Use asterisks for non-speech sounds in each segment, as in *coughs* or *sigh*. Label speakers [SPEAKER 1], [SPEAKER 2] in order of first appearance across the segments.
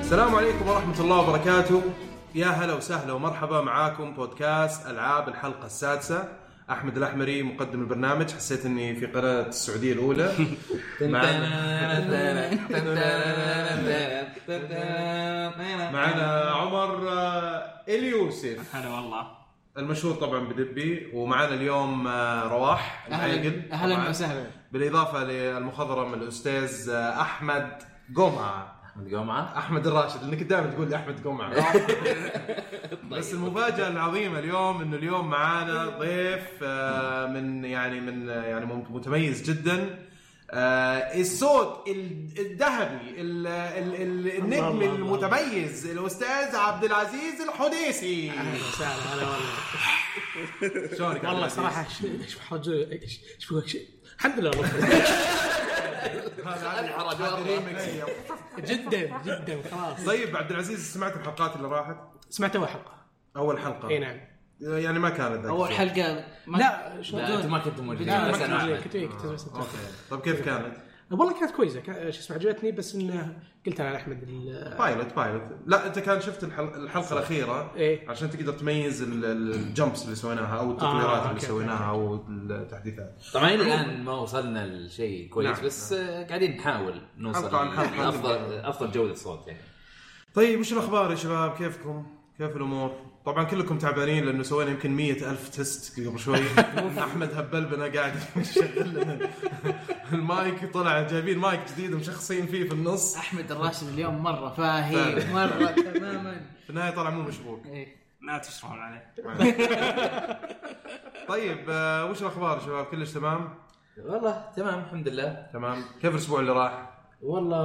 [SPEAKER 1] السلام عليكم ورحمة الله وبركاته يا هلا وسهلا ومرحبا معاكم بودكاست ألعاب الحلقة السادسة أحمد الأحمري مقدم البرنامج حسيت أني في قناة السعودية الأولى معنا, معنا عمر آه، اليوسف
[SPEAKER 2] هلا والله
[SPEAKER 1] المشهور طبعا بدبي ومعنا اليوم آه، رواح المعيقل.
[SPEAKER 3] اهلا اهلا
[SPEAKER 1] طبعاً.
[SPEAKER 3] وسهلا
[SPEAKER 1] بالاضافه للمخضرم الاستاذ آه، احمد قمعه
[SPEAKER 4] الجمعة
[SPEAKER 1] احمد الراشد لانك دائما تقول لي احمد قمعه بس المفاجاه العظيمه اليوم انه اليوم معانا ضيف آه، من يعني من آه، يعني مم- متميز جدا آه، الصوت ال- الذهبي ال- ال- ال- النجم المتميز الاستاذ عبد العزيز الحديسي
[SPEAKER 3] *laughs* أهلاً وسهلا هلا والله
[SPEAKER 1] شلونك
[SPEAKER 3] والله صراحه إيش- ايش محرج- إيش- إيش فوق شيء الحمد لله والله.
[SPEAKER 4] الحرج
[SPEAKER 3] جدا جدا خلاص
[SPEAKER 1] طيب عبد العزيز سمعت الحلقات اللي راحت
[SPEAKER 3] سمعت اول حلقه
[SPEAKER 1] اول حلقه
[SPEAKER 3] اي نعم
[SPEAKER 1] يعني ما كانت ذاك
[SPEAKER 2] اول
[SPEAKER 1] الشيء.
[SPEAKER 2] حلقه ما-
[SPEAKER 3] لا شو
[SPEAKER 4] لا انت ما كنت موجود
[SPEAKER 3] لا،
[SPEAKER 4] بس انا
[SPEAKER 3] كنت-
[SPEAKER 4] اعمل
[SPEAKER 3] كنت- كنت- كنت- كنت-
[SPEAKER 1] اوكي طب طيب، كيف كانت؟
[SPEAKER 3] والله كانت كويسه كا- شو اسمه عجبتني بس انه قلت انا لاحمد ال-
[SPEAKER 1] بايلوت بايلوت لا انت كان شفت الحل... الحلقه الاخيره
[SPEAKER 3] إيه.
[SPEAKER 1] عشان تقدر تميز ال- ال- الجمبس اللي سويناها او التطويرات
[SPEAKER 3] آه،
[SPEAKER 1] اللي
[SPEAKER 3] أوكي،
[SPEAKER 1] سويناها او التحديثات
[SPEAKER 4] طبعا الى الان ما وصلنا لشيء كويس
[SPEAKER 1] نعم.
[SPEAKER 4] بس آه، قاعدين نحاول نوصل
[SPEAKER 1] حلقة عن حلقة.
[SPEAKER 4] افضل افضل جودة صوت يعني
[SPEAKER 1] طيب وش الاخبار يا شباب كيفكم؟ كيف الامور؟ طبعا كلكم تعبانين لانه سوينا يمكن مية ألف تست قبل شوي
[SPEAKER 3] *laughs*
[SPEAKER 1] احمد هبلبنا قاعد يشغل لنا المايك طلع جايبين مايك جديد مشخصين فيه في النص
[SPEAKER 5] احمد الراشد اليوم مره فاهي مره تماما
[SPEAKER 1] في النهايه طلع مو مشبوك
[SPEAKER 3] *laughs*
[SPEAKER 5] إيه.
[SPEAKER 2] ما تشرحون عليه
[SPEAKER 1] طيب آه، وش الاخبار يا شباب كلش تمام؟
[SPEAKER 4] والله تمام الحمد لله
[SPEAKER 1] تمام كيف الاسبوع اللي راح؟
[SPEAKER 4] والله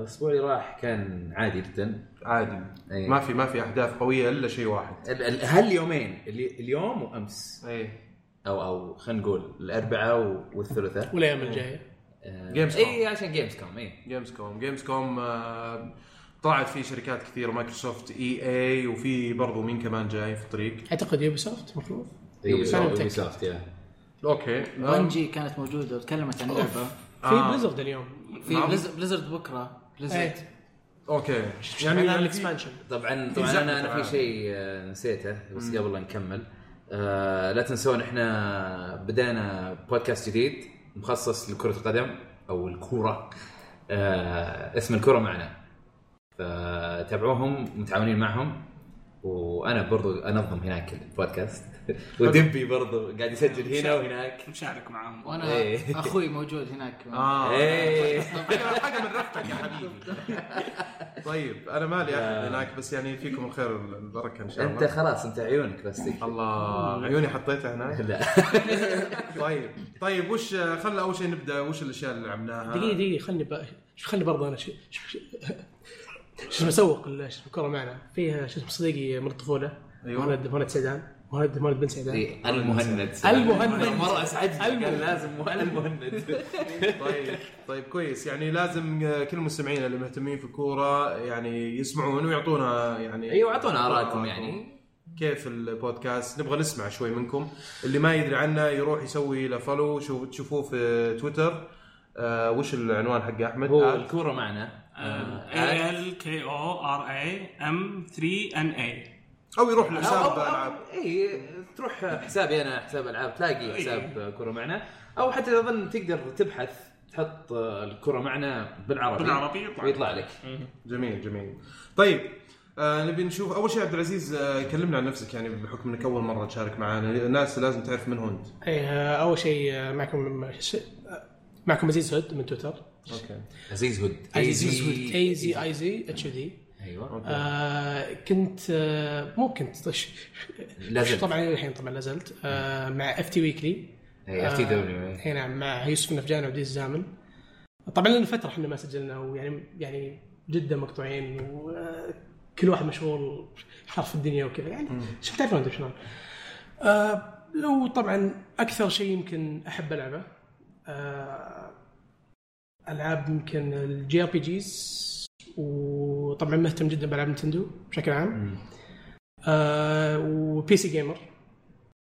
[SPEAKER 4] الاسبوع اللي راح كان عادي جدا
[SPEAKER 1] عادي
[SPEAKER 4] إيه.
[SPEAKER 1] ما في ما في احداث قويه الا شيء واحد
[SPEAKER 4] ال- ال- هاليومين اللي- اليوم وامس
[SPEAKER 1] اي
[SPEAKER 4] او او خلينا نقول الاربعاء و- والثلاثاء
[SPEAKER 3] والايام الجايه
[SPEAKER 1] Gamescom.
[SPEAKER 4] اي عشان إيه. جيمز كوم اي
[SPEAKER 1] جيمز كوم جيمز كوم آه، طلعت في شركات كثيره مايكروسوفت اي اي وفي برضو مين كمان جاي في الطريق
[SPEAKER 3] اعتقد يوبي سوفت المفروض Ubisoft.
[SPEAKER 4] يوبي سوفت
[SPEAKER 1] اوكي آه،
[SPEAKER 5] بنجي كانت موجوده وتكلمت عن لعبه
[SPEAKER 3] في بليزرد اليوم
[SPEAKER 5] في
[SPEAKER 1] نعم.
[SPEAKER 5] بليز- بليزرد بكره بليزرد
[SPEAKER 3] إيه.
[SPEAKER 1] اوكي
[SPEAKER 3] يعني
[SPEAKER 1] في-
[SPEAKER 3] الاكسبانشن
[SPEAKER 4] طبعا
[SPEAKER 1] في
[SPEAKER 4] طبعا
[SPEAKER 1] إيه، زحمة
[SPEAKER 4] انا انا
[SPEAKER 1] العاب.
[SPEAKER 4] في شيء آه، نسيته بس قبل لا نكمل آه، لا تنسون احنا بدينا بودكاست جديد مخصص لكرة القدم او الكورة آه، اسم الكورة معنا فتابعوهم متعاونين معهم وانا برضو انظم
[SPEAKER 1] *laughs*
[SPEAKER 4] هناك البودكاست ودبي برضو قاعد يسجل هنا وهناك
[SPEAKER 2] مشارك معاهم
[SPEAKER 5] وانا
[SPEAKER 4] إيه.
[SPEAKER 5] اخوي موجود هناك
[SPEAKER 1] اه
[SPEAKER 4] إيه.
[SPEAKER 1] حاجة- حاجه من رفقك يا حبيبي طيب انا مالي
[SPEAKER 4] آه.
[SPEAKER 1] احد هناك بس يعني فيكم الخير والبركه ان شاء
[SPEAKER 4] انت
[SPEAKER 1] الله
[SPEAKER 4] خلاص انت عيونك بس
[SPEAKER 1] الله عيوني حطيتها هناك
[SPEAKER 4] لا
[SPEAKER 1] طيب طيب وش خلنا اول شيء نبدا وش الاشياء اللي لعبناها
[SPEAKER 3] دقيقه دقيقه خلني بقى شو خلني برضه انا شو شو- *laughs* شو شو اسمه اسوق ال- شو اسمه الكره معنا فيها شو اسمه صديقي من الطفوله
[SPEAKER 1] أيوة.
[SPEAKER 3] مهند مهند سعدان مهند مهند بن
[SPEAKER 4] إيه.
[SPEAKER 3] سعدان
[SPEAKER 4] المهند
[SPEAKER 3] المهند.
[SPEAKER 4] مره اسعدني
[SPEAKER 1] أيوة.
[SPEAKER 3] المهند.
[SPEAKER 4] قال لازم مو- المهند
[SPEAKER 1] طيب طيب كويس يعني لازم آه، كل المستمعين اللي مهتمين في الكوره يعني يسمعون ويعطونا يعني آه،
[SPEAKER 4] ايوه اعطونا ارائكم يعني
[SPEAKER 1] كيف البودكاست نبغى نسمع شوي منكم اللي ما يدري عنه يروح يسوي له فولو شو تشوفوه في تويتر آه وش العنوان حق احمد
[SPEAKER 4] هو
[SPEAKER 1] آه،
[SPEAKER 4] الكوره معنا آه،
[SPEAKER 2] اي ال كي او ار اي ام 3 ان اي
[SPEAKER 1] او يروح لحساب العاب
[SPEAKER 4] اي إيه، تروح حسابي انا حساب العاب تلاقي حساب كوره معنا او حتى اظن تقدر تبحث تحط الكره معنا بالعربي
[SPEAKER 2] بالعربي يطلع.
[SPEAKER 4] ويطلع لك
[SPEAKER 1] جميل جميل طيب آه نبي نشوف اول شيء عبد العزيز آه كلمنا عن نفسك يعني بحكم انك اول مره تشارك معنا الناس لازم تعرف من هو انت
[SPEAKER 3] ايه آه، اول شيء آه، معكم معكم عزيز هود من تويتر
[SPEAKER 1] اوكي
[SPEAKER 4] عزيز هود أيوة.
[SPEAKER 3] اي زي اي زي اتش يو دي
[SPEAKER 4] ايوه
[SPEAKER 3] آه، كنت آه، مو كنت طش
[SPEAKER 4] لا زلت.
[SPEAKER 3] طبعا إلى الحين طبعا لا زلت آه، مع اف تي ويكلي
[SPEAKER 4] اي اف تي دبليو
[SPEAKER 3] اي نعم مع يوسف النفجاني وديز الزامل طبعا لنا فتره احنا ما سجلنا ويعني يعني جدا مقطوعين وكل واحد مشغول حرف الدنيا وكذا يعني شفت تعرفون انتم شلون آه، لو طبعا اكثر شيء يمكن احب العبه آه، العاب يمكن الجي ار بي جيز وطبعا مهتم جدا بالعاب نتندو بشكل عام آه وبي سي جيمر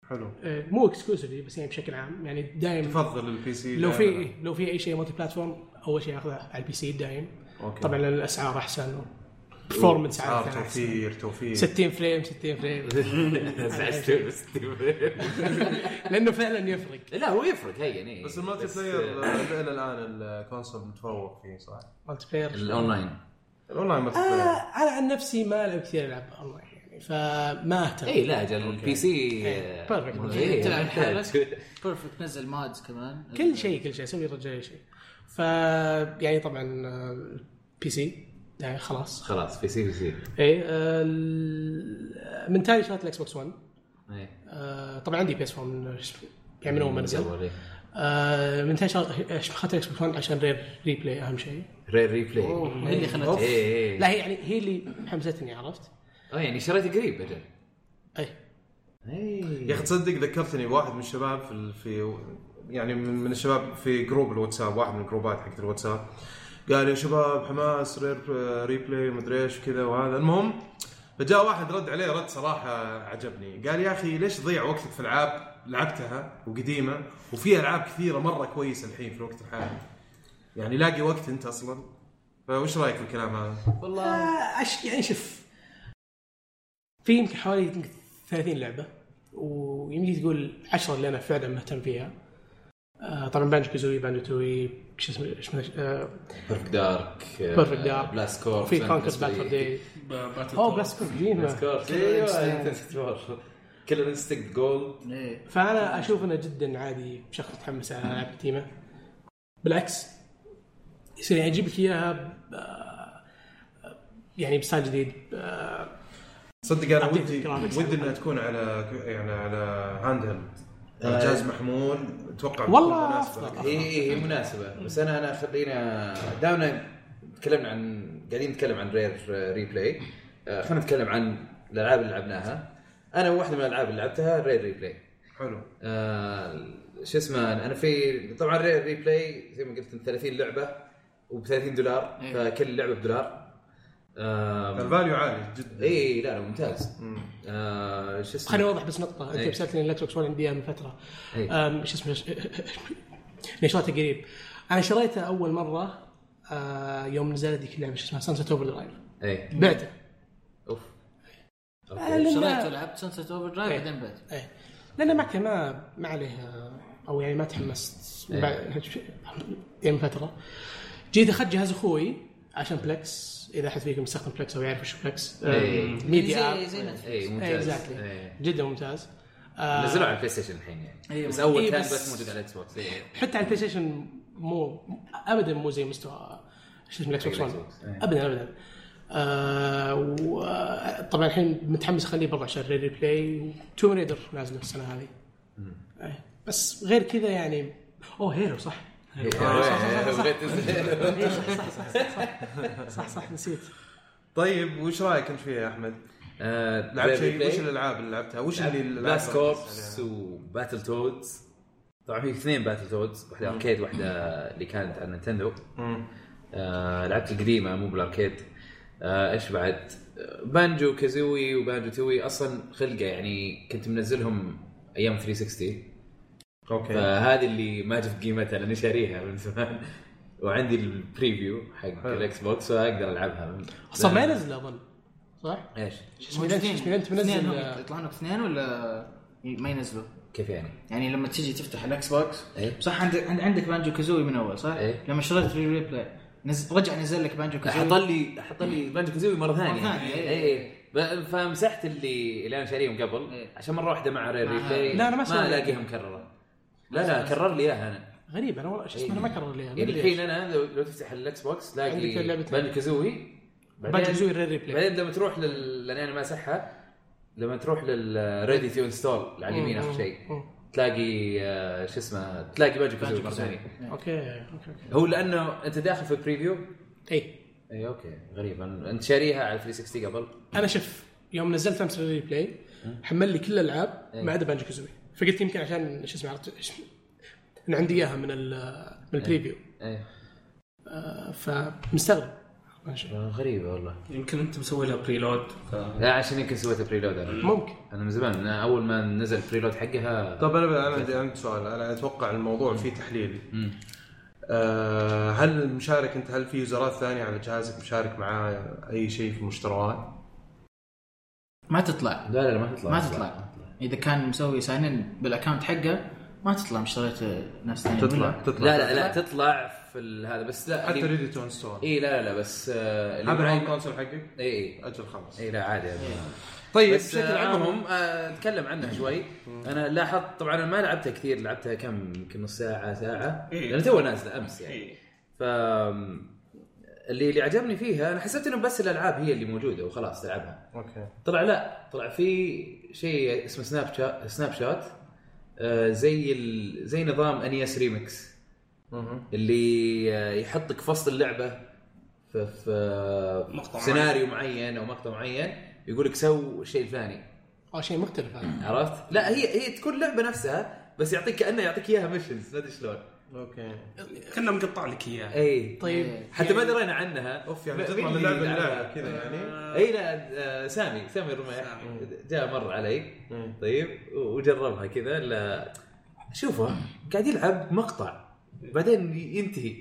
[SPEAKER 1] حلو
[SPEAKER 3] آه، مو اكسكلوسيفلي بس يعني بشكل عام يعني دائما
[SPEAKER 1] تفضل البي سي
[SPEAKER 3] لو
[SPEAKER 1] دائماً.
[SPEAKER 3] في إيه، لو في اي شيء مالتي بلاتفورم اول شيء اخذه على البي سي دايم
[SPEAKER 1] اوكي
[SPEAKER 3] طبعا لأن الاسعار احسن برفورمنس
[SPEAKER 1] اسعار
[SPEAKER 3] عالي كان
[SPEAKER 1] آه، توفير توفير
[SPEAKER 3] 60 فريم 60 فريم
[SPEAKER 4] زعجتوني، بس تبي.
[SPEAKER 3] لانه فعلا يفرق
[SPEAKER 4] *laughs* لا هو يفرق هي يعني
[SPEAKER 1] بس المالتي بلاير آه، الى الان الكونسول متفوق فيه صح؟
[SPEAKER 3] مالتي بلاير
[SPEAKER 4] الاونلاين
[SPEAKER 1] الاونلاين مالتي بلاير
[SPEAKER 3] آه، انا عن نفسي ما العب كثير العاب اونلاين يعني فما اهتم
[SPEAKER 4] اي إيه، لا اجل البي سي
[SPEAKER 3] إيه، perfect.
[SPEAKER 4] إيه،
[SPEAKER 5] تلعب
[SPEAKER 4] ممتاز.
[SPEAKER 5] حالك بيرفكت نزل مادز كمان
[SPEAKER 3] كل شيء كل شيء اسوي الرجال اي شيء ف يعني طبعا آه، بي سي يعني خلاص
[SPEAKER 4] خلاص بي سي بي سي
[SPEAKER 3] اي آه، ال- من تالي شريت الاكس بوكس 1
[SPEAKER 4] إيه.
[SPEAKER 3] آه، طبعا عندي بي اس 4 من يعني من اول ما نزل
[SPEAKER 4] أول، إيه.
[SPEAKER 3] آه، من ثاني شغله اخذت الاكس بوكس 1 عشان رير ريبلاي اهم شيء
[SPEAKER 4] رير ريبلاي
[SPEAKER 3] Oh.
[SPEAKER 5] أوه، هي اللي
[SPEAKER 4] اوف
[SPEAKER 5] خلت
[SPEAKER 4] اي
[SPEAKER 3] لا هي يعني هي اللي حمستني عرفت؟
[SPEAKER 4] يعني شريت قريب اجل
[SPEAKER 3] اي
[SPEAKER 1] يا اخي تصدق ذكرتني بواحد من الشباب في ال- في يعني من من الشباب في جروب الواتساب واحد من الجروبات حقت الواتساب قال يا شباب حماس رير ريبلاي مدري ايش كذا وهذا المهم فجاء واحد رد عليه رد صراحه عجبني قال يا اخي ليش تضيع وقتك في العاب لعبتها وقديمه وفي العاب كثيره مره كويسه الحين في الوقت الحالي يعني لاقي وقت انت اصلا فوش رايك في الكلام هذا؟
[SPEAKER 5] والله
[SPEAKER 3] أش... يعني شوف في يمكن حوالي يمكن 30 لعبه ويمكن تقول 10 اللي انا فعلا مهتم فيها آه طبعا بانجو كازوي بانجو توي شو اسمه آه، ايش
[SPEAKER 4] بيرفكت دارك
[SPEAKER 3] Perfect Dark.
[SPEAKER 4] بلاست كور
[SPEAKER 3] في كونكرس باتل فور داي اوه بلاس كور
[SPEAKER 4] بلاست
[SPEAKER 3] قديمه
[SPEAKER 4] كور ايوه كلر انستنكت جولد
[SPEAKER 5] إيه.
[SPEAKER 3] فانا اشوف انه جدا عادي شخص متحمس على العاب قديمه بالعكس يصير يعني يجيب لك اياها ب- آه، يعني بستايل جديد آه،
[SPEAKER 1] صدق انا
[SPEAKER 3] أعطيك
[SPEAKER 1] ودي
[SPEAKER 3] الكرامة.
[SPEAKER 1] ودي انها تكون على يعني على هاند هيلد
[SPEAKER 4] آه.
[SPEAKER 1] جهاز محمول اتوقع بتكون
[SPEAKER 3] والله
[SPEAKER 1] مناسبة. آه،
[SPEAKER 3] أفضل.
[SPEAKER 4] اي اي هي مناسبه بس انا انا خلينا دامنا تكلمنا عن قاعدين نتكلم عن رير ريبلاي آه، خلينا نتكلم عن الالعاب اللي لعبناها انا واحده من الالعاب اللي لعبتها رير ريبلاي
[SPEAKER 1] حلو
[SPEAKER 4] آه، شو اسمه انا في طبعا رير ريبلاي زي ما قلت إن 30 لعبه وب 30 دولار
[SPEAKER 5] إيه.
[SPEAKER 4] فكل لعبه بدولار آم،
[SPEAKER 1] الفاليو عالي جدا
[SPEAKER 4] اي لا لا ممتاز
[SPEAKER 1] مم.
[SPEAKER 4] آه، شو اسمه
[SPEAKER 3] خليني اوضح بس نقطه
[SPEAKER 4] إيه.
[SPEAKER 3] انت سالتني الاكس بوكس 1 عندي إياه من فتره
[SPEAKER 4] إيه.
[SPEAKER 3] أم، شو اسمه *laughs* إني شريته قريب انا شريته اول مره آه، يوم نزلت ذيك اللعبه شو اسمها سانسيت اوفر درايف
[SPEAKER 4] اي
[SPEAKER 3] بعته
[SPEAKER 4] إيه. اوف أوكي.
[SPEAKER 3] آه، لأن-
[SPEAKER 5] شريت ولعبت سنسيت اوفر درايف
[SPEAKER 3] إيه.
[SPEAKER 5] بعدين بعت
[SPEAKER 3] إيه. لانه ما كان ما ما عليه آه، او يعني ما تحمست
[SPEAKER 4] إيه.
[SPEAKER 3] بعد- يعني من فتره جيت اخذت جهاز اخوي عشان بلكس اذا احد فيكم يستخدم بلكس او يعرف شو بلكس آه،
[SPEAKER 4] إيه.
[SPEAKER 3] ميديا
[SPEAKER 5] زي-
[SPEAKER 3] آب.
[SPEAKER 5] زي نتفلكس.
[SPEAKER 4] اي
[SPEAKER 3] إيه،
[SPEAKER 4] ممتاز
[SPEAKER 3] exactly.
[SPEAKER 4] إيه.
[SPEAKER 3] جدا ممتاز آه،
[SPEAKER 4] نزلوه على البلاي ستيشن الحين يعني
[SPEAKER 5] أيوة.
[SPEAKER 4] بس اول
[SPEAKER 3] إيه،
[SPEAKER 4] كان
[SPEAKER 3] بس-
[SPEAKER 4] بس موجود على الاكس بوكس إيه.
[SPEAKER 3] حتى على البلاي ستيشن مو ابدا مو زي مستوى شو اسمه الاكس بوكس 1
[SPEAKER 4] إيه.
[SPEAKER 3] ابدا ابدا آه وطبعا الحين متحمس اخليه برضه عشان ريدي بلاي توم ريدر نازله السنه هذه إيه. بس غير كذا يعني اوه هيرو *laughs* صح
[SPEAKER 4] *laughs* آه،
[SPEAKER 3] *laughs* إيه، صح صح صح صح صح, صح, صح نسيت
[SPEAKER 1] طيب وش رايك انت فيها يا احمد؟
[SPEAKER 4] آه،
[SPEAKER 1] لعبت شيء وش الالعاب اللي لعبتها؟ وش اللي اللي يعني.
[SPEAKER 4] بلاس
[SPEAKER 1] لعبتها؟
[SPEAKER 4] كوربس وباتل تودز طبعا في اثنين باتل تودز واحده اركيد واحده اللي كانت على نينتندو
[SPEAKER 1] مم.
[SPEAKER 4] آه، لعبت القديمه مو بالاركيد آه، ايش بعد؟ آه، بانجو كازوي وبانجو توي اصلا خلقه يعني كنت منزلهم ايام 360
[SPEAKER 1] إيه. اوكي
[SPEAKER 4] فهذه اللي ما جبت قيمتها لاني شاريها من زمان وعندي البريفيو حق
[SPEAKER 1] حلو.
[SPEAKER 4] الاكس بوكس فاقدر العبها
[SPEAKER 3] اصلا ما نزل اظن صح؟
[SPEAKER 4] ايش؟
[SPEAKER 3] شو اسمه إذا- شو اسمه إذا انت
[SPEAKER 5] اثنين
[SPEAKER 3] منزل
[SPEAKER 5] هم
[SPEAKER 3] آه،
[SPEAKER 5] يطلعون لك اثنين ولا ما ينزلوا؟
[SPEAKER 4] كيف يعني؟
[SPEAKER 5] يعني لما تيجي تفتح الاكس بوكس
[SPEAKER 4] إيه.
[SPEAKER 5] صح عندك عندك بانجو كازوي من اول صح؟
[SPEAKER 4] إيه.
[SPEAKER 5] لما شريت ري ريبلاي نز... رجع نزل لك بانجو
[SPEAKER 4] حط
[SPEAKER 5] كازوي
[SPEAKER 4] لي حط لي بانجو كازوي مره ثانيه
[SPEAKER 5] مرة ثانية، إيه.
[SPEAKER 4] اي فمسحت اللي اللي انا شاريهم قبل
[SPEAKER 5] إيه.
[SPEAKER 4] عشان مره واحده مع رير
[SPEAKER 5] معها.
[SPEAKER 4] ريبلاي
[SPEAKER 3] لا، أنا ما
[SPEAKER 4] ما
[SPEAKER 3] سويت.
[SPEAKER 4] الاقيها مكرره لا لا كرر لي اياها انا
[SPEAKER 3] غريب انا والله شو اسمه انا ما كرر لي
[SPEAKER 4] يعني الحين انا لو, لو تفتح الاكس بوكس
[SPEAKER 3] عندك
[SPEAKER 4] تلاقي
[SPEAKER 3] لعبتين.
[SPEAKER 4] بانجو كازوي
[SPEAKER 3] بانجو كازوي رير ريبلاي.
[SPEAKER 4] بعدين لما تروح لل لان انا ماسحها لما تروح للريدي تو انستول على اليمين اخر شيء تلاقي آه، شو اسمه تلاقي بانجو كازوي مره ثانيه
[SPEAKER 3] اوكي اوكي اوكي
[SPEAKER 4] هو لانه انت داخل في البريفيو
[SPEAKER 3] اي
[SPEAKER 4] اي اوكي غريب أنا- انت شاريها على 360 قبل
[SPEAKER 3] انا شف يوم نزلت امس ريلي بلاي حمل لي كل الالعاب
[SPEAKER 5] إيه.
[SPEAKER 3] ما عدا بانجو كازوي فقلت يمكن عشان شو اسمه عرفت إيش- ان عندي اياها من ال
[SPEAKER 5] إيه.
[SPEAKER 3] من البريفيو
[SPEAKER 4] ايه
[SPEAKER 3] آه، فمستغرب
[SPEAKER 4] آه، غريبه والله
[SPEAKER 2] يمكن انت مسوي لها بريلود
[SPEAKER 4] لا عشان يمكن سويت بريلود انا
[SPEAKER 3] ممكن
[SPEAKER 4] انا من زمان انا اول ما نزل بريلود حقها
[SPEAKER 1] طيب، طب انا انا عندي عندي سؤال انا اتوقع الموضوع فيه تحليل آه، هل مشارك انت هل في يوزرات ثانيه على جهازك مشارك معاه اي شيء في المشتريات؟
[SPEAKER 5] ما تطلع
[SPEAKER 4] لا لا لا ما تطلع
[SPEAKER 5] ما تطلع اذا كان مسوي ساين بالاكونت حقه ما تطلع مشتريات ناس ثانيه
[SPEAKER 1] تطلع تطلع
[SPEAKER 4] لا لا إيه، لا تطلع في ال- هذا بس لا
[SPEAKER 1] حتى
[SPEAKER 4] اللي-
[SPEAKER 1] ريدي تو انستول
[SPEAKER 4] اي لا لا لا بس آه، اللي
[SPEAKER 1] هذا
[SPEAKER 4] معي-
[SPEAKER 1] الهوم كونسول حقك
[SPEAKER 4] اي اي
[SPEAKER 1] اجل خلاص
[SPEAKER 4] اي إيه، لا عادي أبداً.
[SPEAKER 1] طيب
[SPEAKER 4] بس بشكل
[SPEAKER 1] آه،
[SPEAKER 4] عام آه، نتكلم عنها شوي انا لاحظت طبعا انا ما لعبتها كثير لعبتها كم يمكن نص ساعه ساعه
[SPEAKER 2] إيه.
[SPEAKER 4] لان تو نازله امس يعني
[SPEAKER 2] إيه.
[SPEAKER 4] ف اللي اللي عجبني فيها انا حسبت انه بس الالعاب هي اللي موجوده وخلاص تلعبها
[SPEAKER 1] اوكي
[SPEAKER 4] طلع لا طلع في شيء اسمه سناب شات سناب شات آه، زي ال... زي نظام انيس ريمكس
[SPEAKER 1] مهم.
[SPEAKER 4] اللي آه، يحطك في وسط اللعبه في في آه،
[SPEAKER 2] مقطع
[SPEAKER 4] سيناريو معين او مقطع معين يقول لك سو الشيء الفلاني
[SPEAKER 3] اه شيء مختلف هذا
[SPEAKER 4] عرفت؟ لا هي هي تكون لعبه نفسها بس يعطيك كانه يعطيك اياها ميشنز ما ادري شلون
[SPEAKER 1] اوكي
[SPEAKER 2] كنا مقطع لك اياه
[SPEAKER 5] إيه.
[SPEAKER 4] اي
[SPEAKER 3] طيب
[SPEAKER 4] حتى ما درينا عنها
[SPEAKER 1] اوف يعني
[SPEAKER 4] مين
[SPEAKER 1] تطلع من
[SPEAKER 4] اللي
[SPEAKER 1] اللعبه
[SPEAKER 4] لعبها؟
[SPEAKER 1] للعبه كذا يعني
[SPEAKER 4] اي لا آه، سامي سامي الرمح
[SPEAKER 2] سامي.
[SPEAKER 4] جاء مر علي
[SPEAKER 1] مم.
[SPEAKER 4] طيب و- وجربها كذا لا شوفه قاعد يلعب مقطع بعدين ينتهي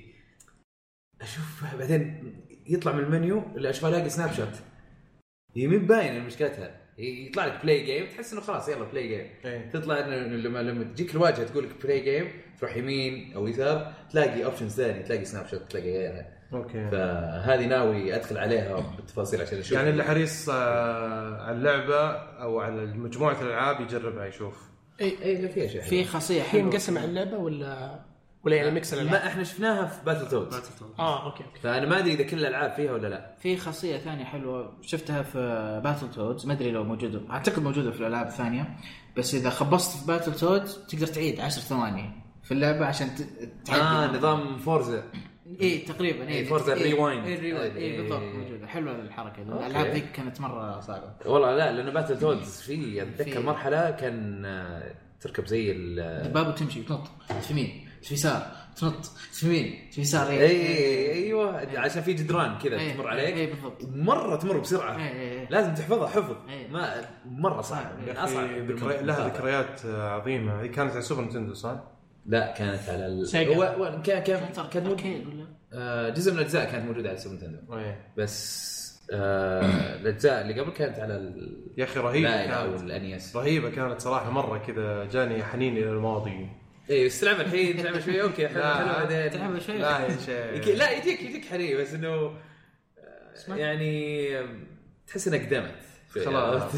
[SPEAKER 4] اشوف بعدين يطلع من المنيو لا اشوف الاقي سناب شات هي مين باينه مشكلتها يطلع لك بلاي جيم تحس انه خلاص يلا بلاي جيم
[SPEAKER 1] إيه.
[SPEAKER 4] تطلع إنه لما لما تجيك الواجهه تقول لك بلاي جيم تروح يمين او يسار تلاقي اوبشنز ثانيه تلاقي سناب شات تلاقي
[SPEAKER 1] إيه.
[SPEAKER 4] غيرها
[SPEAKER 1] اوكي
[SPEAKER 4] فهذه ناوي ادخل عليها بالتفاصيل عشان اشوف
[SPEAKER 1] يعني اللي حريص آه، على اللعبه او على مجموعه الالعاب يجربها يشوف
[SPEAKER 3] اي
[SPEAKER 4] اي في اشياء
[SPEAKER 5] في خاصيه
[SPEAKER 3] الحين
[SPEAKER 5] حلوه
[SPEAKER 3] مقسم على اللعبه ولا ولا يعني ميكس الالعاب؟
[SPEAKER 4] ما احنا شفناها في باتل تودز
[SPEAKER 2] باتل تول.
[SPEAKER 3] اه اوكي اوكي
[SPEAKER 4] فانا ما ادري اذا كل الالعاب فيها ولا لا
[SPEAKER 5] في خاصيه ثانيه حلوه شفتها في باتل تودز ما ادري لو موجوده اعتقد موجوده في الالعاب الثانيه بس اذا خبصت في باتل تودز تقدر تعيد 10 ثواني في اللعبه عشان ت- تعدي
[SPEAKER 4] اه نظام فورزا
[SPEAKER 5] اي تقريبا
[SPEAKER 4] إيه، Forza Rewind.
[SPEAKER 5] اي الريوايند
[SPEAKER 4] إيه.
[SPEAKER 5] اي بالضبط موجوده حلوه الحركه دي.
[SPEAKER 4] أوكي.
[SPEAKER 5] الالعاب ذيك كانت مره صعبه
[SPEAKER 4] والله لا لانه باتل تودز في
[SPEAKER 5] في-
[SPEAKER 4] اتذكر مرحله كان آه، تركب زي ال
[SPEAKER 5] دبابه تمشي تنط في يمين في يسار تنط في يمين في يسار
[SPEAKER 4] اي اي ايوه عشان في جدران كذا
[SPEAKER 5] إيه. اي
[SPEAKER 4] تمر عليك
[SPEAKER 5] بالضبط
[SPEAKER 4] مره تمر بسرعه
[SPEAKER 5] إيه، إيه، إيه.
[SPEAKER 4] لازم تحفظها حفظ
[SPEAKER 5] إيه.
[SPEAKER 4] ما مره صعب من اصعب
[SPEAKER 1] في
[SPEAKER 4] بالكم-
[SPEAKER 1] ذكري- لها ذكريات آه، عظيمه هي كانت على سوبر نتندو صح؟
[SPEAKER 4] لا كانت على ال...
[SPEAKER 3] سيجا.
[SPEAKER 4] و... و... كان كان كان
[SPEAKER 5] كان
[SPEAKER 4] موجود
[SPEAKER 5] اوكي ولا
[SPEAKER 4] آه جزء من الاجزاء كانت موجوده على سوبر نتندو
[SPEAKER 1] إيه.
[SPEAKER 4] بس آه الاجزاء اللي قبل كانت على ال...
[SPEAKER 1] يا اخي رهيبه
[SPEAKER 4] لا او
[SPEAKER 1] كانت
[SPEAKER 4] الانيس
[SPEAKER 1] رهيبه كانت صراحه مره كذا جاني حنين الى الماضي
[SPEAKER 4] اي إيه، بس تلعب الحين تلعب شوي اوكي حلو
[SPEAKER 1] لا.
[SPEAKER 4] حلو بعدين
[SPEAKER 5] تلعبها شوي
[SPEAKER 1] لا يا
[SPEAKER 4] *laughs* يك-
[SPEAKER 1] شيخ
[SPEAKER 4] لا يجيك يجيك حري بس انه آه،
[SPEAKER 5] اسمع.
[SPEAKER 4] يعني تحس انك قدمت *laughs*
[SPEAKER 1] خلاص.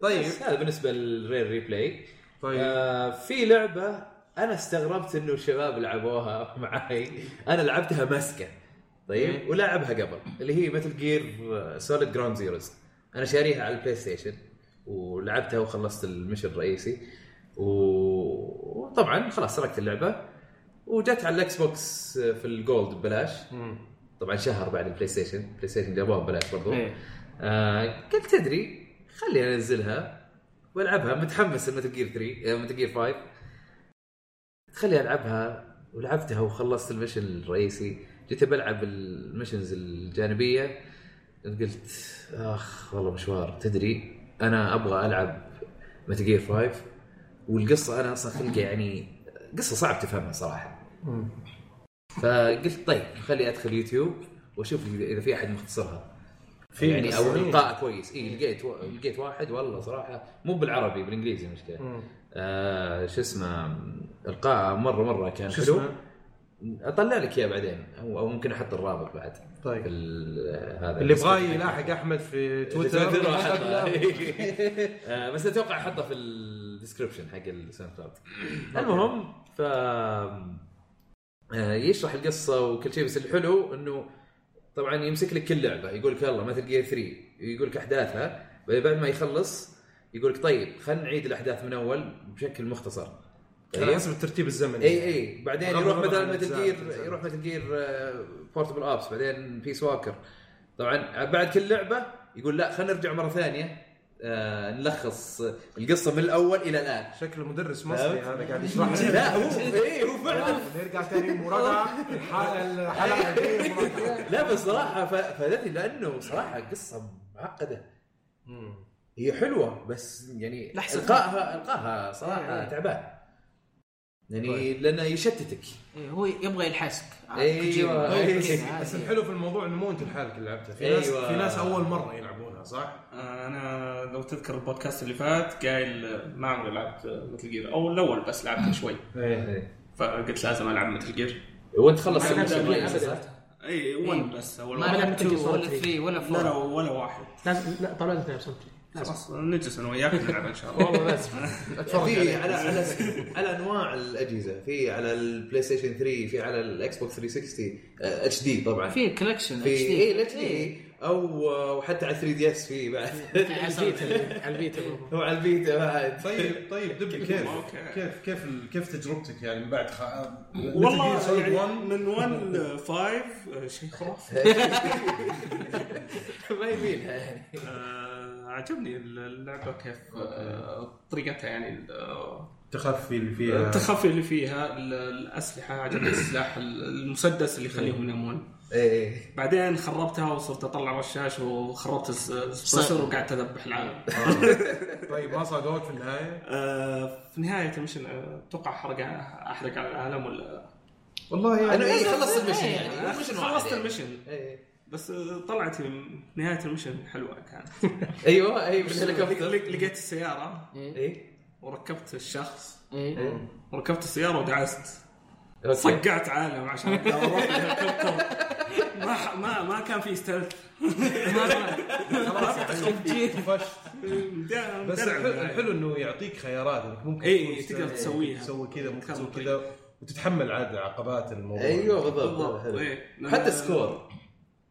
[SPEAKER 4] طيب
[SPEAKER 1] طيب
[SPEAKER 4] هذا بالنسبه للرير ريبلاي
[SPEAKER 1] طيب
[SPEAKER 4] آه في لعبه انا استغربت انه الشباب لعبوها *laughs* معي انا لعبتها مسكه طيب ولعبها قبل اللي هي آه، مثل جير سوليد جراوند زيروز انا شاريها على البلاي ستيشن ولعبتها وخلصت المشن الرئيسي و- وطبعا خلاص سرقت اللعبه وجت على الاكس بوكس في الجولد ببلاش
[SPEAKER 1] مم.
[SPEAKER 4] طبعا شهر بعد البلاي ستيشن بلاي ستيشن جابوها ببلاش برضو
[SPEAKER 5] إيه.
[SPEAKER 4] آه قلت تدري خلي انزلها والعبها متحمس لمتل جير 3 متل جير 5 خلي العبها ولعبتها وخلصت المشن الرئيسي جيت بلعب المشنز الجانبيه قلت اخ والله مشوار تدري انا ابغى العب متل جير 5 والقصه انا اصلا خلقه يعني قصه صعب تفهمها صراحه
[SPEAKER 1] مم.
[SPEAKER 4] فقلت طيب خلي ادخل يوتيوب واشوف اذا إذا في احد مختصرها
[SPEAKER 1] في
[SPEAKER 4] يعني او
[SPEAKER 1] مصريين.
[SPEAKER 4] القاء كويس اي لقيت و- لقيت واحد والله صراحه مو بالعربي بالانجليزي المشكله
[SPEAKER 1] مم.
[SPEAKER 4] آه شو اسمه القاء مره مره كان
[SPEAKER 1] شو
[SPEAKER 4] حلو
[SPEAKER 1] اسمه؟
[SPEAKER 4] اطلع لك اياه بعدين او أو ممكن احط الرابط بعد في
[SPEAKER 1] طيب
[SPEAKER 4] ال- هذا
[SPEAKER 1] اللي يبغاه يلاحق احمد في تويتر *laughs*
[SPEAKER 4] تويتر وأحطها. *laughs* آه، بس اتوقع احطه في الديسكربشن حق الساوند كلاود المهم ف آه، يشرح القصه وكل شيء بس الحلو انه طبعا يمسك لك كل لعبه يقول لك يلا مثل جير 3 يقول لك احداثها بعد ما يخلص يقول لك طيب خلينا نعيد الاحداث من اول بشكل مختصر
[SPEAKER 1] على
[SPEAKER 4] طيب.
[SPEAKER 1] حسب الترتيب الزمني
[SPEAKER 4] اي اي إيه، بعدين
[SPEAKER 1] غض
[SPEAKER 4] يروح
[SPEAKER 1] النظر
[SPEAKER 4] بدل
[SPEAKER 1] عن
[SPEAKER 4] متل
[SPEAKER 1] الأجزاء،
[SPEAKER 4] جير
[SPEAKER 1] الأجزاء.
[SPEAKER 4] يروح متل جير بورتبل ابس بعدين بيس واكر طبعا بعد كل لعبه يقول لا خلينا نرجع مره ثانيه آه نلخص القصه من الاول الى الان
[SPEAKER 1] شكله مدرس مصري
[SPEAKER 4] فهمت؟
[SPEAKER 1] هذا قاعد يشرح لنا.
[SPEAKER 4] لا هو اي هو فعلا
[SPEAKER 1] نرجع ثاني مراجعه الحاله الحلقه الجاية مراجعة.
[SPEAKER 4] لا بس صراحه ف- فادتني لانه صراحه قصه معقده
[SPEAKER 1] مم.
[SPEAKER 4] هي حلوه بس يعني
[SPEAKER 5] لحسة.
[SPEAKER 4] القاها القاها
[SPEAKER 5] إيه،
[SPEAKER 4] صراحه
[SPEAKER 5] إيه.
[SPEAKER 4] تعبان يعني لانه يشتتك
[SPEAKER 5] إيه، هو يبغى يلحسك
[SPEAKER 4] أيوه.
[SPEAKER 5] كوجيما.
[SPEAKER 4] أيوه.
[SPEAKER 5] كذا،
[SPEAKER 1] بس
[SPEAKER 4] *laughs*
[SPEAKER 5] عادي.
[SPEAKER 1] الحلو في الموضوع انه مو انت لحالك اللي لعبتها في ناس
[SPEAKER 4] أيوة.
[SPEAKER 1] في ناس اول مره يلعبونها صح؟
[SPEAKER 2] انا لو تذكر البودكاست اللي فات قايل ما عمري لعبت مثل جير او الاول بس لعبت شوي
[SPEAKER 4] إيه.
[SPEAKER 2] فقلت لازم العب مثل جير
[SPEAKER 4] وانت خلصت
[SPEAKER 2] ما
[SPEAKER 4] المشهد
[SPEAKER 2] أبدأ
[SPEAKER 4] الرئيسي،
[SPEAKER 2] أبدأ.
[SPEAKER 4] صح؟
[SPEAKER 2] اي
[SPEAKER 5] إيه.
[SPEAKER 2] ون بس اول
[SPEAKER 5] ما
[SPEAKER 2] واحد.
[SPEAKER 5] لعبت
[SPEAKER 3] لعبت
[SPEAKER 5] 2 ولا
[SPEAKER 3] Solid
[SPEAKER 5] 3 ولا 4
[SPEAKER 2] لا لا ولا واحد
[SPEAKER 3] لازم لا طبعا لازم تلعب صوت
[SPEAKER 2] خلاص نجلس انا وياك نلعب ان شاء *laughs* الله
[SPEAKER 5] والله لازم اتفرج
[SPEAKER 4] في
[SPEAKER 5] عليه.
[SPEAKER 4] على على على انواع الاجهزه في على البلاي ستيشن 3 في على الاكس بوكس آه، 360 اتش دي طبعا في إيه،
[SPEAKER 5] في كولكشن
[SPEAKER 4] اي الاتش دي او آه، وحتى على 3 دي اس في
[SPEAKER 3] *laughs*
[SPEAKER 4] بعد
[SPEAKER 3] على البيتا على البيتا
[SPEAKER 5] إيه.
[SPEAKER 3] برضو.
[SPEAKER 4] وعلى الفيتا بعد
[SPEAKER 1] طيب طيب دبي كيف
[SPEAKER 2] أوكي.
[SPEAKER 1] كيف كيف ال- كيف تجربتك يعني من بعد خ... Metal Gear
[SPEAKER 2] والله
[SPEAKER 1] Solid
[SPEAKER 2] يعني
[SPEAKER 1] 1
[SPEAKER 2] من 1 ل 5 شيء خرافي
[SPEAKER 4] ما يبينها
[SPEAKER 2] إيه.
[SPEAKER 4] يعني
[SPEAKER 2] آه، عجبني اللعبه كيف آه، طريقتها يعني آه،
[SPEAKER 1] تخفي اللي فيها
[SPEAKER 2] التخفي اللي فيها ال- الاسلحه عجبني السلاح ال- المسدس اللي يخليهم ينامون
[SPEAKER 4] ايه
[SPEAKER 2] بعدين خربتها وصرت اطلع رشاش وخربت الس- السبريسر وقعدت اذبح العالم
[SPEAKER 1] *laughs* طيب ما صادوك في
[SPEAKER 2] *laughs*
[SPEAKER 1] النهايه؟
[SPEAKER 2] آه، في نهايه المشن آه، اتوقع حرق احرق على العالم ولا
[SPEAKER 1] والله يعني
[SPEAKER 4] انا ايه خلصت المشن يعني المشن واحد
[SPEAKER 2] خلصت
[SPEAKER 4] يعني.
[SPEAKER 2] المشن
[SPEAKER 4] إيه.
[SPEAKER 2] بس آه، طلعت نهايه المشن حلوه كانت
[SPEAKER 4] ايوه اي من
[SPEAKER 2] لق-
[SPEAKER 4] الهليكوبتر
[SPEAKER 2] لقيت السياره
[SPEAKER 4] ايه
[SPEAKER 2] وركبت الشخص
[SPEAKER 5] ايه
[SPEAKER 2] وركبت السياره ودعست
[SPEAKER 4] أوكي.
[SPEAKER 2] صقعت عالم عشان
[SPEAKER 5] *laughs*
[SPEAKER 2] أقدر اروح الهليكوبتر ما ح- ما ما كان في *laughs* ستيلث
[SPEAKER 1] طفشت
[SPEAKER 2] مدرع-
[SPEAKER 1] بس
[SPEAKER 2] مدرع
[SPEAKER 1] الحلو
[SPEAKER 2] يعني.
[SPEAKER 1] الحلو انه يعطيك خيارات انك ممكن
[SPEAKER 2] إيه،
[SPEAKER 1] تكون
[SPEAKER 2] تقدر
[SPEAKER 1] س-
[SPEAKER 2] تسويها.
[SPEAKER 1] تسوي كذا ممكن
[SPEAKER 2] كم
[SPEAKER 1] تسوي
[SPEAKER 2] طريق.
[SPEAKER 1] كذا وتتحمل عاد عقبات الموضوع
[SPEAKER 4] ايوه بالضبط
[SPEAKER 2] بالضبط
[SPEAKER 4] حلو.
[SPEAKER 2] إيه. لما-
[SPEAKER 4] حتى سكور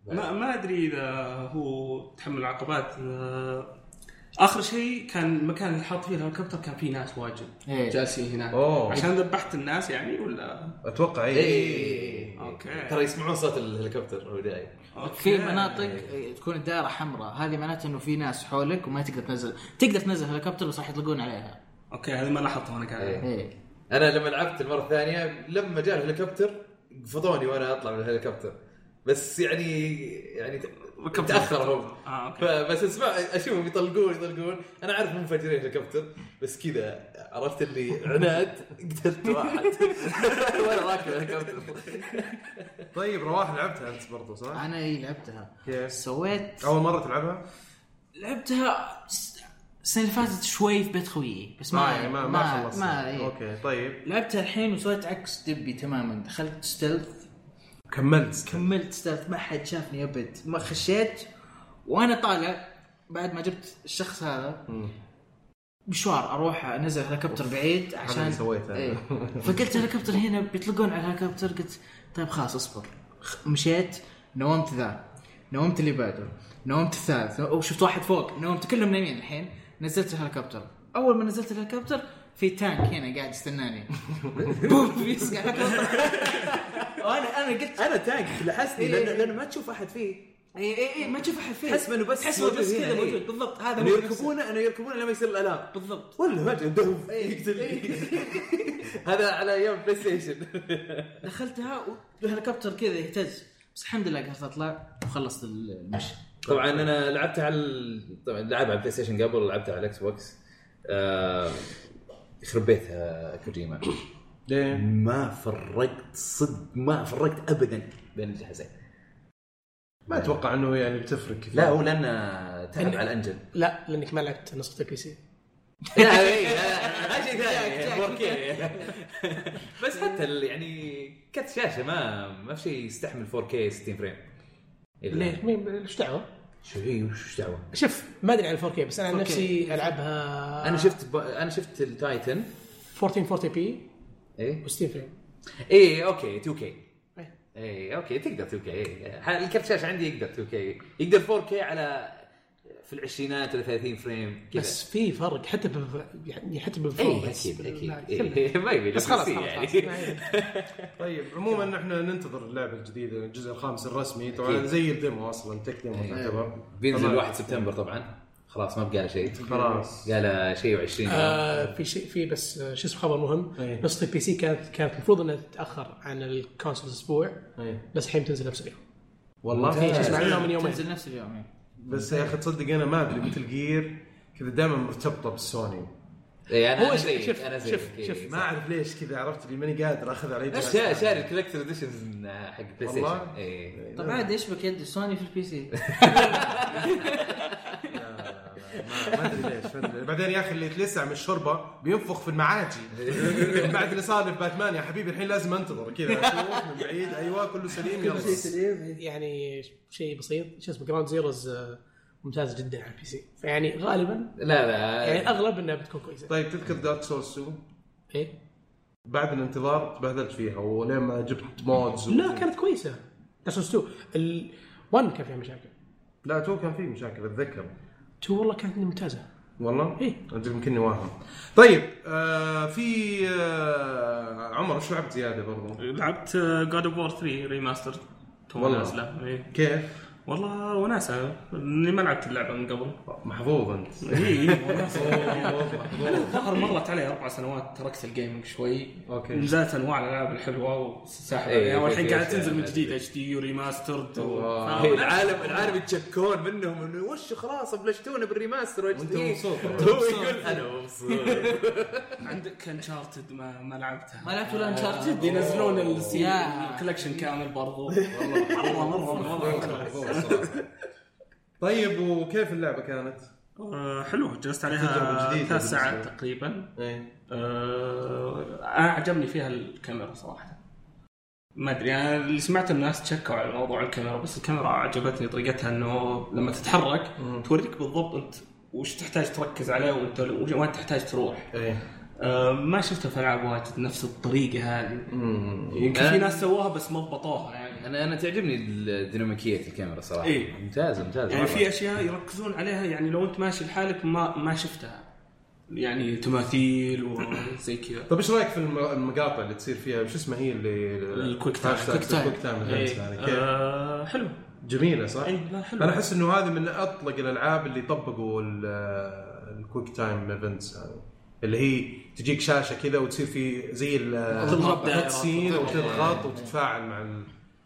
[SPEAKER 2] ما ما ادري اذا هو تحمل العقبات آه، اخر شيء كان المكان اللي حاط فيه الهليكوبتر كان فيه ناس واجد
[SPEAKER 5] إيه.
[SPEAKER 2] جالسين هناك
[SPEAKER 1] أوه.
[SPEAKER 2] عشان ذبحت الناس يعني ولا
[SPEAKER 1] اتوقع
[SPEAKER 4] إيه.
[SPEAKER 1] اي
[SPEAKER 4] ايه
[SPEAKER 2] أوكي.
[SPEAKER 4] ترى يسمعون صوت الهليكوبتر هو جاي
[SPEAKER 5] في مناطق تكون الدائره حمراء هذه معناته انه في ناس حولك وما تقدر تنزل تقدر تنزل هليكوبتر بس راح يطلقون عليها
[SPEAKER 2] اوكي هذا ما لاحظته وانا قاعد
[SPEAKER 4] إيه.
[SPEAKER 5] ايه
[SPEAKER 4] انا لما لعبت المره الثانيه لما جاء الهليكوبتر قفضوني وانا اطلع من الهليكوبتر بس يعني يعني ت-
[SPEAKER 2] ركبت
[SPEAKER 4] تاخر
[SPEAKER 2] الهليكوبتر.
[SPEAKER 4] هم
[SPEAKER 2] آه، أوكي.
[SPEAKER 4] فبس اسمع اشوفهم يطلقون يطلقون انا عارف هم مفجرين الهليكوبتر بس كذا عرفت اللي عناد قتلت واحد *laughs* وانا راكب الهليكوبتر
[SPEAKER 1] طيب رواح لعبتها انت برضو صح؟
[SPEAKER 5] انا اي إيه، لعبتها
[SPEAKER 1] كيف؟
[SPEAKER 5] سويت
[SPEAKER 1] اول مره تلعبها؟
[SPEAKER 5] لعبتها الس- السنه اللي فاتت شوي في بيت خويي بس ما
[SPEAKER 1] ما ما, ما خلصت
[SPEAKER 5] ما إيه.
[SPEAKER 1] اوكي طيب
[SPEAKER 5] لعبتها الحين وسويت عكس دبي تماما دخلت ستيلث
[SPEAKER 1] كملت
[SPEAKER 5] كملت ستيلث ما حد شافني ابد ما خشيت وانا طالع بعد ما جبت الشخص هذا مشوار اروح انزل هليكوبتر بعيد
[SPEAKER 1] هذا
[SPEAKER 5] عشان
[SPEAKER 1] اللي سويته
[SPEAKER 5] ايه فقلت هليكوبتر هنا بيطلقون على الهليكوبتر قلت طيب خلاص اصبر خ- مشيت نومت ذا نومت اللي بعده نومت الثالث او شفت واحد فوق نومت كلهم نايمين الحين نزلت الهليكوبتر اول ما نزلت الهليكوبتر في تانك هنا قاعد يستناني
[SPEAKER 1] *laughs*
[SPEAKER 5] بوم بيسقع الهليكوبتر وانا انا قلت
[SPEAKER 4] انا تاج لحسني
[SPEAKER 5] إيه.
[SPEAKER 4] لان لان ما تشوف احد فيه
[SPEAKER 5] اي اي اي إيه، ما تشوف احد فيه
[SPEAKER 4] حسب إنه بس
[SPEAKER 5] حسب
[SPEAKER 4] موجود
[SPEAKER 5] بس
[SPEAKER 4] هنا،
[SPEAKER 5] كذا
[SPEAKER 4] إيه.
[SPEAKER 5] موجود بالضبط هذا
[SPEAKER 4] انه
[SPEAKER 5] هو نفسه.
[SPEAKER 4] يركبونه انه يركبونه لما يصير الالام
[SPEAKER 5] بالضبط
[SPEAKER 4] ولا فجاه دهب
[SPEAKER 2] إيه.
[SPEAKER 4] يقتلني *laughs* هذا على ايام بلاي ستيشن
[SPEAKER 5] دخلتها والهليكوبتر كذا يهتز بس الحمد لله قدرت اطلع وخلصت المشي
[SPEAKER 4] طبعا انا لعبت على ال- طبعا لعب على البلاي ستيشن قبل ولعبت على الاكس بوكس آه، يخرب بيتها كوجيما
[SPEAKER 1] ليه؟
[SPEAKER 4] *coughs* ما فرقت صدق ما فرقت ابدا بين الجهازين
[SPEAKER 1] ما اتوقع انه يعني بتفرق كثير
[SPEAKER 4] لا هو لان تعب على الانجل
[SPEAKER 3] لا لانك ما لعبت نسخه البي سي
[SPEAKER 4] *laughs* لا إيه، لا، شيء ثاني 4K. *laughs* بس حتى ال- يعني كرت شاشه ما ما في شيء يستحمل 4K 60 فريم إلا-
[SPEAKER 3] ليه؟ مين- ايش دعوه؟
[SPEAKER 4] شو هي وش دعوه؟
[SPEAKER 3] شوف ما ادري عن 4K بس انا عن
[SPEAKER 5] 4K.
[SPEAKER 3] نفسي العبها
[SPEAKER 4] انا شفت ب... انا شفت التايتن
[SPEAKER 3] 1440 بي
[SPEAKER 4] ايه
[SPEAKER 3] و60 فريم
[SPEAKER 4] ايه اوكي 2K
[SPEAKER 3] إيه.
[SPEAKER 4] ايه اوكي تقدر 2K إيه. ح- الكرت شاشه عندي يقدر 2K يقدر 4K على في العشرينات ولا 30 فريم كذا
[SPEAKER 3] بس في فرق حتى ب... يعني حتى
[SPEAKER 4] اي
[SPEAKER 3] بالفورمنس
[SPEAKER 4] اكيد اكيد
[SPEAKER 3] لا، كله.
[SPEAKER 4] إيه، ما يبي
[SPEAKER 3] بس *laughs* خلاص
[SPEAKER 4] بس
[SPEAKER 3] خلاص,
[SPEAKER 4] يعني.
[SPEAKER 3] خلاص.
[SPEAKER 4] *laughs*
[SPEAKER 3] ما يهم. *laughs*
[SPEAKER 1] طيب عموما احنا ننتظر اللعبه الجديده الجزء الخامس الرسمي طبعا
[SPEAKER 4] أكيد.
[SPEAKER 1] زي الديمو اصلا تك ديمو تعتبر
[SPEAKER 4] بينزل
[SPEAKER 1] طبعاً.
[SPEAKER 4] 1 سبتمبر طبعا خلاص ما بقى له
[SPEAKER 3] *laughs*
[SPEAKER 4] شيء
[SPEAKER 1] خلاص
[SPEAKER 4] قال شيء و20
[SPEAKER 3] آه، في شيء في بس آه، شو اسمه خبر مهم
[SPEAKER 1] إيه.
[SPEAKER 3] نسخه البي سي كانت كانت المفروض انها تتاخر عن الكونسول اسبوع
[SPEAKER 1] إيه.
[SPEAKER 3] بس الحين تنزل نفس اليوم
[SPEAKER 1] والله
[SPEAKER 3] شو اسمه عنها من يومين
[SPEAKER 5] تنزل نفس اليوم إيه.
[SPEAKER 1] بس يا اخي تصدق انا ما ادري مثل جير كذا دائما مرتبطه بالسوني
[SPEAKER 4] اي انا
[SPEAKER 3] هو
[SPEAKER 4] انا
[SPEAKER 3] شوف-
[SPEAKER 4] إيه، زيك
[SPEAKER 3] شوف-
[SPEAKER 4] انا
[SPEAKER 3] شوف-
[SPEAKER 4] زيك إي،
[SPEAKER 3] شوف.
[SPEAKER 4] صح.
[SPEAKER 1] ما اعرف ليش كذا عرفت اللي ماني قادر اخذ عليه جهاز
[SPEAKER 4] شا-
[SPEAKER 1] ثاني.
[SPEAKER 4] شاري الكولكتر اديشنز حق إيه. بلاي ستيشن
[SPEAKER 1] والله؟
[SPEAKER 4] اي
[SPEAKER 1] طيب.
[SPEAKER 5] طب عادي يشبك يد سوني في البي سي
[SPEAKER 1] ما ما ادري ليش ما ادري بعدين يا اخي اللي يتلسع من الشوربه بينفخ في المعاجي من بعد اللي صار لي في باتمان يا حبيبي الحين لازم انتظر كذا اشوف من بعيد ايوه كله سليم يلا
[SPEAKER 3] يعني شيء بسيط شو اسمه جراوند زيروز ممتاز جدا على البي سي فيعني غالبا
[SPEAKER 4] لا
[SPEAKER 3] يعني
[SPEAKER 4] لا
[SPEAKER 3] اغلب انها بتكون كويسه
[SPEAKER 1] طيب تذكر دارك سورس 2
[SPEAKER 3] ايه
[SPEAKER 1] بعد الانتظار تبهذلت فيها ولين ما جبت مودز و-
[SPEAKER 3] لا كانت كويسه اساس 2 ال 1 كان فيها مشاكل
[SPEAKER 1] لا تو كان في مشاكل اتذكر
[SPEAKER 3] 2 والله كانت ممتازه
[SPEAKER 1] والله؟
[SPEAKER 3] إيه.
[SPEAKER 1] انت يمكنني واهم. طيب آه في آه عمر شو لعبت زياده برضو؟
[SPEAKER 2] لعبت آه، جاد اوف وور 3 ريماستر
[SPEAKER 1] والله.
[SPEAKER 2] والله نازله إيه.
[SPEAKER 1] كيف؟
[SPEAKER 2] والله وناسه اني ما لعبت اللعبه من قبل
[SPEAKER 1] محظوظ انت
[SPEAKER 2] اي
[SPEAKER 1] *laughs*
[SPEAKER 2] وناسه
[SPEAKER 1] محظوظ
[SPEAKER 2] الظاهر مرت علي اربع سنوات تركت الجيمنج شوي
[SPEAKER 1] أوكي.
[SPEAKER 2] نزلت انواع الالعاب الحلوه وساحب
[SPEAKER 4] إيه،
[SPEAKER 2] عليها والحين
[SPEAKER 4] في
[SPEAKER 2] قاعد
[SPEAKER 4] أشياء
[SPEAKER 2] تنزل من
[SPEAKER 4] ما
[SPEAKER 2] جديد
[SPEAKER 4] تدري.
[SPEAKER 2] اتش دي وريماسترد
[SPEAKER 1] الله. إيه.
[SPEAKER 4] هي العالم العالم يتشكون منهم انه وش خلاص بلشتونا بالريماستر وإيش
[SPEAKER 1] وأنت
[SPEAKER 4] إيه.
[SPEAKER 1] مبسوط.
[SPEAKER 4] *laughs* هو يقول انا مبسوط
[SPEAKER 2] عندك انشارتد ما, ما لعبتها
[SPEAKER 5] ما لعبت ولا Uncharted؟
[SPEAKER 2] ينزلون السي
[SPEAKER 5] يا.
[SPEAKER 2] الكولكشن كامل
[SPEAKER 5] *laughs*
[SPEAKER 2] برضو والله مره مره
[SPEAKER 1] طيب وكيف اللعبه كانت؟
[SPEAKER 2] مره آه، حلو جلست
[SPEAKER 1] تجربة
[SPEAKER 2] عليها
[SPEAKER 1] جديدة
[SPEAKER 2] ثلاث ساعات
[SPEAKER 1] بالنسبة لي.
[SPEAKER 2] تقريبا
[SPEAKER 1] ايه
[SPEAKER 2] آه، انا عجبني فيها الكاميرا صراحه ما ادري انا اللي سمعت الناس تشكوا على موضوع الكاميرا بس الكاميرا عجبتني طريقتها انه لما تتحرك توريك بالضبط انت وش تحتاج تركز عليه وانت وين تحتاج تروح
[SPEAKER 1] ايه
[SPEAKER 2] آه، ما شفتها في العاب واجد نفس الطريقه هذه يمكن في ناس سووها بس ما ضبطوها يعني
[SPEAKER 4] انا انا تعجبني ديناميكيه الكاميرا صراحه
[SPEAKER 2] إيه.
[SPEAKER 4] ممتازه ممتازه
[SPEAKER 2] يعني
[SPEAKER 4] مرة.
[SPEAKER 2] في اشياء يركزون عليها يعني لو انت ماشي لحالك ما ما شفتها يعني تماثيل وزي كذا
[SPEAKER 1] طيب ايش رايك في الم- المقاطع اللي تصير فيها وش اسمها هي اللي
[SPEAKER 2] الكويك تايم.
[SPEAKER 1] الكويك
[SPEAKER 5] الكويك تايم.
[SPEAKER 1] تايم
[SPEAKER 2] إيه.
[SPEAKER 1] ايفنتس هذه يعني، كيف؟
[SPEAKER 2] آه، حلو
[SPEAKER 1] جميله صح؟
[SPEAKER 2] إيه، لا، حلوة.
[SPEAKER 1] انا احس انه هذه من اطلق الالعاب اللي طبقوا ال- الكويك تايم ايفنتس هذه اللي هي تجيك شاشه كذا وتصير في زي
[SPEAKER 2] تضرب دائرة.
[SPEAKER 1] السين وتضغط وتتفاعل مع ال...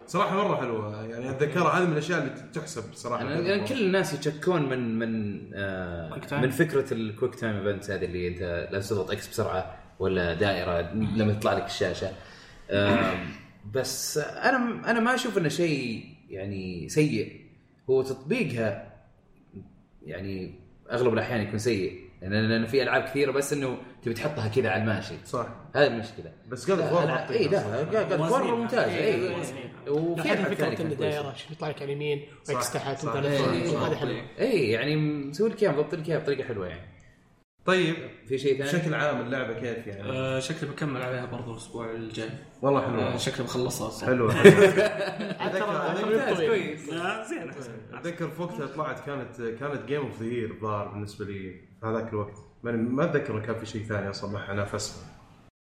[SPEAKER 1] صراحه مره حلوه يعني اتذكرها هذه من الاشياء اللي تحسب صراحه
[SPEAKER 4] انا أنا يعني كل الناس يتشكون من من
[SPEAKER 5] Quick
[SPEAKER 4] آه
[SPEAKER 5] time.
[SPEAKER 4] من فكره الكويك تايم ايفنتس هذه اللي انت لازم تضغط اكس بسرعه ولا دائره لما تطلع لك الشاشه آم، بس انا انا ما اشوف انه شيء يعني سيء هو تطبيقها يعني اغلب الاحيان يكون سيء لان لأن في العاب كثيره بس انه تبي تحطها كذا على الماشي
[SPEAKER 1] صح
[SPEAKER 4] هذه المشكله
[SPEAKER 1] بس قبل فور حاطينها
[SPEAKER 4] اي لا
[SPEAKER 1] صح.
[SPEAKER 4] قاعد مره ممتازه اي
[SPEAKER 2] موازنينها.
[SPEAKER 4] إيه. وفي
[SPEAKER 3] حتى
[SPEAKER 4] ألعاب ثانية
[SPEAKER 3] فكره
[SPEAKER 4] كانت
[SPEAKER 3] ان
[SPEAKER 4] كويسة.
[SPEAKER 3] دائره شو يطلع لك على اليمين واكس
[SPEAKER 1] صح،
[SPEAKER 3] تحت
[SPEAKER 1] صح.
[SPEAKER 3] وانت على
[SPEAKER 4] إيه،
[SPEAKER 3] اليسار.
[SPEAKER 4] إيه.
[SPEAKER 3] هذا حلو
[SPEAKER 4] اي يعني مسوي لك اياها مضبط لك اياها بطريقه حلوه يعني
[SPEAKER 1] طيب
[SPEAKER 4] في شيء ثاني؟
[SPEAKER 1] بشكل عام اللعبه كيف يعني؟
[SPEAKER 2] آه، شكلي بكمل عليها برضو الاسبوع الجاي
[SPEAKER 1] والله
[SPEAKER 2] آه، *laughs*
[SPEAKER 1] حلوه
[SPEAKER 2] شكلي بخلصها أصلاً.
[SPEAKER 1] حلوه
[SPEAKER 4] ممتاز كويس
[SPEAKER 2] آه، زين
[SPEAKER 1] اتذكر في وقتها طلعت كانت كانت جيم اوف ذا يير الظاهر بالنسبه لي في هذاك الوقت ما ما اتذكر إن كان في شيء ثاني اصلا ما نافسها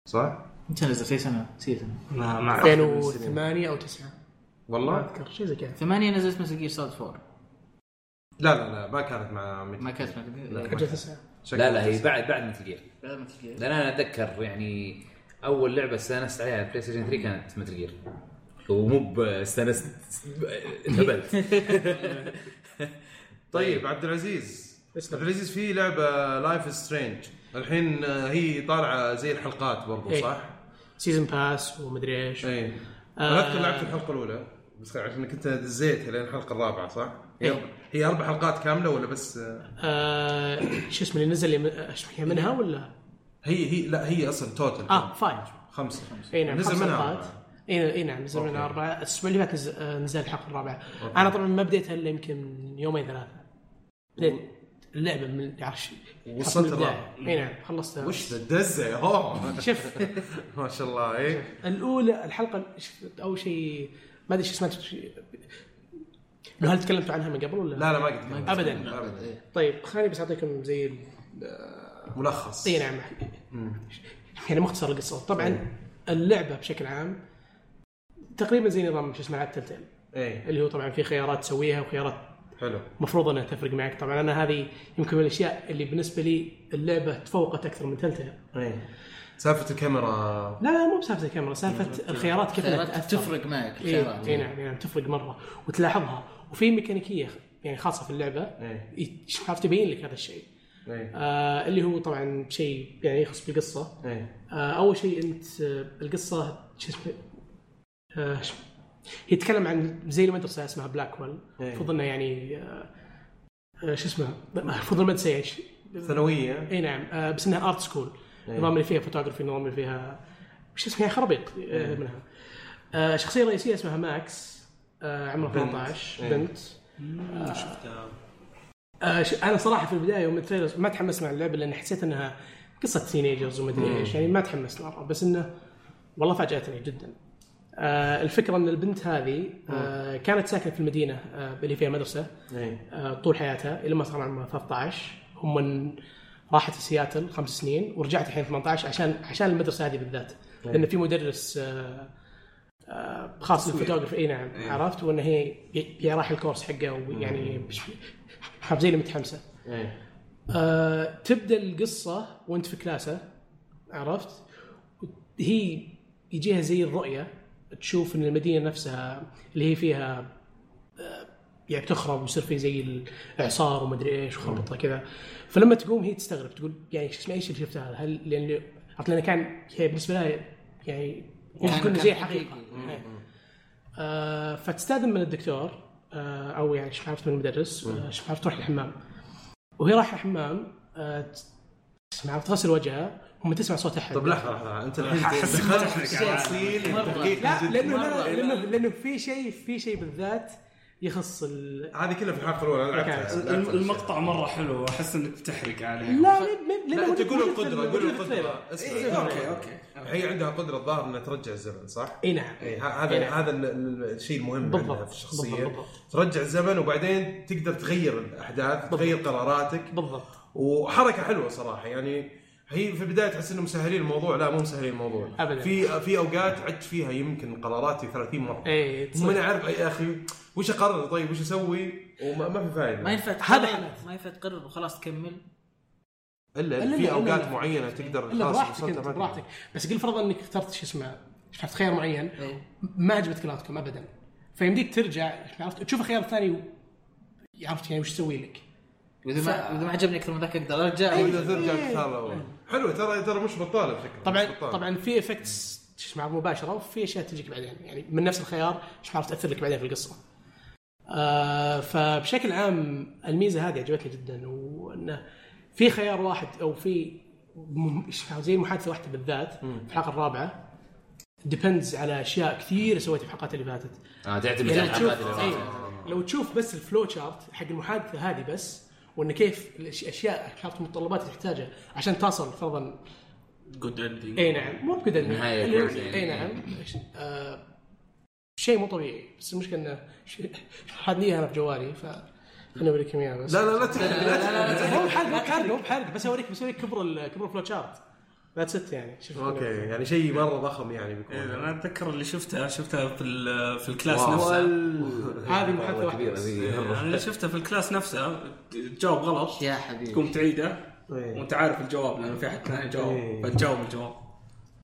[SPEAKER 1] صح؟
[SPEAKER 5] متى نزلت اي سنه؟ نسيت أنا.
[SPEAKER 2] ما ما أعرف.
[SPEAKER 1] إيه،
[SPEAKER 3] 2008 او 9 ما
[SPEAKER 1] والله؟
[SPEAKER 3] اذكر شيء زي كذا
[SPEAKER 5] ثمانية نزلت مثل جير سوليد 4
[SPEAKER 1] لا لا لا ما كانت مع ميت-
[SPEAKER 5] ما كانت مثل
[SPEAKER 1] لا.
[SPEAKER 5] لا
[SPEAKER 3] رجعت 9
[SPEAKER 1] شكل
[SPEAKER 4] لا لا هي بعد بعد مثل جير
[SPEAKER 5] مثل جير
[SPEAKER 4] لان انا اتذكر يعني اول لعبه استانست عليها على بلاي ستيشن 3 كانت مثل جير ومو ب- استانست انهبلت
[SPEAKER 1] طيب عبد العزيز
[SPEAKER 3] اسلم.
[SPEAKER 1] عبد العزيز في لعبه لايف سترينج الحين آه، هي طالعه زي الحلقات برضو
[SPEAKER 3] إيه.
[SPEAKER 1] صح؟ إيه.
[SPEAKER 3] سيزون باس ومدري ايش
[SPEAKER 1] اي
[SPEAKER 3] آه.
[SPEAKER 1] انا اذكر لعبت الحلقه الاولى بس عشان كنت دزيت لين الحلقه الرابعه صح؟ هي هي اربع حلقات كامله ولا بس آه،
[SPEAKER 3] آه، شو اسمه اللي نزل اللي- ايش هي منها ولا
[SPEAKER 1] هي هي لا هي اصلا توتال
[SPEAKER 3] اه فايف
[SPEAKER 1] خمسه
[SPEAKER 3] اي نعم
[SPEAKER 1] إيه. نزل
[SPEAKER 3] خمس
[SPEAKER 1] منها
[SPEAKER 3] حلقات
[SPEAKER 1] أربعة.
[SPEAKER 3] اي اي نعم نزل
[SPEAKER 1] أوكي.
[SPEAKER 3] منها اربعه الاسبوع اللي فات نزل, آه، نزل الحلقه الرابعه انا طبعا ما بديتها الا يمكن من يومين ثلاثه بديت اللعبه من يعني عرش
[SPEAKER 1] وصلت الرابعة.
[SPEAKER 3] اي نعم خلصتها
[SPEAKER 1] وش ذا الدزه يا هو
[SPEAKER 3] شوف
[SPEAKER 1] *laughs* ما شاء الله اي
[SPEAKER 3] الاولى الحلقه شوف، اول شيء ما ادري شو اسمها إنه هل تكلمتوا عنها من قبل ولا
[SPEAKER 1] لا لا ما قد
[SPEAKER 3] أبداً.
[SPEAKER 1] ابدا
[SPEAKER 3] طيب خليني بس اعطيكم زي ال-
[SPEAKER 1] ملخص
[SPEAKER 3] اي نعم يعني مختصر القصه
[SPEAKER 5] إيه.
[SPEAKER 3] طبعا اللعبه بشكل عام تقريبا زي نظام شو اسمه العاب تلتيل
[SPEAKER 1] اي
[SPEAKER 3] اللي هو طبعا في خيارات تسويها وخيارات
[SPEAKER 1] حلو
[SPEAKER 3] مفروض انها تفرق معك طبعا انا هذه يمكن من الاشياء اللي بالنسبه لي اللعبه تفوقت اكثر من تلتيل
[SPEAKER 1] اي سالفه الكاميرا
[SPEAKER 3] لا لا مو بسالفه الكاميرا سالفه الخيارات كيف انها
[SPEAKER 5] خيارات
[SPEAKER 3] تاثر
[SPEAKER 5] تفرق معك
[SPEAKER 3] إيه،
[SPEAKER 5] خيارات
[SPEAKER 3] اي نعم نعم تفرق مره وتلاحظها وفي ميكانيكيه يعني خاصه في اللعبه
[SPEAKER 1] إيه.
[SPEAKER 3] ي- عرفت تبين لك هذا الشيء
[SPEAKER 1] ايه
[SPEAKER 3] آه اللي هو طبعا شيء يعني يخص بالقصه
[SPEAKER 1] ايه
[SPEAKER 3] آه اول شيء انت آه القصه شو اسمه آه ش- هي تتكلم عن زي المدرسه اسمها بلاك ويل
[SPEAKER 1] إيه.
[SPEAKER 3] المفروض انه يعني آه آه، شو اسمه المفروض المدرسه يعني ش-
[SPEAKER 1] ثانويه
[SPEAKER 3] اي نعم آه بس انها ارت سكول
[SPEAKER 1] إيه.
[SPEAKER 3] النظام اللي فيها فوتوغرافي النظام اللي فيها وش اسمها يعني خرابيط
[SPEAKER 1] إيه.
[SPEAKER 3] آه منها آه شخصيه رئيسيه اسمها ماكس آه عمرها
[SPEAKER 1] بنت.
[SPEAKER 3] 18
[SPEAKER 1] إيه.
[SPEAKER 3] بنت آه ش- انا صراحه في البدايه يوم التريلر ما تحمست مع اللعبه لان حسيت انها قصه تينيجرز وما
[SPEAKER 1] إيه.
[SPEAKER 3] ادري ايش يعني ما تحمست مره بس انه والله فاجاتني جدا آه الفكره ان البنت هذه آه كانت ساكنه في المدينه آه اللي فيها مدرسه
[SPEAKER 1] ايه
[SPEAKER 3] آه، طول حياتها الى ما صار عمرها 13 هم من راحت سياتل خمس سنين ورجعت الحين 18 عشان عشان المدرسه هذه بالذات لان في مدرس آه، آه، خاص بالفوتوغرافي اي نعم عرفت وان هي هي راح الكورس حقه ويعني بش- زي اللي متحمسه
[SPEAKER 1] ايه
[SPEAKER 3] آه، تبدا القصه وانت في كلاسه عرفت هي يجيها زي الرؤيه تشوف ان المدينه نفسها اللي هي فيها آه، يعني تخرب ويصير في زي الاعصار ومدري ايش وخربطه كذا فلما تقوم هي تستغرب تقول يعني شو اسمه ايش اللي شفته هذا هل لان عرفت لان كان هي بالنسبه لها يعني ممكن
[SPEAKER 5] كان-
[SPEAKER 3] تكون
[SPEAKER 5] كان
[SPEAKER 3] زي
[SPEAKER 5] حقيقي.
[SPEAKER 3] حقيقه إيه. آه، فتستاذن من الدكتور آه، او يعني شو عرفت من المدرس آه، شو عرفت تروح الحمام وهي رايحه الحمام آه، ت- تسمع تغسل وجهها وما تسمع صوت احد
[SPEAKER 1] طب لحظه لحظه انت الحين
[SPEAKER 2] أحس
[SPEAKER 1] دخلت
[SPEAKER 2] بتحرق
[SPEAKER 1] في
[SPEAKER 2] على-
[SPEAKER 1] تفاصيل
[SPEAKER 5] مرة.
[SPEAKER 1] دقيق
[SPEAKER 3] لا
[SPEAKER 1] جداً.
[SPEAKER 3] لانه
[SPEAKER 5] مرة.
[SPEAKER 3] لا لانه لانه في شيء في شيء بالذات يخص ال...
[SPEAKER 1] هذه كلها في الحلقه الاولى أنا لعبتها.
[SPEAKER 3] أوكي.
[SPEAKER 1] لعبتها.
[SPEAKER 2] المقطع مره حلو احس انك بتحرق عليه
[SPEAKER 3] لا لأنه-
[SPEAKER 1] يعني لا
[SPEAKER 3] لانه
[SPEAKER 1] انت قول
[SPEAKER 3] موجود في ال-
[SPEAKER 1] القدره
[SPEAKER 3] موجود
[SPEAKER 1] قول
[SPEAKER 3] في التريلر.
[SPEAKER 1] القدره اسمع.
[SPEAKER 2] إيه، اوكي اوكي
[SPEAKER 1] هي عندها قدره الظاهر انها ترجع الزمن صح؟
[SPEAKER 3] اي نعم
[SPEAKER 1] إيه، ه- هذا
[SPEAKER 3] إيه نعم.
[SPEAKER 1] هذا ال- ال- الشيء المهم
[SPEAKER 3] بالضبط.
[SPEAKER 1] عندها في الشخصيه
[SPEAKER 3] بالضبط.
[SPEAKER 1] ترجع الزمن وبعدين تقدر تغير الاحداث تغير قراراتك
[SPEAKER 3] بالضبط
[SPEAKER 1] وحركه حلوه صراحه يعني هي في البدايه تحس انهم مسهلين الموضوع لا مو مسهلين الموضوع
[SPEAKER 3] أبداً.
[SPEAKER 1] في في اوقات عدت فيها يمكن قراراتي 30 مره
[SPEAKER 3] اي
[SPEAKER 1] وما انا عارف إيه، يا اخي وش اقرر طيب وش اسوي وما ما في فايده
[SPEAKER 5] ما ينفع
[SPEAKER 3] هذا
[SPEAKER 5] تقرر
[SPEAKER 3] حالات.
[SPEAKER 5] ما ينفع تقرر وخلاص تكمل
[SPEAKER 1] الا
[SPEAKER 3] إلا-
[SPEAKER 1] إلا
[SPEAKER 3] إلا-
[SPEAKER 1] في اوقات
[SPEAKER 3] إلا-
[SPEAKER 1] معينه تقدر
[SPEAKER 3] الا
[SPEAKER 1] خلاص
[SPEAKER 3] براحتك
[SPEAKER 1] وصلت
[SPEAKER 3] انت
[SPEAKER 1] أماكن.
[SPEAKER 3] براحتك بس قل فرضا انك اخترت شو اسمه شو عرفت خيار معين
[SPEAKER 5] إيه.
[SPEAKER 3] ما عجبتك الاوتكم ابدا فيمديك ترجع عرفت تشوف الخيار الثاني و- عرفت يعني وش تسوي لك
[SPEAKER 5] واذا ما واذا ما عجبني اكثر من ذاك اقدر ارجع
[SPEAKER 3] إيه،
[SPEAKER 1] واذا
[SPEAKER 5] ولا-
[SPEAKER 1] ترجع ترى حلوه ترى ترى مش بطاله بشكل
[SPEAKER 3] طبعا طبعا في افكتس مع مباشره وفي اشياء تجيك بعدين يعني من نفس الخيار ايش عارف تاثر لك بعدين في القصه. آه فبشكل عام الميزه هذه عجبتني جدا وانه في خيار واحد او في م- إيش عارف، زي المحادثه واحده بالذات في الحلقه الرابعه ديبندز على اشياء كثير سويتها في الحلقات اللي فاتت.
[SPEAKER 4] اه تعتمد
[SPEAKER 3] يعني
[SPEAKER 4] على
[SPEAKER 3] لو تشوف
[SPEAKER 4] الحلقات اللي
[SPEAKER 3] أي، لو تشوف بس الفلو شارت حق المحادثه هذه بس وان كيف الاشياء عرفت المتطلبات اللي تحتاجها عشان تصل فرضا
[SPEAKER 2] جود اندنج
[SPEAKER 3] اي نعم مو بكذا
[SPEAKER 4] نهاية
[SPEAKER 3] اللي-
[SPEAKER 4] كويسة يعني.
[SPEAKER 3] اي نعم آه شيء مو طبيعي بس المشكله انه شيء- حادنيها انا في جوالي ف خليني اوريكم اياها بس
[SPEAKER 1] لا لا لا تحرق، لا تحرق.
[SPEAKER 3] مو بحرق مو بحرق مو بحرق بس اوريك بس اوريك كبر ال- كبر الفلو شارت ذاتس ات يعني شوف
[SPEAKER 1] اوكي يعني شيء مره ضخم يعني بيكون
[SPEAKER 2] انا اتذكر إيه، اللي شفتها شفتها في ال- في الكلاس
[SPEAKER 4] واو.
[SPEAKER 2] نفسها
[SPEAKER 3] هذه محادثه واحده
[SPEAKER 4] كبيرة
[SPEAKER 3] بس
[SPEAKER 4] ذي
[SPEAKER 2] انا اللي شفتها في الكلاس نفسها تجاوب غلط
[SPEAKER 5] يا حبيبي
[SPEAKER 2] تقوم تعيده
[SPEAKER 1] إيه.
[SPEAKER 2] وانت عارف الجواب لانه في حد ثاني
[SPEAKER 1] إيه.
[SPEAKER 2] جاوب فتجاوب الجواب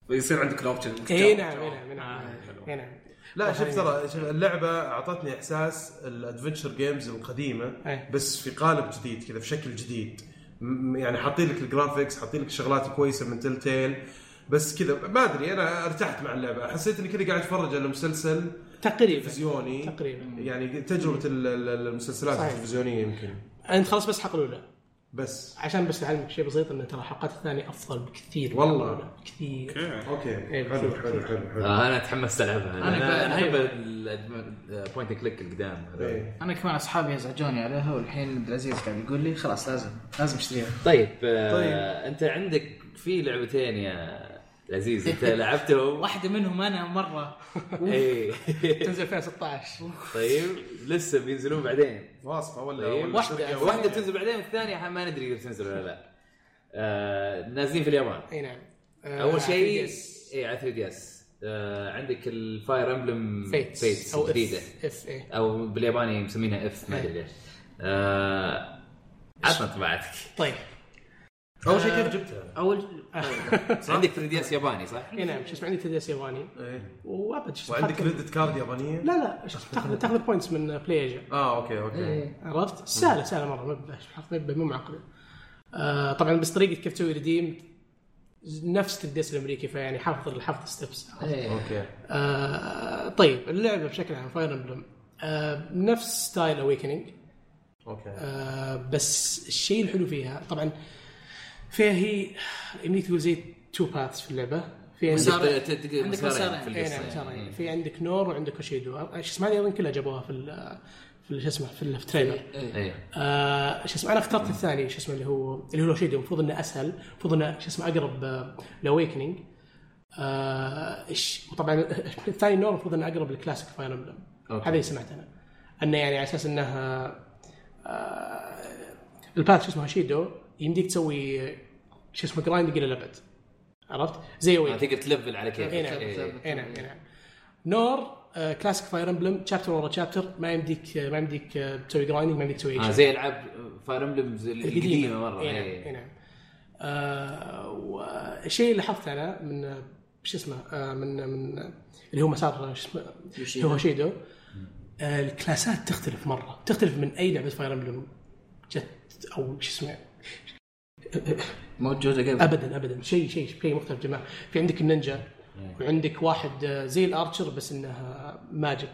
[SPEAKER 2] فيصير عندك الاوبشن
[SPEAKER 3] اي نعم اي نعم اي نعم اي نعم
[SPEAKER 1] لا شوف ترى شوف اللعبه اعطتني احساس الادفنشر جيمز القديمه
[SPEAKER 3] إيه.
[SPEAKER 1] بس في قالب جديد كذا في شكل جديد م- يعني حاطين لك الجرافيكس حاطين لك الشغلات الكويسه من تل تيل بس كذا ما ادري انا ارتحت مع اللعبه حسيت اني كذا قاعد اتفرج على مسلسل
[SPEAKER 3] تقريبا
[SPEAKER 1] تلفزيوني
[SPEAKER 3] تقريبا.
[SPEAKER 1] يعني تجربه ال- ال- المسلسلات
[SPEAKER 3] صحيح.
[SPEAKER 1] التلفزيونيه يمكن
[SPEAKER 3] انت خلاص بس الحلقه الاولى
[SPEAKER 1] بس
[SPEAKER 3] عشان بس اعلمك شيء بسيط انه ترى الحلقات الثانيه افضل بكثير من
[SPEAKER 1] والله.
[SPEAKER 3] الأولى. كثير
[SPEAKER 1] اوكي
[SPEAKER 3] إيه،
[SPEAKER 1] حلو
[SPEAKER 3] كثير،
[SPEAKER 1] حلو حلو حلو
[SPEAKER 4] آه، انا اتحمست العبها
[SPEAKER 5] أنا-
[SPEAKER 4] انا احب
[SPEAKER 5] أيوة.
[SPEAKER 4] البوينت كليك القدام
[SPEAKER 1] إيه.
[SPEAKER 5] انا كمان اصحابي يزعجوني عليها والحين عبد العزيز قاعد يقول لي خلاص لازم لازم اشتريها
[SPEAKER 4] طيب, آه
[SPEAKER 1] طيب.
[SPEAKER 4] انت عندك في لعبتين يا عزيز انت لعبتهم إيه.
[SPEAKER 5] واحده منهم انا مره
[SPEAKER 4] *laughs* اي
[SPEAKER 3] تنزل 2016
[SPEAKER 4] طيب لسه بينزلون بعدين
[SPEAKER 1] واصفه ولا
[SPEAKER 4] طيب.
[SPEAKER 1] ولا
[SPEAKER 3] واحدة.
[SPEAKER 1] شركة
[SPEAKER 4] واحده بتنزل بعدين والثانيه ما ندري اذا بتنزل ولا لا آه نازلين في اليابان
[SPEAKER 3] اي نعم آه،
[SPEAKER 4] اول شيء إيه،
[SPEAKER 3] 3DS.
[SPEAKER 4] اي على 3 دي اس آه، عندك الفاير امبلم
[SPEAKER 3] فيتس,
[SPEAKER 4] او جديده
[SPEAKER 3] اف اي
[SPEAKER 4] او بالياباني مسمينها اف ما ادري ليش آه، عطنا طباعتك
[SPEAKER 3] طيب
[SPEAKER 1] اول شيء كيف جبتها؟
[SPEAKER 5] اول
[SPEAKER 4] عندك 3 دي اس ياباني صح؟
[SPEAKER 3] اي نعم شو اسمه عندي تدريس ياباني
[SPEAKER 1] إيه.
[SPEAKER 3] وابد شو اسمه،
[SPEAKER 1] وعندك
[SPEAKER 3] تاخذ-
[SPEAKER 1] كريدت كارد يابانيه؟
[SPEAKER 3] لا لا شو اسمه، تاخذ تاخذ بوينتس من بلاي ايجا
[SPEAKER 5] إيه.
[SPEAKER 3] إيه.
[SPEAKER 1] اه اوكي اوكي
[SPEAKER 3] عرفت؟ سهله سهله مره ما ب- ما ب- مو معقده آه طبعا بس طريقه كيف تسوي ريديم نفس تدس الامريكي فيعني حافظ حافظ ستبس
[SPEAKER 5] إيه.
[SPEAKER 1] اوكي
[SPEAKER 3] آه طيب اللعبه بشكل عام فاير امبلم آه نفس ستايل اويكننج
[SPEAKER 1] اوكي
[SPEAKER 3] آه بس الشيء الحلو فيها طبعا فيها هي يمديك تقول زي تو باثs في اللعبه في عندك
[SPEAKER 5] مسار.
[SPEAKER 4] عندك- ت- ت-
[SPEAKER 5] عندك
[SPEAKER 4] مسارين في
[SPEAKER 5] مسارين.
[SPEAKER 3] إيه، نعم،
[SPEAKER 4] القصه
[SPEAKER 3] مسار، إيه.
[SPEAKER 4] يعني.
[SPEAKER 3] في عندك نور وعندك اوشيدو شو اسمه هذه اظن كلها جابوها في ال- آه، في ال- شو اسمه في ال- في التريلر
[SPEAKER 4] إيه.
[SPEAKER 3] آه، شو اسمه انا اخترت الثاني شو اسمه اللي هو اللي هو لوشيدو المفروض انه اسهل المفروض انه شو اسمه اقرب آه، لاويكننج آه، إيش- وطبعا *laughs* الثاني نور المفروض انه اقرب للكلاسيك فاير امبلم
[SPEAKER 4] أوكي.
[SPEAKER 3] هذا اللي سمعت انا انه يعني على اساس انها آه، الباث شو اسمه هاشيدو يمديك تسوي آه، شو اسمه جرايند الى الابد عرفت؟ زي
[SPEAKER 4] آه،
[SPEAKER 3] ويكننج
[SPEAKER 4] تقدر تلفل على كيفك
[SPEAKER 3] اي نعم
[SPEAKER 4] إيه.
[SPEAKER 3] اي نعم اي نعم نور آه، كلاسيك فاير امبلم شابتر ورا شابتر ما يمديك ما يمديك آه، تسوي جرايندنج ما يمديك تسوي
[SPEAKER 4] آه
[SPEAKER 3] شيء.
[SPEAKER 4] زي العاب فاير امبلمز القديمه مره
[SPEAKER 3] اي نعم
[SPEAKER 4] إيه.
[SPEAKER 3] اي نعم آه، والشيء اللي لاحظت انا من آه، شو اسمه آه، من من اللي هو مسار آه، شو اسمه
[SPEAKER 5] يوشيدو.
[SPEAKER 3] يوشيدو آه، الكلاسات تختلف مره تختلف من اي لعبه فاير امبلم جت او شو اسمه
[SPEAKER 5] موجوده قبل
[SPEAKER 3] ابدا ابدا شيء شيء شيء مختلف جماعه في عندك النينجا
[SPEAKER 5] إيه.
[SPEAKER 3] وعندك واحد آه، زي الارشر بس انها ماجيك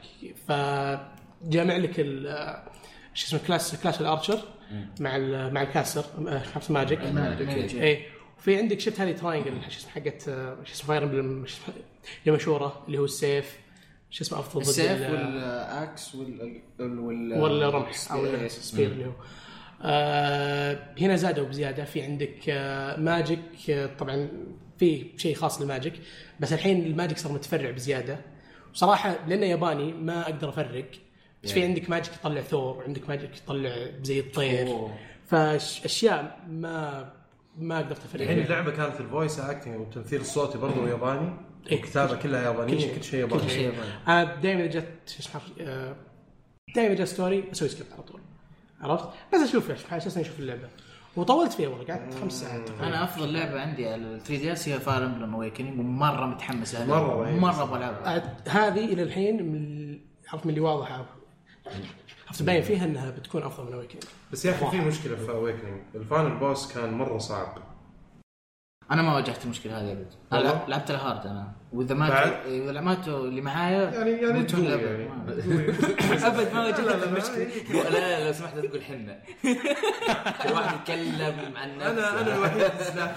[SPEAKER 3] فجامع لك ال آه، شو اسمه كلاس كلاس الارشر مع ال- مع الكاسر آه، شو اسمه ماجيك
[SPEAKER 5] إيه. ماجيك.
[SPEAKER 3] اي وفي عندك شفت هذه تراينجل شو اسمه حقت آه، شو اسمه فاير امبلم اللي مشهوره اللي هو السيف شو اسمه افضل ضد
[SPEAKER 5] السيف
[SPEAKER 3] ال- آه،
[SPEAKER 5] والاكس وال وال آه،
[SPEAKER 3] والرمح او
[SPEAKER 5] إيه.
[SPEAKER 3] السبيد اللي هو آه هنا زادوا بزياده في عندك آه ماجيك آه طبعا في شيء خاص للماجيك بس الحين الماجيك صار متفرع بزياده وصراحه لانه ياباني ما اقدر افرق بس في عندك ماجيك يطلع ثور وعندك ماجيك يطلع زي الطير
[SPEAKER 5] أوه.
[SPEAKER 3] فاشياء ما ما قدرت افرق
[SPEAKER 1] الحين
[SPEAKER 3] بينها.
[SPEAKER 1] اللعبه كانت الفويس اكتنج والتمثيل الصوتي برضه ياباني
[SPEAKER 3] إيه.
[SPEAKER 1] الكتابه كلها
[SPEAKER 3] كل
[SPEAKER 1] يابانيه
[SPEAKER 3] شيء-
[SPEAKER 1] كل شيء ياباني
[SPEAKER 5] كل شيء ياباني.
[SPEAKER 3] انا دائما اذا آه، جت شو اسمه آه، دائما اذا جت ستوري اسوي سكيب على طول عرفت؟ بس اشوف ايش على اساس إني اشوف اللعبه وطولت فيها والله قعدت خمس ساعات تقريبا
[SPEAKER 5] انا افضل لعبه عندي على 3 دي اس هي فاير امبلم اويكننج ومره متحمس لها
[SPEAKER 1] مرة رهيب.
[SPEAKER 5] مره بلعبها
[SPEAKER 3] عاد هذه الى الحين من ال- عرفت من اللي واضحه عرفت باين فيها انها بتكون افضل من اويكننج
[SPEAKER 1] بس يا اخي في مشكله في اويكننج الفاينل بوس كان مره صعب
[SPEAKER 5] انا ما واجهت المشكله هذه ابد أنا
[SPEAKER 1] والله؟
[SPEAKER 5] لعبت الهارد انا واذا
[SPEAKER 1] بعد؟
[SPEAKER 5] ماتوا إيه، واذا ماتوا اللي معايا
[SPEAKER 1] يعني يعني
[SPEAKER 5] بتكون
[SPEAKER 1] تقول
[SPEAKER 5] لعبة.
[SPEAKER 1] يعني
[SPEAKER 5] ابد ما واجهت المشكله
[SPEAKER 4] لا لا لو سمحت لا تقول حنا كل واحد يتكلم عن نفسه
[SPEAKER 1] انا انا الوحيد اللي- لا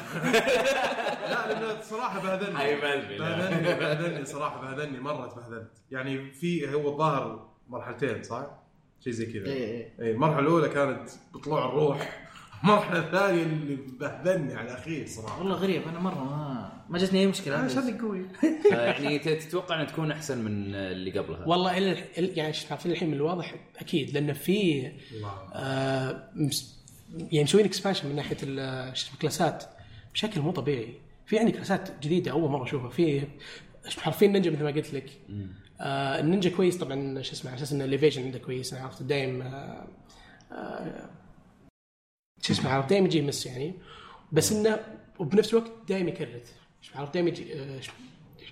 [SPEAKER 1] لا لانه صراحه بهذلني
[SPEAKER 4] حي بلبي، لا.
[SPEAKER 1] بهذلني بهذلني صراحه بهذلني مره تبهذلت يعني في هو الظاهر مرحلتين صح؟ شيء زي كذا
[SPEAKER 5] إيه، إيه.
[SPEAKER 1] اي المرحله الاولى كانت بطلوع الروح *laughs* المرحله الثانيه اللي بهذلني على اخيه صراحه
[SPEAKER 5] والله غريب انا مره ما ما جتني اي مشكله عشان قوي
[SPEAKER 4] يعني ت- تتوقع انها تكون احسن من اللي قبلها
[SPEAKER 3] والله الى الح- ال- يعني شوف عرفت الحين من الواضح اكيد لان في آه مس- يعني مسوين اكسبانشن من ناحيه ال- آه، شو اسمه كلاسات بشكل مو طبيعي في عندي كلاسات جديده اول مره اشوفها في شو حرفيا نينجا مثل ما قلت لك آه النينجا كويس طبعا شو اسمه على اساس ان الليفيجن عنده كويس انا عرفت دايم آه آه، شو اسمه عرفت دايم يجي مس يعني بس انه وبنفس الوقت دايم يكرت شو عرفت دايم يجي آه، شو- إيه،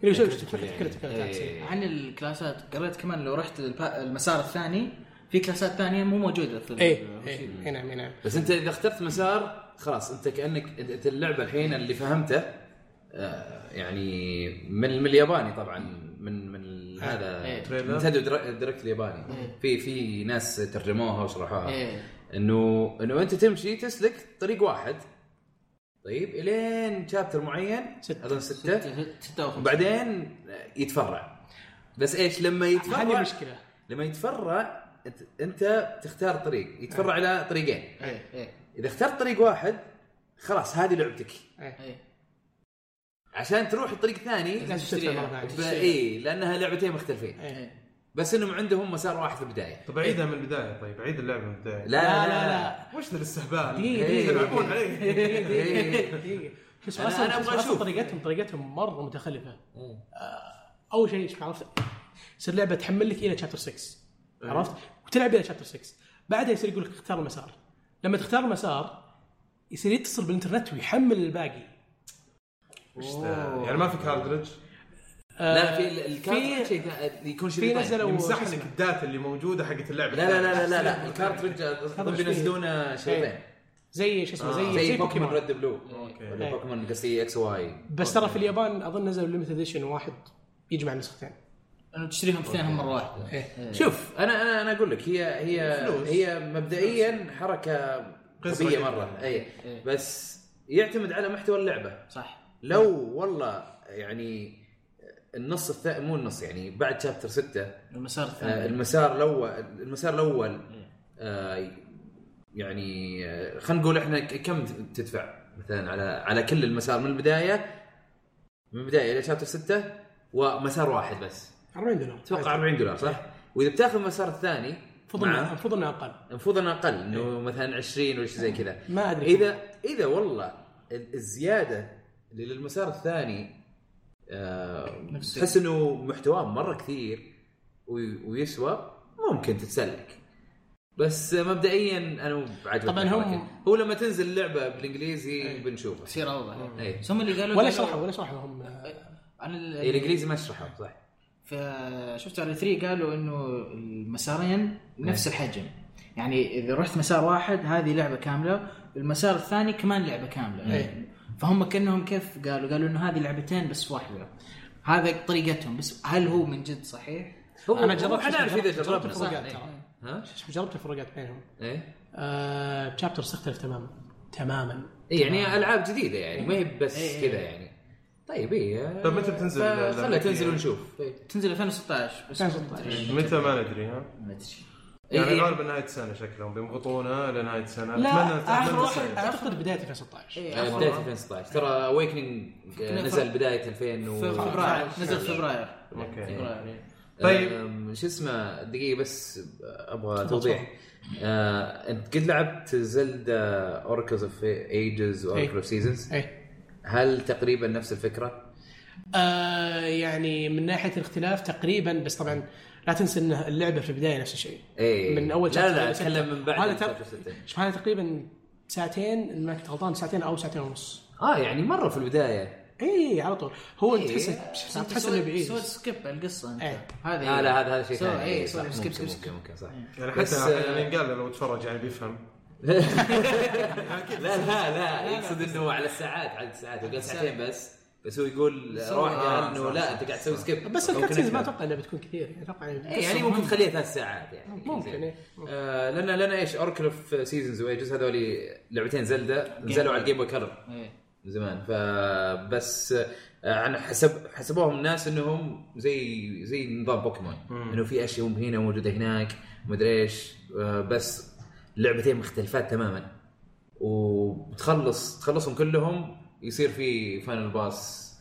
[SPEAKER 3] اللي يسوي كرت كرت
[SPEAKER 4] إيه.
[SPEAKER 5] عن الكلاسات قريت كمان لو رحت البا- المسار الثاني في كلاسات ثانيه مو موجوده في ال-
[SPEAKER 3] ايه ايه نعم إيه، نعم
[SPEAKER 4] بس انت اذا اخترت مسار خلاص انت كانك انت- انت اللعبه الحين اللي فهمته آه، يعني من من الياباني طبعا من من هذا
[SPEAKER 5] إيه.
[SPEAKER 4] نتندو درا- دايركت الياباني في في ناس ترجموها وشرحوها
[SPEAKER 5] إيه.
[SPEAKER 4] انه انه انت تمشي تسلك طريق واحد طيب الين شابتر معين
[SPEAKER 3] ستة.
[SPEAKER 4] اظن سته
[SPEAKER 5] ستة- ستة وخمسة.
[SPEAKER 4] وبعدين يتفرع بس ايش لما يتفرع
[SPEAKER 3] هذه المشكله
[SPEAKER 4] لما يتفرع أنت- انت تختار طريق يتفرع على طريقين
[SPEAKER 5] ايه ايه
[SPEAKER 4] اذا اخترت طريق واحد خلاص هذه لعبتك
[SPEAKER 5] ايه
[SPEAKER 4] عشان تروح لطريق ثاني
[SPEAKER 3] لازم تدفع مره ثانيه
[SPEAKER 4] اي لانها لعبتين مختلفين
[SPEAKER 3] إيه.
[SPEAKER 5] إيه.
[SPEAKER 4] بس انهم عندهم مسار واحد في البدايه
[SPEAKER 1] طب عيدها من البدايه طيب عيد اللعبه من البدايه
[SPEAKER 4] لا لا لا,
[SPEAKER 1] وش ذا الاستهبال؟
[SPEAKER 3] دقيقة،
[SPEAKER 1] إيه،
[SPEAKER 4] دقيقة.
[SPEAKER 1] يلعبون عليه
[SPEAKER 4] إيه.
[SPEAKER 3] دقيقه شوف
[SPEAKER 4] أنا-
[SPEAKER 3] اصلا
[SPEAKER 4] أنا أبغى
[SPEAKER 3] أصلاً
[SPEAKER 4] أشوف.
[SPEAKER 3] طريقتهم طريقتهم مره متخلفه آه، اول شيء شوف عرفت يصير لعبه تحمل لك الى شابتر 6
[SPEAKER 4] إيه.
[SPEAKER 3] عرفت وتلعب الى شابتر 6 بعدها يصير يقول لك اختار المسار لما تختار المسار يصير يتصل بالانترنت ويحمل الباقي
[SPEAKER 1] وش ذا؟ يعني ما في كاردرج
[SPEAKER 3] آه،
[SPEAKER 4] لا في ال- الكارت
[SPEAKER 3] في
[SPEAKER 4] شيء ثا- يكون
[SPEAKER 3] في
[SPEAKER 4] شريطين
[SPEAKER 3] نزلوا
[SPEAKER 1] يمسح
[SPEAKER 3] شو
[SPEAKER 1] لك
[SPEAKER 3] اسمه؟
[SPEAKER 1] الداتا اللي موجوده حقت اللعبه
[SPEAKER 4] لا لا لا لا لا, لا. الكارت رجع
[SPEAKER 3] هذا مش
[SPEAKER 4] بينزلونه شريطين
[SPEAKER 3] إيه. زي شو اسمه زي
[SPEAKER 4] آه. زي بوكيمون
[SPEAKER 3] بوكيمون.
[SPEAKER 4] ريد بلو
[SPEAKER 1] اوكي
[SPEAKER 4] ولا بوكيمون قصدي اكس واي
[SPEAKER 3] بس ترى في اليابان اظن نزل ليمتد اديشن واحد يجمع النسختين
[SPEAKER 5] انه تشتريهم اثنينهم مره واحده
[SPEAKER 3] إيه.
[SPEAKER 4] شوف انا انا انا اقول لك هي هي
[SPEAKER 1] فلوس.
[SPEAKER 4] هي مبدئيا حركه
[SPEAKER 1] قصة
[SPEAKER 4] غبيه
[SPEAKER 1] جداً.
[SPEAKER 4] مره اي
[SPEAKER 5] إيه.
[SPEAKER 4] بس يعتمد على محتوى اللعبه
[SPEAKER 5] صح
[SPEAKER 4] لو والله يعني النص الثاني مو النص يعني بعد شابتر 6
[SPEAKER 5] المسار الثاني
[SPEAKER 3] إيه.
[SPEAKER 4] آه، المسار الاول المسار الاول آه، يعني آه، خلينا نقول احنا ك- كم ت- تدفع مثلا على على كل المسار من البدايه من البدايه الى شابتر 6 ومسار واحد بس
[SPEAKER 3] 40 دولار
[SPEAKER 4] اتوقع 40 دولار صح؟ واذا بتاخذ المسار الثاني
[SPEAKER 3] المفروض إنه-
[SPEAKER 4] نعم.
[SPEAKER 3] المفروض انه اقل
[SPEAKER 4] المفروض انه اقل انه مثلا 20 ولا شيء زي كذا
[SPEAKER 3] ما ادري
[SPEAKER 4] اذا اذا والله ال- الزياده اللي للمسار الثاني آه،
[SPEAKER 5] نفس
[SPEAKER 4] تحس انه محتواه مره كثير وي- ويسوى ممكن تتسلك بس مبدئيا انا عاجبني
[SPEAKER 5] طبعاً هم- إيه.
[SPEAKER 4] الحركة. هو لما تنزل اللعبه بالانجليزي بنشوفه
[SPEAKER 5] يصير إيه. اوضح
[SPEAKER 4] اي
[SPEAKER 5] بس هم اللي قالوا
[SPEAKER 3] إيه. ولا
[SPEAKER 5] قالوا-
[SPEAKER 3] شرحوا إيه، ولا شرحوا هم
[SPEAKER 5] انا ال-
[SPEAKER 4] إي، الانجليزي ما شرحه صح
[SPEAKER 5] فشفت على 3 قالوا انه المسارين نفس
[SPEAKER 3] إيه.
[SPEAKER 5] الحجم يعني اذا رحت مسار واحد هذه لعبه كامله المسار الثاني كمان لعبه كامله
[SPEAKER 3] إيه.
[SPEAKER 5] فهم كانهم كيف قالوا قالوا انه هذه لعبتين بس واحده هذا طريقتهم بس هل هو من جد صحيح؟
[SPEAKER 4] هو
[SPEAKER 3] أنا جربت-
[SPEAKER 4] حنعرف
[SPEAKER 3] جربت- إيه.
[SPEAKER 4] اذا
[SPEAKER 3] جربت
[SPEAKER 4] جربنا صح
[SPEAKER 3] الفروقات
[SPEAKER 4] إي.
[SPEAKER 3] ترى.
[SPEAKER 4] ها؟
[SPEAKER 3] جربت الفروقات بينهم
[SPEAKER 4] ايه
[SPEAKER 3] آه، شابتر اختلف تماما تماما
[SPEAKER 4] إي، يعني العاب جديده يعني ما هي بس
[SPEAKER 5] إي.
[SPEAKER 4] كذا يعني طيب اي
[SPEAKER 1] طيب متى بتنزل يعني ال-
[SPEAKER 4] خلها تنزل
[SPEAKER 1] ال-
[SPEAKER 4] ونشوف إي.
[SPEAKER 5] تنزل 2016 بس
[SPEAKER 3] 2016.
[SPEAKER 1] متى ما ندري ها
[SPEAKER 5] ما ادري
[SPEAKER 1] يعني
[SPEAKER 4] إي.
[SPEAKER 1] غالبا نهايه السنه شكلهم بيمغطونها لنهايه السنه
[SPEAKER 3] إيه، لا
[SPEAKER 1] اتمنى
[SPEAKER 3] اخر
[SPEAKER 1] اتمنى
[SPEAKER 3] واحد
[SPEAKER 1] السنة.
[SPEAKER 3] اعتقد بدايه 2016
[SPEAKER 5] إيه،
[SPEAKER 4] آه،
[SPEAKER 5] آخر
[SPEAKER 4] بدايه
[SPEAKER 5] مرة.
[SPEAKER 4] 2016 ترى اويكنينج نزل بدايه 2000 و
[SPEAKER 5] في فبراير
[SPEAKER 4] إيه.
[SPEAKER 5] نزل في فبراير
[SPEAKER 1] اوكي
[SPEAKER 5] فبراير إيه.
[SPEAKER 1] طيب.
[SPEAKER 4] آه، آم، شو اسمه دقيقه بس ابغى توضيح آه، انت قد لعبت زلدا اوركلز اوف ايجز واوركل اوف سيزونز
[SPEAKER 3] ايه
[SPEAKER 4] هل تقريبا نفس الفكره؟
[SPEAKER 3] آه يعني من ناحيه الاختلاف تقريبا بس طبعا لا تنسى ان اللعبه في البدايه نفس الشيء
[SPEAKER 4] ايه
[SPEAKER 3] من أول
[SPEAKER 4] لا لا
[SPEAKER 3] chapter إلى
[SPEAKER 4] اتكلم
[SPEAKER 3] ستة.
[SPEAKER 4] من بعد
[SPEAKER 3] هذا
[SPEAKER 4] chapter
[SPEAKER 3] تر-
[SPEAKER 4] ستة.
[SPEAKER 3] شوف هذا تقريبا ساعتين ان ما كنت غلطان ساعتين او ساعتين ونص
[SPEAKER 4] اه يعني مره في البدايه
[SPEAKER 3] اي على طول هو
[SPEAKER 4] إيه.
[SPEAKER 3] تحس تحس انه بعيد
[SPEAKER 5] سويت سكيب على القصه انت
[SPEAKER 3] إيه.
[SPEAKER 5] هذا
[SPEAKER 4] آه، لا لا هذا هذا شيء ثاني
[SPEAKER 5] اي
[SPEAKER 4] إيه،
[SPEAKER 5] سوي
[SPEAKER 4] صح،
[SPEAKER 5] سكيب
[SPEAKER 4] ممكن
[SPEAKER 5] سكيب
[SPEAKER 4] ممكن
[SPEAKER 5] سكيب
[SPEAKER 4] ممكن صح
[SPEAKER 1] يعني حتى
[SPEAKER 4] بس، آه،
[SPEAKER 1] يعني قال لو تفرج يعني بيفهم
[SPEAKER 4] لا لا لا يقصد انه على الساعات على الساعات وقال ساعتين بس بس هو يقول روح
[SPEAKER 1] آه،
[SPEAKER 4] قال انه
[SPEAKER 1] صح،
[SPEAKER 4] لا
[SPEAKER 1] صح،
[SPEAKER 4] انت قاعد تسوي سكيب
[SPEAKER 3] بس
[SPEAKER 4] ممكن
[SPEAKER 3] الكاتسينز ما
[SPEAKER 4] أكثر.
[SPEAKER 3] اتوقع انها بتكون كثير يعني اتوقع
[SPEAKER 4] إيه، يعني ممكن تخليها ثلاث ساعات يعني
[SPEAKER 3] ممكن إيه.
[SPEAKER 4] آه لنا لنا ايش اوركل اوف سيزونز وايجز هذول لعبتين زلدا نزلوا على الجيم بوي كلر
[SPEAKER 5] إيه.
[SPEAKER 4] *laughs* من زمان فبس آه عن حسب حسبوهم الناس انهم زي زي نظام بوكيمون انه في اشياء هنا موجوده هناك مدري ايش آه بس لعبتين مختلفات تماما وبتخلص تخلصهم كلهم يصير في آه، فاينل باس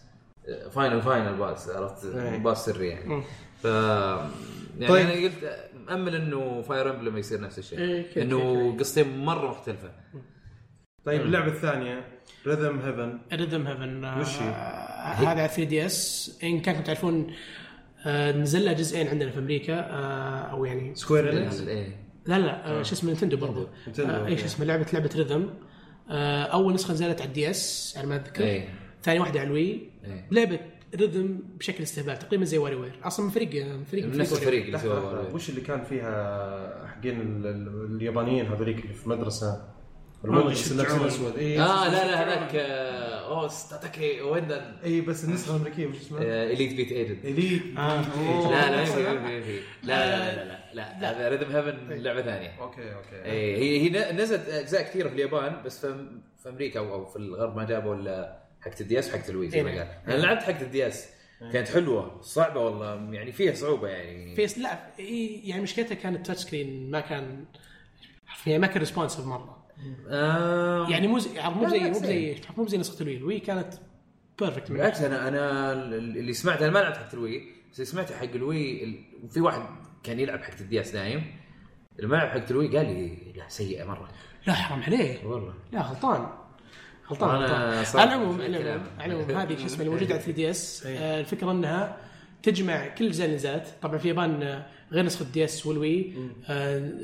[SPEAKER 4] فاينل فاينل باس عرفت
[SPEAKER 1] إيه.
[SPEAKER 4] باس سري يعني ف يعني
[SPEAKER 1] طيب.
[SPEAKER 4] انا قلت امل انه فاير امبلم يصير نفس
[SPEAKER 3] إيه،
[SPEAKER 4] الشيء
[SPEAKER 3] كذا،
[SPEAKER 4] انه قصتين مره مختلفه
[SPEAKER 1] طيب اللعبه الثانيه ريذم هيفن
[SPEAKER 3] ريذم هيفن
[SPEAKER 1] وش هي؟
[SPEAKER 3] آه، هذا 3 دي اس ان كانكم تعرفون آه، نزل له جزئين عندنا في امريكا آه، او يعني
[SPEAKER 1] سكوير انكس
[SPEAKER 4] إيه.
[SPEAKER 3] لا لا آه، شو اسمه نينتندو برضه
[SPEAKER 1] نينتندو،
[SPEAKER 3] آه،
[SPEAKER 1] أوكي.
[SPEAKER 3] ايش اسمه لعبه لعبه ريذم آه، اول نسخه نزلت على الدي اس على ما اتذكر
[SPEAKER 4] إيه.
[SPEAKER 3] ثاني واحده على الوي
[SPEAKER 4] إيه.
[SPEAKER 3] لعبه ريذم بشكل استهبال تقريبا زي واري وير اصلا من فريق من فريق
[SPEAKER 4] من نفس
[SPEAKER 3] واري
[SPEAKER 4] الفريق اللي
[SPEAKER 1] لحظة،
[SPEAKER 4] إيه، سوى
[SPEAKER 1] لحظة، وش اللي كان فيها حقين ال- ال- اليابانيين هذوليك اللي في مدرسه المدرس اللي لابسين اسود اي
[SPEAKER 4] اه لا لا هذاك آه، اوه ستاتاكي وين ذا
[SPEAKER 1] اي إيه، بس النسخه الامريكيه وش
[SPEAKER 3] إيه.
[SPEAKER 1] اسمها؟ إيه،
[SPEAKER 4] اليت آه، بيت ايجنت
[SPEAKER 1] اليت
[SPEAKER 3] آه.
[SPEAKER 4] لا لا ما في- ما في لا لا لا لا لا هذا ريذم هيفن لعبه ثانيه
[SPEAKER 1] اوكي
[SPEAKER 3] إيه.
[SPEAKER 1] اوكي
[SPEAKER 4] ايه هي هي نزلت اجزاء كثيره في اليابان بس في, في امريكا او أو في الغرب ما جابوا الا حقت الدياس وحقت الويز زي ما قال انا لعبت حقت الدياس كانت حلوه صعبه والله يعني فيها صعوبه يعني
[SPEAKER 3] فيس لا إيه، يعني مشكلتها كانت تاتش سكرين ما كان يعني ما كان ريسبونسف مره
[SPEAKER 4] آه
[SPEAKER 3] يعني مو زي مو
[SPEAKER 4] لا،
[SPEAKER 3] زي
[SPEAKER 4] بالعكس
[SPEAKER 3] مو زي مو زي نسخه الوي الوي كانت بيرفكت من
[SPEAKER 4] بالعكس انا انا اللي سمعته انا ما لعبت حقت الوي بس اللي سمعته حق الوي ال- في واحد كان يلعب حقت الدياس دايم لما لعب حقت الوي قال لي لا سيئه مره
[SPEAKER 3] لا حرام عليه
[SPEAKER 4] والله
[SPEAKER 3] لا غلطان غلطان
[SPEAKER 4] أنا
[SPEAKER 3] غلطان
[SPEAKER 4] صراحة إيه.
[SPEAKER 3] على العموم
[SPEAKER 4] في
[SPEAKER 3] على
[SPEAKER 4] كلام.
[SPEAKER 3] العموم على العموم هذه شو اسمه الموجوده على 3 دي اس الفكره انها تجمع كل الاجزاء اللي نزلت طبعا في اليابان آه، غير نسخه الدي اس والوي آه،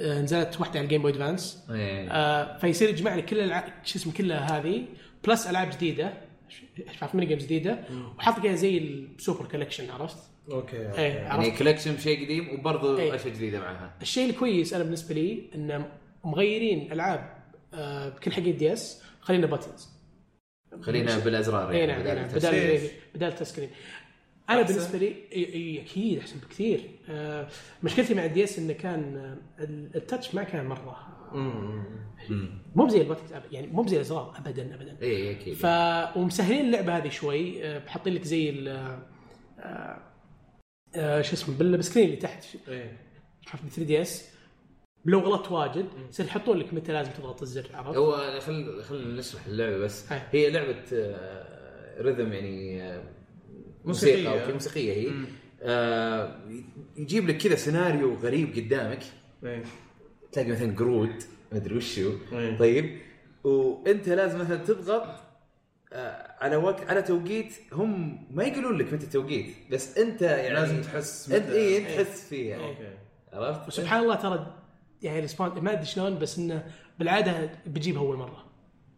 [SPEAKER 3] آه، نزلت واحده على الجيم بوي ادفانس
[SPEAKER 4] ايه
[SPEAKER 3] آه، فيصير يجمع لك كل الع... شو اسمه كلها هذه بلس العاب جديده ش- عارف ميني جيمز جديده وحط كذا زي السوبر كولكشن عرفت؟
[SPEAKER 1] اوكي
[SPEAKER 3] ايه
[SPEAKER 4] يعني
[SPEAKER 3] عرفت؟
[SPEAKER 4] كولكشن شيء قديم وبرضه
[SPEAKER 3] إيه.
[SPEAKER 4] اشياء جديده معها
[SPEAKER 3] الشيء الكويس انا بالنسبه لي انه مغيرين العاب آه، آه، بكل حق الدي اس خلينا باتنز
[SPEAKER 4] خلينا بالازرار
[SPEAKER 3] اي نعم
[SPEAKER 4] بدل
[SPEAKER 3] إي نعم،
[SPEAKER 4] التسجيل.
[SPEAKER 3] بدال إي، بدال التسكرين انا
[SPEAKER 1] أحسن.
[SPEAKER 3] بالنسبه لي إي- اي اكيد احسن بكثير آه، مشكلتي مع الدي اس انه كان آه، ال- التاتش ما كان مره
[SPEAKER 4] مم.
[SPEAKER 3] مو زي الباتنز أب- يعني مو زي الازرار ابدا ابدا
[SPEAKER 4] اي اكيد
[SPEAKER 3] ف ومسهلين اللعبه هذه شوي آه، بحاطين لك زي ال آه، آه، شو اسمه بالسكرين اللي تحت
[SPEAKER 4] إيه.
[SPEAKER 1] ايه
[SPEAKER 3] حرف 3 دي اس لو غلطت واجد يصير يحطون لك متى لازم تضغط الزر عرفت؟
[SPEAKER 4] هو خل خلينا نشرح اللعبه بس
[SPEAKER 3] هاي.
[SPEAKER 4] هي لعبه آه، رذم يعني آه، موسيقى
[SPEAKER 1] موسيقية.
[SPEAKER 4] اوكي موسيقيه هي آه، يجيب لك كذا سيناريو غريب قدامك
[SPEAKER 1] ايه
[SPEAKER 3] إيه.
[SPEAKER 4] تلاقي مثلا قرود ما ادري وش هو
[SPEAKER 1] إيه.
[SPEAKER 4] طيب وانت لازم مثلا تضغط آه، على وقت على توقيت هم ما يقولون لك متى التوقيت بس انت يعني
[SPEAKER 1] لازم تحس
[SPEAKER 3] إيه،
[SPEAKER 4] انت
[SPEAKER 1] متى- إيه.
[SPEAKER 4] اي تحس فيه يعني
[SPEAKER 1] اوكي
[SPEAKER 4] عرفت؟
[SPEAKER 3] وسبحان الله ترى يعني الاسبان ما ادري شلون بس انه بالعاده بتجيبها اول مره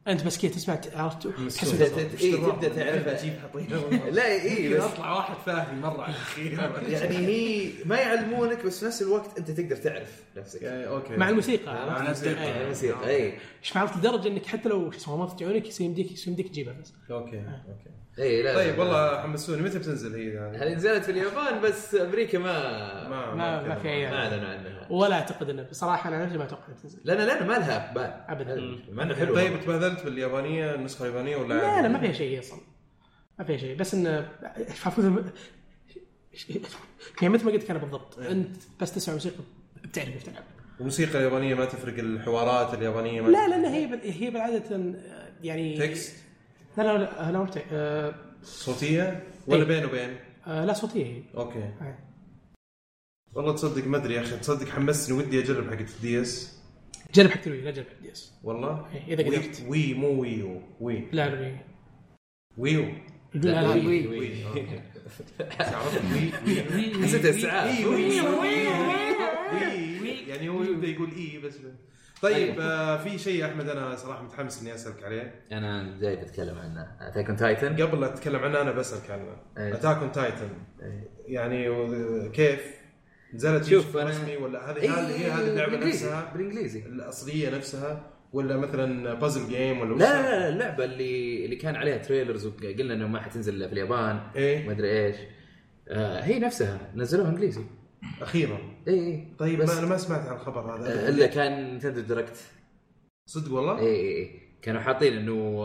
[SPEAKER 3] انت بس كذا تسمع عرفت تحس
[SPEAKER 4] ت-
[SPEAKER 3] إنك-
[SPEAKER 4] ت- إيه، تبدا تعرفها
[SPEAKER 1] اجيبها طيب
[SPEAKER 3] *laughs*
[SPEAKER 4] لا اي بس
[SPEAKER 1] اطلع واحد فاهم مره على الاخير
[SPEAKER 4] يعني هي ما يعلمونك بس في نفس الوقت انت تقدر تعرف نفسك يعني
[SPEAKER 1] إيه، آه. اوكي
[SPEAKER 3] مع الموسيقى
[SPEAKER 1] مع
[SPEAKER 3] عرفت؟
[SPEAKER 1] الموسيقى.
[SPEAKER 3] إيه.
[SPEAKER 4] الموسيقى اي
[SPEAKER 3] ايش عرفت لدرجه انك حتى لو شو اسمه ما فتح عيونك يصير يمديك يصير يمديك تجيبها بس
[SPEAKER 1] اوكي اوكي
[SPEAKER 4] اي إيه، لا
[SPEAKER 1] طيب والله حمسوني متى بتنزل هي
[SPEAKER 4] هل
[SPEAKER 1] يعني؟
[SPEAKER 4] نزلت في اليابان بس امريكا ما
[SPEAKER 1] ما
[SPEAKER 3] ما- ما في أي-
[SPEAKER 4] ما اعلنوا عنها
[SPEAKER 3] ولا اعتقد انه بصراحه انا نفسي ما اتوقع إنها تنزل
[SPEAKER 4] لان لان ما لها بال
[SPEAKER 3] أبداً.
[SPEAKER 4] ما انه حلو
[SPEAKER 1] طيب تبهذلت باليابانيه النسخه اليابانيه ولا
[SPEAKER 3] لا لا ما فيها شيء اصلا ما فيها شيء بس انه عفوا *laughs* مثل يعني مثل ما قلت انا بالضبط انت بس تسمع موسيقى بتعرف كيف تلعب
[SPEAKER 1] الموسيقى اليابانيه ما تفرق الحوارات اليابانيه ما
[SPEAKER 3] لا لان هي بال- هي بالعاده آه، يعني
[SPEAKER 1] تكست
[SPEAKER 3] لا لا لا لا مو تك- آه،
[SPEAKER 1] صوتيه ولا
[SPEAKER 3] إيه.
[SPEAKER 1] بين وبين
[SPEAKER 3] آه، لا صوتيه هي
[SPEAKER 1] اوكي
[SPEAKER 3] آه.
[SPEAKER 1] والله تصدق ما ادري يا اخي تصدق حمسني ودي اجرب حقت الدي اس
[SPEAKER 3] جرب حق الوي لا جرب حق الدي اس
[SPEAKER 1] والله
[SPEAKER 3] إيه، إذا
[SPEAKER 1] وي-
[SPEAKER 3] قدرت.
[SPEAKER 1] وي مو ويو وي
[SPEAKER 3] لا الوي
[SPEAKER 1] ويو
[SPEAKER 3] الوي لا
[SPEAKER 4] لا،
[SPEAKER 3] لا
[SPEAKER 4] وي.
[SPEAKER 3] وي.
[SPEAKER 1] وي
[SPEAKER 4] *laughs*
[SPEAKER 1] أوكي. عرفت وي وي
[SPEAKER 4] حسيت استيعاب
[SPEAKER 1] وي يعني هو يبدا يقول اي بس
[SPEAKER 4] أيوه.
[SPEAKER 1] طيب آه في شيء احمد انا صراحه متحمس اني اسالك عليه
[SPEAKER 4] انا جاي بتكلم عنه اتاك تايتن
[SPEAKER 1] قبل لا اتكلم عنه انا بسالك عنه
[SPEAKER 4] أي.
[SPEAKER 1] اتاك اون تايتن يعني و- كيف نزلت
[SPEAKER 4] أيوه. شوف
[SPEAKER 1] بشكل
[SPEAKER 4] أنا- إيه،
[SPEAKER 1] رسمي ولا هذه هذه هي هذه اللعبه نفسها
[SPEAKER 4] بالانجليزي
[SPEAKER 1] الاصليه نفسها ولا مثلا بازل جيم ولا
[SPEAKER 4] لا
[SPEAKER 1] وش
[SPEAKER 4] لا لا اللعبه اللي اللي كان عليها تريلرز وقلنا انه ما حتنزل الا في اليابان
[SPEAKER 1] إيه.
[SPEAKER 4] ما ادري ايش آه هي نفسها نزلوها إيه، انجليزي
[SPEAKER 1] اخيرا
[SPEAKER 4] اي اي
[SPEAKER 1] طيب
[SPEAKER 4] بس أه،
[SPEAKER 1] ما انا ما سمعت عن الخبر هذا
[SPEAKER 4] الا آه، كان نتندو دايركت
[SPEAKER 1] صدق والله؟
[SPEAKER 4] اي اي اي إيه، كانوا حاطين انه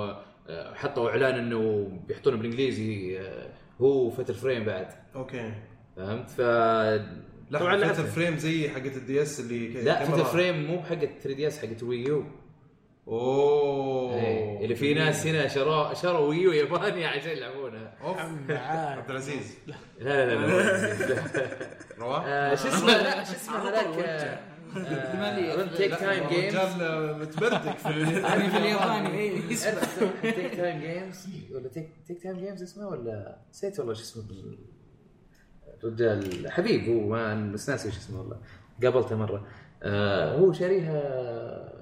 [SPEAKER 4] آه، حطوا اعلان انه بيحطونه بالانجليزي آه، هو فتل فريم بعد
[SPEAKER 1] اوكي
[SPEAKER 4] فهمت ف
[SPEAKER 1] لا طبعا
[SPEAKER 4] طبعاً
[SPEAKER 1] فتل
[SPEAKER 4] لعبتها.
[SPEAKER 1] فريم زي حقت الدي اس اللي
[SPEAKER 4] لا
[SPEAKER 1] كاميرا.
[SPEAKER 4] فتل فريم مو بحقت 3 دي اس حقت وي يو
[SPEAKER 1] اوه
[SPEAKER 4] إيه، اللي في ناس هنا شروا شروا وي يو ياباني عشان يلعبونها
[SPEAKER 1] اوف
[SPEAKER 3] عاد.
[SPEAKER 1] عبد العزيز
[SPEAKER 4] لا لا لا, لا.
[SPEAKER 1] رواه
[SPEAKER 4] آه، شو اسمه لا شو اسمه هذاك آه، تيك تايم جيمز
[SPEAKER 1] الرجال متبردك في
[SPEAKER 4] *laughs*
[SPEAKER 1] ال-
[SPEAKER 5] انا في الياباني اي
[SPEAKER 4] إيه.
[SPEAKER 5] اسمع
[SPEAKER 4] تيك تايم جيمز ولا تيك تيك تايم جيمز اسمه ولا نسيت والله شو اسمه بال- الرجال حبيب هو ما بس ناسي شو اسمه والله قابلته مره آه، هو شاريها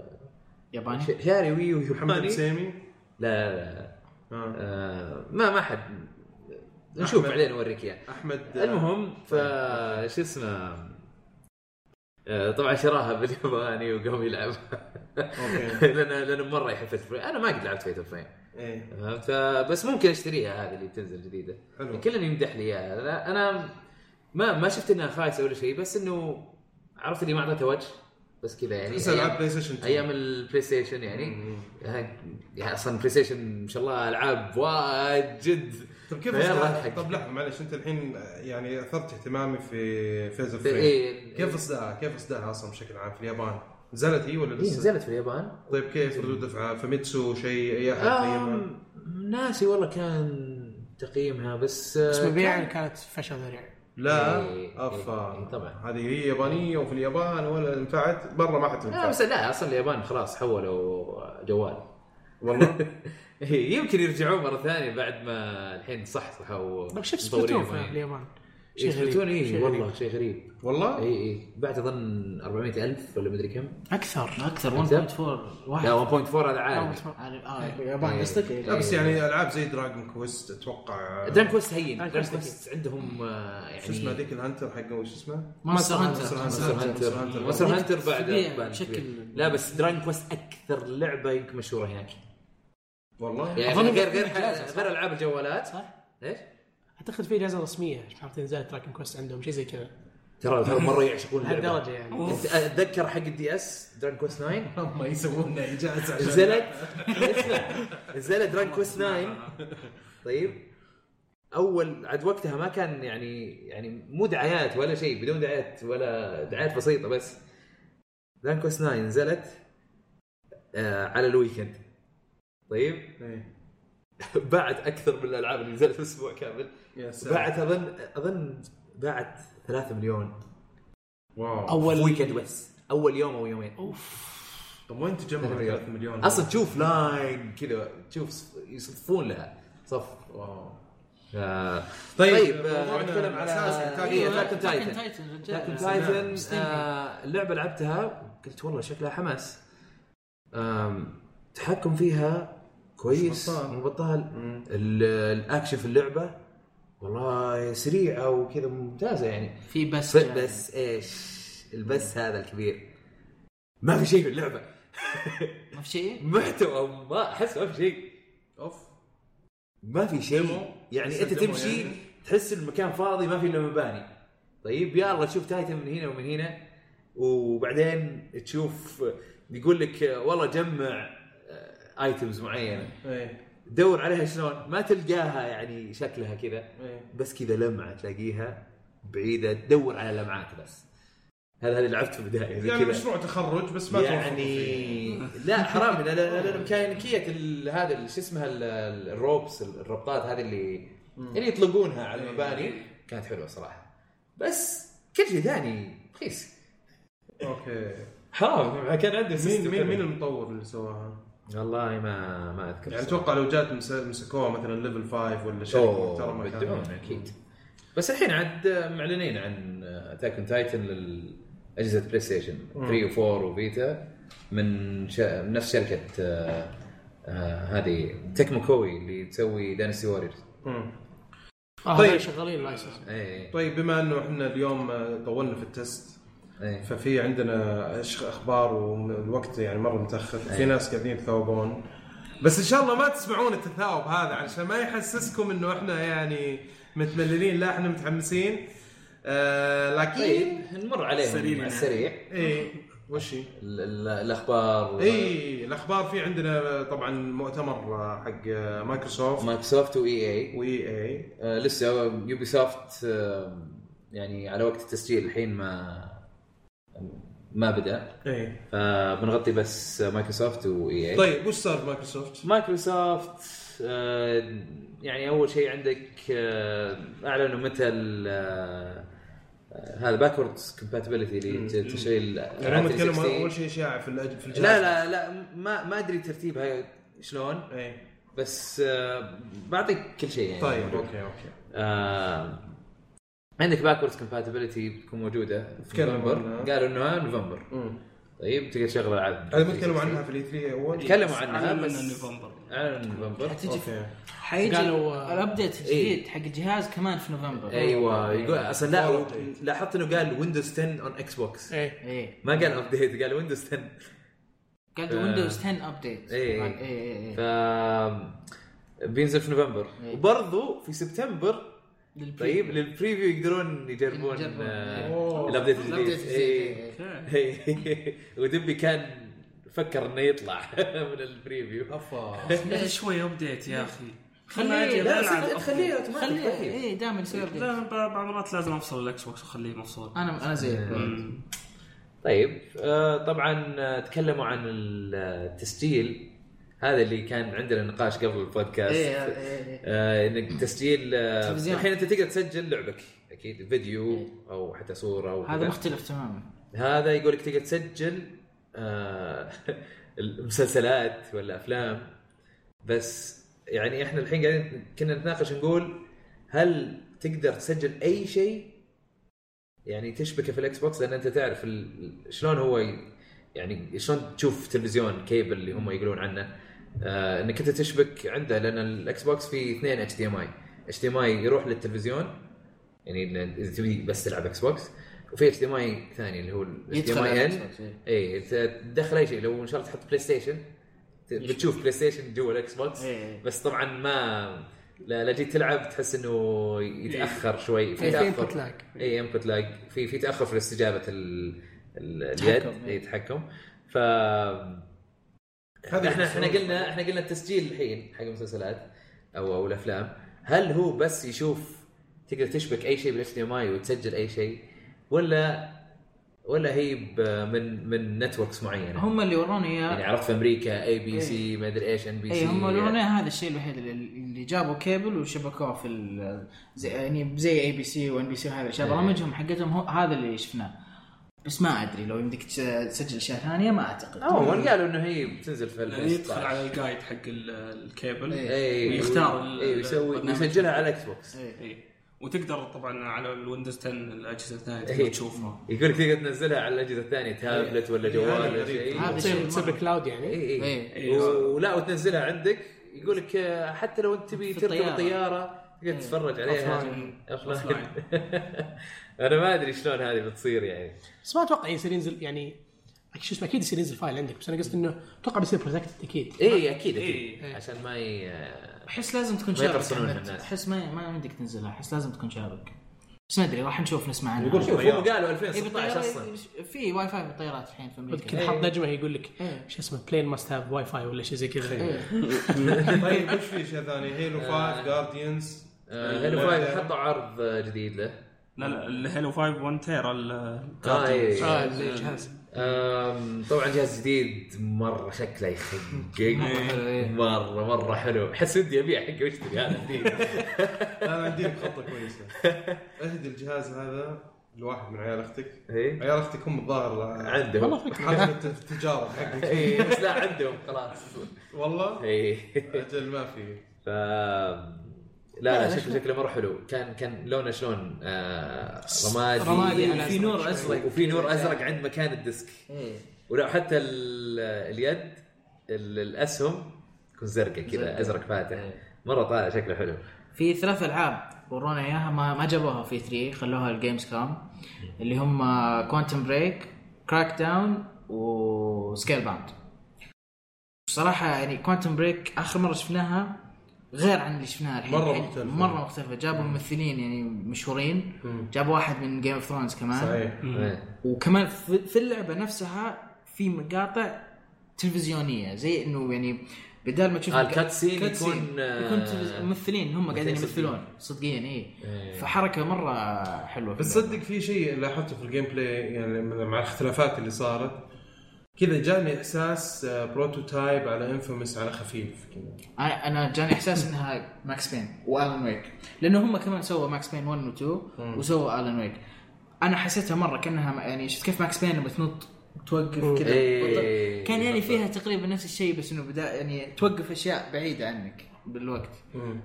[SPEAKER 5] ياباني
[SPEAKER 4] ش- شاري ويو
[SPEAKER 1] محمد
[SPEAKER 4] ياباني لا
[SPEAKER 1] سامي
[SPEAKER 4] لا لا آه، ما ما حد نشوف
[SPEAKER 1] أحمد.
[SPEAKER 4] بعدين اوريك اياه
[SPEAKER 1] احمد
[SPEAKER 4] المهم ف شو اسمه آه، طبعا شراها بالياباني وقام يلعب *laughs*
[SPEAKER 1] اوكي
[SPEAKER 4] لان لان مره يحب فيت فريم انا ما قد لعبت فيت فريم
[SPEAKER 1] ايه
[SPEAKER 4] فبس ممكن اشتريها هذه اللي بتنزل جديده
[SPEAKER 1] حلو.
[SPEAKER 4] كلنا يمدح لي اياها أنا- انا ما ما شفت انها خايسه ولا شيء بس انه عرفت اللي ما اعطتها وجه بس كذا يعني
[SPEAKER 1] تحس العاب
[SPEAKER 4] ايام,
[SPEAKER 1] بلاي ستيشن 2.
[SPEAKER 4] أيام البلاي ستيشن يعني
[SPEAKER 1] مم.
[SPEAKER 4] ها- يعني اصلا بلاي ستيشن ما شاء الله العاب واجد
[SPEAKER 1] طب طيب، كيف
[SPEAKER 4] فيلا
[SPEAKER 1] إصدار-
[SPEAKER 4] الحق.
[SPEAKER 1] طب لحظه معلش انت الحين يعني اثرت اهتمامي في فيز اوف
[SPEAKER 4] في- إيه.
[SPEAKER 1] كيف اصدارها؟ كيف اصدارها اصلا بشكل عام في اليابان؟ نزلت هي ولا
[SPEAKER 4] إيه،
[SPEAKER 1] لسه؟
[SPEAKER 4] نزلت في اليابان
[SPEAKER 1] طيب كيف ردود افعال فميتسو شيء طيب؟ اي
[SPEAKER 4] آه.
[SPEAKER 1] احد قيمها؟
[SPEAKER 4] آم، ناسي والله كان تقييمها بس آه،
[SPEAKER 3] بس مبيعا
[SPEAKER 4] كان-
[SPEAKER 3] كانت فشل ذريع
[SPEAKER 1] لا
[SPEAKER 4] إيه،
[SPEAKER 1] افا
[SPEAKER 4] إيه، طبعاً.
[SPEAKER 1] هذه هي يابانيه وفي اليابان ولا نفعت برا ما
[SPEAKER 4] لا
[SPEAKER 1] حتنفع
[SPEAKER 4] آه، بس لا اصلا اليابان خلاص حولوا جوال *laughs* إيه،
[SPEAKER 1] والله
[SPEAKER 4] يمكن يرجعون مره ثانيه بعد ما الحين صحصحوا
[SPEAKER 3] طب شوف
[SPEAKER 4] مطورين إيه،
[SPEAKER 3] سبلاتون في
[SPEAKER 4] معين.
[SPEAKER 3] اليابان
[SPEAKER 4] شيء
[SPEAKER 3] شيء غريب.
[SPEAKER 4] سبلاتون اي
[SPEAKER 3] شيء
[SPEAKER 4] إيه، والله شيء غريب إيه،
[SPEAKER 1] والله
[SPEAKER 4] اي اي بعت اظن 400000 ولا مدري كم
[SPEAKER 3] اكثر
[SPEAKER 5] اكثر 1.4 واحد
[SPEAKER 4] لا 1.4 هذا عالي
[SPEAKER 5] عارف- آه،
[SPEAKER 4] إيه.
[SPEAKER 5] يابان قصدك؟
[SPEAKER 1] لا بس يعني العاب زي دراجون كويست اتوقع
[SPEAKER 4] درام كويست هين
[SPEAKER 5] آه،
[SPEAKER 3] Dragon
[SPEAKER 4] درام
[SPEAKER 3] Quest
[SPEAKER 4] كويست عندهم آه، يعني
[SPEAKER 1] شو اسمه ذيك الهنتر حقه شو اسمه؟
[SPEAKER 5] مونستر
[SPEAKER 1] Monster
[SPEAKER 5] هانتر
[SPEAKER 1] Hunter.
[SPEAKER 4] مونستر
[SPEAKER 1] Monster
[SPEAKER 4] هانتر
[SPEAKER 1] Hunter.
[SPEAKER 4] مونستر هانتر بعد
[SPEAKER 5] طبيعي،
[SPEAKER 4] بعد-
[SPEAKER 5] بشكل-
[SPEAKER 4] لا بس دراجون كويست اكثر لعبه يمكن مشهوره هناك
[SPEAKER 1] والله
[SPEAKER 4] يعني
[SPEAKER 5] أظن
[SPEAKER 4] غير
[SPEAKER 5] في
[SPEAKER 4] غير
[SPEAKER 5] مجازة، صح؟
[SPEAKER 4] غير العاب الجوالات
[SPEAKER 5] صح؟
[SPEAKER 4] ليش؟
[SPEAKER 3] اعتقد في اجازه رسميه مش عارف تنزل تراكم كوست عندهم شيء زي كذا
[SPEAKER 4] ترى ترى مره يعشقون اللعبه
[SPEAKER 3] لهالدرجه يعني
[SPEAKER 4] أنت اتذكر حق الدي اس دراجون كويست 9
[SPEAKER 1] هم يسوون اجازه عشان
[SPEAKER 4] نزلت اسمع *laughs* نزلت دراجون كويست 9 طيب اول عاد وقتها ما كان يعني يعني مو دعايات ولا شيء بدون دعايات ولا دعايات بسيطه بس دراجون كويست 9 نزلت آه على الويكند طيب *laughs*
[SPEAKER 1] إيه.
[SPEAKER 4] باعت اكثر من الالعاب اللي نزلت في اسبوع كامل
[SPEAKER 1] يا سلام.
[SPEAKER 4] باعت اظن اظن باعت 3 مليون
[SPEAKER 1] واو
[SPEAKER 4] اول
[SPEAKER 3] اول
[SPEAKER 4] ويكند بس اول يوم او يومين
[SPEAKER 1] طب وين تجمع
[SPEAKER 4] *laughs*
[SPEAKER 1] 3 مليون؟
[SPEAKER 4] اصلا تشوف لاين كذا تشوف صف- يصفون لها صف
[SPEAKER 1] واو
[SPEAKER 4] آه،
[SPEAKER 1] طيب،
[SPEAKER 4] طيب آه،
[SPEAKER 1] موضوعنا
[SPEAKER 4] نتكلم على
[SPEAKER 1] الأساسي،
[SPEAKER 4] آه،
[SPEAKER 1] Attack
[SPEAKER 4] إيه،
[SPEAKER 1] on
[SPEAKER 4] Attack on
[SPEAKER 5] تاكن
[SPEAKER 4] Titan.
[SPEAKER 5] تايتن
[SPEAKER 4] Attack on
[SPEAKER 5] رجال
[SPEAKER 4] Titan
[SPEAKER 5] مستني.
[SPEAKER 4] آه، اللعبة لعبتها قلت والله شكلها حماس آم، تحكم فيها كويس
[SPEAKER 1] مش بطال.
[SPEAKER 4] مو بطال
[SPEAKER 1] مم.
[SPEAKER 4] ال- الاكشن في اللعبة والله سريعة وكذا ممتازة يعني
[SPEAKER 5] في بس
[SPEAKER 4] بس, بس ايش البس هذا الكبير ما في شيء في اللعبة
[SPEAKER 5] ما في شيء
[SPEAKER 4] محتوى ما احس ما في شيء
[SPEAKER 1] اوف
[SPEAKER 4] ما في
[SPEAKER 1] ديمو.
[SPEAKER 4] شيء يعني
[SPEAKER 1] لسه
[SPEAKER 4] انت
[SPEAKER 1] ديمو
[SPEAKER 4] تمشي
[SPEAKER 1] يعني.
[SPEAKER 4] تحس المكان فاضي ما في الا مباني طيب يلا تشوف تايتن من هنا ومن هنا وبعدين تشوف يقول لك آه، والله جمع ايتمز معينه
[SPEAKER 1] ايه
[SPEAKER 4] دور عليها شلون ما تلقاها يعني شكلها كذا
[SPEAKER 1] ايه
[SPEAKER 4] بس كذا لمعه تلاقيها بعيده تدور على لمعات بس هذا اللي لعبت في البدايه زي
[SPEAKER 1] يعني
[SPEAKER 4] كذا.
[SPEAKER 1] مشروع تخرج بس ما توفقوا
[SPEAKER 4] يعني لا حرام لان لأن ميكانيكيه ال- هذا ال- شو اسمها ال- ال- الروبس ال- الربطات هذه اللي اللي يطلقونها
[SPEAKER 1] إيه.
[SPEAKER 4] على المباني كانت حلوه صراحه بس كل شيء ثاني رخيص
[SPEAKER 1] فيه. اوكي
[SPEAKER 4] حرام كان عندي
[SPEAKER 1] مين مين مين المطور اللي سواها؟
[SPEAKER 4] والله ما ما اذكر
[SPEAKER 1] يعني اتوقع لو جات مس- مسكوها مثلا ليفل 5 ولا شركه
[SPEAKER 4] اوه
[SPEAKER 1] محترمه كانت.
[SPEAKER 4] بدعون اكيد بس الحين عاد معلنين عن اتاك اون تايتن لاجهزه بلاي ستيشن 3 و4 وفيتا من شا... من نفس شركه آه، آه، هذه تكمو كوي اللي تسوي دانستي ووريرز
[SPEAKER 1] مم.
[SPEAKER 3] آه
[SPEAKER 1] طيب.
[SPEAKER 3] طيب شغالين اللايسنس
[SPEAKER 4] اي
[SPEAKER 1] طيب بما انه احنا اليوم آه، طولنا في التست
[SPEAKER 4] اي
[SPEAKER 1] ففي عندنا أش- اخبار والوقت يعني مره متاخر في ناس قاعدين يتثاوبون بس ان شاء الله ما تسمعون التثاوب هذا عشان ما يحسسكم انه احنا يعني متمللين لا احنا متحمسين آه
[SPEAKER 4] طيب
[SPEAKER 1] لكن
[SPEAKER 4] نمر عليهم
[SPEAKER 2] سريعاً.
[SPEAKER 4] على السريع
[SPEAKER 1] اي وش هي؟
[SPEAKER 4] ال- ال- الاخبار
[SPEAKER 1] اي الاخبار في عندنا طبعا مؤتمر آه، حق آه، مايكروسوفت إيه.
[SPEAKER 4] مايكروسوفت واي اي
[SPEAKER 1] واي اي
[SPEAKER 4] E آه، لسه يوبي سوفت آه، يعني على وقت التسجيل الحين ما ما بدا
[SPEAKER 1] اي
[SPEAKER 4] فبنغطي آه، بس مايكروسوفت واي اي
[SPEAKER 1] إيه. طيب وش صار في مايكروسوفت؟
[SPEAKER 4] مايكروسوفت آه، يعني اول شيء عندك آه، اعلنوا متى ال- آه، آه، هذا باكورد كومباتيبلتي اللي تشيل آه،
[SPEAKER 1] يعني هم تكلموا اول شيء اشاعه في الأج- في الجهاز
[SPEAKER 4] نعم، لا لا لا ما ما ادري ترتيبها شلون
[SPEAKER 1] اي
[SPEAKER 4] بس آه، بعطيك كل شيء يعني
[SPEAKER 1] طيب اوكي اوكي
[SPEAKER 4] آه، عندك باكورد كومباتيبلتي بتكون موجوده في
[SPEAKER 1] تكلموا
[SPEAKER 4] نوفمبر
[SPEAKER 1] عنها.
[SPEAKER 4] قالوا انها نوفمبر
[SPEAKER 1] امم
[SPEAKER 4] طيب تقدر تشغل العاب
[SPEAKER 1] هذا ما تكلموا عنها في الاي 3 اول؟
[SPEAKER 4] تكلموا عنها
[SPEAKER 2] أعلنوا
[SPEAKER 4] بس
[SPEAKER 2] إنه نوفمبر
[SPEAKER 4] اعلن نوفمبر
[SPEAKER 5] حتجي
[SPEAKER 1] اوكي
[SPEAKER 5] حيجي
[SPEAKER 3] قالوا-
[SPEAKER 4] أه.
[SPEAKER 5] الابديت الجديد حق الجهاز كمان في نوفمبر
[SPEAKER 4] ايوه إيه. يقول اصلا لا لاحظت انه قال ويندوز 10 اون اكس بوكس
[SPEAKER 3] ايه
[SPEAKER 5] ايه
[SPEAKER 4] ما قال ابديت قال ويندوز 10
[SPEAKER 5] قال ويندوز 10 ابديت
[SPEAKER 4] إيه.
[SPEAKER 5] اي اي
[SPEAKER 4] ف بينزل في نوفمبر
[SPEAKER 5] إيه.
[SPEAKER 4] وبرضه في سبتمبر طيب للبريفيو يقدرون يجربون
[SPEAKER 5] يجربون.
[SPEAKER 4] آه،
[SPEAKER 1] أوه.
[SPEAKER 4] الابديت
[SPEAKER 5] الابديت
[SPEAKER 4] الجديد
[SPEAKER 5] الجديد،
[SPEAKER 4] إيه.
[SPEAKER 2] أوكي.
[SPEAKER 4] إيه. *laughs* ودبي كان فكر انه يطلع *laughs* من البريفيو
[SPEAKER 2] لا شوي ابديت يا اخي خلنا
[SPEAKER 5] خليه
[SPEAKER 2] اجي
[SPEAKER 5] لا،
[SPEAKER 2] العب
[SPEAKER 4] تخليه
[SPEAKER 5] خليه
[SPEAKER 4] اوتوماتيك
[SPEAKER 5] ايه دائما يسوي ابديت
[SPEAKER 4] إيه.
[SPEAKER 2] لا بعض المرات لازم افصل الاكس بوكس واخليه مفصول
[SPEAKER 5] انا انا زيك
[SPEAKER 4] إيه.
[SPEAKER 2] مم.
[SPEAKER 4] طيب آه، طبعا آه، تكلموا عن التسجيل هذا اللي كان عندنا نقاش قبل البودكاست
[SPEAKER 5] إيه، إيه، إيه.
[SPEAKER 4] آه، انك تسجيل آه،
[SPEAKER 5] تلفزيون.
[SPEAKER 4] الحين انت تقدر تسجل لعبك اكيد فيديو او حتى صوره او
[SPEAKER 5] إيه. هذا
[SPEAKER 4] كذا.
[SPEAKER 5] مختلف تماما
[SPEAKER 4] هذا يقول لك تقدر تسجل آه، *laughs* المسلسلات ولا افلام بس يعني احنا الحين قاعدين كنا نتناقش نقول هل تقدر تسجل اي شيء يعني تشبكه في الاكس بوكس لان انت تعرف ال- شلون هو ي- يعني شلون تشوف تلفزيون كيبل اللي هم يقولون عنه آه انك انت تشبك عنده لان الاكس بوكس فيه اثنين اتش دي ام اي اتش دي ام اي يروح للتلفزيون يعني إن- اذا تبي بس تلعب اكس بوكس وفي اتش دي ام اي ثاني اللي هو الاتش دي
[SPEAKER 5] يدخل
[SPEAKER 4] ام
[SPEAKER 5] على
[SPEAKER 4] اي
[SPEAKER 5] الإكس
[SPEAKER 4] ان
[SPEAKER 5] بوكس، إيه.
[SPEAKER 4] اي تدخل اي شيء لو ان شاء الله تحط بلاي ستيشن ت- بتشوف بلاي ستيشن جوا الاكس بوكس
[SPEAKER 5] إيه.
[SPEAKER 4] بس طبعا ما لا لا جيت تلعب تحس انه يتاخر شوي في
[SPEAKER 3] إيه، في
[SPEAKER 4] تاخر
[SPEAKER 3] input lag.
[SPEAKER 4] اي انبوت لاج في في تاخر في استجابه ال- ال- اليد
[SPEAKER 5] تحكم،
[SPEAKER 4] اي
[SPEAKER 5] إيه.
[SPEAKER 4] تحكم ف
[SPEAKER 1] هذه
[SPEAKER 4] احنا
[SPEAKER 1] الصورة.
[SPEAKER 4] احنا قلنا احنا قلنا التسجيل الحين حق المسلسلات او او الافلام هل هو بس يشوف تقدر تشبك اي شيء بالاتش دي ام اي وتسجل اي شيء ولا ولا هي ب- من من نتوركس معينه
[SPEAKER 5] هم اللي ورونا اياه
[SPEAKER 4] يعني عرفت في امريكا اي بي سي ما ادري ايش ان بي سي
[SPEAKER 5] اي إيه، هم الاغنيه هذا الشيء الوحيد اللي- اللي جابوا كيبل وشبكوه في ال- زي يعني زي اي بي سي وان بي سي وهذا الاشياء
[SPEAKER 4] إيه.
[SPEAKER 5] برامجهم حقتهم هو- هذا اللي شفناه بس ما ادري لو يمديك تس- تسجل اشياء ثانيه ما اعتقد
[SPEAKER 4] اول قالوا انه هي بتنزل في ال
[SPEAKER 2] يعني يدخل على الجايد حق ال- الكيبل
[SPEAKER 4] اي
[SPEAKER 2] ويختار ال-
[SPEAKER 4] اي إيه، ويسوي
[SPEAKER 2] البرنامج.
[SPEAKER 4] ويسجلها على الاكس بوكس
[SPEAKER 5] إيه.
[SPEAKER 2] إيه. وتقدر طبعا على الويندوز 10 الاجهزه الثانيه
[SPEAKER 4] إيه.
[SPEAKER 2] تقدر
[SPEAKER 4] *laughs*
[SPEAKER 2] تشوفها
[SPEAKER 4] يقول لك تقدر تنزلها على الاجهزه الثانيه تابلت ولا
[SPEAKER 1] إيه،
[SPEAKER 4] جوال
[SPEAKER 1] هذا
[SPEAKER 4] ولا
[SPEAKER 1] غريب.
[SPEAKER 4] شيء
[SPEAKER 5] هذا
[SPEAKER 3] تصير
[SPEAKER 5] شيء
[SPEAKER 3] تصير
[SPEAKER 5] مرة.
[SPEAKER 3] كلاود يعني
[SPEAKER 4] اي
[SPEAKER 5] إيه.
[SPEAKER 4] اي و- ولا وتنزلها عندك يقول لك آه، حتى لو انت تبي
[SPEAKER 5] في
[SPEAKER 4] تركب
[SPEAKER 5] الطيارة. إيه.
[SPEAKER 4] طياره تقدر تتفرج عليها
[SPEAKER 5] أوفلاين.
[SPEAKER 4] افلاين
[SPEAKER 2] أوفلاين.
[SPEAKER 4] *laughs* انا ما ادري شلون هذه بتصير يعني
[SPEAKER 3] بس ما اتوقع يصير ينزل يعني شو اسمه اكيد يصير ينزل فايل عندك بس انا قصدي انه اتوقع بيصير بروتكتد اكيد
[SPEAKER 4] اي اكيد اكيد
[SPEAKER 2] إيه.
[SPEAKER 4] عشان ما ي...
[SPEAKER 5] احس لازم تكون
[SPEAKER 4] ما
[SPEAKER 5] شابك
[SPEAKER 4] يقرصنونها
[SPEAKER 5] عملت.
[SPEAKER 4] الناس.
[SPEAKER 5] احس ما ما يمديك تنزلها احس لازم تكون شابك بس ما ادري راح نشوف نسمع عنها
[SPEAKER 1] يقول
[SPEAKER 4] شوف هم
[SPEAKER 1] بالطيارة.
[SPEAKER 4] قالوا
[SPEAKER 5] إيه،
[SPEAKER 4] 2016
[SPEAKER 5] بالطيارة-
[SPEAKER 4] اصلا
[SPEAKER 5] في واي فاي بالطيارات الحين في امريكا
[SPEAKER 3] كذا حط نجمه يقول لك
[SPEAKER 5] إيه.
[SPEAKER 3] شو اسمه بلين ماست هاف واي فاي ولا شيء زي كذا
[SPEAKER 1] *laughs* طيب ايش في اشياء ثانيه؟ هيلو 5 جارديانز
[SPEAKER 4] آه، هيلو فايف حطوا عرض آه، جديد له
[SPEAKER 2] لا لا الهيلو 5 1 تيرا
[SPEAKER 4] آه، إيه.
[SPEAKER 3] اه الجهاز
[SPEAKER 4] أم، طبعا جهاز جديد مره شكله يخقق
[SPEAKER 5] إيه.
[SPEAKER 4] مره مره حلو احس ودي ابيع حقه واشتري هذا
[SPEAKER 1] انا عندي لك خطه كويسه اهدي الجهاز هذا لواحد من عيال
[SPEAKER 4] *laughs*
[SPEAKER 1] اختك
[SPEAKER 4] إيه.
[SPEAKER 1] عيال اختك هم الظاهر
[SPEAKER 4] عندهم
[SPEAKER 1] حاطين التجاره حقك
[SPEAKER 4] إيه، بس لا عندهم خلاص *laughs*
[SPEAKER 1] والله
[SPEAKER 4] إيه.
[SPEAKER 1] اجل ما في
[SPEAKER 4] ف لا لا شكله شكله مره حلو كان كان لونه شلون آه، رمادي
[SPEAKER 5] رمادي
[SPEAKER 4] إيه،
[SPEAKER 5] على
[SPEAKER 4] في
[SPEAKER 5] أزرق
[SPEAKER 4] نور
[SPEAKER 5] شوي.
[SPEAKER 4] ازرق وفي نور ازرق عند مكان الديسك ولو حتى ال- اليد ال- الاسهم تكون زرقاء كذا
[SPEAKER 5] زرقاء.
[SPEAKER 4] ازرق فاتح
[SPEAKER 5] إيه.
[SPEAKER 4] مره طالع شكله حلو
[SPEAKER 5] في ثلاث العاب ورونا اياها ما ما جابوها في 3 خلوها الجيمز كوم اللي هم آه، كوانتم بريك كراك داون وسكيل باوند بصراحة يعني كوانتم بريك آخر مرة شفناها غير عن اللي شفناها الحين
[SPEAKER 1] مرة
[SPEAKER 5] يعني
[SPEAKER 1] مختلفة.
[SPEAKER 5] مرة مختلفة جابوا ممثلين يعني مشهورين جابوا واحد من جيم اوف ثرونز كمان
[SPEAKER 1] صحيح
[SPEAKER 4] إيه.
[SPEAKER 5] وكمان في في اللعبه نفسها في مقاطع تلفزيونيه زي انه يعني بدال ما تشوف
[SPEAKER 4] آه، الكاتسين
[SPEAKER 5] كاتسين.
[SPEAKER 4] يكون، آه،
[SPEAKER 5] يكون تلفز- ممثلين هم قاعدين
[SPEAKER 4] ممثلين
[SPEAKER 5] يمثلون صدقيا اي
[SPEAKER 4] إيه.
[SPEAKER 5] فحركه مره حلوه في
[SPEAKER 1] بس
[SPEAKER 5] اللعبة.
[SPEAKER 1] صدق في شيء لاحظته في الجيم بلاي يعني من- مع الاختلافات اللي صارت كذا جاني احساس آه، بروتوتايب على انفيمس على خفيف كذا
[SPEAKER 5] انا أنا جاني احساس انها ماكس بين والان ويك لانه هم كمان سووا ماكس بين 1 و 2 وسووا الان ويك انا حسيتها مره كانها يعني شفت كيف ماكس بين لما تنط توقف كذا
[SPEAKER 4] إيه.
[SPEAKER 5] كان يعني فيها تقريبا نفس الشيء بس انه بدا يعني توقف اشياء بعيده عنك بالوقت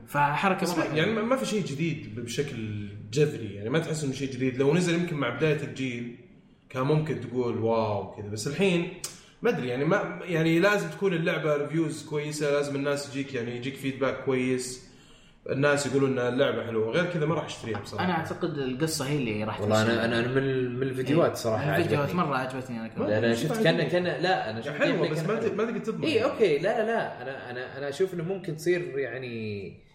[SPEAKER 5] فحركه
[SPEAKER 1] بس
[SPEAKER 5] مره
[SPEAKER 1] لا، يعني
[SPEAKER 5] حلوة.
[SPEAKER 1] ما- ما في شيء جديد بشكل جذري يعني ما تحس انه شيء جديد لو نزل يمكن مع بدايه الجيل كان ممكن تقول واو كذا بس الحين ما ادري يعني ما يعني لازم تكون اللعبه ريفيوز كويسه لازم الناس يجيك يعني يجيك فيدباك كويس الناس يقولون ان اللعبه حلوه غير كذا ما راح اشتريها بصراحه
[SPEAKER 5] انا اعتقد القصه هي اللي راح
[SPEAKER 4] والله
[SPEAKER 5] تمشي.
[SPEAKER 4] انا انا أنا من ال- من الفيديوهات صراحه
[SPEAKER 5] إيه. الفيديوهات
[SPEAKER 4] عجبتني.
[SPEAKER 5] مره عجبتني انا كمان
[SPEAKER 4] انا شفت كان كان لا انا شفت
[SPEAKER 1] يعني حلوه
[SPEAKER 4] gameplay
[SPEAKER 1] بس
[SPEAKER 4] كان
[SPEAKER 1] ما
[SPEAKER 4] حلو.
[SPEAKER 1] ت- ما تقدر تضمن
[SPEAKER 4] اي اوكي لا لا لا انا انا انا اشوف انه ممكن تصير يعني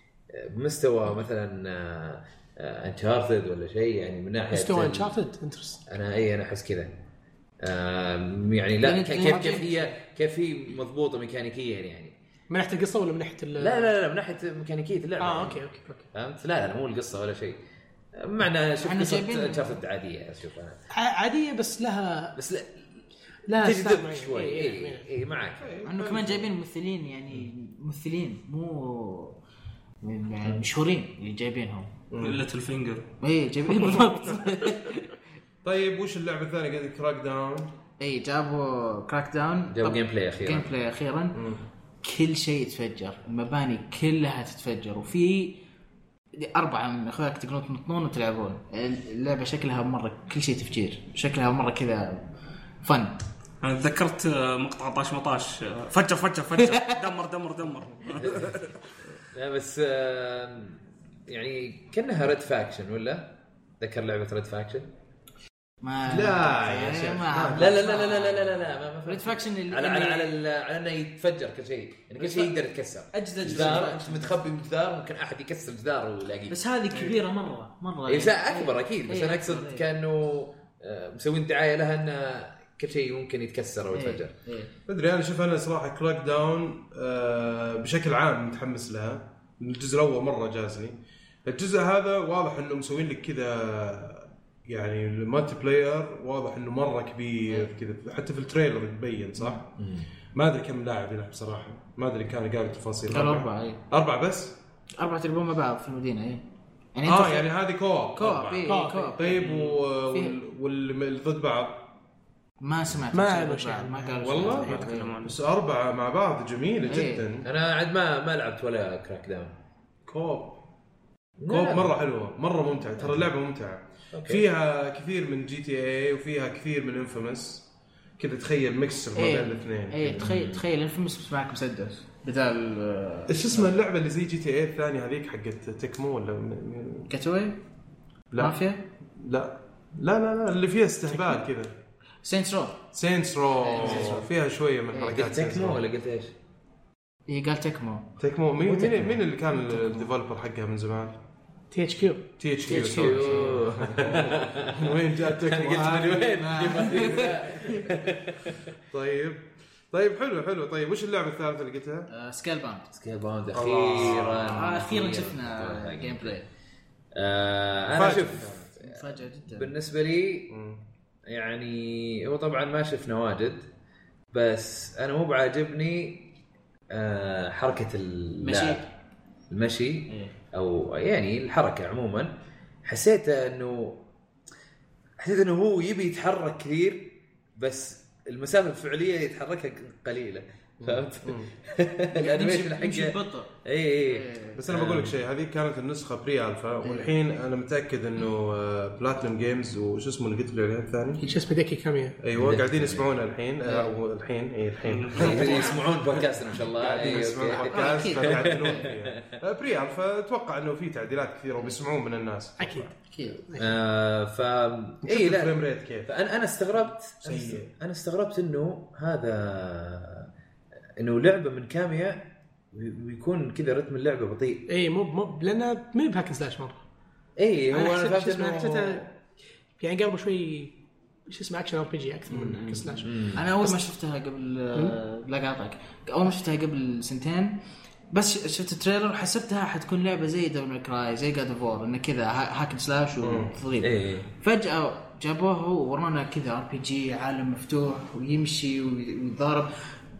[SPEAKER 4] بمستوى مثلا انشارتد ولا شيء يعني من ناحيه
[SPEAKER 3] مستوى
[SPEAKER 4] ال-
[SPEAKER 3] انشارتد انترست
[SPEAKER 4] انا اي انا احس كذا آم، يعني لا
[SPEAKER 5] يعني
[SPEAKER 4] ك-
[SPEAKER 5] أنت
[SPEAKER 4] كيف
[SPEAKER 5] ما
[SPEAKER 4] كيف
[SPEAKER 5] في-
[SPEAKER 4] هي كيف هي مضبوطه ميكانيكيا يعني
[SPEAKER 3] من ناحيه القصه ولا من ناحيه ال-
[SPEAKER 4] لا لا لا من ناحيه ميكانيكيه اللعبه
[SPEAKER 3] اه
[SPEAKER 4] يعني.
[SPEAKER 3] اوكي اوكي اوكي
[SPEAKER 4] فهمت لا لا مو القصه ولا شيء مع انها شفت
[SPEAKER 5] إحنا جايبين-
[SPEAKER 4] قصه انشارتد عاديه اشوف انا
[SPEAKER 3] ع- عاديه بس لها
[SPEAKER 4] بس لا
[SPEAKER 3] لها ستايل
[SPEAKER 4] تجذبك
[SPEAKER 3] معين.
[SPEAKER 4] شوي
[SPEAKER 3] إيه، إيه،
[SPEAKER 4] اي
[SPEAKER 3] إيه.
[SPEAKER 4] اي معك
[SPEAKER 5] انه كمان جايبين ممثلين يعني ممثلين مو يعني مشهورين اللي جايبينهم
[SPEAKER 2] ليتل فينجر
[SPEAKER 5] اي
[SPEAKER 1] *laughs*
[SPEAKER 5] جايبين بالضبط
[SPEAKER 1] طيب وش اللعبه الثانيه قاعد كراك داون
[SPEAKER 5] اي جابوا كراك داون
[SPEAKER 4] جاب جيم بلاي
[SPEAKER 5] جيم
[SPEAKER 4] اخيرا
[SPEAKER 5] بلاي اخيرا كل شيء يتفجر المباني كلها تتفجر وفي اربعه من اخوياك تقولون تنطنون وتلعبون اللعبه شكلها مره كل شيء تفجير شكلها مره كذا فن
[SPEAKER 2] انا تذكرت آه، مقطع طاش مطاش آه، فجر فجر
[SPEAKER 5] *laughs*
[SPEAKER 2] فجر دمر دمر دمر
[SPEAKER 4] لا بس آه، يعني كانها ريد فاكشن ولا؟ ذكر لعبه ريد فاكشن؟
[SPEAKER 5] ما
[SPEAKER 1] لا يا شيخ.
[SPEAKER 5] ما
[SPEAKER 4] لا لا لا لا لا لا لا لا ما- ما
[SPEAKER 5] ريد فاكشن اللي-
[SPEAKER 4] على على على, ال- على انه يتفجر كل شيء يعني كل شيء يقدر يتكسر
[SPEAKER 5] أجزاء
[SPEAKER 4] جدار
[SPEAKER 5] جدار.
[SPEAKER 4] انت متخبي بجدار ممكن احد يكسر جدار ويلاقيه
[SPEAKER 5] بس هذه كبيره مره مره
[SPEAKER 4] يعني ساعة اكبر اكيد بس
[SPEAKER 5] إيه،
[SPEAKER 4] انا
[SPEAKER 5] أكبر،
[SPEAKER 4] اقصد
[SPEAKER 5] إيه.
[SPEAKER 4] كانه آه، مسوين دعايه لها ان كل شيء ممكن يتكسر او يتفجر
[SPEAKER 5] إيه، إيه.
[SPEAKER 1] مدري انا شوف انا صراحه كراك داون آه، بشكل عام متحمس لها الجزء الاول مره جازني الجزء هذا واضح انه مسوين لك كذا يعني المالتي بلاير واضح انه مره كبير
[SPEAKER 5] إيه.
[SPEAKER 1] كذا حتى في التريلر يبين صح؟ ما ادري كم لاعب يلعب صراحه ما ادري كان قال تفاصيل
[SPEAKER 5] قالوا اربعه اي
[SPEAKER 1] اربعه بس؟
[SPEAKER 5] اربعه تلعبون مع بعض في المدينه اي يعني
[SPEAKER 1] اه
[SPEAKER 5] خ-
[SPEAKER 1] يعني هذه كوب
[SPEAKER 5] كوب إيه،
[SPEAKER 3] كوب.
[SPEAKER 5] كوب
[SPEAKER 1] طيب و-
[SPEAKER 5] فيه.
[SPEAKER 1] وال- وال ضد بعض
[SPEAKER 5] ما سمعت
[SPEAKER 3] ما
[SPEAKER 5] شيء
[SPEAKER 3] قالوا
[SPEAKER 5] بعد،
[SPEAKER 3] شيء.
[SPEAKER 5] ما قالوا
[SPEAKER 1] والله؟
[SPEAKER 5] شيء.
[SPEAKER 1] ما
[SPEAKER 2] تكلموا عنه.
[SPEAKER 1] بس اربعه مع بعض جميله
[SPEAKER 5] إيه.
[SPEAKER 1] جدا
[SPEAKER 4] انا عاد ما ما لعبت ولا كراك داون
[SPEAKER 1] كوب كوب
[SPEAKER 4] نعم.
[SPEAKER 1] مره حلوه مره ممتعه ترى اللعبه ممتعه فيها كثير من جي تي اي وفيها كثير من انفيمس كذا تخيل ميكس ما
[SPEAKER 5] إيه.
[SPEAKER 1] بين الاثنين
[SPEAKER 5] اي تخيل تخيل انفيمس بس معك مسدس بدال آه،
[SPEAKER 1] ايش اسمها اللعبه اللي زي جي تي اي الثانيه هذيك حقت تكمو ولا م- م-
[SPEAKER 5] كاتوي
[SPEAKER 1] لا.
[SPEAKER 5] مافيا
[SPEAKER 1] لا لا لا لا اللي فيها استهبال كذا
[SPEAKER 5] سينتس رو
[SPEAKER 1] سينس رو
[SPEAKER 4] إيه،
[SPEAKER 1] فيها شويه من حركات
[SPEAKER 4] قلت
[SPEAKER 1] Saints
[SPEAKER 4] إيه، تكمو
[SPEAKER 1] Row.
[SPEAKER 4] ولا قلت ايش؟
[SPEAKER 5] هي إيه، قال تكمو
[SPEAKER 1] تكمو مين
[SPEAKER 4] مو
[SPEAKER 1] مين,
[SPEAKER 4] تكمو.
[SPEAKER 1] مين اللي كان الديفلوبر حقها من زمان؟
[SPEAKER 3] تي اتش كيو
[SPEAKER 1] تي اتش كيو
[SPEAKER 5] THQ.
[SPEAKER 1] سوري. من وين جات
[SPEAKER 4] *laughs*
[SPEAKER 1] تكمو؟ هذه؟ *laughs* طيب طيب حلو حلو طيب وش اللعبه الثالثه اللي قلتها؟
[SPEAKER 5] آه، سكيل باوند
[SPEAKER 4] سكيل باوند اخيرا
[SPEAKER 5] اخيرا شفنا جيم بلاي
[SPEAKER 4] آه، انا
[SPEAKER 1] مفاجأة.
[SPEAKER 4] شوف
[SPEAKER 5] مفاجاه جدا
[SPEAKER 4] بالنسبه لي يعني هو طبعا ما شفنا واجد بس انا مو بعاجبني آه، حركه اللاعب
[SPEAKER 5] مشي.
[SPEAKER 4] المشي
[SPEAKER 5] إيه.
[SPEAKER 4] او يعني الحركه عموما حسيت انه حسيت انه هو يبي يتحرك كثير بس المسافه الفعليه اللي يتحركها قليله فهمت؟ *laughs* الانيميشن
[SPEAKER 5] يمشي- يمشي
[SPEAKER 4] حقه إيه،
[SPEAKER 5] ببطء
[SPEAKER 4] اي اي
[SPEAKER 5] إيه،
[SPEAKER 1] بس انا بقول لك شيء هذه كانت النسخه بري الفا
[SPEAKER 4] إيه.
[SPEAKER 1] والحين انا متاكد انه بلاتنم جيمز آه، وش اسمه اللي قلت لي عليه الثاني؟
[SPEAKER 3] شو اسمه ديكي كاميا
[SPEAKER 4] إيه.
[SPEAKER 1] ايوه قاعدين يسمعونا الحين آه، او الحين اي الحين
[SPEAKER 5] إيه.
[SPEAKER 4] يسمعون بودكاستنا ان شاء الله
[SPEAKER 1] قاعدين
[SPEAKER 4] إيه،
[SPEAKER 1] يسمعون
[SPEAKER 4] أوكي.
[SPEAKER 1] البودكاست
[SPEAKER 5] أكيد.
[SPEAKER 4] *laughs*
[SPEAKER 1] فبيعدلون فيها. آه، بري الفا اتوقع انه في تعديلات كثيره وبيسمعون من الناس
[SPEAKER 3] اكيد
[SPEAKER 5] اكيد
[SPEAKER 4] آه، ف اي
[SPEAKER 1] شوف
[SPEAKER 4] لا
[SPEAKER 1] الفريم ريت كيف
[SPEAKER 4] فانا انا استغربت
[SPEAKER 1] سيء.
[SPEAKER 4] انا استغربت انه هذا انه لعبه من كاميا ويكون كذا رتم اللعبه
[SPEAKER 3] اي
[SPEAKER 4] بطيء
[SPEAKER 3] إيه، مو مو لانها ما هي بهاكن سلاش مره
[SPEAKER 4] اي هو
[SPEAKER 3] أنا
[SPEAKER 4] انا
[SPEAKER 3] حسيت- إيه، شو
[SPEAKER 4] فهمت
[SPEAKER 3] اسمه،
[SPEAKER 4] انه
[SPEAKER 3] حسيتها يعني قربوا شوي شو اسمه اكشن ار بي جي اكثر من هاكن سلاش
[SPEAKER 5] انا اول ما شفتها قبل آه، لا قاطعك اول ما شفتها قبل سنتين بس ش- شفت التريلر حسبتها حتكون لعبه زي دبل كراي زي جاد اوف وور انه كذا ها- هاك أند سلاش وتضرب
[SPEAKER 4] اي
[SPEAKER 5] فجاه جابوه ورانا كذا ار بي جي عالم مفتوح ويمشي وي- ويتضارب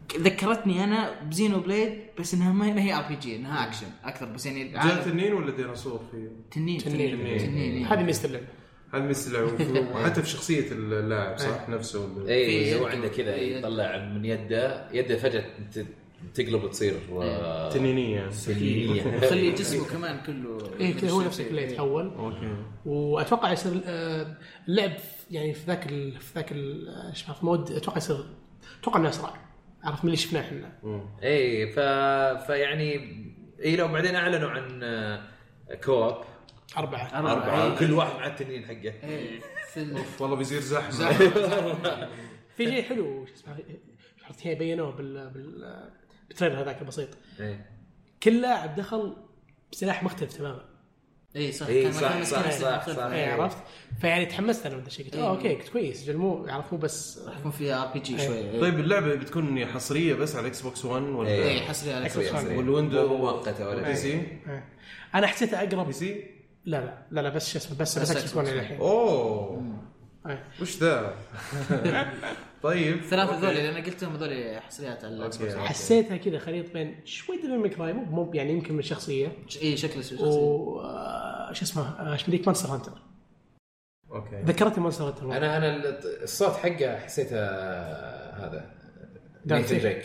[SPEAKER 5] ك- ذكرتني انا بزينو بليد بس انها ما ما هي ار بي جي انها اكشن اكثر بس يعني
[SPEAKER 1] جاء
[SPEAKER 5] عالم-
[SPEAKER 1] تنين ولا ديناصور في
[SPEAKER 5] تنين
[SPEAKER 3] تنين.
[SPEAKER 5] تنين تنين إيه.
[SPEAKER 3] هذه ميزه اللعبه
[SPEAKER 1] هذا ميسي لعب وحتى في شخصيه اللاعب صح نفسه
[SPEAKER 4] اي
[SPEAKER 5] في
[SPEAKER 4] هو
[SPEAKER 5] يده.
[SPEAKER 4] إيه، عنده كذا
[SPEAKER 3] إيه.
[SPEAKER 5] في يده.
[SPEAKER 4] يطلع من يده يده فجاه ت- تقلب وتصير
[SPEAKER 3] إيه.
[SPEAKER 4] آه،
[SPEAKER 1] تنينيه
[SPEAKER 3] *laughs*
[SPEAKER 4] سنينية.
[SPEAKER 5] خلي جسمه كمان كله
[SPEAKER 3] اي كذا إيه، هو نفسه كله
[SPEAKER 4] إيه.
[SPEAKER 3] يتحول
[SPEAKER 1] اوكي
[SPEAKER 3] واتوقع يصير آه، اللعب في- يعني في ذاك ال... في ذاك ال... آه، ايش ما- في مود اتوقع يصير اتوقع انه اسرع عرفت من اللي شفناه احنا
[SPEAKER 4] اي إيه، ف... فيعني اي لو بعدين اعلنوا عن آه، كوب
[SPEAKER 3] اربعه إيه.
[SPEAKER 4] اربعه كل واحد مع التنين حقه
[SPEAKER 5] إيه.
[SPEAKER 1] والله بيصير زحمه
[SPEAKER 3] في شيء حلو شو اسمه عرفت هي بينوه بال... بال... آه، بالتريلر هذاك البسيط
[SPEAKER 4] إيه.
[SPEAKER 3] كل لاعب دخل بسلاح مختلف تماما
[SPEAKER 5] اي صح
[SPEAKER 4] إيه،
[SPEAKER 5] كان
[SPEAKER 4] صح،
[SPEAKER 5] مكان
[SPEAKER 4] صح،
[SPEAKER 5] مسكين
[SPEAKER 4] صح،
[SPEAKER 5] مختلف.
[SPEAKER 4] صح.
[SPEAKER 3] اي عرفت فيعني تحمست انا من ذا الشيء
[SPEAKER 5] إيه.
[SPEAKER 3] قلت اه اوكي كويس جل مو عرفت مو بس
[SPEAKER 5] راح يكون في ار بي جي
[SPEAKER 4] إيه.
[SPEAKER 5] شوي إيه،
[SPEAKER 1] طيب اللعبه بتكون حصريه بس على الاكس بوكس 1 ولا
[SPEAKER 5] اي حصري على
[SPEAKER 3] Xbox One.
[SPEAKER 5] Xbox One.
[SPEAKER 1] والويندو
[SPEAKER 4] مو مؤقتة ولا
[SPEAKER 1] بي
[SPEAKER 4] شيء.
[SPEAKER 1] سي
[SPEAKER 3] إيه. انا حسيتها اقرب
[SPEAKER 1] بي سي
[SPEAKER 3] لا لا لا لا بس شو اسمه بس
[SPEAKER 5] بس
[SPEAKER 3] بس
[SPEAKER 5] Xbox
[SPEAKER 3] اكس 1 الى الحين
[SPEAKER 1] اوه
[SPEAKER 3] إيه.
[SPEAKER 1] وش ذا؟ طيب
[SPEAKER 5] الثلاثة ذولي اللي انا قلتهم هذول حصريات على الاكس بوكس
[SPEAKER 1] أوكي.
[SPEAKER 3] حسيتها كذا خليط بين شوي دبل ميكراي مو مو يعني يمكن من الشخصيه
[SPEAKER 5] اي شكله شخصي
[SPEAKER 3] و آه، شو اسمه آه، شو ذيك مانستر هانتر
[SPEAKER 1] اوكي
[SPEAKER 3] ذكرتني مانستر هانتر مرة.
[SPEAKER 4] انا انا ال- الصوت حقه حسيته آه، هذا *laughs*
[SPEAKER 3] دانتي.
[SPEAKER 4] نيثن دريك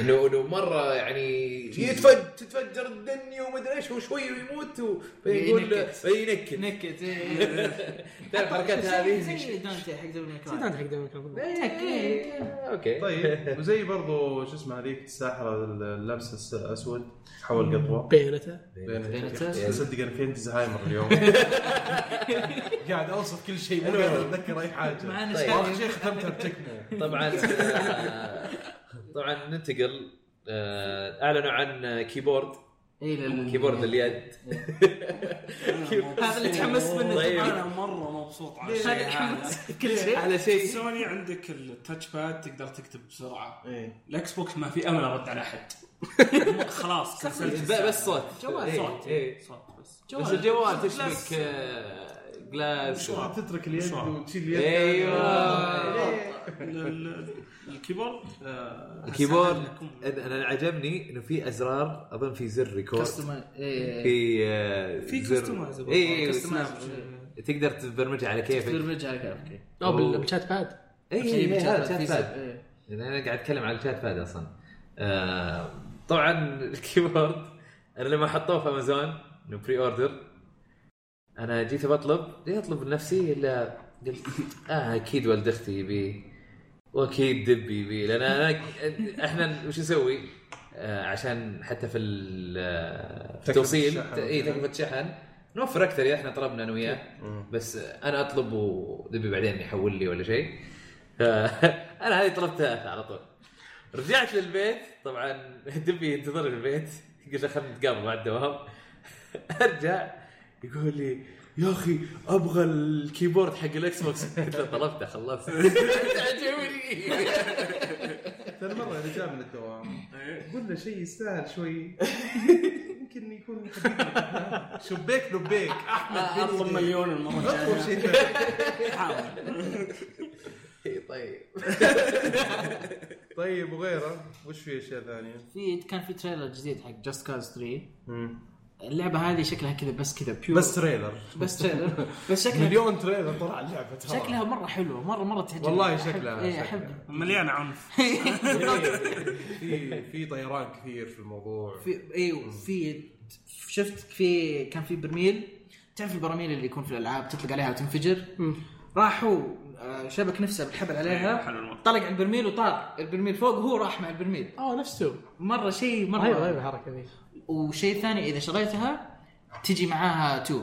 [SPEAKER 4] انه انه مره يعني يتفجر تتفجر الدنيا ومدري ايش وشوي ويموت ويقول
[SPEAKER 5] ينكت.
[SPEAKER 4] ينكت
[SPEAKER 5] نكت إيه.
[SPEAKER 4] *laughs* تعرف الحركات
[SPEAKER 5] زي-
[SPEAKER 4] هذه
[SPEAKER 5] زي دانتي حق دبل
[SPEAKER 3] زي دانتي حق دايمون كراي بالضبط.
[SPEAKER 5] نكت
[SPEAKER 4] إيه. اوكي
[SPEAKER 1] طيب وزي برضو شو اسمه هذيك الساحره اللبس الس- اسود تحول قطوه
[SPEAKER 3] بيانتا
[SPEAKER 5] بينتا.
[SPEAKER 1] صدق انا في عندي زهايمر اليوم قاعد اوصف كل شيء مو قادر اتذكر اي حاجه
[SPEAKER 5] معنا
[SPEAKER 4] طيب.
[SPEAKER 1] اخر
[SPEAKER 5] شيء
[SPEAKER 1] شيء ختمتها بتكنا
[SPEAKER 4] طبعا آه، طبعا ننتقل آه، اعلنوا عن كيبورد
[SPEAKER 5] اي إيه، لل-
[SPEAKER 4] كيبورد اليد
[SPEAKER 5] هذا اللي تحمست منه
[SPEAKER 4] طيب.
[SPEAKER 5] تبغى.
[SPEAKER 4] أنا
[SPEAKER 2] انا مره مبسوط
[SPEAKER 4] *laughs*
[SPEAKER 2] على
[SPEAKER 5] هذا اللي *laughs* تحمست كل شيء
[SPEAKER 4] على شيء
[SPEAKER 2] سوني عندك التاتش باد تقدر تكتب بسرعه
[SPEAKER 1] إيه.
[SPEAKER 2] الاكس بوكس ما في امل ارد على
[SPEAKER 5] *laughs*
[SPEAKER 2] احد خلاص كسلت
[SPEAKER 4] ب- بس صوت
[SPEAKER 5] جوال.
[SPEAKER 4] إيه،
[SPEAKER 2] صوت
[SPEAKER 4] إيه.
[SPEAKER 2] إيه، صوت بس
[SPEAKER 4] بس الجوال
[SPEAKER 5] جلاس.
[SPEAKER 4] تشبك آه، جلاس
[SPEAKER 1] شو تترك اليد
[SPEAKER 2] شو؟
[SPEAKER 1] *laughs* وتشيل اليد
[SPEAKER 4] ايوه
[SPEAKER 2] ال- ال- الكيبورد آه،
[SPEAKER 4] الكيبورد
[SPEAKER 2] أسهل لكم.
[SPEAKER 4] أنا- انا عجبني انه في ازرار اظن في زر ريكورد
[SPEAKER 5] كاستمر اي
[SPEAKER 4] في آه،
[SPEAKER 2] في
[SPEAKER 4] زر-
[SPEAKER 2] كستمايزبل.
[SPEAKER 4] اي إي،
[SPEAKER 5] كاستمايزبل.
[SPEAKER 4] تقدر تبرمجها على كيفك
[SPEAKER 5] ترمج على
[SPEAKER 4] إيه،
[SPEAKER 5] كيفك
[SPEAKER 3] او بال- بالشات باد
[SPEAKER 4] اي
[SPEAKER 5] شيء
[SPEAKER 4] إي، هذا
[SPEAKER 5] بتشات-
[SPEAKER 4] شات
[SPEAKER 5] في
[SPEAKER 4] باد
[SPEAKER 5] سب- إيه.
[SPEAKER 4] لان انا قاعد اتكلم على الشات باد اصلا آه طبعا الكيبورد انا لما حطوه في امازون انه بري اوردر انا جيت بطلب ليه اطلب لنفسي الا قلت اه اكيد والد اختي يبيه واكيد دبي يبيه لان انا احنا وش نسوي؟ آه عشان حتى في ال- آه، في
[SPEAKER 1] تكلفة
[SPEAKER 4] التوصيل
[SPEAKER 1] الشحن.
[SPEAKER 4] اي تكلفه شحن نوفر اكثر اذا احنا طلبنا انا وياه بس انا اطلب ودبي بعدين يحول لي ولا شيء ف- *laughs* انا هذه طلبتها على طول رجعت للبيت طبعا دبي ينتظرني في البيت قلت له خلينا نتقابل بعد *laughs* الدوام ارجع يقول لي يا اخي ابغى الكيبورد حق الاكس بوكس قلت له طلبته خلصت *laughs* إيه. تعجبني
[SPEAKER 1] ترى مره اذا جاء من الدوام
[SPEAKER 2] إيه.
[SPEAKER 1] قلنا شيء يستاهل
[SPEAKER 2] *laughs*
[SPEAKER 1] شوي يمكن يكون شبيك لبيك
[SPEAKER 2] آه،
[SPEAKER 1] احمد
[SPEAKER 2] اطلب مليون المره
[SPEAKER 1] اطلب
[SPEAKER 2] الجايه
[SPEAKER 1] شيء ثاني.
[SPEAKER 2] حاول
[SPEAKER 4] طيب
[SPEAKER 1] طيب وغيره وش في اشياء ثانيه؟
[SPEAKER 5] في كان في تريلر جديد حق جاست كاز 3 اللعبه هذه شكلها كذا بس كذا بيور
[SPEAKER 1] بس تريلر
[SPEAKER 5] بس
[SPEAKER 1] *laughs*
[SPEAKER 5] تريلر بس شكلها
[SPEAKER 1] مليون تريلر طلع اللعبه ترى
[SPEAKER 5] شكلها مره حلوه مره مره تعجبني
[SPEAKER 1] والله
[SPEAKER 5] أحب-
[SPEAKER 1] شكلها-
[SPEAKER 5] ايه
[SPEAKER 1] شكلها.
[SPEAKER 5] احب
[SPEAKER 2] مليانه عنف
[SPEAKER 1] في في طيران كثير في الموضوع
[SPEAKER 5] في ايوه في شفت في كان في برميل تعرف البراميل اللي يكون في الالعاب تطلق عليها وتنفجر راحوا آه، شبك نفسه بالحبل
[SPEAKER 1] أيوة،
[SPEAKER 2] إيه،
[SPEAKER 5] عليها
[SPEAKER 2] حلو الموضوع.
[SPEAKER 5] طلق على البرميل وطار البرميل فوق وهو راح مع البرميل
[SPEAKER 3] اه نفسه
[SPEAKER 5] مره شيء مره
[SPEAKER 1] أيوة،
[SPEAKER 3] رهيبه رهيبه الحركه أيوة، ذي
[SPEAKER 5] وشيء ثاني اذا شريتها تجي معاها 2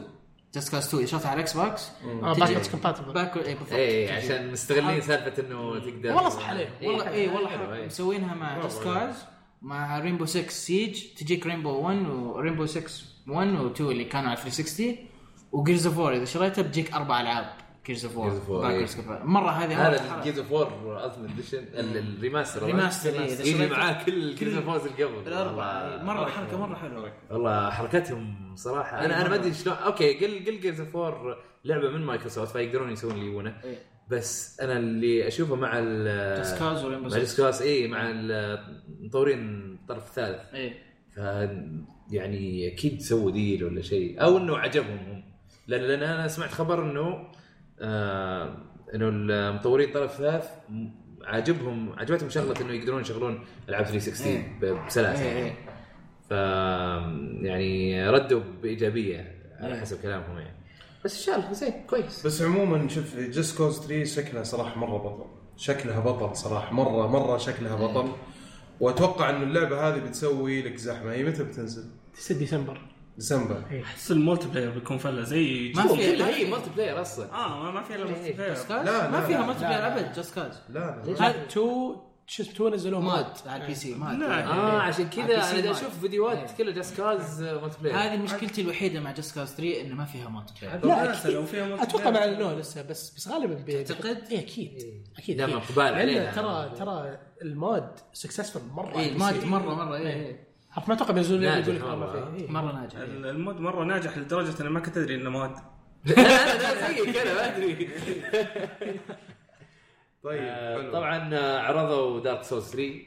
[SPEAKER 5] جاست كاز 2 اذا شريتها على الاكس بوكس
[SPEAKER 3] اه باكج كومباتبل
[SPEAKER 5] باكو اي بالضبط
[SPEAKER 4] اي إيه، عشان مستغلين سالفه انه تقدر
[SPEAKER 3] والله صح عليهم.
[SPEAKER 4] إيه،
[SPEAKER 5] والله اي والله
[SPEAKER 4] حلو،
[SPEAKER 5] حلو
[SPEAKER 4] إيه.
[SPEAKER 5] مسوينها مع جاست كاز مع رينبو 6 سيج تجيك رينبو 1 ورينبو 6 1 و2 اللي كانوا على 360 وجيرز اوف وور اذا شريتها بتجيك اربع العاب جيرز اوف
[SPEAKER 4] Gears of War، إيه.
[SPEAKER 5] وور مره هذه
[SPEAKER 4] هذا الجيز اوف وور التمت اديشن الريماستر
[SPEAKER 5] ريماستر، إيه، إذا
[SPEAKER 4] يجي
[SPEAKER 5] شريته-
[SPEAKER 4] معاه كل الجيز اوف وورز اللي قبل
[SPEAKER 5] الاربع
[SPEAKER 4] والله-
[SPEAKER 5] مره حركه مره حلوه
[SPEAKER 4] والله حركتهم صراحه انا انا ما ادري شلون اوكي قل قل جيز اوف وور لعبه من مايكروسوفت فيقدرون يسوون اللي يبونه
[SPEAKER 5] إيه.
[SPEAKER 4] بس انا اللي اشوفه مع ال
[SPEAKER 5] جاست كاز ورينبو
[SPEAKER 4] مع
[SPEAKER 5] 6
[SPEAKER 4] الاسكاس اي مع المطورين الطرف الثالث
[SPEAKER 5] اي
[SPEAKER 4] ف يعني اكيد سووا ديل ولا شيء او انه عجبهم هم لان لان انا سمعت خبر انه آه انه المطورين طرف ثالث م- عاجبهم عجبتهم شغله انه يقدرون يشغلون العاب 360
[SPEAKER 5] إيه.
[SPEAKER 4] ب- بسلاسه
[SPEAKER 5] إيه،
[SPEAKER 4] يعني
[SPEAKER 5] إيه.
[SPEAKER 4] ف يعني ردوا بايجابيه
[SPEAKER 5] إيه.
[SPEAKER 4] على حسب كلامهم يعني بس ان شاء الله زين كويس
[SPEAKER 1] بس عموما شوف جست كوز 3 شكلها صراحه مره بطل شكلها بطل صراحه مره مره شكلها بطل واتوقع انه اللعبه هذه بتسوي لك زحمه هي متى بتنزل؟
[SPEAKER 3] 6 ديسمبر
[SPEAKER 1] ديسمبر
[SPEAKER 2] احس المولتي بلاير بيكون فله زي
[SPEAKER 5] ما
[SPEAKER 2] جوال.
[SPEAKER 5] في
[SPEAKER 4] كلها هي
[SPEAKER 5] لا
[SPEAKER 4] مالتي بلاير اصلا
[SPEAKER 5] إيه.
[SPEAKER 2] اه ما- ما في الا مولتي
[SPEAKER 5] جاست
[SPEAKER 2] بلاير
[SPEAKER 5] كاز
[SPEAKER 1] لا،
[SPEAKER 5] ما
[SPEAKER 1] لا،
[SPEAKER 5] فيها
[SPEAKER 1] لا.
[SPEAKER 5] مالتي بلاير ابد جاست كاز
[SPEAKER 1] لا لا
[SPEAKER 5] ليش؟
[SPEAKER 3] هذا 2 شو اسمه 2 نزلوه
[SPEAKER 5] ماد على البي سي ماد
[SPEAKER 2] لا.
[SPEAKER 4] اه عشان كذا
[SPEAKER 5] على
[SPEAKER 4] انا
[SPEAKER 5] PC
[SPEAKER 4] دا
[SPEAKER 5] ما-
[SPEAKER 4] اشوف فيديوهات
[SPEAKER 5] إيه.
[SPEAKER 4] كلها آه، جاست كاز مالتي بلاير
[SPEAKER 5] هذه مشكلتي الوحيده مع جاست كاز 3 انه ما فيها مالتي بلاير
[SPEAKER 3] لا
[SPEAKER 2] ناسا لو فيها
[SPEAKER 3] أكيد.
[SPEAKER 2] مولتي
[SPEAKER 3] اتوقع ما
[SPEAKER 2] بلاير.
[SPEAKER 3] اعلنوه لسه بس بس غالبا بي-
[SPEAKER 5] تعتقد؟
[SPEAKER 3] إيه، اكيد اكيد
[SPEAKER 4] لا،
[SPEAKER 3] أكيد. إيه.
[SPEAKER 4] ما قبال
[SPEAKER 3] لأن
[SPEAKER 4] علينا.
[SPEAKER 3] ترى ترى المود سكسسفل مره
[SPEAKER 5] اي الماد مره مره اي
[SPEAKER 3] عرفت ما اتوقع بينزلون لعبة
[SPEAKER 4] ناجح
[SPEAKER 3] يقول لك ما
[SPEAKER 4] مرة.
[SPEAKER 3] في إيه.
[SPEAKER 5] مره إيه، ناجح إيه.
[SPEAKER 2] ال- المود مره ناجح لدرجه اني ما كنت ادري انه مود
[SPEAKER 4] انا *laughs* أنا زيك انا ما ادري
[SPEAKER 1] طيب
[SPEAKER 4] آه،
[SPEAKER 1] حلو
[SPEAKER 4] طبعا آه، عرضوا دارك سولز 3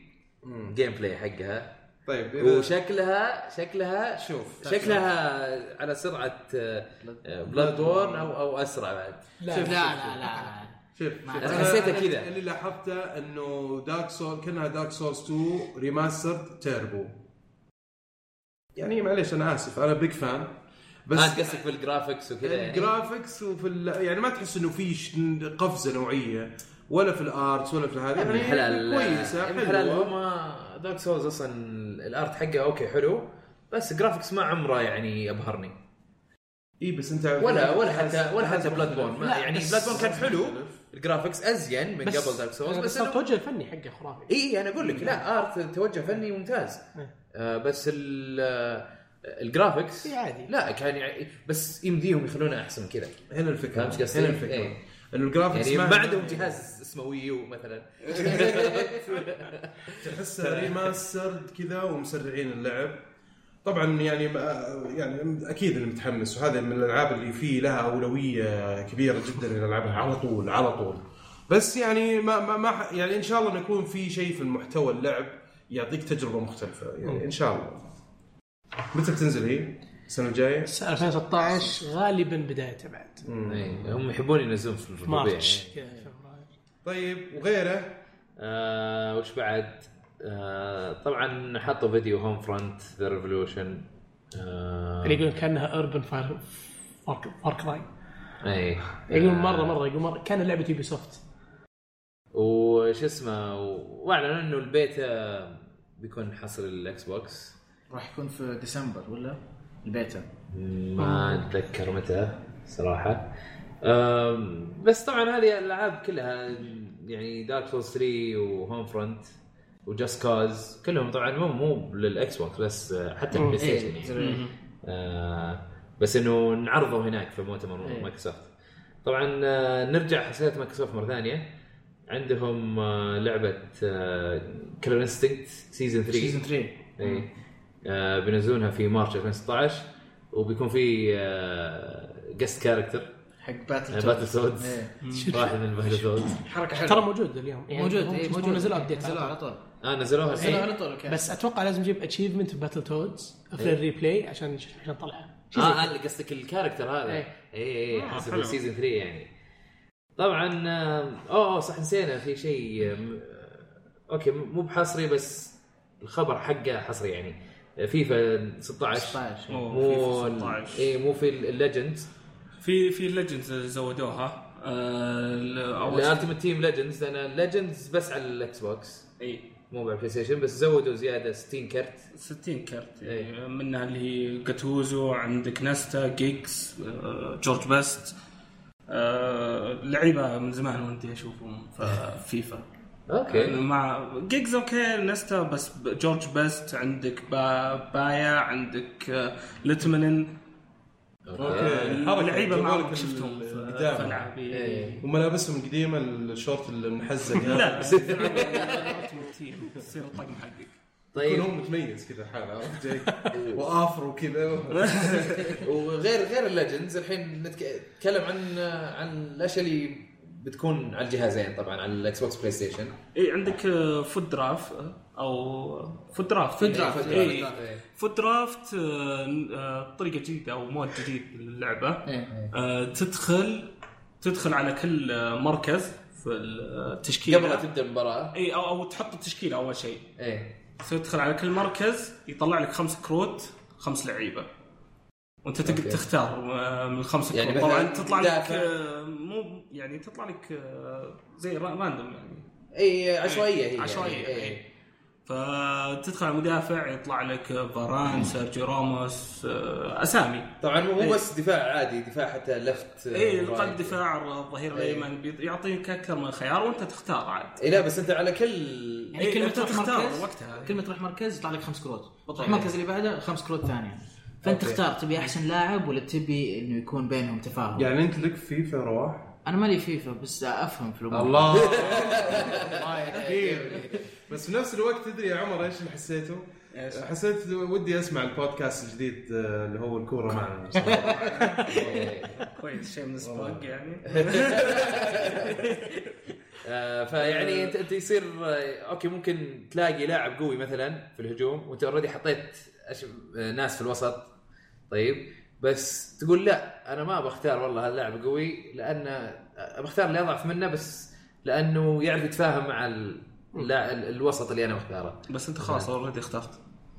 [SPEAKER 4] جيم بلاي حقها
[SPEAKER 1] طيب إذا-
[SPEAKER 4] وشكلها شكلها
[SPEAKER 1] شوف.
[SPEAKER 4] شكلها آه، على سرعه بلاد وورن او او اسرع بعد
[SPEAKER 5] لا لا لا, لا.
[SPEAKER 1] شوف شوف.
[SPEAKER 5] ما أعرف.
[SPEAKER 1] أنا-
[SPEAKER 4] حسيته
[SPEAKER 1] أنا
[SPEAKER 4] كذا.
[SPEAKER 1] اللي لاحظته انه دارك سول كانها دارك سولز 2 ريماسترد تيربو يعني معليش انا اسف انا بيج فان بس
[SPEAKER 4] ما تقصد في الجرافكس آه، وكذا يعني
[SPEAKER 1] الجرافكس وفي ال... يعني ما تحس انه في ش- قفزه نوعيه ولا في الارتس ولا في هذا
[SPEAKER 4] من
[SPEAKER 1] يعني
[SPEAKER 4] حلال
[SPEAKER 1] كويسه
[SPEAKER 4] من حلال
[SPEAKER 1] حلوه
[SPEAKER 4] هم آه، دارك سولز اصلا الارت حقه اوكي حلو بس جرافكس ما عمره يعني ابهرني
[SPEAKER 1] اي بس انت
[SPEAKER 4] ولا ولا حتى ولا حتى بلاد بورن ما-
[SPEAKER 5] لا،
[SPEAKER 4] يعني
[SPEAKER 5] بس-
[SPEAKER 4] بلاد بورن كان حلو الجرافكس ازين من
[SPEAKER 3] بس- آه،
[SPEAKER 4] قبل دارك سولز
[SPEAKER 3] بس
[SPEAKER 4] بس إنه-
[SPEAKER 3] التوجه الفني حقه خرافي
[SPEAKER 4] اي انا اقول لك لا ارت توجه فني ممتاز
[SPEAKER 3] إيه.
[SPEAKER 4] آه بس ال آه، الجرافكس
[SPEAKER 3] إيه، عادي.
[SPEAKER 4] لا كان يعني بس يمديهم يخلونه احسن من كذا
[SPEAKER 1] هنا الفكره
[SPEAKER 4] فهمت قصدي؟
[SPEAKER 1] هنا الفكره
[SPEAKER 4] إيه.
[SPEAKER 1] انه الجرافكس
[SPEAKER 4] يعني ما عندهم جهاز اسمه وي يو مثلا
[SPEAKER 1] تحسها ريماسترد كذا ومسرعين اللعب طبعا يعني ما- يعني اكيد انا متحمس وهذا من الالعاب اللي فيه لها اولويه كبيره جدا ان العبها على طول على طول بس يعني ما ما, ما ح- يعني ان شاء الله إنه يكون في شيء في المحتوى اللعب يعطيك تجربه مختلفه يعني ان شاء الله متى بتنزل هي؟ السنه الجايه؟
[SPEAKER 3] بس 2016 غالبا بدايته بعد
[SPEAKER 4] إيه، هم يحبون ينزلون في الربيع
[SPEAKER 3] مارتش
[SPEAKER 4] يعني.
[SPEAKER 3] كذا فبراير.
[SPEAKER 1] طيب وغيره
[SPEAKER 4] آه وش بعد؟ آه طبعا حطوا فيديو هوم فرونت ذا ريفولوشن آه،
[SPEAKER 3] اللي يقولون كانها اربن فاير فار كراي
[SPEAKER 4] اي
[SPEAKER 3] يقولون مره مره يقولون مره كان لعبه يوبي سوفت
[SPEAKER 4] وش اسمه واعلنوا انه البيت آه، بيكون حصر الاكس بوكس
[SPEAKER 5] راح يكون في ديسمبر ولا البيتا
[SPEAKER 4] ما اتذكر متى صراحه أم، بس طبعا هذه الالعاب كلها يعني دارك سولز 3 وهوم فرونت وجاست كاز كلهم طبعا مو مو للاكس بوكس بس آه، حتى البلاي
[SPEAKER 5] إيه،
[SPEAKER 4] ستيشن يعني. آه، بس انه نعرضه هناك في مؤتمر
[SPEAKER 5] إيه.
[SPEAKER 4] مايكروسوفت طبعا آه، نرجع حسابات مايكروسوفت مره ثانيه عندهم أه، آه، لعبه كلر انستنكت سيزون 3
[SPEAKER 5] سيزون 3
[SPEAKER 4] اي إيه. آه بينزلونها في مارش 2016 وبيكون في آه، جست كاركتر
[SPEAKER 5] حق باتل
[SPEAKER 4] باتل سودز
[SPEAKER 5] إيه.
[SPEAKER 4] واحد من باتل سودز
[SPEAKER 5] حركه حلوه
[SPEAKER 3] ترى موجود اليوم يعني
[SPEAKER 5] إيه، موجود
[SPEAKER 3] هم
[SPEAKER 5] اي
[SPEAKER 3] شو اسمه
[SPEAKER 5] موجود
[SPEAKER 3] نزلوا ابديت
[SPEAKER 5] نزلوا
[SPEAKER 3] على
[SPEAKER 5] على
[SPEAKER 3] طول.
[SPEAKER 5] طول
[SPEAKER 4] اه نزلوها
[SPEAKER 5] نزلوا
[SPEAKER 4] الحين
[SPEAKER 5] على طول اوكي
[SPEAKER 3] بس اتوقع لازم نجيب اتشيفمنت في باتل تودز في
[SPEAKER 5] إيه.
[SPEAKER 3] الريبلاي عشان نشوف احنا نطلعها شي زي
[SPEAKER 4] اه
[SPEAKER 3] كذا.
[SPEAKER 4] آه، قصدك الكاركتر هذا اي
[SPEAKER 3] إيه.
[SPEAKER 4] اي
[SPEAKER 2] آه،
[SPEAKER 4] حسب
[SPEAKER 2] حلو.
[SPEAKER 4] السيزون 3 يعني طبعا آه، اوه أوه، صح نسينا في شيء آم، آه، اوكي م- مو بحصري بس الخبر حقه حصري يعني آه، فيفا 16
[SPEAKER 5] 16
[SPEAKER 2] أوه،
[SPEAKER 4] مو
[SPEAKER 2] فيفا 16.
[SPEAKER 4] اي مو في الليجندز
[SPEAKER 2] في في ليجندز زودوها آه، ال- اول شيء-
[SPEAKER 4] الالتيمت تيم ليجندز لان ليجندز بس على الاكس بوكس
[SPEAKER 2] اي
[SPEAKER 4] مو على البلاي ستيشن بس زودوا زياده 60 كرت
[SPEAKER 2] 60 كرت
[SPEAKER 4] إيه.
[SPEAKER 2] منها اللي هي جاتوزو عندك نستا جيكس آه، جورج بست آه، لعيبه من زمان ودي اشوفهم في فيفا
[SPEAKER 4] اوكي
[SPEAKER 2] مع جيجز اوكي نستا بس ب- جورج بست عندك با بايا عندك آه، ليتمنن
[SPEAKER 1] أوكي.
[SPEAKER 2] آه، لعيبه ما عمرك
[SPEAKER 1] جمالك
[SPEAKER 2] شفتهم في
[SPEAKER 1] القدامى.
[SPEAKER 2] في العاب إيه.
[SPEAKER 4] إيه.
[SPEAKER 1] وملابسهم القديمه الشورت المحزق هذا.
[SPEAKER 2] *laughs* لا بس يصير الطقم حقك
[SPEAKER 1] يكون
[SPEAKER 4] طيب
[SPEAKER 1] هو متميز كذا حاله *laughs* عرفت جاي وافرو كذا
[SPEAKER 4] وغير غير الليجندز الحين نتك- نتكلم عن عن الاشياء اللي بتكون على الجهازين طبعا على الاكس بوكس بلاي ستيشن
[SPEAKER 2] اي عندك آه، فود دراف آه، او فود درافت
[SPEAKER 5] فود درافت،
[SPEAKER 2] اي
[SPEAKER 5] فود درافت، إيه.
[SPEAKER 2] فود درافت آه، آه، طريقه جديده او مود جديد للعبه
[SPEAKER 5] إيه.
[SPEAKER 2] آه، تدخل تدخل على كل آه، مركز في آه، التشكيله
[SPEAKER 4] قبل لا تبدا المباراه
[SPEAKER 2] اي او او إيه، تحط التشكيله اول شيء إيه.
[SPEAKER 4] ايه
[SPEAKER 2] تدخل على كل مركز يطلع لك خمس كروت خمس لعيبه وانت تقدر
[SPEAKER 4] أوكي.
[SPEAKER 2] تختار آه، من الخمس
[SPEAKER 4] يعني
[SPEAKER 2] كروت طبعا
[SPEAKER 4] مثلاً
[SPEAKER 2] تطلع لك
[SPEAKER 4] مدافع.
[SPEAKER 2] آه، مو يعني تطلع لك آه، زي را- راندوم يعني
[SPEAKER 4] اي عشوائيه هي يعني.
[SPEAKER 2] عشوائيه
[SPEAKER 4] إيه.
[SPEAKER 2] اي فتدخل على مدافع يطلع لك آه، فاران سيرجيو راموس آه، اسامي
[SPEAKER 4] طبعا مو
[SPEAKER 2] إيه.
[SPEAKER 4] مو بس دفاع عادي دفاع حتى لفت
[SPEAKER 2] اي
[SPEAKER 4] رايت.
[SPEAKER 2] إيه، قلب دفاع الظهير
[SPEAKER 4] إيه.
[SPEAKER 2] الايمن بيط- يعطيك اكثر من خيار وانت تختار عاد
[SPEAKER 4] اي إيه، لا بس انت على كل
[SPEAKER 5] يعني كل ما
[SPEAKER 2] إيه، أنت
[SPEAKER 5] تروح
[SPEAKER 2] تختار
[SPEAKER 5] مركز
[SPEAKER 2] وقتها.
[SPEAKER 5] كل ما تروح مركز يطلع لك خمس كروت تروح المركز اللي بعده خمس كروت ثانيه فانت
[SPEAKER 4] أوكي.
[SPEAKER 5] تختار تبي احسن لاعب ولا تبي انه يكون بينهم
[SPEAKER 1] *laughs*
[SPEAKER 5] تفاهم
[SPEAKER 1] يعني انت لك فيفا رواح
[SPEAKER 5] انا مالي فيفا بس افهم في
[SPEAKER 1] *laughs*
[SPEAKER 5] الامور
[SPEAKER 1] الله كثير بس في نفس الوقت تدري يا عمر ايش اللي حسيته؟ حسيت ودي اسمع البودكاست الجديد آه، اللي هو الكوره معنا صراحة.
[SPEAKER 2] إيه. كويس شيء من السباق يعني
[SPEAKER 4] آه، فيعني انت انت يصير آه، اوكي ممكن تلاقي لاعب قوي مثلا في الهجوم وانت اوريدي حطيت أش... آه، ناس في الوسط طيب بس تقول لا انا ما بختار والله هاللاعب قوي لان بختار اللي اضعف منه بس لانه يعرف يتفاهم مع ال... لا ال- الوسط اللي انا مختاره
[SPEAKER 2] بس انت خلاص اوريدي اخترت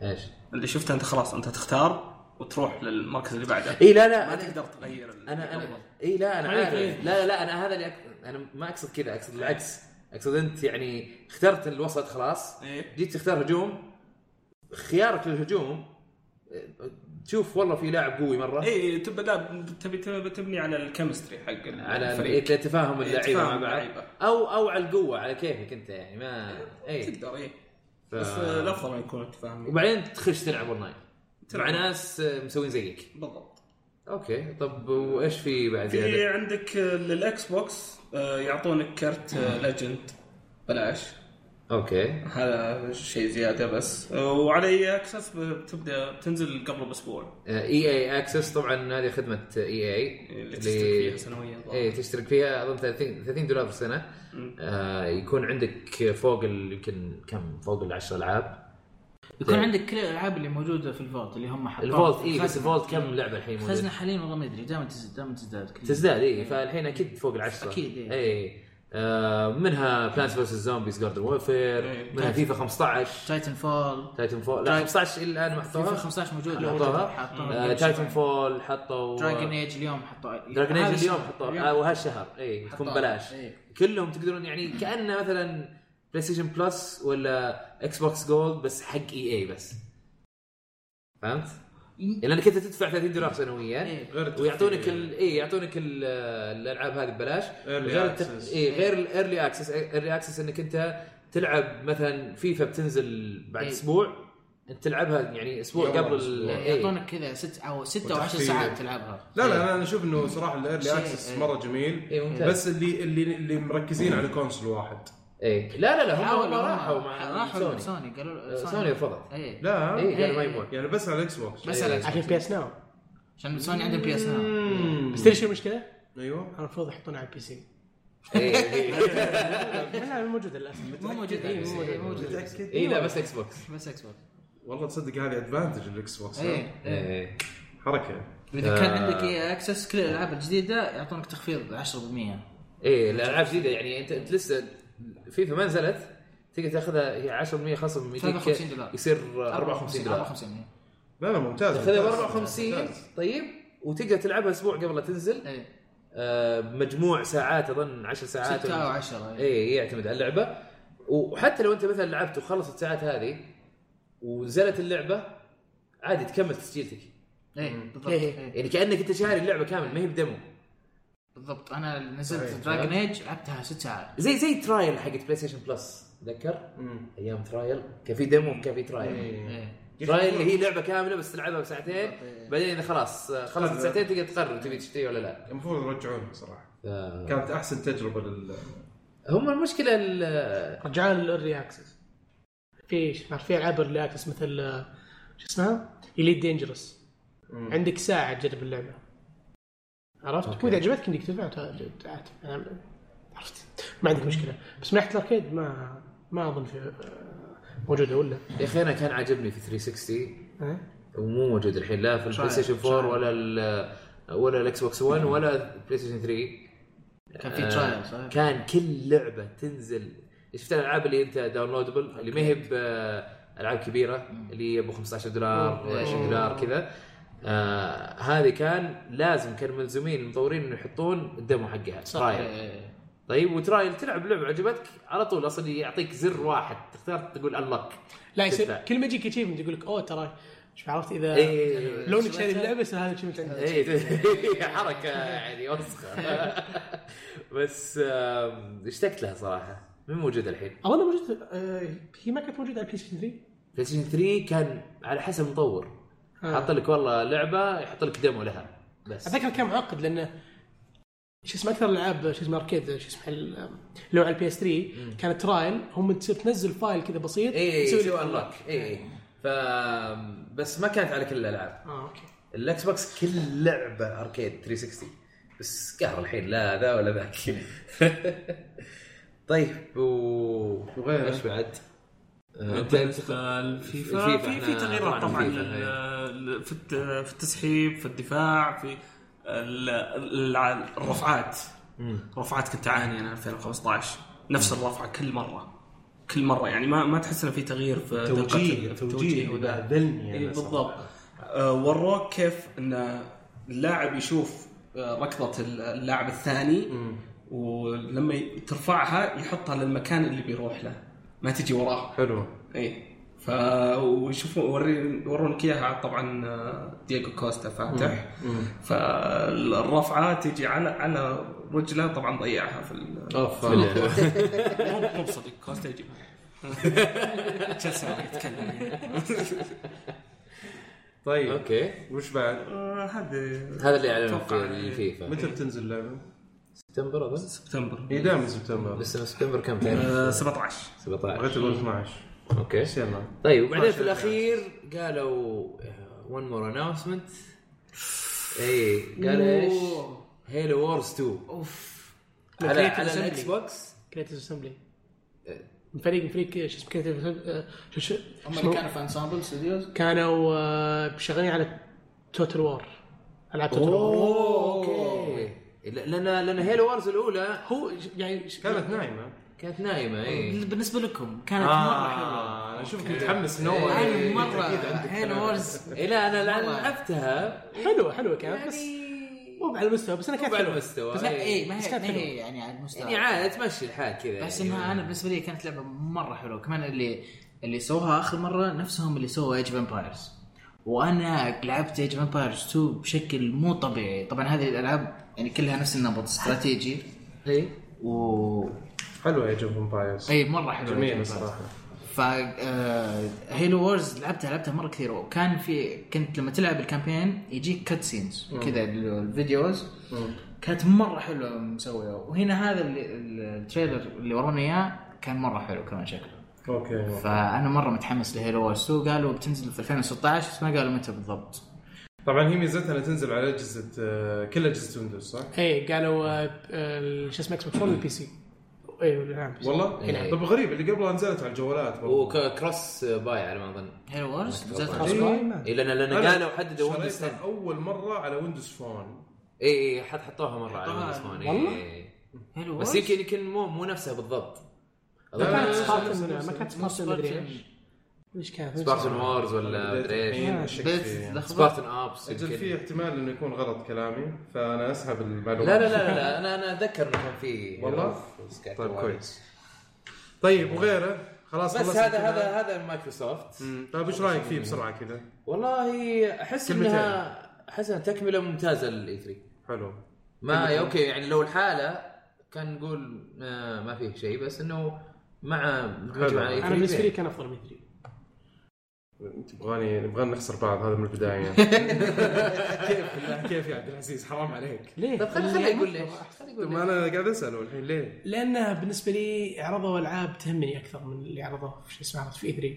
[SPEAKER 4] ايش؟
[SPEAKER 2] اللي شفته انت خلاص انت تختار وتروح للمركز اللي بعده
[SPEAKER 4] اي لا لا
[SPEAKER 2] ما
[SPEAKER 4] أنا-
[SPEAKER 2] تقدر تغير ال-
[SPEAKER 4] انا انا
[SPEAKER 2] الأول.
[SPEAKER 4] اي لا انا
[SPEAKER 3] عليك
[SPEAKER 4] عارف
[SPEAKER 3] إيه.
[SPEAKER 4] لا لا, لا انا هذا اللي أك... انا ما اقصد كذا اقصد العكس اقصد انت يعني اخترت الوسط خلاص
[SPEAKER 2] إيه.
[SPEAKER 4] جيت تختار هجوم خيارك للهجوم إيه، تشوف والله في لاعب قوي مره
[SPEAKER 2] اي إي، تبى لا تبي تبي تبني على الكيمستري حق
[SPEAKER 4] على
[SPEAKER 2] الفريق
[SPEAKER 4] ال- تفاهم اللعيبه مع
[SPEAKER 2] تفاهم
[SPEAKER 4] بعض
[SPEAKER 2] اللعيبة.
[SPEAKER 4] او او على القوه على كيفك انت يعني ما اي
[SPEAKER 2] تقدر اي
[SPEAKER 4] ف...
[SPEAKER 2] بس آه، الافضل ما يكون تفاهم
[SPEAKER 4] وبعدين تخش تلعب اونلاين مع
[SPEAKER 2] تلعب.
[SPEAKER 4] ناس آه، مسوين زيك
[SPEAKER 2] بالضبط
[SPEAKER 4] اوكي طب وايش في بعد
[SPEAKER 2] في
[SPEAKER 4] زياده؟
[SPEAKER 2] عندك للاكس بوكس آه، يعطونك كرت ليجند بلاش
[SPEAKER 4] اوكي
[SPEAKER 2] هذا شيء زياده بس آه، وعلى اي اكسس بتبدا تنزل قبل باسبوع
[SPEAKER 4] اي اي اكسس طبعا هذه خدمه اي اي
[SPEAKER 2] إيه، اللي تشترك فيها سنويا
[SPEAKER 4] اي إيه، تشترك فيها اظن 30 30 دولار في السنه آه يكون عندك فوق ال- يمكن كم فوق ال 10 العاب
[SPEAKER 5] يكون عندك كل الالعاب اللي موجوده في إيه. الفولت اللي هم حطوها إيه،
[SPEAKER 4] الفولت اي بس الفولت كم لعبه الحين موجودة؟
[SPEAKER 5] خزنه حاليا والله ما ادري دائما تزداد دائما تزداد كل-
[SPEAKER 4] تزداد إيه، اي فالحين اكيد فوق العشرة
[SPEAKER 5] إيه. أكيد، إيه.
[SPEAKER 4] اي آه منها بلانس فيرس زومبيز جاردن وورفير
[SPEAKER 2] إيه.
[SPEAKER 4] منها فيفا 15
[SPEAKER 5] تايتن فول
[SPEAKER 4] تايتن فول لا
[SPEAKER 5] تايتن-
[SPEAKER 4] 15 الى الان
[SPEAKER 5] فيفا
[SPEAKER 4] محطوها
[SPEAKER 5] 15 موجود
[SPEAKER 4] حطوها تايتن فول آه، حطوا
[SPEAKER 5] دراجون ايج اليوم حطوا
[SPEAKER 4] دراجون
[SPEAKER 5] هذا
[SPEAKER 4] ايج اليوم
[SPEAKER 5] الشهر.
[SPEAKER 4] حطوا
[SPEAKER 5] اليوم
[SPEAKER 4] آه وهالشهر اي تكون
[SPEAKER 5] حطوها.
[SPEAKER 4] بلاش
[SPEAKER 5] إيه.
[SPEAKER 4] كلهم تقدرون يعني كانه مثلا بلاي ستيشن بلس ولا اكس بوكس جولد بس حق اي اي بس فهمت؟ لانك انت تدفع 30 دولار سنويا
[SPEAKER 5] إيه.
[SPEAKER 1] غير
[SPEAKER 4] ويعطونك ال... اي يعطونك ال... الالعاب هذه ببلاش غير إيه.
[SPEAKER 1] access.
[SPEAKER 4] اي غير الايرلي اكسس ايرلي اكسس انك انت تلعب مثلا فيفا بتنزل بعد
[SPEAKER 5] إيه.
[SPEAKER 4] اسبوع انت تلعبها يعني اسبوع
[SPEAKER 1] يوم
[SPEAKER 4] قبل ال-
[SPEAKER 1] أسبوع.
[SPEAKER 5] يعني
[SPEAKER 4] إيه.
[SPEAKER 5] يعطونك كذا ست او ست او عشر
[SPEAKER 1] وتحفيز.
[SPEAKER 5] ساعات تلعبها
[SPEAKER 1] لا لا انا اشوف انه صراحه الايرلي
[SPEAKER 5] شيء،
[SPEAKER 1] اكسس
[SPEAKER 5] إيه.
[SPEAKER 1] مره جميل
[SPEAKER 4] إيه، ممتاز.
[SPEAKER 1] بس اللي اللي اللي مركزين على كونسول واحد
[SPEAKER 4] اي لا لا لا هم
[SPEAKER 5] حاولوا هم-
[SPEAKER 4] راحوا مع
[SPEAKER 5] راحوا
[SPEAKER 4] سوني
[SPEAKER 5] مع سوني قالوا
[SPEAKER 4] آه، سوني رفضت
[SPEAKER 5] اي
[SPEAKER 1] لا
[SPEAKER 4] اي قالوا ما
[SPEAKER 5] إيه.
[SPEAKER 4] يبون
[SPEAKER 1] يعني بس على الاكس بوكس
[SPEAKER 5] بس
[SPEAKER 4] إيه.
[SPEAKER 5] على
[SPEAKER 3] عشان بي اس ناو
[SPEAKER 5] عشان سوني عندهم بي اس ناو
[SPEAKER 1] مم.
[SPEAKER 3] بس تدري شو المشكله؟
[SPEAKER 1] ايوه
[SPEAKER 3] المفروض يحطونها على البي
[SPEAKER 5] *laughs*
[SPEAKER 3] سي
[SPEAKER 4] اي
[SPEAKER 3] لا مو موجوده للاسف
[SPEAKER 5] مو موجود إيه، مو موجود مو موجود
[SPEAKER 1] متاكد
[SPEAKER 4] اي لا بس اكس بوكس
[SPEAKER 5] بس اكس بوكس
[SPEAKER 1] والله تصدق هذه ادفانتج الاكس بوكس
[SPEAKER 5] اي
[SPEAKER 1] ها؟
[SPEAKER 4] إيه.
[SPEAKER 1] حركه
[SPEAKER 5] اذا كان
[SPEAKER 4] آه.
[SPEAKER 5] عندك اي اكسس كل الالعاب الجديده يعطونك تخفيض 10%
[SPEAKER 4] ايه الالعاب جديده يعني انت انت لسه فيفا ما نزلت تقدر تاخذها هي 10% خصم يجيك
[SPEAKER 5] 53 دولار.
[SPEAKER 4] يصير 54 دولار
[SPEAKER 5] 54
[SPEAKER 1] لا لا ممتاز
[SPEAKER 4] تاخذها ب
[SPEAKER 1] ممتاز.
[SPEAKER 4] 54
[SPEAKER 1] ممتاز.
[SPEAKER 4] طيب وتقدر تلعبها اسبوع قبل لا تنزل
[SPEAKER 5] اي
[SPEAKER 4] آه، مجموع ساعات اظن 10 ساعات
[SPEAKER 5] 6 او 10
[SPEAKER 4] اي يعتمد على اللعبه وحتى لو انت مثلا لعبت وخلصت الساعات هذه ونزلت اللعبه عادي تكمل تسجيلتك
[SPEAKER 5] اي بالضبط
[SPEAKER 3] إيه.
[SPEAKER 5] إيه.
[SPEAKER 4] يعني كانك انت شاري اللعبه كامل ما هي بدمو
[SPEAKER 5] بالضبط انا نزلت دراجون ايج لعبتها ست ساعات
[SPEAKER 4] زي زي ترايل حقت بلاي ستيشن بلس تذكر
[SPEAKER 1] مم.
[SPEAKER 4] ايام ترايل كان في ديمو وكان في ترايل
[SPEAKER 5] إيه.
[SPEAKER 4] ترايل اللي هي لعبه كامله بس تلعبها بساعتين بعدين اذا خلاص خلصت ساعتين تقدر تقرر تبي تشتري ولا لا
[SPEAKER 1] المفروض يرجعونها صراحه
[SPEAKER 5] آه.
[SPEAKER 4] ف-
[SPEAKER 1] كانت احسن تجربه لل
[SPEAKER 4] هم المشكله ال-
[SPEAKER 3] رجعوا للارلي اكسس في في العاب ارلي اكسس مثل آه، شو اسمها؟ اليت دينجرس
[SPEAKER 1] مم.
[SPEAKER 3] عندك ساعه تجرب اللعبه عرفت؟ واذا عجبتك انك تدفع ت- تعال. أنا- عرفت؟ ما عندك مشكله بس من ناحيه الاركيد ما ما اظن في آه، موجوده ولا
[SPEAKER 4] يا اخي انا كان عاجبني في 360
[SPEAKER 3] ها؟
[SPEAKER 4] ومو موجود الحين لا في البلاي
[SPEAKER 5] ترايل،
[SPEAKER 4] ستيشن 4 ولا ال- ولا الاكس بوكس 1 ولا البلاي ستيشن 3
[SPEAKER 5] كان في ترايل صح؟
[SPEAKER 4] كان كل لعبه تنزل شفت الالعاب اللي انت داونلودبل اللي ما هي ب- العاب كبيره اللي ابو 15 دولار 20 دولار كذا آه هذه كان لازم كانوا ملزومين المطورين انه يحطون الدمو حقها ترايل
[SPEAKER 5] إيه.
[SPEAKER 4] طيب وترايل تلعب لعبه عجبتك على طول اصلا يعطيك زر واحد تختار تقول انلوك
[SPEAKER 3] لا يصير
[SPEAKER 4] تدفع. إيه.
[SPEAKER 3] كل ما يجيك اتشيفمنت يقول لك اوه ترى شوف عرفت اذا
[SPEAKER 4] اي
[SPEAKER 3] لو انك شاري اللعبه يصير هذا الاتشيفمنت عندك
[SPEAKER 4] اي حركه إيه، يعني وسخه بس آم، اشتقت لها صراحه مو موجوده الحين
[SPEAKER 3] اظن موجود آه، هي ما كانت موجوده على بلاي ستيشن 3
[SPEAKER 4] بلاي ستيشن 3 كان على حسب المطور
[SPEAKER 3] آه.
[SPEAKER 2] آه.
[SPEAKER 4] حط لك والله لعبه يحط لك ديمو لها بس
[SPEAKER 3] اتذكر كان معقد لانه شو اسمه اكثر الالعاب شو اسمه اركيد شو اسمه ال- اللي هو على البي اس 3 كانت ترايل هم تصير تنزل فايل كذا بسيط
[SPEAKER 4] اي
[SPEAKER 3] تسوي
[SPEAKER 4] اي سوى
[SPEAKER 3] لك-
[SPEAKER 4] انلوك اي اي إيه، ف بس ما كانت على كل الالعاب
[SPEAKER 3] اه اوكي
[SPEAKER 4] الاكس بوكس كل لعبه اركيد 360 بس قهر الحين لا ذا ولا ذاك *laughs* طيب و
[SPEAKER 1] وغيره.
[SPEAKER 4] ايش بعد؟ آه،
[SPEAKER 2] بالنسبه للفيفا
[SPEAKER 4] الفيفا
[SPEAKER 2] في
[SPEAKER 4] إحنا
[SPEAKER 2] في
[SPEAKER 4] طبعاً إيه.
[SPEAKER 2] تغييرات طبعا
[SPEAKER 4] الفيفا،
[SPEAKER 2] لل- ال- في الت- في التسحيب في الدفاع في ال- ال- الرفعات رفعات كنت اعاني انا 2015 نفس الرفعه كل مره كل مره يعني ما ما تحس انه في تغيير في
[SPEAKER 1] توجيه
[SPEAKER 2] توجيه
[SPEAKER 1] توجيه
[SPEAKER 2] ولا-
[SPEAKER 1] بهذلني
[SPEAKER 5] يعني
[SPEAKER 2] إيه بالضبط آه، وروك كيف ان اللاعب يشوف آه، ركضه اللاعب الثاني ولما ي- ترفعها يحطها للمكان اللي بيروح له ما تجي وراه
[SPEAKER 1] حلو
[SPEAKER 2] اي ف ويشوفوا ورين- ورونك اياها طبعا آه، دييغو كوستا فاتح فالرفعه تجي على على رجله طبعا ضيعها في ال- مو مو بصديق كوستا *laughs* يجيبها تشيلسي ما يتكلم يعني.
[SPEAKER 4] إيه.
[SPEAKER 1] طيب
[SPEAKER 4] اوكي
[SPEAKER 1] وش بعد؟
[SPEAKER 2] آه، هذه
[SPEAKER 4] هذا اللي اعلنوا
[SPEAKER 2] أتوقع.
[SPEAKER 4] فيه الفيفا
[SPEAKER 1] متى بتنزل اللعبه؟
[SPEAKER 4] سبتمبر اظن
[SPEAKER 2] سبتمبر
[SPEAKER 1] هي دائما سبتمبر
[SPEAKER 4] لسه سبتمبر كم
[SPEAKER 2] آه،
[SPEAKER 4] تعرف؟
[SPEAKER 2] 17
[SPEAKER 1] بغيت
[SPEAKER 4] 17
[SPEAKER 1] اقول 12
[SPEAKER 4] اوكي
[SPEAKER 1] بس يلا
[SPEAKER 4] طيب وبعدين في الاخير قالوا آه، ون مور اناونسمنت اي قال ايش؟ هيلو وورز 2
[SPEAKER 5] اوف
[SPEAKER 4] على
[SPEAKER 3] Creative
[SPEAKER 4] على
[SPEAKER 3] Assembly.
[SPEAKER 4] الاكس بوكس
[SPEAKER 3] كريتيف اسمبلي من فريق من فريق شو اسمه آه، كريتيف
[SPEAKER 5] هم اللي كانوا في انسامبل ستوديوز
[SPEAKER 3] كانوا آه، شغالين على توتال وور العاب توتال وور
[SPEAKER 4] اوكي لان لان هيلو وورز الاولى
[SPEAKER 3] هو يعني
[SPEAKER 1] كانت نايمه
[SPEAKER 4] كانت إيه. نايمه اي
[SPEAKER 5] بالنسبه إيه، لكم كانت مره حلوه
[SPEAKER 1] آه، انا شوفك متحمس من اول
[SPEAKER 5] هاي مره
[SPEAKER 1] أكيد عندك
[SPEAKER 5] هيل
[SPEAKER 1] كلام.
[SPEAKER 5] وورز
[SPEAKER 4] إيه لا انا لا
[SPEAKER 5] والله.
[SPEAKER 4] لعبتها
[SPEAKER 3] حلوه حلوه كانت بس مو على المستوى بس انا كانت
[SPEAKER 4] مو على
[SPEAKER 3] حلوة.
[SPEAKER 4] المستوى
[SPEAKER 5] لا اي ما
[SPEAKER 3] بس
[SPEAKER 5] هي
[SPEAKER 3] كانت
[SPEAKER 5] ما
[SPEAKER 3] حلوة.
[SPEAKER 5] هي يعني على المستوى
[SPEAKER 4] إيه. يعني عادي تمشي الحال كذا
[SPEAKER 5] بس
[SPEAKER 4] يعني.
[SPEAKER 5] انها انا بالنسبه لي كانت لعبه مره حلوه كمان اللي اللي سووها اخر مره نفسهم اللي سووا ايج فامبايرز وانا لعبت ايج فامبايرز 2 بشكل مو طبيعي طبعا هذه الالعاب يعني كلها نفس النمط استراتيجي
[SPEAKER 4] إي.
[SPEAKER 5] و
[SPEAKER 1] حلوه يا جيم فامبايرز
[SPEAKER 5] اي مره حلوه
[SPEAKER 1] جميله
[SPEAKER 5] Age of Empires.
[SPEAKER 1] صراحه
[SPEAKER 5] ف آه، هيلو وورز لعبتها لعبتها مره كثير وكان في كنت لما تلعب الكامبين يجيك كات سينز كذا الفيديوز كانت مره حلوه مسويه وهنا هذا اللي- التريلر اللي ورونا اياه كان مره حلو كمان شكله
[SPEAKER 1] اوكي
[SPEAKER 5] فانا مره متحمس لهيلو وورز 2 قالوا بتنزل في 2016 بس ما قالوا متى بالضبط
[SPEAKER 1] طبعا هي ميزتها انها تنزل على اجهزه آه، كل اجهزه ويندوز صح؟
[SPEAKER 3] ايه قالوا آه، آه، شو اسمه اكس بوكس 1 والبي سي ايوه نعم بي سي.
[SPEAKER 1] والله؟
[SPEAKER 4] إيه.
[SPEAKER 1] طب غريب اللي قبلها نزلت على الجوالات برضو.
[SPEAKER 4] وكروس باي على ما اظن
[SPEAKER 5] هيلو وورز نزلت
[SPEAKER 4] إيه.
[SPEAKER 5] خلاص
[SPEAKER 1] إيه.
[SPEAKER 5] باي؟
[SPEAKER 4] إيه، لان لان
[SPEAKER 1] أنا
[SPEAKER 4] قالوا حددوا ويندوز 10
[SPEAKER 1] شريتها اول مره على ويندوز فون
[SPEAKER 4] اي اي إيه، حط حطوها مره على
[SPEAKER 5] حطوها.
[SPEAKER 4] إيه. ويندوز فون إي،
[SPEAKER 3] والله؟
[SPEAKER 4] إي.
[SPEAKER 5] هيلو
[SPEAKER 4] بس
[SPEAKER 5] وورز
[SPEAKER 4] يمكن يمكن مو مو نفسها بالضبط
[SPEAKER 3] ما كانت
[SPEAKER 1] لا،
[SPEAKER 3] سبارتن ما كانت
[SPEAKER 5] مو
[SPEAKER 3] سبارتن مدري
[SPEAKER 5] سبارتن.
[SPEAKER 3] ايش ايش كانت
[SPEAKER 4] سبارتن وورز ولا
[SPEAKER 1] بديت
[SPEAKER 4] مدري ايش
[SPEAKER 1] الحين أشك
[SPEAKER 5] بديت
[SPEAKER 1] فيه.
[SPEAKER 5] لخبط.
[SPEAKER 4] سبارتن ابس
[SPEAKER 1] اجل
[SPEAKER 4] يمكن
[SPEAKER 1] في احتمال انه يكون غلط كلامي فانا اسحب المعلومات
[SPEAKER 4] لا لا لا لا انا انا اتذكر انه كان في
[SPEAKER 1] والله؟
[SPEAKER 4] بس كان
[SPEAKER 1] طيب
[SPEAKER 4] وايد.
[SPEAKER 1] كويس طيب وغيره خلاص
[SPEAKER 4] بس
[SPEAKER 1] خلصنا
[SPEAKER 4] هذا
[SPEAKER 1] كده.
[SPEAKER 4] هذا هذا مايكروسوفت
[SPEAKER 1] مم. طيب ايش رايك فيه بسرعه كذا؟
[SPEAKER 4] والله احس
[SPEAKER 1] كلمتين.
[SPEAKER 4] انها احس انها تكمله ممتازه للاي 3
[SPEAKER 1] حلو
[SPEAKER 4] ما يا اوكي يعني لو الحاله كان نقول آه، ما فيه شيء بس انه مع مع
[SPEAKER 1] حلو.
[SPEAKER 4] E3
[SPEAKER 3] انا بالنسبه لي
[SPEAKER 4] زين.
[SPEAKER 3] كان افضل من 3
[SPEAKER 1] تبغاني نبغى نخسر بعض هذا من
[SPEAKER 4] *laughs*
[SPEAKER 1] البدايه كيف بالله كيف يا عبد العزيز حرام عليك
[SPEAKER 3] ليه؟
[SPEAKER 4] طب خل- خليه طيب، يقول ليش
[SPEAKER 1] طب
[SPEAKER 4] خليه يقول
[SPEAKER 1] ما
[SPEAKER 4] ليش.
[SPEAKER 1] انا قاعد اساله الحين ليه؟
[SPEAKER 3] لانه بالنسبه لي عرضوا العاب تهمني اكثر من اللي عرضوه في شو اسمه عرض في 3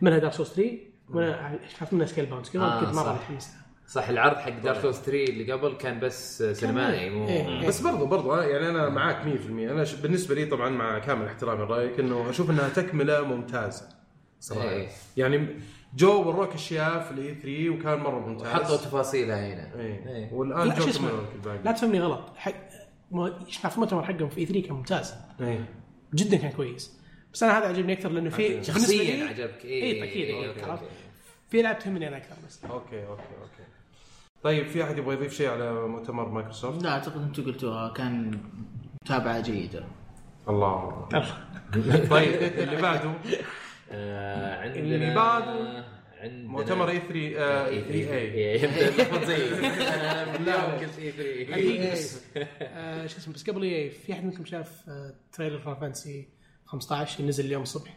[SPEAKER 3] منها دارك سوس 3 وانا شفت منها سكيل باونس كذا
[SPEAKER 4] آه،
[SPEAKER 3] كنت مره
[SPEAKER 4] صح.
[SPEAKER 3] متحمس لها
[SPEAKER 4] صح العرض حق دارك
[SPEAKER 1] طيب.
[SPEAKER 4] سولز 3 اللي قبل كان بس سينمائي مو
[SPEAKER 3] إيه.
[SPEAKER 1] بس برضو برضو أنا- يعني انا معاك 100% انا ش- بالنسبه لي طبعا مع كامل احترامي لرايك انه اشوف انها تكمله ممتازه صراحه
[SPEAKER 4] إيه.
[SPEAKER 1] يعني جو وروك اشياء في الاي 3 E وكان مره ممتاز
[SPEAKER 4] حطوا تفاصيلها هنا
[SPEAKER 1] ايه
[SPEAKER 4] إيه.
[SPEAKER 1] والان
[SPEAKER 3] لا، شو
[SPEAKER 1] جو
[SPEAKER 3] اسمه؟
[SPEAKER 1] كمان وروك الباقي
[SPEAKER 3] لا تفهمني غلط حق ما- ايش عارف المؤتمر حقهم في 3 كان ممتاز
[SPEAKER 1] ايه
[SPEAKER 3] جدا كان كويس بس انا هذا عجبني اكثر لانه في بالنسبة لي-
[SPEAKER 4] شخصيا عجبك
[SPEAKER 3] إيه، أكيد، إيه،
[SPEAKER 4] أوكي،
[SPEAKER 3] عرفت؟
[SPEAKER 4] أوكي.
[SPEAKER 3] في العاب تهمني انا اكثر بس
[SPEAKER 1] اوكي اوكي اوكي طيب في احد يبغى يضيف شيء على مؤتمر مايكروسوفت؟
[SPEAKER 5] لا اعتقد انتم قلتوها كان متابعه جيده
[SPEAKER 4] إيه.
[SPEAKER 1] الله طيب اللي بعده
[SPEAKER 4] آه، عندنا
[SPEAKER 1] اللي بعده
[SPEAKER 4] عندنا إيه،
[SPEAKER 1] مؤتمر اي 3
[SPEAKER 3] إيه،
[SPEAKER 1] آه، اي 3 اي
[SPEAKER 4] لا قلت اي 3
[SPEAKER 3] دقيقة بس. إيه. آه، شو اسمه بس قبل إيه، في احد منكم شاف آه، تريلر فان فانسي 15 اللي نزل اليوم الصبح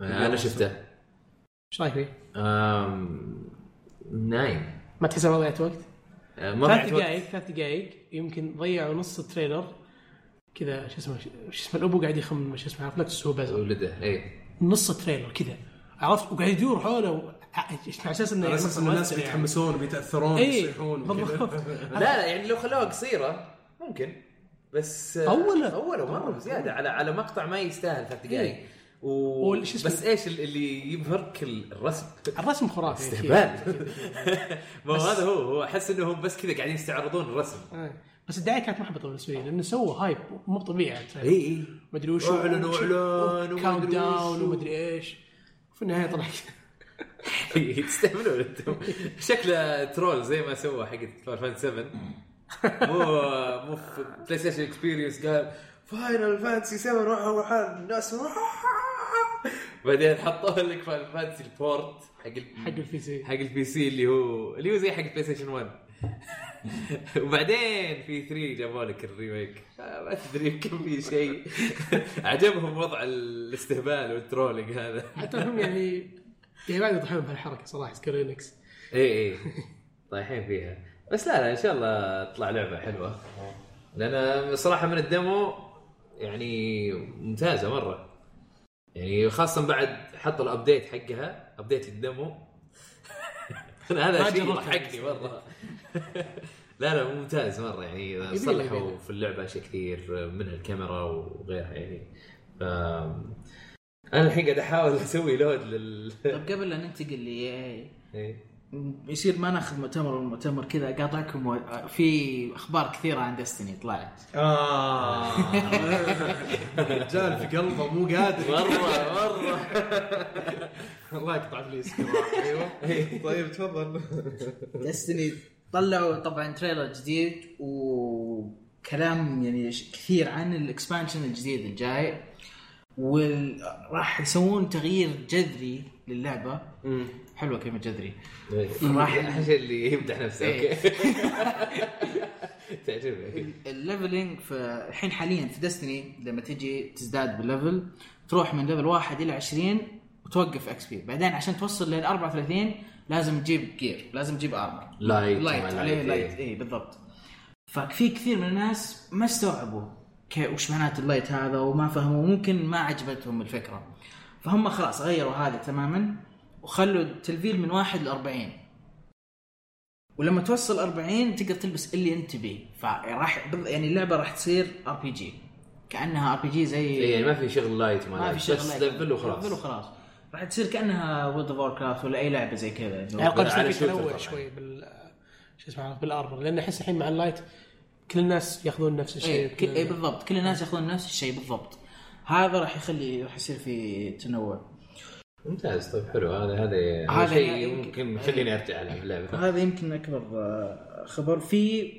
[SPEAKER 4] انا إيه. شفته
[SPEAKER 3] ايش رايك فيه؟
[SPEAKER 4] آم، نايم
[SPEAKER 3] ما تحس إنه ضيعت وقت؟
[SPEAKER 4] آه، ما
[SPEAKER 3] ثلاث
[SPEAKER 4] بعت وقت.
[SPEAKER 3] دقائق ثلاث دقائق يمكن ضيعوا نص التريلر كذا شو اسمه شو اسمه الابو قاعد يخمم شو اسمه عرفت لك هو بزر
[SPEAKER 4] ولده إيه. اي
[SPEAKER 3] نص التريلر كذا عرفت وقاعد يدور حوله و... ع- على اساس انه
[SPEAKER 1] على اساس ان الناس
[SPEAKER 3] ممثل يعني.
[SPEAKER 1] بيتحمسون بيتاثرون
[SPEAKER 3] اي
[SPEAKER 1] بيصيحون وكذا.
[SPEAKER 3] إيه. بالضبط
[SPEAKER 4] لا
[SPEAKER 1] *laughs*
[SPEAKER 4] لا يعني لو خلوها قصيره ممكن بس آه،
[SPEAKER 3] طولت.
[SPEAKER 4] طولوا مره بزياده على على مقطع ما يستاهل ثلاث دقائق
[SPEAKER 3] إيه.
[SPEAKER 4] و...
[SPEAKER 3] وش اسمه؟
[SPEAKER 4] بس ايش اللي يبهرك الرسم
[SPEAKER 3] الرسم خرافي أكيد.
[SPEAKER 4] استهبال ما هو هذا هو هو احس انهم بس كذا قاعدين يستعرضون الرسم
[SPEAKER 3] *laughs* آه. بس الدعايه كانت محبطه بالنسبه لي لانه سووا هايب مو طبيعي
[SPEAKER 4] اي *laughs* اي
[SPEAKER 3] مدري وش
[SPEAKER 4] أعلن وإعلان ومدري
[SPEAKER 3] كاونت داون
[SPEAKER 4] وش.
[SPEAKER 3] ومدري ايش وفي النهايه طلع *laughs* كذا.
[SPEAKER 4] تستهبلون انتم شكله ترول زي ما سوى حق فاينل فانتسي 7 مو مو في بلاي ستيشن اكسبيرينس قال فاينل فانتسي 7 روحوا وحال الناس *laughs* بعدين حطوا لك فاينل فانتسي البورت حق ال-
[SPEAKER 3] حق البي سي
[SPEAKER 4] حق البي سي اللي هو اللي هو زي حق بلاي ستيشن 1 *laughs* وبعدين في 3 جابوا لك الريميك آه، ما تدري يمكن في شيء عجبهم وضع الاستهبال والترولينج هذا
[SPEAKER 3] حتى هم يعني يعني بعد يضحون بهالحركه صراحه سكرينكس
[SPEAKER 4] اي اي إيه، طايحين فيها بس لا لا ان شاء الله تطلع لعبه حلوه لان صراحه من الديمو يعني ممتازه مره يعني خاصه بعد حط الابديت حقها ابديت الديمو *laughs* أنا
[SPEAKER 3] ما
[SPEAKER 4] هذا شيء
[SPEAKER 3] جربتها.
[SPEAKER 4] ضحكني مره *laughs* لا لا ممتاز مره يعني صلحوا
[SPEAKER 3] يبيله.
[SPEAKER 4] في اللعبه اشياء كثير من الكاميرا وغيرها يعني ف- انا الحين قاعد احاول اسوي لود لل *laughs*
[SPEAKER 5] طب طيب، قبل لا ننتقل ل
[SPEAKER 4] إيه.
[SPEAKER 5] يصير ما ناخذ مؤتمر المؤتمر كذا قاطعكم و- في اخبار كثيره عن دستني طلعت
[SPEAKER 1] *laughs* اه الرجال في قلبه مو *laughs* قادر
[SPEAKER 4] مره مره
[SPEAKER 1] الله يقطع ابليس ايوه طيب تفضل
[SPEAKER 5] دستني طلعوا طبعا تريلر جديد وكلام يعني ش- كثير عن الاكسبانشن الجديد الجاي وراح يسوون تغيير جذري للعبه حلوه كلمه جذري
[SPEAKER 4] راح *laughs* احس اللي يمدح نفسه
[SPEAKER 5] إيه.
[SPEAKER 4] اوكي *laughs* تعجبني
[SPEAKER 5] الليفلنج في الحين حاليا في دستني لما تجي تزداد بالليفل تروح من ليفل واحد الى 20 وتوقف اكس بي بعدين عشان توصل لل 34 لازم تجيب جير لازم تجيب ارمر
[SPEAKER 4] لايت
[SPEAKER 5] لايت عليه لايت اي إيه، بالضبط ففي كثير من الناس ما استوعبوا ك- وش معنات اللايت هذا وما فهموا ممكن ما عجبتهم الفكره فهم خلاص غيروا هذا تماما وخلوا التلفيل من واحد ل 40 ولما توصل 40 تقدر تلبس اللي انت بيه فراح بال- يعني اللعبه راح تصير ار بي جي كانها ار بي جي زي
[SPEAKER 4] اي يعني ما في شغل لايت ما,
[SPEAKER 5] ما في شغل
[SPEAKER 4] بس
[SPEAKER 5] لايت.
[SPEAKER 4] لفل
[SPEAKER 5] لفل
[SPEAKER 4] وخلاص
[SPEAKER 5] وخلاص راح تصير كانها وورد اوف كرافت ولا اي لعبه زي كذا
[SPEAKER 3] على الاقل شوي
[SPEAKER 4] على شوتر طبعاً.
[SPEAKER 3] تنوع شوي بال شو اسمه بالارمر لان احس الحين مع اللايت كل الناس ياخذون نفس
[SPEAKER 5] اي
[SPEAKER 3] الشيء
[SPEAKER 5] ك-
[SPEAKER 3] كل-
[SPEAKER 5] اي بالضبط إيه، كل الناس ياخذون نفس الشيء بالضبط هذا راح يخلي راح يصير في تنوع
[SPEAKER 4] ممتاز طيب حلو هذا هذا
[SPEAKER 5] هذا
[SPEAKER 4] شيء
[SPEAKER 5] يمكن-
[SPEAKER 4] ممكن يخليني ارجع العب
[SPEAKER 5] *laughs*
[SPEAKER 4] اللعبه
[SPEAKER 5] هذا يمكن اكبر آه، خبر في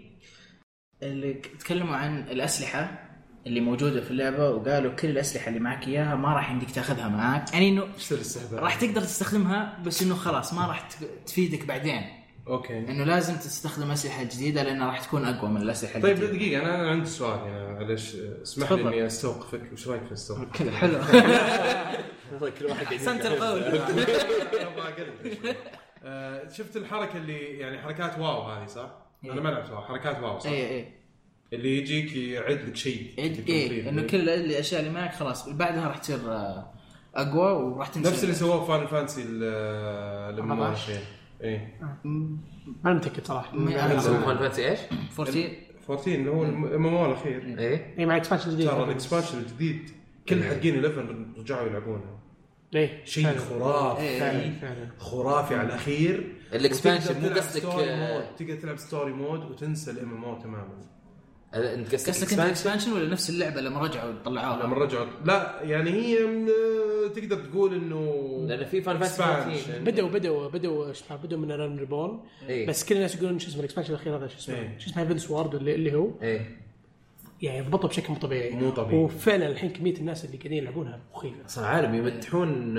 [SPEAKER 5] اللي ك- تكلموا عن الاسلحه اللي موجوده في اللعبه وقالوا كل الاسلحه اللي معك اياها ما راح يمديك تاخذها معك يعني انه
[SPEAKER 1] سر السحبه
[SPEAKER 5] راح تقدر تستخدمها بس انه خلاص ما راح ت- تفيدك بعدين
[SPEAKER 1] اوكي
[SPEAKER 5] انه لازم تستخدم اسلحه جديده لانها راح تكون اقوى من الاسلحه
[SPEAKER 1] طيب
[SPEAKER 5] القديمة.
[SPEAKER 1] دقيقة أنا أنا عندي سؤال يعني معلش اسمح لي
[SPEAKER 5] تفضل.
[SPEAKER 1] إني أستوقفك وش رأيك في السوق؟ *laughs*
[SPEAKER 5] كذا حلو *laughs*
[SPEAKER 4] كل واحد
[SPEAKER 5] احسنت القول
[SPEAKER 1] آه، شفت الحركة اللي يعني حركات واو هذه صح؟ أنا
[SPEAKER 5] إيه.
[SPEAKER 1] ما ألعب سواء حركات واو صح؟
[SPEAKER 5] اي اي
[SPEAKER 1] اللي يجيك يعد لك شيء
[SPEAKER 5] إيه، ايه انه كل الاشياء اللي معك خلاص بعدها راح تصير آه، اقوى وراح تنزل
[SPEAKER 1] نفس اللي سووه في فان فانسي آه، لما إيه.
[SPEAKER 5] 14.
[SPEAKER 1] اي
[SPEAKER 3] انا متاكد صراحه
[SPEAKER 5] ما-
[SPEAKER 4] فان فانتسي ايش؟
[SPEAKER 5] 14
[SPEAKER 1] 14 اللي هو الام ام الاخير
[SPEAKER 4] ايه
[SPEAKER 3] اي إيه، مع اكسبانشن جديد
[SPEAKER 1] ترى الاكسبانشن الجديد كل حقين 11 رجعوا يلعبونه
[SPEAKER 3] ايه
[SPEAKER 1] شيء
[SPEAKER 3] فعلاً.
[SPEAKER 1] خرافي
[SPEAKER 3] فعلا فعلا
[SPEAKER 1] خرافي على الاخير
[SPEAKER 4] الاكسبانشن
[SPEAKER 1] وتقدر
[SPEAKER 4] مو
[SPEAKER 1] تلعب
[SPEAKER 4] قصدك
[SPEAKER 1] ستوري
[SPEAKER 4] آه،
[SPEAKER 1] مود تقدر تلعب ستوري مود وتنسى الام ام او تماما
[SPEAKER 4] انت أه، قصدك
[SPEAKER 5] قصدك انت
[SPEAKER 4] اكسبانشن
[SPEAKER 5] اكسبانشن ولا نفس اللعبه لما رجعوا طلعوها؟
[SPEAKER 1] لما رجعوا لا يعني هي من آه، تقدر تقول انه
[SPEAKER 4] لان في فان
[SPEAKER 1] Expansion.
[SPEAKER 4] فانتسي
[SPEAKER 3] بدأوا بدأوا بدأوا ايش اسمه بدأوا من رن ريبون
[SPEAKER 4] إيه.
[SPEAKER 3] بس كل الناس يقولون شو اسمه الاكسبانشن الاخير هذا شو
[SPEAKER 1] إيه.
[SPEAKER 3] اسمه شو اسمه فينس وارد اللي, اللي هو
[SPEAKER 4] ايه
[SPEAKER 3] يعني ضبطه بشكل مو طبيعي
[SPEAKER 1] مو طبيعي.
[SPEAKER 3] وفعلا الحين كميه الناس اللي قاعدين يلعبونها مخيفه
[SPEAKER 4] اصلا عالم
[SPEAKER 1] إيه.
[SPEAKER 4] يمدحون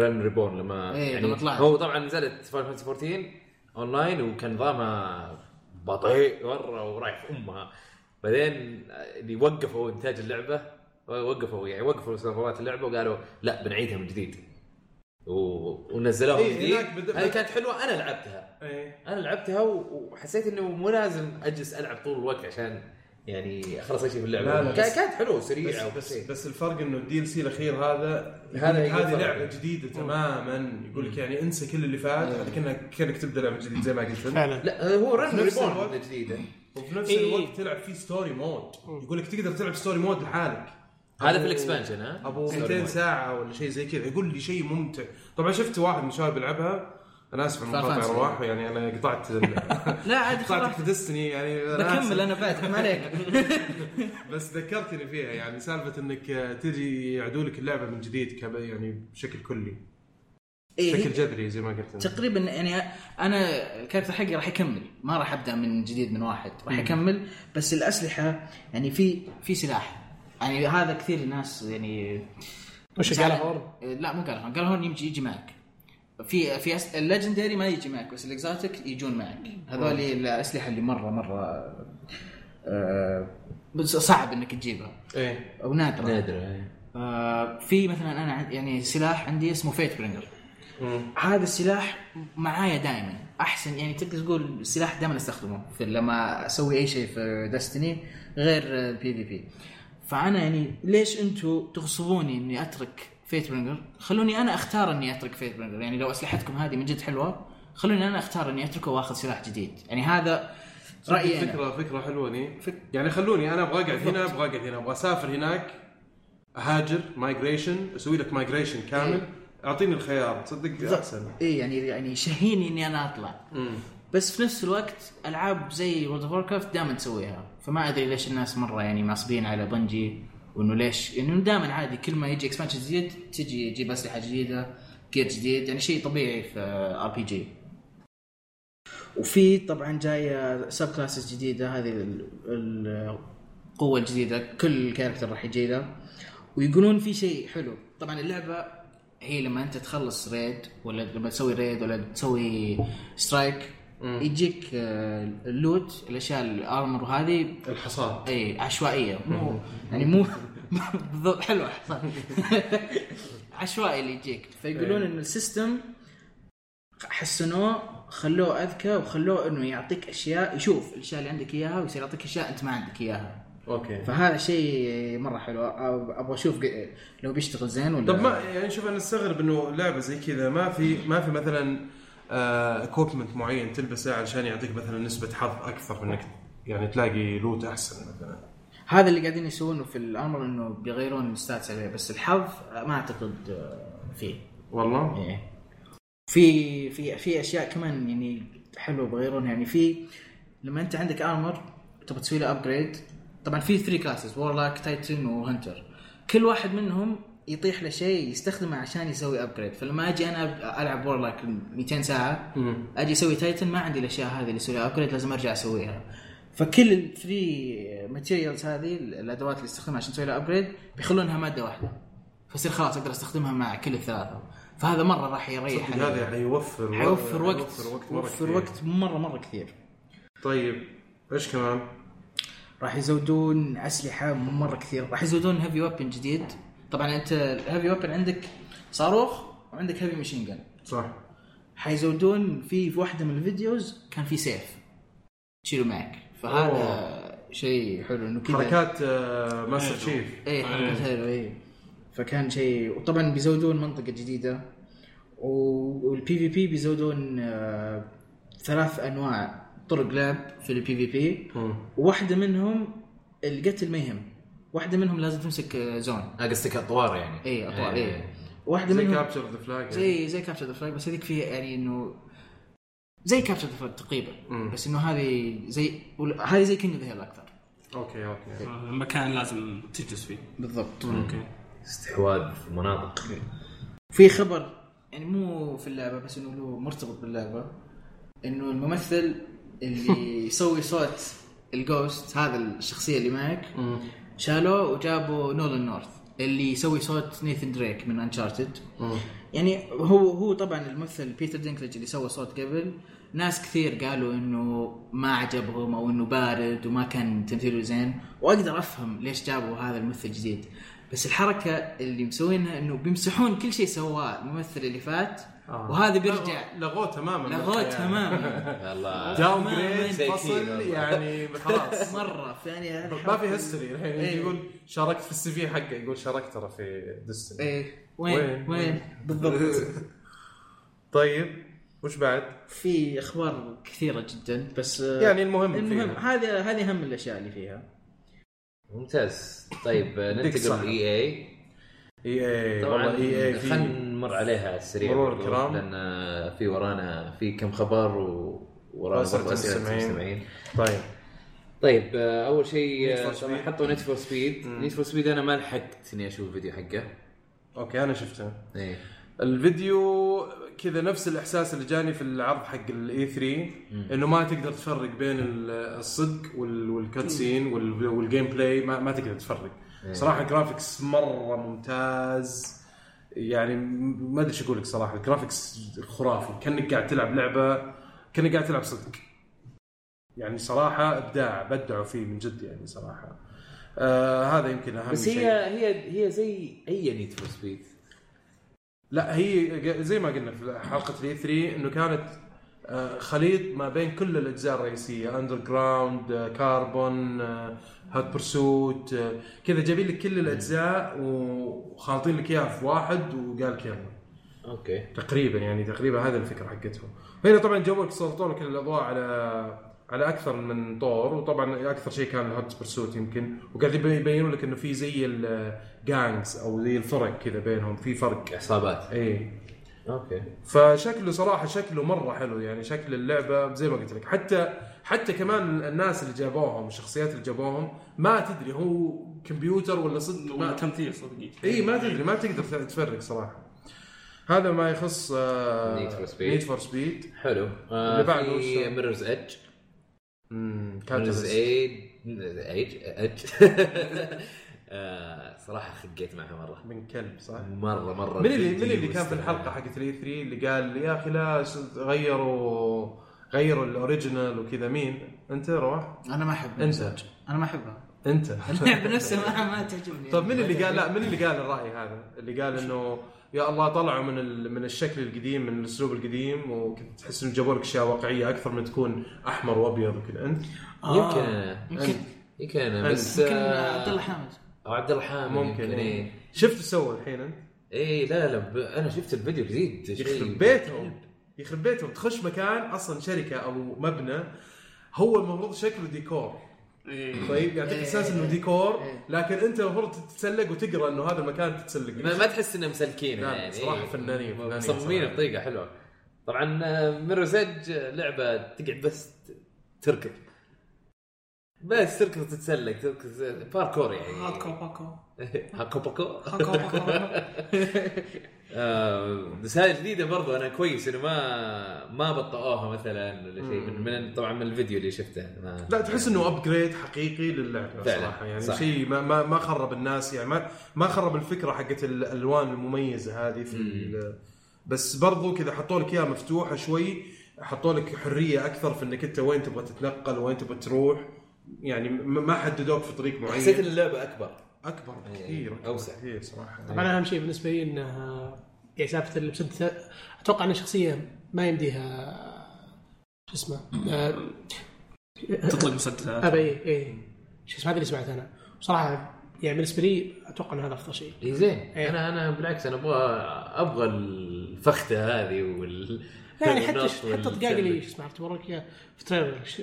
[SPEAKER 4] رن ريبورن لما يعني
[SPEAKER 5] إيه، لما طلعت.
[SPEAKER 4] هو طبعا نزلت فاين فانتسي 14 اونلاين وكان نظامها بطيء مره ورايح في امها بعدين اللي وقفوا انتاج اللعبه وقفوا يعني وقفوا سيرفرات اللعبه وقالوا لا بنعيدها من جديد و... ونزلوها
[SPEAKER 1] إيه،
[SPEAKER 4] من جديد
[SPEAKER 1] هناك بد-
[SPEAKER 4] هذه كانت حلوه انا لعبتها
[SPEAKER 1] ايه
[SPEAKER 4] انا لعبتها و- وحسيت انه مو لازم اجلس العب طول الوقت عشان يعني اخلص اي شيء في اللعبه
[SPEAKER 1] لا، لا، بس-
[SPEAKER 4] كانت حلوه
[SPEAKER 1] بس,
[SPEAKER 4] وسريعه
[SPEAKER 1] بس,
[SPEAKER 4] وبسيطه
[SPEAKER 1] بس الفرق انه الدي ال سي الاخير هذا
[SPEAKER 4] هذا
[SPEAKER 1] هذه
[SPEAKER 4] يقول فرق.
[SPEAKER 1] لعبه جديده تماما يقول لك يعني انسى كل اللي فات هذا كانك كانك تبدا لعبه جديده زي ما قلت لك.
[SPEAKER 3] فعلا
[SPEAKER 4] لا هو رن
[SPEAKER 1] نفس
[SPEAKER 4] ريبورن
[SPEAKER 1] الوقت.
[SPEAKER 4] الجديده
[SPEAKER 1] وفي نفس
[SPEAKER 3] إيه.
[SPEAKER 1] الوقت تلعب فيه ستوري مود يقول لك تقدر تلعب ستوري مود لحالك
[SPEAKER 4] هذا في الاكسبانشن ها
[SPEAKER 1] ابو
[SPEAKER 4] ستوري
[SPEAKER 1] 200
[SPEAKER 4] مود.
[SPEAKER 1] ساعه ولا شيء زي كذا يقول لي شيء ممتع طبعا شفت واحد من الشباب بيلعبها انا اسف على
[SPEAKER 5] Final
[SPEAKER 1] المقاطعه
[SPEAKER 5] Fantasy.
[SPEAKER 1] رواح يعني انا قطعت ال-
[SPEAKER 5] *laughs* لا عادي خلاص
[SPEAKER 1] قطعتك في ديستني يعني أنا آسف.
[SPEAKER 5] بكمل انا بعد
[SPEAKER 1] *laughs*
[SPEAKER 5] ما عليك
[SPEAKER 1] بس ذكرتني فيها يعني سالفه انك تجي يعدوا لك اللعبه من جديد كب- يعني بشكل كلي
[SPEAKER 5] إيه،
[SPEAKER 1] بشكل جذري زي ما قلت أنت.
[SPEAKER 5] تقريبا يعني انا الكاركتر حقي راح يكمل ما راح ابدا من جديد من واحد راح اكمل بس الاسلحه يعني في في سلاح يعني هذا كثير ناس يعني
[SPEAKER 3] وش قال هون؟
[SPEAKER 5] إيه، لا مو قال هون قال هون يجي يجي معك في في أس... الليجندري ما يجي معك بس الاكزاتيك يجون معك هذول الاسلحه اللي مره مره آه بس صعب انك تجيبها
[SPEAKER 1] ايه
[SPEAKER 5] او نادره
[SPEAKER 4] نادرة إيه.
[SPEAKER 5] آه، في مثلا انا عن- يعني سلاح عندي اسمه فيت برينجر
[SPEAKER 1] مم.
[SPEAKER 5] هذا السلاح معايا دائما احسن يعني تقدر تقول السلاح دائما استخدمه في لما اسوي اي شيء في دستني غير البي في بي فانا يعني ليش انتم تغصبوني اني اترك فيت برينجر خلوني انا اختار اني اترك فيت برينجر يعني لو اسلحتكم هذه من جد حلوه خلوني انا اختار اني اتركه واخذ سلاح جديد يعني هذا رايي أنا.
[SPEAKER 1] فكره فكره حلوه ذي
[SPEAKER 5] فك-
[SPEAKER 1] يعني خلوني انا ابغى اقعد هنا ابغى اقعد هنا ابغى اسافر هناك اهاجر مايجريشن اسوي لك مايجريشن كامل
[SPEAKER 5] إيه.
[SPEAKER 1] اعطيني الخيار تصدق احسن
[SPEAKER 5] اي يعني يعني شهيني اني انا اطلع
[SPEAKER 1] مم.
[SPEAKER 5] بس في نفس الوقت العاب زي وورد اوف ووركرافت دائما تسويها فما ادري ليش الناس مره يعني معصبين على بنجي وانه ليش انه دائما عادي كل ما يجي اكسبانشن جديد تجي يجيب اسلحه جديده جير جديد يعني شيء طبيعي في آه، ار بي جي وفي طبعا جايه سب كلاسز جديده هذه ال- ال- القوه الجديده كل كاركتر راح يجي له ويقولون في شيء حلو طبعا اللعبه هي لما انت تخلص ريد ولا لما تسوي ريد ولا تسوي سترايك يجيك آه، اللوت الاشياء الارمر وهذه
[SPEAKER 1] الحصان
[SPEAKER 5] اي عشوائيه إيه، مو يعني مو *laughs* بالضبط حلوه صح عشوائي اللي يجيك فيقولون ان السيستم حسنوه خلوه اذكى وخلوه انه يعطيك اشياء يشوف الاشياء اللي عندك اياها ويصير يعطيك اشياء انت ما عندك اياها
[SPEAKER 1] اوكي
[SPEAKER 5] فهذا شيء مره حلو أب- ابغى اشوف ق- لو بيشتغل زين ولا
[SPEAKER 1] طب ما يعني شوف انا استغرب انه لعبه زي كذا ما في ما في مثلا اكوبمنت معين تلبسه علشان يعطيك مثلا نسبه حظ اكثر من انك يعني تلاقي لوت احسن مثلا
[SPEAKER 5] هذا اللي قاعدين يسوونه في الامر انه بيغيرون الستاتس عليه بس الحظ آه، ما اعتقد آه، فيه
[SPEAKER 1] والله
[SPEAKER 5] إيه. في في في اشياء كمان يعني حلوه بغيرون يعني في لما انت عندك ارمر تبغى تسوي له ابجريد طبعا في 3 كلاسز وورلاك تايتن وهنتر كل واحد منهم يطيح له شيء يستخدمه عشان يسوي ابجريد فلما اجي انا أب- العب وورلاك 200 ساعه
[SPEAKER 1] مم.
[SPEAKER 5] اجي اسوي تايتن ما عندي الاشياء هذه اللي اسوي لها ابجريد لازم ارجع اسويها فكل الثري ماتيريالز هذه الادوات اللي استخدمها عشان اسوي لها ابجريد بيخلونها ماده واحده فصير خلاص اقدر استخدمها مع كل الثلاثه فهذا مره راح يريح
[SPEAKER 1] صدق هذا حيوفر
[SPEAKER 5] طيب، حيوفر وقت
[SPEAKER 1] حيوفر وقت مرة
[SPEAKER 5] يوفر
[SPEAKER 1] كثير.
[SPEAKER 5] وقت مره مره كثير
[SPEAKER 1] طيب ايش كمان؟
[SPEAKER 5] راح يزودون اسلحه مره كثير راح يزودون هيفي ويبن جديد طبعا انت الهيفي ويبن عندك صاروخ وعندك هيفي ماشين جن
[SPEAKER 1] صح
[SPEAKER 5] حيزودون في في واحده من الفيديوز كان في سيف تشيله معك فهذا شيء حلو انه كذا
[SPEAKER 1] حركات آه، ماستر شيف
[SPEAKER 5] اي حركات حلوه اي فكان شيء وطبعا بيزودون منطقه جديده و- والبي في بي بيزودون آه، ثلاث انواع طرق لعب في البي في بي
[SPEAKER 1] مم.
[SPEAKER 5] واحده منهم القتل ما يهم واحده منهم لازم تمسك آه، زون
[SPEAKER 4] آه، قصدك اطوار يعني
[SPEAKER 5] اي اطوار اي
[SPEAKER 4] إيه.
[SPEAKER 5] واحده
[SPEAKER 1] زي
[SPEAKER 5] منهم
[SPEAKER 1] كابتشر ذا فلاج
[SPEAKER 5] زي زي كابتشر ذا فلاج بس هذيك فيها يعني انه زي كابتشر ذا فلاج تقريبا
[SPEAKER 1] مم.
[SPEAKER 5] بس انه هذه زي ولا- هذه زي كينج ذا هيل اكثر
[SPEAKER 1] اوكي اوكي
[SPEAKER 2] مكان لازم تجلس فيه
[SPEAKER 5] بالضبط
[SPEAKER 2] اوكي
[SPEAKER 4] استحواذ مناطق
[SPEAKER 5] في خبر يعني مو في اللعبه بس انه له مرتبط باللعبه انه الممثل اللي يسوي صوت الجوست هذا الشخصيه اللي معك شالوه وجابوا نولان نورث اللي يسوي صوت نيثن دريك من انشارتد يعني هو هو طبعا الممثل بيتر دينكلج اللي سوى صوت قبل ناس كثير قالوا انه ما عجبهم او انه بارد وما كان تمثيله زين واقدر افهم ليش جابوا هذا الممثل الجديد بس الحركه اللي مسوينها انه بيمسحون كل شيء سواه الممثل اللي فات
[SPEAKER 1] آه.
[SPEAKER 5] وهذا بيرجع
[SPEAKER 1] لغوه تماما
[SPEAKER 5] لغوه
[SPEAKER 1] يعني.
[SPEAKER 5] *laughs* تماما
[SPEAKER 4] الله
[SPEAKER 1] داون
[SPEAKER 5] تماماً.
[SPEAKER 1] جريد
[SPEAKER 4] زي
[SPEAKER 1] فصل
[SPEAKER 4] كذا.
[SPEAKER 1] يعني خلاص
[SPEAKER 5] مره فيعني هذه
[SPEAKER 1] ما
[SPEAKER 5] الحركة-
[SPEAKER 1] في هيستوري الحين
[SPEAKER 5] إيه.
[SPEAKER 1] يجي يقول شاركت في السي في حقه يقول شاركت ترى في ديستني
[SPEAKER 5] ايه وين
[SPEAKER 1] وين؟
[SPEAKER 5] وين
[SPEAKER 1] *laughs*
[SPEAKER 5] بالضبط
[SPEAKER 1] طيب وش بعد؟
[SPEAKER 5] في اخبار كثيره جدا بس آه،
[SPEAKER 1] يعني المهم
[SPEAKER 5] المهم
[SPEAKER 1] فيها
[SPEAKER 5] هذه هذه اهم الاشياء اللي فيها
[SPEAKER 4] ممتاز طيب آه، ننتقل
[SPEAKER 1] صح.
[SPEAKER 4] لاي اي
[SPEAKER 1] اي اي
[SPEAKER 4] طبعا
[SPEAKER 1] E والله اي اي
[SPEAKER 4] خلينا
[SPEAKER 1] في
[SPEAKER 4] نمر عليها على السريع
[SPEAKER 1] مرور
[SPEAKER 4] برضو،
[SPEAKER 1] الكرام.
[SPEAKER 4] لان آه، في ورانا في كم خبر و ورانا
[SPEAKER 1] وأسئلة
[SPEAKER 4] برضو اسئله
[SPEAKER 1] المستمعين.
[SPEAKER 4] المستمعين
[SPEAKER 1] طيب
[SPEAKER 4] طيب آه، اول شيء
[SPEAKER 1] Need
[SPEAKER 4] آه،
[SPEAKER 1] for
[SPEAKER 4] طبعا
[SPEAKER 1] Speed.
[SPEAKER 4] حطوا نيت فور سبيد نيت فور سبيد انا ما لحقت اني اشوف الفيديو حقه
[SPEAKER 1] اوكي انا شفته
[SPEAKER 4] ايه
[SPEAKER 1] الفيديو كذا نفس الاحساس اللي جاني في العرض حق الاي 3 انه ما تقدر تفرق بين ال- الصدق وال- والكاتسين وال- والجيم بلاي ما, ما تقدر تفرق صراحه الجرافكس مره ممتاز يعني م- ما ادري ايش اقول لك صراحه الجرافكس خرافي كانك قاعد تلعب لعبه كانك قاعد تلعب صدق يعني صراحه ابداع بدعوا فيه من جد يعني صراحه آه هذا يمكن اهم
[SPEAKER 4] بس
[SPEAKER 1] شيء
[SPEAKER 4] هي هي هي زي اي نيت فور سبيد
[SPEAKER 1] لا هي ج- زي ما قلنا في حلقه الاي 3 انه كانت آه، خليط ما بين كل الاجزاء الرئيسيه اندر جراوند كاربون هات برسوت آه، كذا جايبين لك كل الاجزاء وخالطين لك اياها في واحد وقال لك يلا
[SPEAKER 4] اوكي
[SPEAKER 1] تقريبا يعني تقريبا هذا الفكره حقتهم هنا طبعا جوك سلطوا لك الاضواء على على اكثر من طور وطبعا اكثر شيء كان الهوت برسوت يمكن وقاعد يبي- يبينوا لك انه في زي الجانجز او زي الفرق كذا بينهم في فرق
[SPEAKER 4] عصابات
[SPEAKER 1] ايه
[SPEAKER 4] اوكي
[SPEAKER 1] فشكله صراحه شكله مره حلو يعني شكل اللعبه زي ما قلت لك حتى حتى كمان الناس اللي جابوهم الشخصيات اللي جابوهم ما تدري هو كمبيوتر ولا صدق ما
[SPEAKER 2] تمثيل إيه. صدقي
[SPEAKER 1] اي ما تدري ما تقدر تفرق صراحه هذا ما يخص آه،
[SPEAKER 4] Need for Speed.
[SPEAKER 1] نيد فور سبيد
[SPEAKER 4] حلو آه
[SPEAKER 1] اللي بعده
[SPEAKER 4] في
[SPEAKER 1] وش؟
[SPEAKER 4] ميررز ايدج ميررز
[SPEAKER 1] كاتلست
[SPEAKER 4] ايج ايج *laughs* آه، صراحه خقيت معها مره
[SPEAKER 1] من كلب صح؟
[SPEAKER 4] مره مره
[SPEAKER 1] من اللي من
[SPEAKER 4] الفيديو
[SPEAKER 1] اللي كان في
[SPEAKER 4] واستمتعت.
[SPEAKER 1] الحلقه حقت الاي 3 اللي قال يا اخي لا غيروا غيروا الاوريجينال وكذا مين؟ انت روح
[SPEAKER 5] انا ما احب
[SPEAKER 1] أنت.
[SPEAKER 5] انا ما
[SPEAKER 1] *laughs*
[SPEAKER 5] احبها
[SPEAKER 1] انت
[SPEAKER 5] اللعبه نفسها ما, ما تعجبني
[SPEAKER 1] طيب من اللي قال لا من اللي قال الراي هذا؟ اللي قال انه يا الله طلعوا من ال- من الشكل القديم من الاسلوب القديم وكنت تحس انه جابوا لك اشياء واقعيه اكثر من تكون احمر وابيض وكذا انت
[SPEAKER 4] يمكن
[SPEAKER 1] آه.
[SPEAKER 4] أنا.
[SPEAKER 5] يمكن
[SPEAKER 4] يمكن أنا، بس
[SPEAKER 5] يمكن
[SPEAKER 4] آه،
[SPEAKER 5] عبد الله حامد
[SPEAKER 4] او عبد الرحمن
[SPEAKER 1] ممكن
[SPEAKER 4] ايه
[SPEAKER 1] إيه. شفت ايش سوى الحين انت؟
[SPEAKER 4] ايه لا لا ب... انا شفت الفيديو جديد
[SPEAKER 1] يخرب بيتهم يخرب بيتهم تخش مكان اصلا شركه او مبنى هو المفروض شكله ديكور طيب يعطيك احساس انه ديكور لكن انت المفروض تتسلق وتقرا انه هذا المكان تتسلق
[SPEAKER 4] ما, ما تحس انه مسلكين
[SPEAKER 1] لا،
[SPEAKER 4] يعني
[SPEAKER 1] صراحة
[SPEAKER 4] إيه.
[SPEAKER 1] فنانين- فنانين
[SPEAKER 4] مصممين
[SPEAKER 1] صراحة.
[SPEAKER 4] بطريقه حلوه طبعا ميرزج لعبه تقعد بس ت- تركض بس تركض وتتسلق تركض باركور يعني
[SPEAKER 5] باكو باكو
[SPEAKER 4] هاكو باكو
[SPEAKER 5] باكو باكو
[SPEAKER 4] آه، بس هذه جديده برضو انا كويس انه ما ما بطئوها مثلا ولا شيء من, من طبعا من الفيديو اللي شفته ما
[SPEAKER 1] لا تحس انه ابجريد حقيقي للعبه
[SPEAKER 4] فعلا،
[SPEAKER 1] صراحه يعني
[SPEAKER 4] صح.
[SPEAKER 1] شيء ما, ما ما خرب الناس يعني ما ما خرب الفكره حقت الالوان المميزه هذه في ال- بس برضو كذا حطوا لك اياها مفتوحه شوي حطوا لك حريه اكثر في انك انت وين تبغى تتنقل وين تبغى تروح يعني م- ما حددوك في طريق معين
[SPEAKER 4] حسيت ان اللعبه اكبر
[SPEAKER 1] اكبر بكثير أكبر
[SPEAKER 4] أوسع.
[SPEAKER 1] بكثير صراحه
[SPEAKER 3] طبعا اهم شيء بالنسبه لي انها يعني سالفه المسدس اتوقع ان الشخصيه ما يمديها شو اسمه آه،
[SPEAKER 2] *laughs* تطلق مسدسات
[SPEAKER 3] ابى اي اي شو اسمه هذا اللي سمعته انا بصراحه يعني بالنسبه لي اتوقع ان هذا افضل شيء
[SPEAKER 4] اي زين
[SPEAKER 3] إيه.
[SPEAKER 4] انا انا بالعكس انا ابغى ابغى الفخته هذه وال
[SPEAKER 3] لا يعني حتى
[SPEAKER 4] والنط
[SPEAKER 3] حتى
[SPEAKER 4] وال-
[SPEAKER 3] الدقائق اللي شو اسمه عرفت وراك إياه في تريلر ش-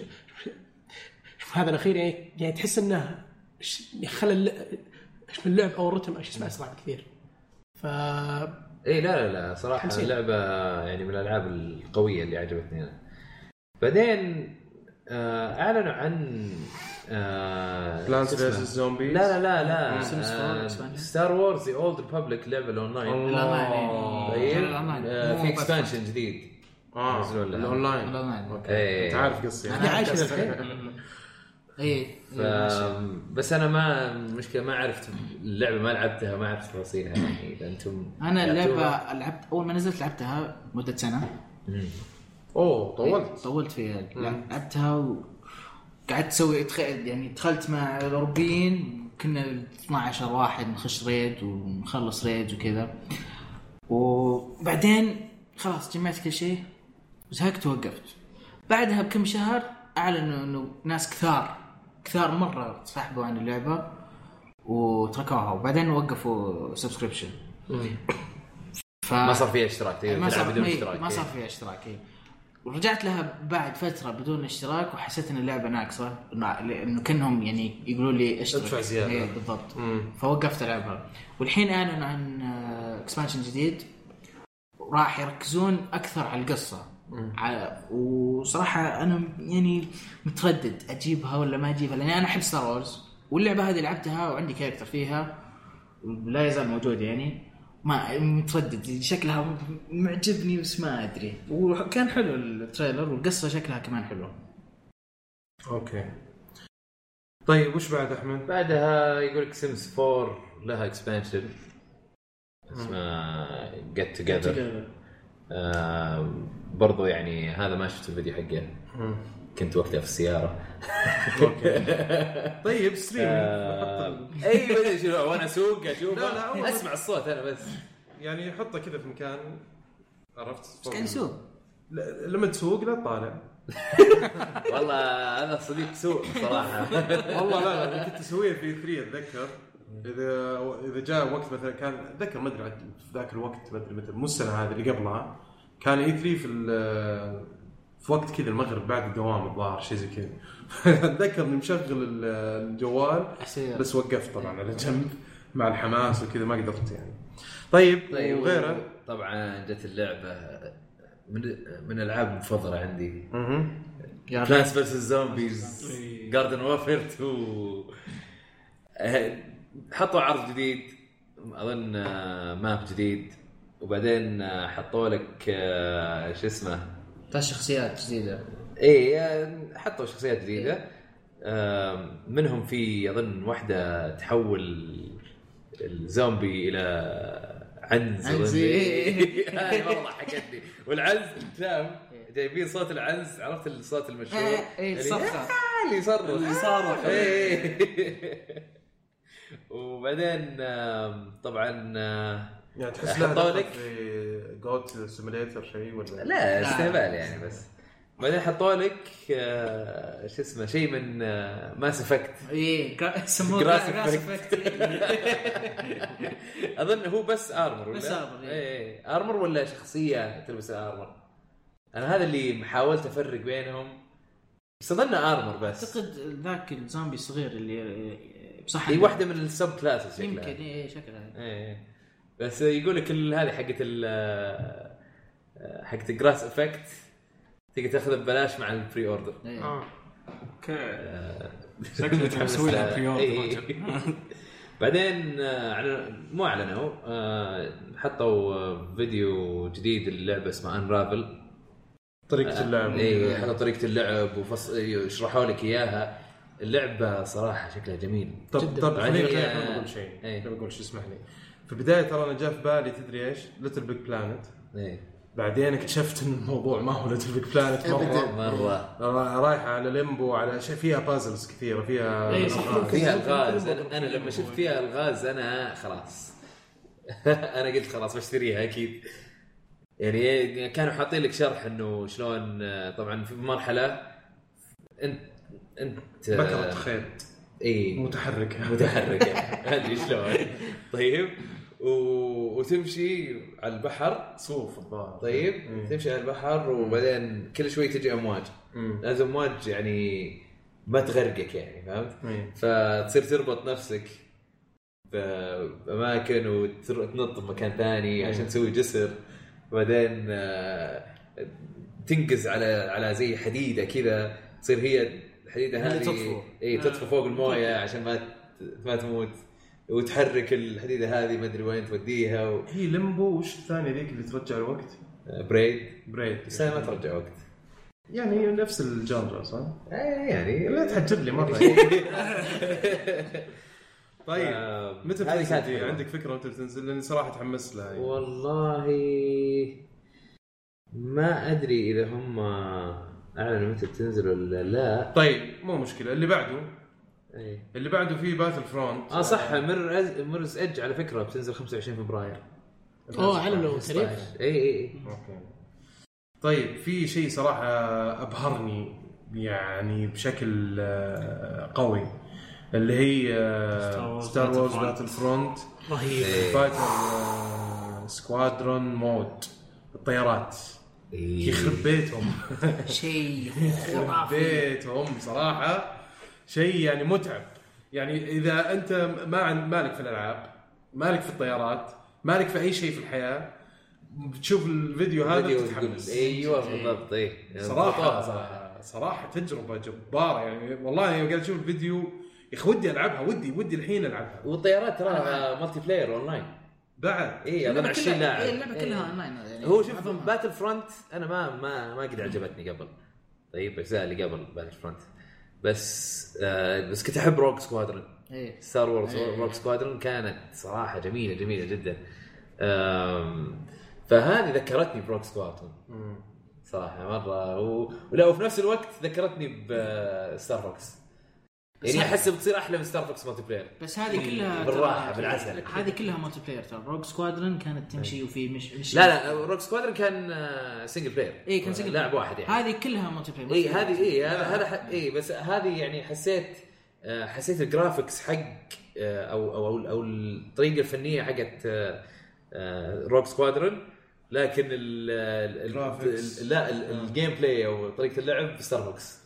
[SPEAKER 3] شوف هذا الاخير يعني يعني تحس انه ش- خلى الل- شو اللعب او الرتم شو اسمه اسرع بكثير ف
[SPEAKER 4] اي إيه، لا لا لا صراحه
[SPEAKER 3] خمسين.
[SPEAKER 4] لعبه يعني من الالعاب القويه اللي عجبتني انا بعدين آه اعلنوا عن آه
[SPEAKER 1] بلانس
[SPEAKER 4] شو اسمه؟
[SPEAKER 1] فيرسز زومبيز
[SPEAKER 4] لا لا لا لا
[SPEAKER 5] آه،
[SPEAKER 4] آه،
[SPEAKER 5] Sims Four.
[SPEAKER 4] ستار وورز ذا اولد ريببليك لعبه الاونلاين
[SPEAKER 5] يعني.
[SPEAKER 4] طيب آه، في اكسبانشن جديد
[SPEAKER 5] إيه،
[SPEAKER 1] اه
[SPEAKER 4] نزلوا لها.
[SPEAKER 1] الاونلاين
[SPEAKER 5] الأونلاين.
[SPEAKER 4] إيه.
[SPEAKER 1] اوكي انت عارف قصتي
[SPEAKER 5] أنا
[SPEAKER 3] يعني عايش
[SPEAKER 5] عارف
[SPEAKER 3] في
[SPEAKER 4] *laughs*
[SPEAKER 5] قصدك. اي
[SPEAKER 4] ف... بس انا ما المشكله ما عرفت اللعبه ما لعبتها ما عرفت تفاصيلها يعني اذا انتم
[SPEAKER 5] انا
[SPEAKER 4] يعطونا-
[SPEAKER 5] اللعبه لعبت اول ما نزلت لعبتها مده سنه
[SPEAKER 4] مم.
[SPEAKER 5] آه،
[SPEAKER 1] اوه طولت
[SPEAKER 5] طولت فيها يعني لعبتها وقعدت اسوي أتخ- يعني دخلت مع الاوروبيين كنا 12 واحد نخش ريد ونخلص ريد وكذا وبعدين خلاص جمعت كل شيء وزهقت ووقفت بعدها بكم شهر اعلنوا انه ناس كثار كثار مره سحبوا عن اللعبه وتركوها وبعدين وقفوا سبسكريبشن
[SPEAKER 4] ما صار فيها اشتراك تقدر
[SPEAKER 5] ما
[SPEAKER 4] تلعب
[SPEAKER 5] صار
[SPEAKER 4] بدون
[SPEAKER 5] إيه،
[SPEAKER 4] اشتراك
[SPEAKER 5] ما
[SPEAKER 4] إيه.
[SPEAKER 5] صار فيها اشتراك إيه. ورجعت لها بعد فتره بدون اشتراك وحسيت ان اللعبه ناقصه مع- لانه كانهم يعني يقولوا لي اشترك
[SPEAKER 4] ادفع زيادة.
[SPEAKER 5] إيه، بالضبط
[SPEAKER 1] مم.
[SPEAKER 5] فوقفت العبها والحين اعلنوا عن اكسبانشن جديد راح يركزون اكثر على القصه على وصراحه انا يعني متردد اجيبها ولا ما اجيبها لاني انا احب ستار وورز واللعبه هذه لعبتها وعندي كاركتر فيها لا يزال موجود يعني ما متردد شكلها معجبني بس ما ادري وكان حلو التريلر والقصه شكلها كمان حلو
[SPEAKER 1] اوكي طيب وش بعد احمد؟
[SPEAKER 4] بعدها يقول لك سيمز 4 لها اكسبانشن اسمه جت توجذر برضو يعني هذا ما شفت الفيديو حقه كنت وقتها في *laughs* السياره
[SPEAKER 1] طيب ستريمينج
[SPEAKER 4] آه، اي ما ادري شنو وانا اسوق اشوف
[SPEAKER 1] لا، لا، هو-
[SPEAKER 4] اسمع الصوت انا بس
[SPEAKER 1] يعني حطه كذا في مكان عرفت؟
[SPEAKER 5] كان سوق
[SPEAKER 1] ل- لما تسوق لا تطالع
[SPEAKER 4] والله هذا صديق سوء
[SPEAKER 1] *laughs*
[SPEAKER 4] صراحه
[SPEAKER 1] والله لا لا كنت اسويها في 3 اتذكر اذا اذا جاء وقت مثلا كان اتذكر ما ادري عاد في ذاك الوقت ما ادري متى مو السنه هذه اللي قبلها كان اي 3 في ال- في وقت كذا المغرب بعد الدوام الظاهر شيء زي كذا *laughs* اتذكر اني مشغل ال- الجوال
[SPEAKER 5] أحسن.
[SPEAKER 1] بس وقفت طبعا على جنب مع الحماس وكذا ما قدرت يعني طيب
[SPEAKER 4] طيب
[SPEAKER 1] وغيره
[SPEAKER 4] طبعا جت اللعبه من من الالعاب المفضله عندي
[SPEAKER 1] مهم.
[SPEAKER 5] يا رب.
[SPEAKER 4] بلانس فيرسز زومبيز
[SPEAKER 5] إيه.
[SPEAKER 4] جاردن وافير 2 آه، حطوا عرض جديد اظن آه، ماب جديد وبعدين آه، حطوا لك آه، شو اسمه
[SPEAKER 5] ثلاث شخصيات جديده
[SPEAKER 4] اي حطوا شخصيات
[SPEAKER 5] إيه.
[SPEAKER 4] جديده آم، منهم في اظن واحده تحول الزومبي الى عنز أظن.
[SPEAKER 5] عنز،
[SPEAKER 4] *laughs*
[SPEAKER 5] إيه.
[SPEAKER 4] هذه والله ضحكتني والعنز تام جايبين صوت العنز عرفت الصوت المشهور
[SPEAKER 5] إيه، إيه،
[SPEAKER 4] اللي-
[SPEAKER 5] الصرخة.
[SPEAKER 4] آه، اللي يصرخ إيه. اللي يصرخ *laughs* وبعدين آم، طبعا آه،
[SPEAKER 1] يعني تحس لها
[SPEAKER 4] حطوا
[SPEAKER 1] دخل
[SPEAKER 4] لك-
[SPEAKER 1] في جوت سيميليتر شيء ولا
[SPEAKER 4] لا استهبال يعني بس بعدين حطوا لك آه، شو اسمه شيء من آه، ماس افكت
[SPEAKER 5] ايه كا- *laughs* سموه
[SPEAKER 4] إيه. Grass
[SPEAKER 5] جراس
[SPEAKER 4] effect. اظن هو بس ارمر ولا
[SPEAKER 5] بس armor، إيه.
[SPEAKER 4] اي ارمر ولا شخصيه تلبس الارمر انا هذا اللي حاولت افرق بينهم بس اظن ارمر بس
[SPEAKER 5] اعتقد ذاك الزومبي الصغير اللي إيه، بصح
[SPEAKER 4] هي واحده من السب كلاسز إيه، شكلها
[SPEAKER 5] يمكن ايه شكلها
[SPEAKER 4] ايه بس يقول لك ال- هذه حقت ال حقت الجراس افكت تقدر تاخذها ببلاش مع البري اوردر
[SPEAKER 5] إيه.
[SPEAKER 2] اه اوكي
[SPEAKER 4] *laughs*
[SPEAKER 2] شكله تبي تسوي لها بري
[SPEAKER 4] إيه.
[SPEAKER 2] اوردر رجل.
[SPEAKER 4] *laughs* بعدين آه، أعلن- مو اعلنوا آه، حطوا آه، فيديو جديد للعبه اسمها انرافل
[SPEAKER 1] طريقه
[SPEAKER 4] آه،
[SPEAKER 1] اللعب
[SPEAKER 4] اي حطوا طريقه اللعب وفص... إيه، شرحوا لك اياها اللعبه صراحه شكلها جميل
[SPEAKER 1] طب
[SPEAKER 5] جداً.
[SPEAKER 1] طب خليني
[SPEAKER 4] بعدين
[SPEAKER 1] خليني
[SPEAKER 4] هي-
[SPEAKER 1] قبل بقول شيء
[SPEAKER 4] إيه.
[SPEAKER 1] قبل بقول شيء اسمح لي في البدايه ترى انا جاء في بالي تدري ايش ليتل بيج بلانت
[SPEAKER 4] ايه
[SPEAKER 1] بعدين اكتشفت ان الموضوع ما هو ليتل بيج بلانت مره
[SPEAKER 4] مره
[SPEAKER 1] را- رايحه على ليمبو على شيء فيها بازلز كثيره فيها
[SPEAKER 5] إيه، صح.
[SPEAKER 1] ألغاز.
[SPEAKER 4] فيها الغاز انا أنا لما شفت فيها الغاز انا خلاص *laughs* انا قلت خلاص بشتريها اكيد يعني كانوا حاطين لك شرح انه شلون آه، طبعا في مرحله انت انت آه،
[SPEAKER 1] بكره خيل
[SPEAKER 4] اي
[SPEAKER 1] متحركه
[SPEAKER 4] متحركه ادري شلون طيب و... وتمشي على البحر
[SPEAKER 1] صوف الظاهر إيه.
[SPEAKER 4] طيب
[SPEAKER 1] مم.
[SPEAKER 4] تمشي على البحر وبعدين كل شوي تجي امواج
[SPEAKER 1] مم.
[SPEAKER 4] لازم امواج يعني ما تغرقك يعني فهمت؟
[SPEAKER 1] إيه.
[SPEAKER 4] فتصير تربط نفسك باماكن وتنط بمكان ثاني عشان تسوي جسر وبعدين آه، تنقز على على زي حديده كذا تصير هي الحديده
[SPEAKER 5] اللي
[SPEAKER 4] هذه
[SPEAKER 5] تطفو.
[SPEAKER 4] اي تطفو فوق المويه عشان ما ت- ما تموت وتحرك الحديده هذه ما ادري وين توديها و... آه،
[SPEAKER 1] هي ليمبو وش الثانيه ذيك اللي ترجع الوقت؟
[SPEAKER 4] بريد
[SPEAKER 1] بريد
[SPEAKER 4] بس هاي ما ترجع وقت
[SPEAKER 1] يعني نفس الجانرا صح؟
[SPEAKER 4] آه، يعني
[SPEAKER 1] لا تحجب لي مره *laughs* طيب
[SPEAKER 4] آه،
[SPEAKER 1] متى
[SPEAKER 4] هذه
[SPEAKER 1] بتنزل
[SPEAKER 4] كانت
[SPEAKER 1] دي؟
[SPEAKER 4] حلوة.
[SPEAKER 1] عندك فكره متى بتنزل؟ لاني صراحه تحمست
[SPEAKER 4] طيب.
[SPEAKER 1] لها يعني.
[SPEAKER 4] والله ما ادري اذا هم اعلنوا متى بتنزل ولا لا
[SPEAKER 1] طيب مو مشكله اللي بعده
[SPEAKER 4] إيه.
[SPEAKER 1] اللي بعده فيه باتل فرونت
[SPEAKER 4] اه صح مر أز... مرز اج على فكره بتنزل 25 فبراير طيب. إيه،
[SPEAKER 3] اوه اعلنوا تاريخ
[SPEAKER 4] اي اي
[SPEAKER 1] اوكي طيب في شيء صراحه ابهرني يعني بشكل آه، قوي اللي هي آه،
[SPEAKER 2] Star
[SPEAKER 1] ستار
[SPEAKER 2] Wars
[SPEAKER 1] وورز
[SPEAKER 2] Battlefront.
[SPEAKER 1] باتل فرونت
[SPEAKER 3] رهيب
[SPEAKER 4] إيه.
[SPEAKER 1] فايتر سكوادرون مود uh, الطيارات
[SPEAKER 4] إيه.
[SPEAKER 1] يخرب بيتهم
[SPEAKER 5] شيء
[SPEAKER 4] *laughs*
[SPEAKER 1] يخرب
[SPEAKER 5] خرافي
[SPEAKER 1] بيتهم صراحه شيء يعني متعب يعني اذا انت ما عن مالك في الالعاب مالك في الطيارات مالك في اي شيء في الحياه بتشوف الفيديو هذا
[SPEAKER 4] فيديو تقول-
[SPEAKER 1] تتحمس
[SPEAKER 4] ايوه بالضبط اي
[SPEAKER 1] صراحه صراحه صراحه تجربه جباره يعني والله يوم قاعد اشوف الفيديو يا اخي ودي العبها ودي ودي الحين العبها
[SPEAKER 4] والطيارات تراها مالتي بلاير اونلاين
[SPEAKER 1] بعد
[SPEAKER 4] اي اظن 20 لاعب
[SPEAKER 5] إيه، اللعبه
[SPEAKER 4] إيه.
[SPEAKER 5] كلها اونلاين يعني
[SPEAKER 4] هو شوف
[SPEAKER 5] معظمها.
[SPEAKER 4] باتل فرونت انا ما ما ما قد عجبتني قبل طيب الاجزاء اللي قبل باتل فرونت بس آه بس كنت احب روك سكوادرون
[SPEAKER 5] إيه.
[SPEAKER 4] ستار وورز
[SPEAKER 5] إيه.
[SPEAKER 4] روك سكوادرون كانت صراحه جميله جميله جدا آم، فهذه ذكرتني بروك سكوادرون صراحه مره و... ولا وفي نفس الوقت ذكرتني بستار فوكس يعني
[SPEAKER 5] صح.
[SPEAKER 4] احس بتصير احلى من ستار فوكس مالتي بلاير
[SPEAKER 5] بس هذه كلها
[SPEAKER 4] بالراحة،
[SPEAKER 5] ترى-
[SPEAKER 4] بالعسل. إيه.
[SPEAKER 5] هذه كلها مالتي بلاير ترى روك سكوادرون كانت تمشي وفي مش, مش
[SPEAKER 4] لا لا روك سكوادرون كان آه، سنجل بلاير
[SPEAKER 5] اي إيه، كان سنجل
[SPEAKER 4] لاعب واحد يعني
[SPEAKER 5] هذه كلها مالتي بلاير
[SPEAKER 4] اي إيه، هذه اي هذا هذا ح- إيه. اي بس هذه يعني حسيت آه، حسيت الجرافكس حق آه، او او او- او الطريقه الفنيه حقت آه، روك سكوادرون لكن ال ال-
[SPEAKER 1] Graphics.
[SPEAKER 4] ال- لا ال- الجيم بلاي او طريقه اللعب ستار فوكس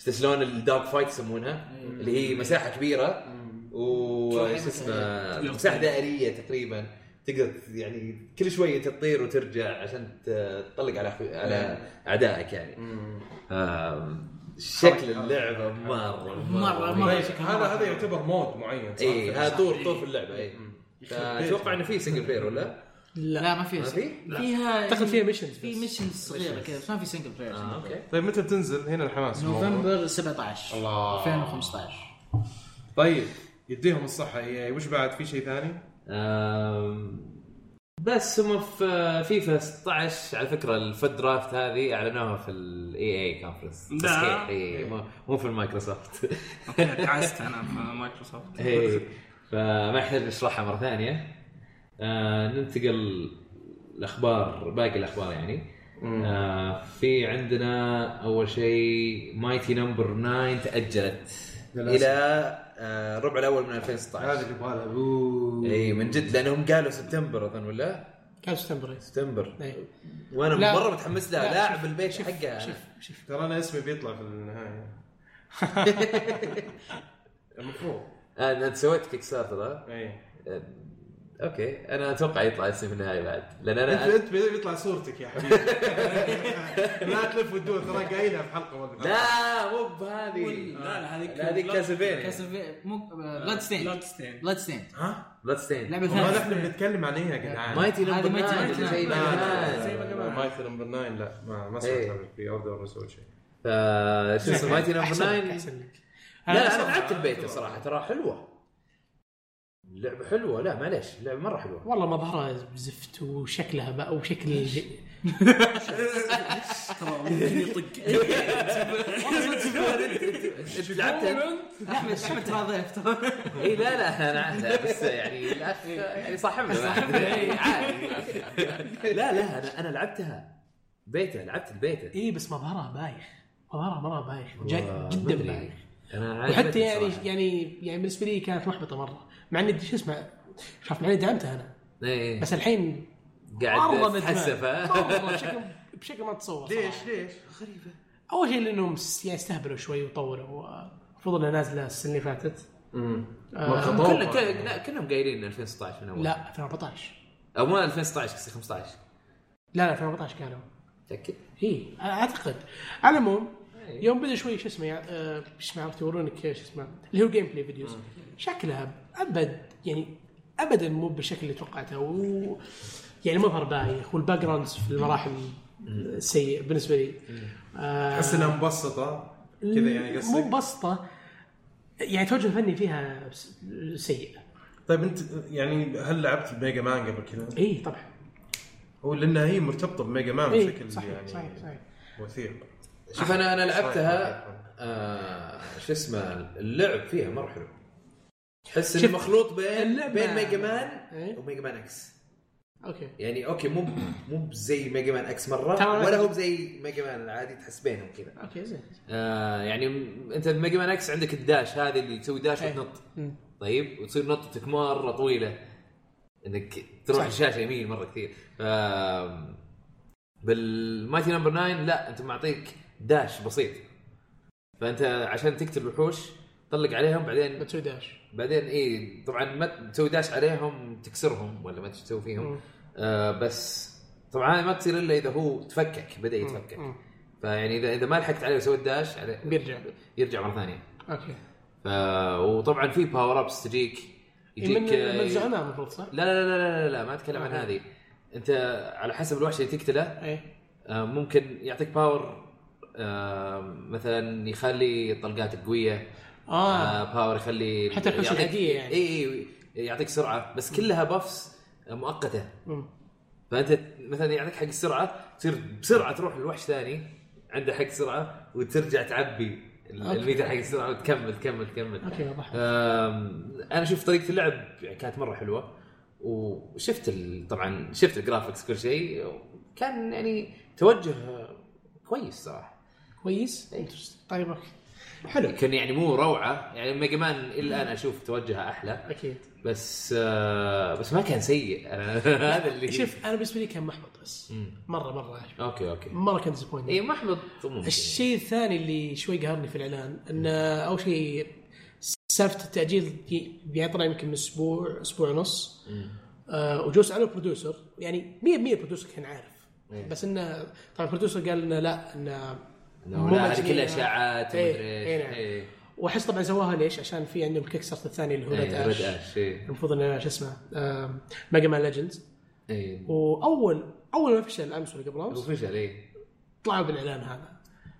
[SPEAKER 4] شفت شلون الدارك فايت يسمونها
[SPEAKER 5] إيه.
[SPEAKER 4] اللي هي مساحه كبيره و
[SPEAKER 5] تروح
[SPEAKER 4] شو اسمه
[SPEAKER 2] تقدر
[SPEAKER 4] مساحه
[SPEAKER 2] تطير.
[SPEAKER 4] دائريه تقريبا تقدر يعني كل شويه انت تطير وترجع عشان ت- تطلق على على اعدائك يعني آم، شكل اللعبه مره
[SPEAKER 5] مرة- مرة.
[SPEAKER 4] رهيب.
[SPEAKER 5] شكلها
[SPEAKER 1] هذا
[SPEAKER 5] مرة.
[SPEAKER 1] هذا يعتبر مود معين صح؟
[SPEAKER 4] اي إيه. هذا إيه، طور طور في اللعبه اي اتوقع انه في سنجل بلاير ولا؟
[SPEAKER 5] لا
[SPEAKER 3] لا
[SPEAKER 5] ما
[SPEAKER 4] ما
[SPEAKER 5] فيها
[SPEAKER 4] في؟
[SPEAKER 5] فيها
[SPEAKER 3] اعتقد فيها missions
[SPEAKER 5] في
[SPEAKER 3] بس.
[SPEAKER 5] ميشن صغيره كذا بس ما في سنجل بلاير
[SPEAKER 4] اه اوكي
[SPEAKER 1] طيب متى بتنزل هنا الحماس
[SPEAKER 5] نوفمبر 17
[SPEAKER 1] الله.
[SPEAKER 5] 2015
[SPEAKER 1] طيب يديهم الصحه اي وش بعد في شيء ثاني؟
[SPEAKER 4] آم، بس هم في فيفا 16 على فكره الفت درافت هذه اعلنوها في الاي اي كونفرنس
[SPEAKER 2] لا.
[SPEAKER 4] تصحيح إي، مو- مو في المايكروسوفت *laughs*
[SPEAKER 2] دعست انا في آه، مايكروسوفت
[SPEAKER 4] إي، فما يحتاج نشرحها مره ثانيه آه ننتقل الاخبار باقي الاخبار يعني آه في عندنا اول شيء مايتي نمبر 9 تاجلت
[SPEAKER 1] للأسف.
[SPEAKER 4] الى آه الربع الاول من 2016
[SPEAKER 1] هذا اللي يبغى له
[SPEAKER 4] اي من جد لانهم قالوا سبتمبر اظن ولا
[SPEAKER 3] كان سبتمبر
[SPEAKER 4] سبتمبر
[SPEAKER 3] إيه.
[SPEAKER 4] وانا
[SPEAKER 3] لا.
[SPEAKER 4] مره متحمس لها
[SPEAKER 3] لا،
[SPEAKER 4] لاعب
[SPEAKER 3] شوف،
[SPEAKER 4] البيت
[SPEAKER 3] شوف،
[SPEAKER 4] حقها أنا.
[SPEAKER 3] شوف شوف
[SPEAKER 1] ترى انا اسمي بيطلع في
[SPEAKER 4] *laughs*
[SPEAKER 1] النهايه المفروض إيه.
[SPEAKER 4] آه، انت سويت كيك ستارتر آه؟
[SPEAKER 1] اي
[SPEAKER 4] آه، اوكي انا اتوقع يطلع اسمي في النهايه بعد لان انا
[SPEAKER 1] انت انت بيطلع صورتك يا حبيبي *laughs* لا تلف وتدور ترى قايلها في حلقه ما أدري.
[SPEAKER 4] لا مو بهذه
[SPEAKER 2] لا، لا، هذيك-
[SPEAKER 4] لا، هذيك كاسلفينيا
[SPEAKER 5] كاسلفي مو بلاد ستين
[SPEAKER 2] بلاد ستين
[SPEAKER 5] بلاد ستين
[SPEAKER 1] ها؟
[SPEAKER 4] بلاد ستين
[SPEAKER 5] لعبه
[SPEAKER 1] والله
[SPEAKER 5] ثانيه
[SPEAKER 1] نحن بنتكلم عن ايه يا جدعان؟
[SPEAKER 4] مايتي
[SPEAKER 5] هذه
[SPEAKER 4] نمبر
[SPEAKER 5] مايتي
[SPEAKER 4] 9
[SPEAKER 5] نمبر
[SPEAKER 4] زي ما
[SPEAKER 5] ناين.
[SPEAKER 4] قلنا.
[SPEAKER 1] زي ما قبل. مايثل نمبر 9 لا ما ما
[SPEAKER 4] إيه.
[SPEAKER 1] سمعت في اوردر ولا سوى شيء
[SPEAKER 4] فا آه، شو اسمه مايتي نمبر
[SPEAKER 3] احسن لك
[SPEAKER 4] 9
[SPEAKER 3] احسن لك
[SPEAKER 4] لا انا لعبت البيت صراحه ترى حلوه لعبه حلوه لا معليش لعبه مره
[SPEAKER 3] *laughs*
[SPEAKER 4] حلوه
[SPEAKER 3] والله مظهرها زفت وشكلها بقى وشكل الج-
[SPEAKER 2] ترى ممكن يطق
[SPEAKER 4] انت لعبتها
[SPEAKER 5] *laughs* احمد احمد ترى ضيف ترى
[SPEAKER 4] اي لا لا انا عارفها بس يعني الاخ يعني صاحبنا إي، عادي لا لا انا انا لعبتها بيتها لعبت البيتا
[SPEAKER 3] ايه بس مظهرها بايخ مظهرها مره بايخ جا- جدا بايخ
[SPEAKER 4] انا
[SPEAKER 3] وحتى
[SPEAKER 4] عجبتني
[SPEAKER 3] يعني
[SPEAKER 4] صراحة.
[SPEAKER 3] يعني يعني بالنسبه لي كانت محبطه مره مع اني شو اسمه شوف مع اني دعمتها انا
[SPEAKER 4] إي،
[SPEAKER 3] بس الحين مره
[SPEAKER 4] قاعد آه. تحسف
[SPEAKER 3] ندمان.
[SPEAKER 4] ها؟
[SPEAKER 3] مره بشكل بشكل ما تتصور
[SPEAKER 1] ليش
[SPEAKER 3] صراحة.
[SPEAKER 1] ليش؟
[SPEAKER 3] اول شيء لانهم س- يعني استهبلوا شوي وطوروا المفروض انها نازله السنه اللي فاتت آه،
[SPEAKER 4] هم
[SPEAKER 1] مخطوطة.
[SPEAKER 4] كل كل- لا كلهم قايلين إن 2016 من اول
[SPEAKER 3] لا 2014
[SPEAKER 4] او مو 2016 قصدي 15
[SPEAKER 3] لا لا 2014 كانوا
[SPEAKER 4] متاكد؟
[SPEAKER 3] اي اعتقد على العموم يوم بدا شوي شو اسمه يعني آه، شو اسمه عرفت يورونك شو اسمه اللي هو جيم بلاي فيديوز
[SPEAKER 1] آه.
[SPEAKER 3] شكلها ابد يعني ابدا مو بالشكل اللي توقعته و يعني مظهر بايخ والباك جراوندز في المراحل سيء بالنسبه لي آه،
[SPEAKER 1] احس انها مبسطه كذا يعني
[SPEAKER 3] مو
[SPEAKER 1] قصدك
[SPEAKER 3] مبسطه يعني توجه فني فيها س- سيء
[SPEAKER 1] طيب انت يعني هل لعبت ميجا مان قبل كذا؟
[SPEAKER 3] اي طبعا
[SPEAKER 1] هو لانها هي مرتبطه بميجا مان
[SPEAKER 3] اي
[SPEAKER 1] بشكل
[SPEAKER 3] إيه، صحيح
[SPEAKER 1] يعني
[SPEAKER 3] صحيح صحيح
[SPEAKER 1] وثيق
[SPEAKER 4] شوف انا انا لعبتها آه شو اسمه اللعب فيها مره حلو تحس انه
[SPEAKER 3] شوف،
[SPEAKER 4] مخلوط بين
[SPEAKER 3] اللعبة-
[SPEAKER 4] بين ميجا مان
[SPEAKER 3] إيه؟
[SPEAKER 4] وميجا مان اكس
[SPEAKER 3] اوكي
[SPEAKER 4] يعني اوكي مو مو زي ميجا مان اكس مره
[SPEAKER 3] تمام.
[SPEAKER 4] ولا هو زي ميجا مان العادي تحس بينهم كذا
[SPEAKER 3] اوكي زين
[SPEAKER 4] آه يعني م- انت بميجا مان اكس عندك الداش هذه اللي تسوي داش
[SPEAKER 3] إيه.
[SPEAKER 4] وتنط
[SPEAKER 3] مم.
[SPEAKER 4] طيب وتصير نطتك مره طويله انك تروح
[SPEAKER 3] صح.
[SPEAKER 4] الشاشه يمين مره كثير ف بالمايتي نمبر 9 لا انت معطيك داش بسيط فانت عشان تقتل وحوش طلق عليهم بعدين
[SPEAKER 3] بتسوي داش
[SPEAKER 4] بعدين اي طبعا ما تسوي داش عليهم تكسرهم ولا ما تسوي فيهم
[SPEAKER 3] مم.
[SPEAKER 4] آه بس طبعا هاي ما تصير الا اذا هو تفكك بدا يتفكك
[SPEAKER 3] مم.
[SPEAKER 4] فيعني اذا اذا ما لحقت عليه وسويت داش عليه
[SPEAKER 3] بيرجع
[SPEAKER 4] يرجع مره ثانيه
[SPEAKER 3] اوكي
[SPEAKER 4] ف... وطبعا في باور ابس تجيك
[SPEAKER 3] إيه،
[SPEAKER 4] يجيك
[SPEAKER 3] من
[SPEAKER 4] آه،
[SPEAKER 3] من الزعماء المفروض صح؟
[SPEAKER 4] لا لا لا لا لا, لا ما اتكلم عن
[SPEAKER 3] آه.
[SPEAKER 4] هذه انت على حسب الوحش اللي تقتله
[SPEAKER 3] ايه
[SPEAKER 4] آه، ممكن يعطيك باور آه، مثلا يخلي طلقاتك قويه
[SPEAKER 3] اه
[SPEAKER 4] آه، إيه. باور يخلي
[SPEAKER 3] حتى الحوش
[SPEAKER 4] يعطيك-
[SPEAKER 3] العادية يعني.
[SPEAKER 4] اي إي، يعطيك سرعه بس كلها بفس مؤقته
[SPEAKER 3] مم.
[SPEAKER 4] فانت مثلا يعطيك حق السرعه تصير بسرعه تروح لوحش ثاني عنده حق سرعه وترجع تعبي ال-
[SPEAKER 3] أوكي.
[SPEAKER 4] الميتر حق السرعه وتكمل تكمل تكمل
[SPEAKER 3] اوكي وضحت
[SPEAKER 4] أم، انا شفت طريقه اللعب يعني كانت مره حلوه وشفت ال- طبعا شفت الجرافكس كل شيء كان يعني توجه كويس صراحه
[SPEAKER 3] كويس طيب اوكي حلو
[SPEAKER 4] كان يعني مو روعه يعني ميجا مان الى الان اشوف توجهها احلى
[SPEAKER 3] اكيد
[SPEAKER 4] بس آه، بس ما كان سيء *laughs* انا هذا اللي
[SPEAKER 3] شوف انا بالنسبه لي كان محبط بس
[SPEAKER 4] مم. إيه،
[SPEAKER 3] مره مره
[SPEAKER 4] اوكي اوكي
[SPEAKER 3] مره كان
[SPEAKER 4] اي
[SPEAKER 3] ديسابوينتنج
[SPEAKER 4] محبط ممكن.
[SPEAKER 3] الشيء الثاني اللي شوي قهرني في الاعلان انه اول شيء سالفه التاجيل دي- بيعطنا يمكن من اسبوع اسبوع ونص آه وجوز على برودوسر يعني 100% برودوسر كان عارف
[SPEAKER 4] إيه.
[SPEAKER 3] بس انه طبعا البرودوسر قال انه لا انه
[SPEAKER 4] إنه
[SPEAKER 3] مو
[SPEAKER 4] لا، هذه
[SPEAKER 3] مجنية.
[SPEAKER 4] كلها اشاعات
[SPEAKER 3] إيه،
[SPEAKER 4] ومدري
[SPEAKER 3] إيه
[SPEAKER 4] ايش
[SPEAKER 3] نعم.
[SPEAKER 4] إيه،
[SPEAKER 3] واحس طبعا سواها ليش؟ عشان في عندهم كيك ستارت الثاني اللي هو ريد
[SPEAKER 4] إيه، ريد
[SPEAKER 3] اش
[SPEAKER 4] اش إيه.
[SPEAKER 3] المفروض انه شو اسمه آه ميجا مان ليجندز
[SPEAKER 4] إيه.
[SPEAKER 3] واول اول ما فشل امس ولا قبل امس
[SPEAKER 4] اوفيشال اي
[SPEAKER 3] طلعوا بالاعلان هذا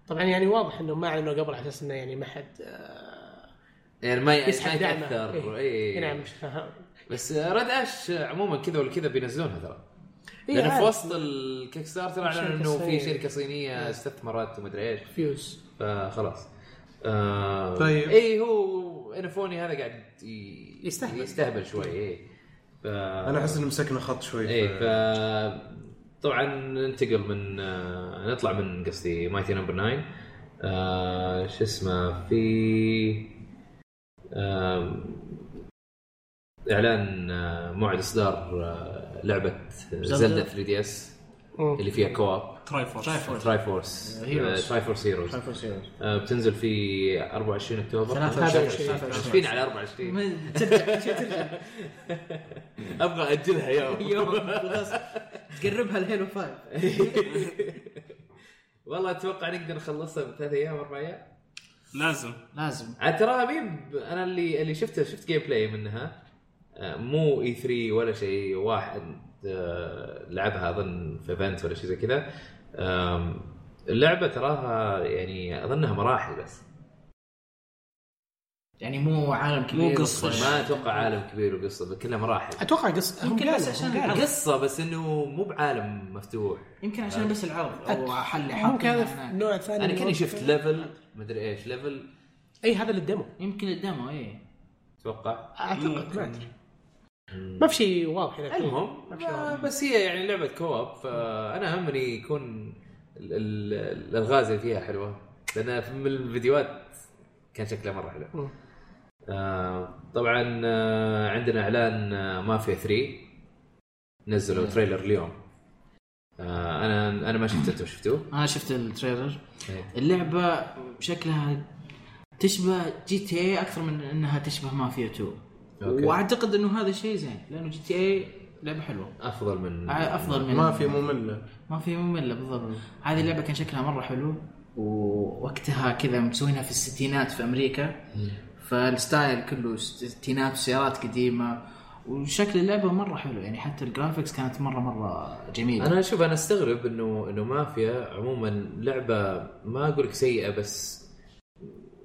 [SPEAKER 3] طبعا يعني واضح انه ما اعلنوا قبل على اساس انه يعني ما حد آه،
[SPEAKER 4] يعني ما
[SPEAKER 3] يسحب
[SPEAKER 4] يسحب
[SPEAKER 3] دعمه
[SPEAKER 4] يتاثر
[SPEAKER 3] إيه.
[SPEAKER 4] اي
[SPEAKER 3] نعم مش فاهم.
[SPEAKER 4] بس ريد اش عموما كذا ولا كذا بينزلونها ترى
[SPEAKER 3] إيه،
[SPEAKER 4] لانه في
[SPEAKER 3] عارف.
[SPEAKER 4] وسط الكيك ستارتر
[SPEAKER 3] شركة إيه.
[SPEAKER 4] اعلنوا انه في
[SPEAKER 3] صينية.
[SPEAKER 4] شركه صينيه استثمرت ومدري ايش
[SPEAKER 3] فيوز
[SPEAKER 4] فخلاص آه
[SPEAKER 1] طيب.
[SPEAKER 4] اي هو انفوني هذا قاعد ي-
[SPEAKER 3] يستهبل.
[SPEAKER 4] يستهبل شوي اي ف...
[SPEAKER 1] انا احس انه مسكنا خط شوي
[SPEAKER 4] اي إيه، ف طبعا ننتقل من آه، نطلع من قصدي مايتي نمبر 9 آه، شو اسمه في آه، اعلان آه، موعد اصدار آه، لعبه زلدا 3 دي اس
[SPEAKER 3] مم.
[SPEAKER 4] اللي فيها آه، كواب
[SPEAKER 2] تراي فورس
[SPEAKER 5] تراي فورس
[SPEAKER 4] تراي فورس
[SPEAKER 5] Heroes.
[SPEAKER 4] تراي فورس هيروز آه، بتنزل في 24 اكتوبر
[SPEAKER 5] 23.
[SPEAKER 4] 23 على 24
[SPEAKER 5] ترجع ترجع
[SPEAKER 4] ابغى اجلها *laughs* يوم
[SPEAKER 5] يوم خلاص تقربها الهيلو 5
[SPEAKER 4] *laughs* والله اتوقع نقدر نخلصها بثلاث ايام اربع ايام
[SPEAKER 2] لازم
[SPEAKER 5] لازم
[SPEAKER 4] عاد تراها مين انا اللي اللي شفته شفت جيم بلاي منها آه، مو اي 3 ولا شيء واحد آه، لعبها اظن في ايفنت ولا شيء زي كذا آم، اللعبه تراها يعني اظنها مراحل بس
[SPEAKER 5] يعني مو عالم كبير
[SPEAKER 2] مو قصة.
[SPEAKER 4] ما اتوقع عالم كبير وقصه كلها مراحل
[SPEAKER 3] اتوقع قص هم
[SPEAKER 5] يمكن
[SPEAKER 3] قالوا
[SPEAKER 5] بس عشان
[SPEAKER 3] هم قالوا.
[SPEAKER 4] قصه بس انه مو بعالم مفتوح
[SPEAKER 5] يمكن عشان بس العرض او حل
[SPEAKER 3] ممكن
[SPEAKER 5] حاطينها
[SPEAKER 3] هذا
[SPEAKER 5] هناك.
[SPEAKER 3] نوع ثاني
[SPEAKER 4] انا
[SPEAKER 3] من
[SPEAKER 4] كاني
[SPEAKER 3] الوقت.
[SPEAKER 4] شفت ليفل مدري ايش ليفل
[SPEAKER 3] اي إيه، هذا للديمو
[SPEAKER 5] يمكن الدمو إيه. اي
[SPEAKER 4] اتوقع
[SPEAKER 3] اعتقد ما ادري ما في شيء واضح الحين
[SPEAKER 4] المهم آه، بس هي يعني لعبه كواب فانا همني يكون ال- ال- الالغاز اللي فيها حلوه لان في- من الفيديوهات كان شكلها مره حلو
[SPEAKER 3] مم.
[SPEAKER 4] آه طبعا آه عندنا اعلان آه مافيا 3 نزلوا تريلر اليوم آه انا انا ما شفته انتم شفتوه؟
[SPEAKER 5] انا شفت التريلر
[SPEAKER 4] إيه.
[SPEAKER 5] اللعبه شكلها تشبه جي تي اي اكثر من انها تشبه مافيا 2
[SPEAKER 4] أوكي.
[SPEAKER 5] واعتقد انه هذا شيء زين لانه جي تي إيه اي لعبه حلوه
[SPEAKER 4] افضل من
[SPEAKER 5] ع- افضل من
[SPEAKER 1] ما في ممله
[SPEAKER 5] ما في ممله بالضبط هذه اللعبه كان شكلها مره حلو ووقتها كذا مسوينها في الستينات في امريكا فالستايل كله ستينات وسيارات قديمه وشكل اللعبه مره حلو يعني حتى الجرافيكس كانت مره مره جميله
[SPEAKER 4] انا اشوف انا استغرب انه انه مافيا عموما لعبه ما اقول لك سيئه بس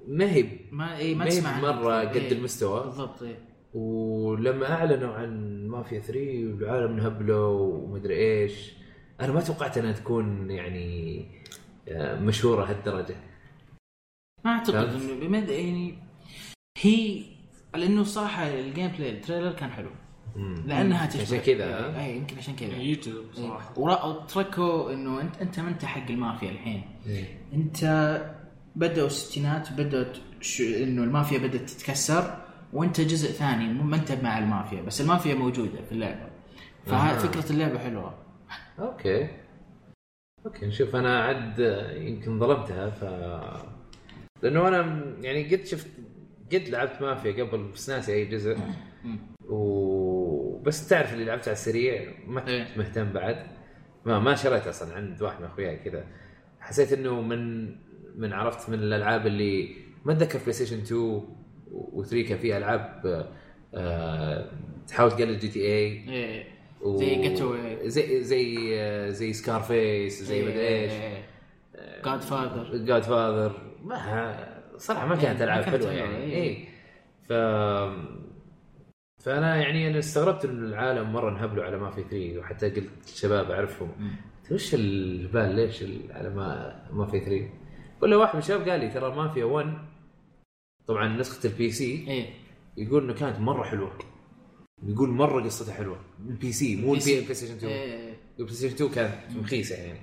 [SPEAKER 4] ما هي
[SPEAKER 5] ما اي إيه، ما
[SPEAKER 4] ما هي
[SPEAKER 5] تسمع عنها
[SPEAKER 4] مرة
[SPEAKER 5] كثير.
[SPEAKER 4] قد
[SPEAKER 5] إيه.
[SPEAKER 4] المستوى.
[SPEAKER 5] بالضبط إيه. اي
[SPEAKER 4] ولما اعلنوا عن مافيا 3 والعالم انهبلوا ومدري ايش انا ما توقعت انها تكون يعني آه، مشهوره هالدرجه
[SPEAKER 5] ما اعتقد
[SPEAKER 4] فهمت؟
[SPEAKER 5] انه بمد يعني هي لانه صراحه الجيم بلاي التريلر كان حلو لانها تشبه
[SPEAKER 4] عشان كذا، ها؟ أيوة،
[SPEAKER 5] اي يمكن عشان كذا إيه.
[SPEAKER 2] يجذب صراحه
[SPEAKER 5] ورا- وتركوا انه انت انت ما انت حق المافيا الحين
[SPEAKER 4] إيه.
[SPEAKER 5] انت بدأوا الستينات بدأت ش... انه المافيا بدأت تتكسر وانت جزء ثاني مو- ما انت مع المافيا بس المافيا موجودة في اللعبة
[SPEAKER 4] آه.
[SPEAKER 5] ففكرة اللعبة حلوة
[SPEAKER 4] اوكي اوكي نشوف انا عد آه، يمكن ظلمتها ف لانه انا م- يعني قد شفت قد لعبت مافيا قبل بس ناسي اي جزء و بس تعرف اللي لعبت على السريع ما
[SPEAKER 5] إيه.
[SPEAKER 4] كنت مهتم بعد ما ما شريت اصلا عند واحد من اخوياي كذا حسيت انه من من عرفت من الالعاب اللي ما اتذكر بلاي ستيشن 2 و3 كان فيها العاب آه، آه، تحاول تقلد جي تي اي
[SPEAKER 5] ايه
[SPEAKER 4] و-
[SPEAKER 5] زي Getaway. إيه.
[SPEAKER 4] زي زي آه، زي سكارفيس زي مدري ايش
[SPEAKER 5] جاد فاذر
[SPEAKER 4] جاد فاذر ما صراحه ما كانت
[SPEAKER 5] إيه، ما
[SPEAKER 4] العاب
[SPEAKER 5] كانت
[SPEAKER 4] حلوه
[SPEAKER 5] إيه،
[SPEAKER 4] يعني
[SPEAKER 5] إيه.
[SPEAKER 4] اي ف فانا يعني انا استغربت ان العالم مره انهبلوا على ما في 3 وحتى قلت للشباب اعرفهم وش البال ليش ال- على ما ما في 3 ولا واحد من الشباب قال لي ترى ما في 1 طبعا نسخه البي سي
[SPEAKER 5] ايه
[SPEAKER 4] يقول انه كانت مره حلوه يقول مره قصتها حلوه البي سي مو
[SPEAKER 5] PC.
[SPEAKER 4] البلاي ستيشن 2
[SPEAKER 5] ايه
[SPEAKER 4] البلاي ستيشن 2 كانت مخيسه يعني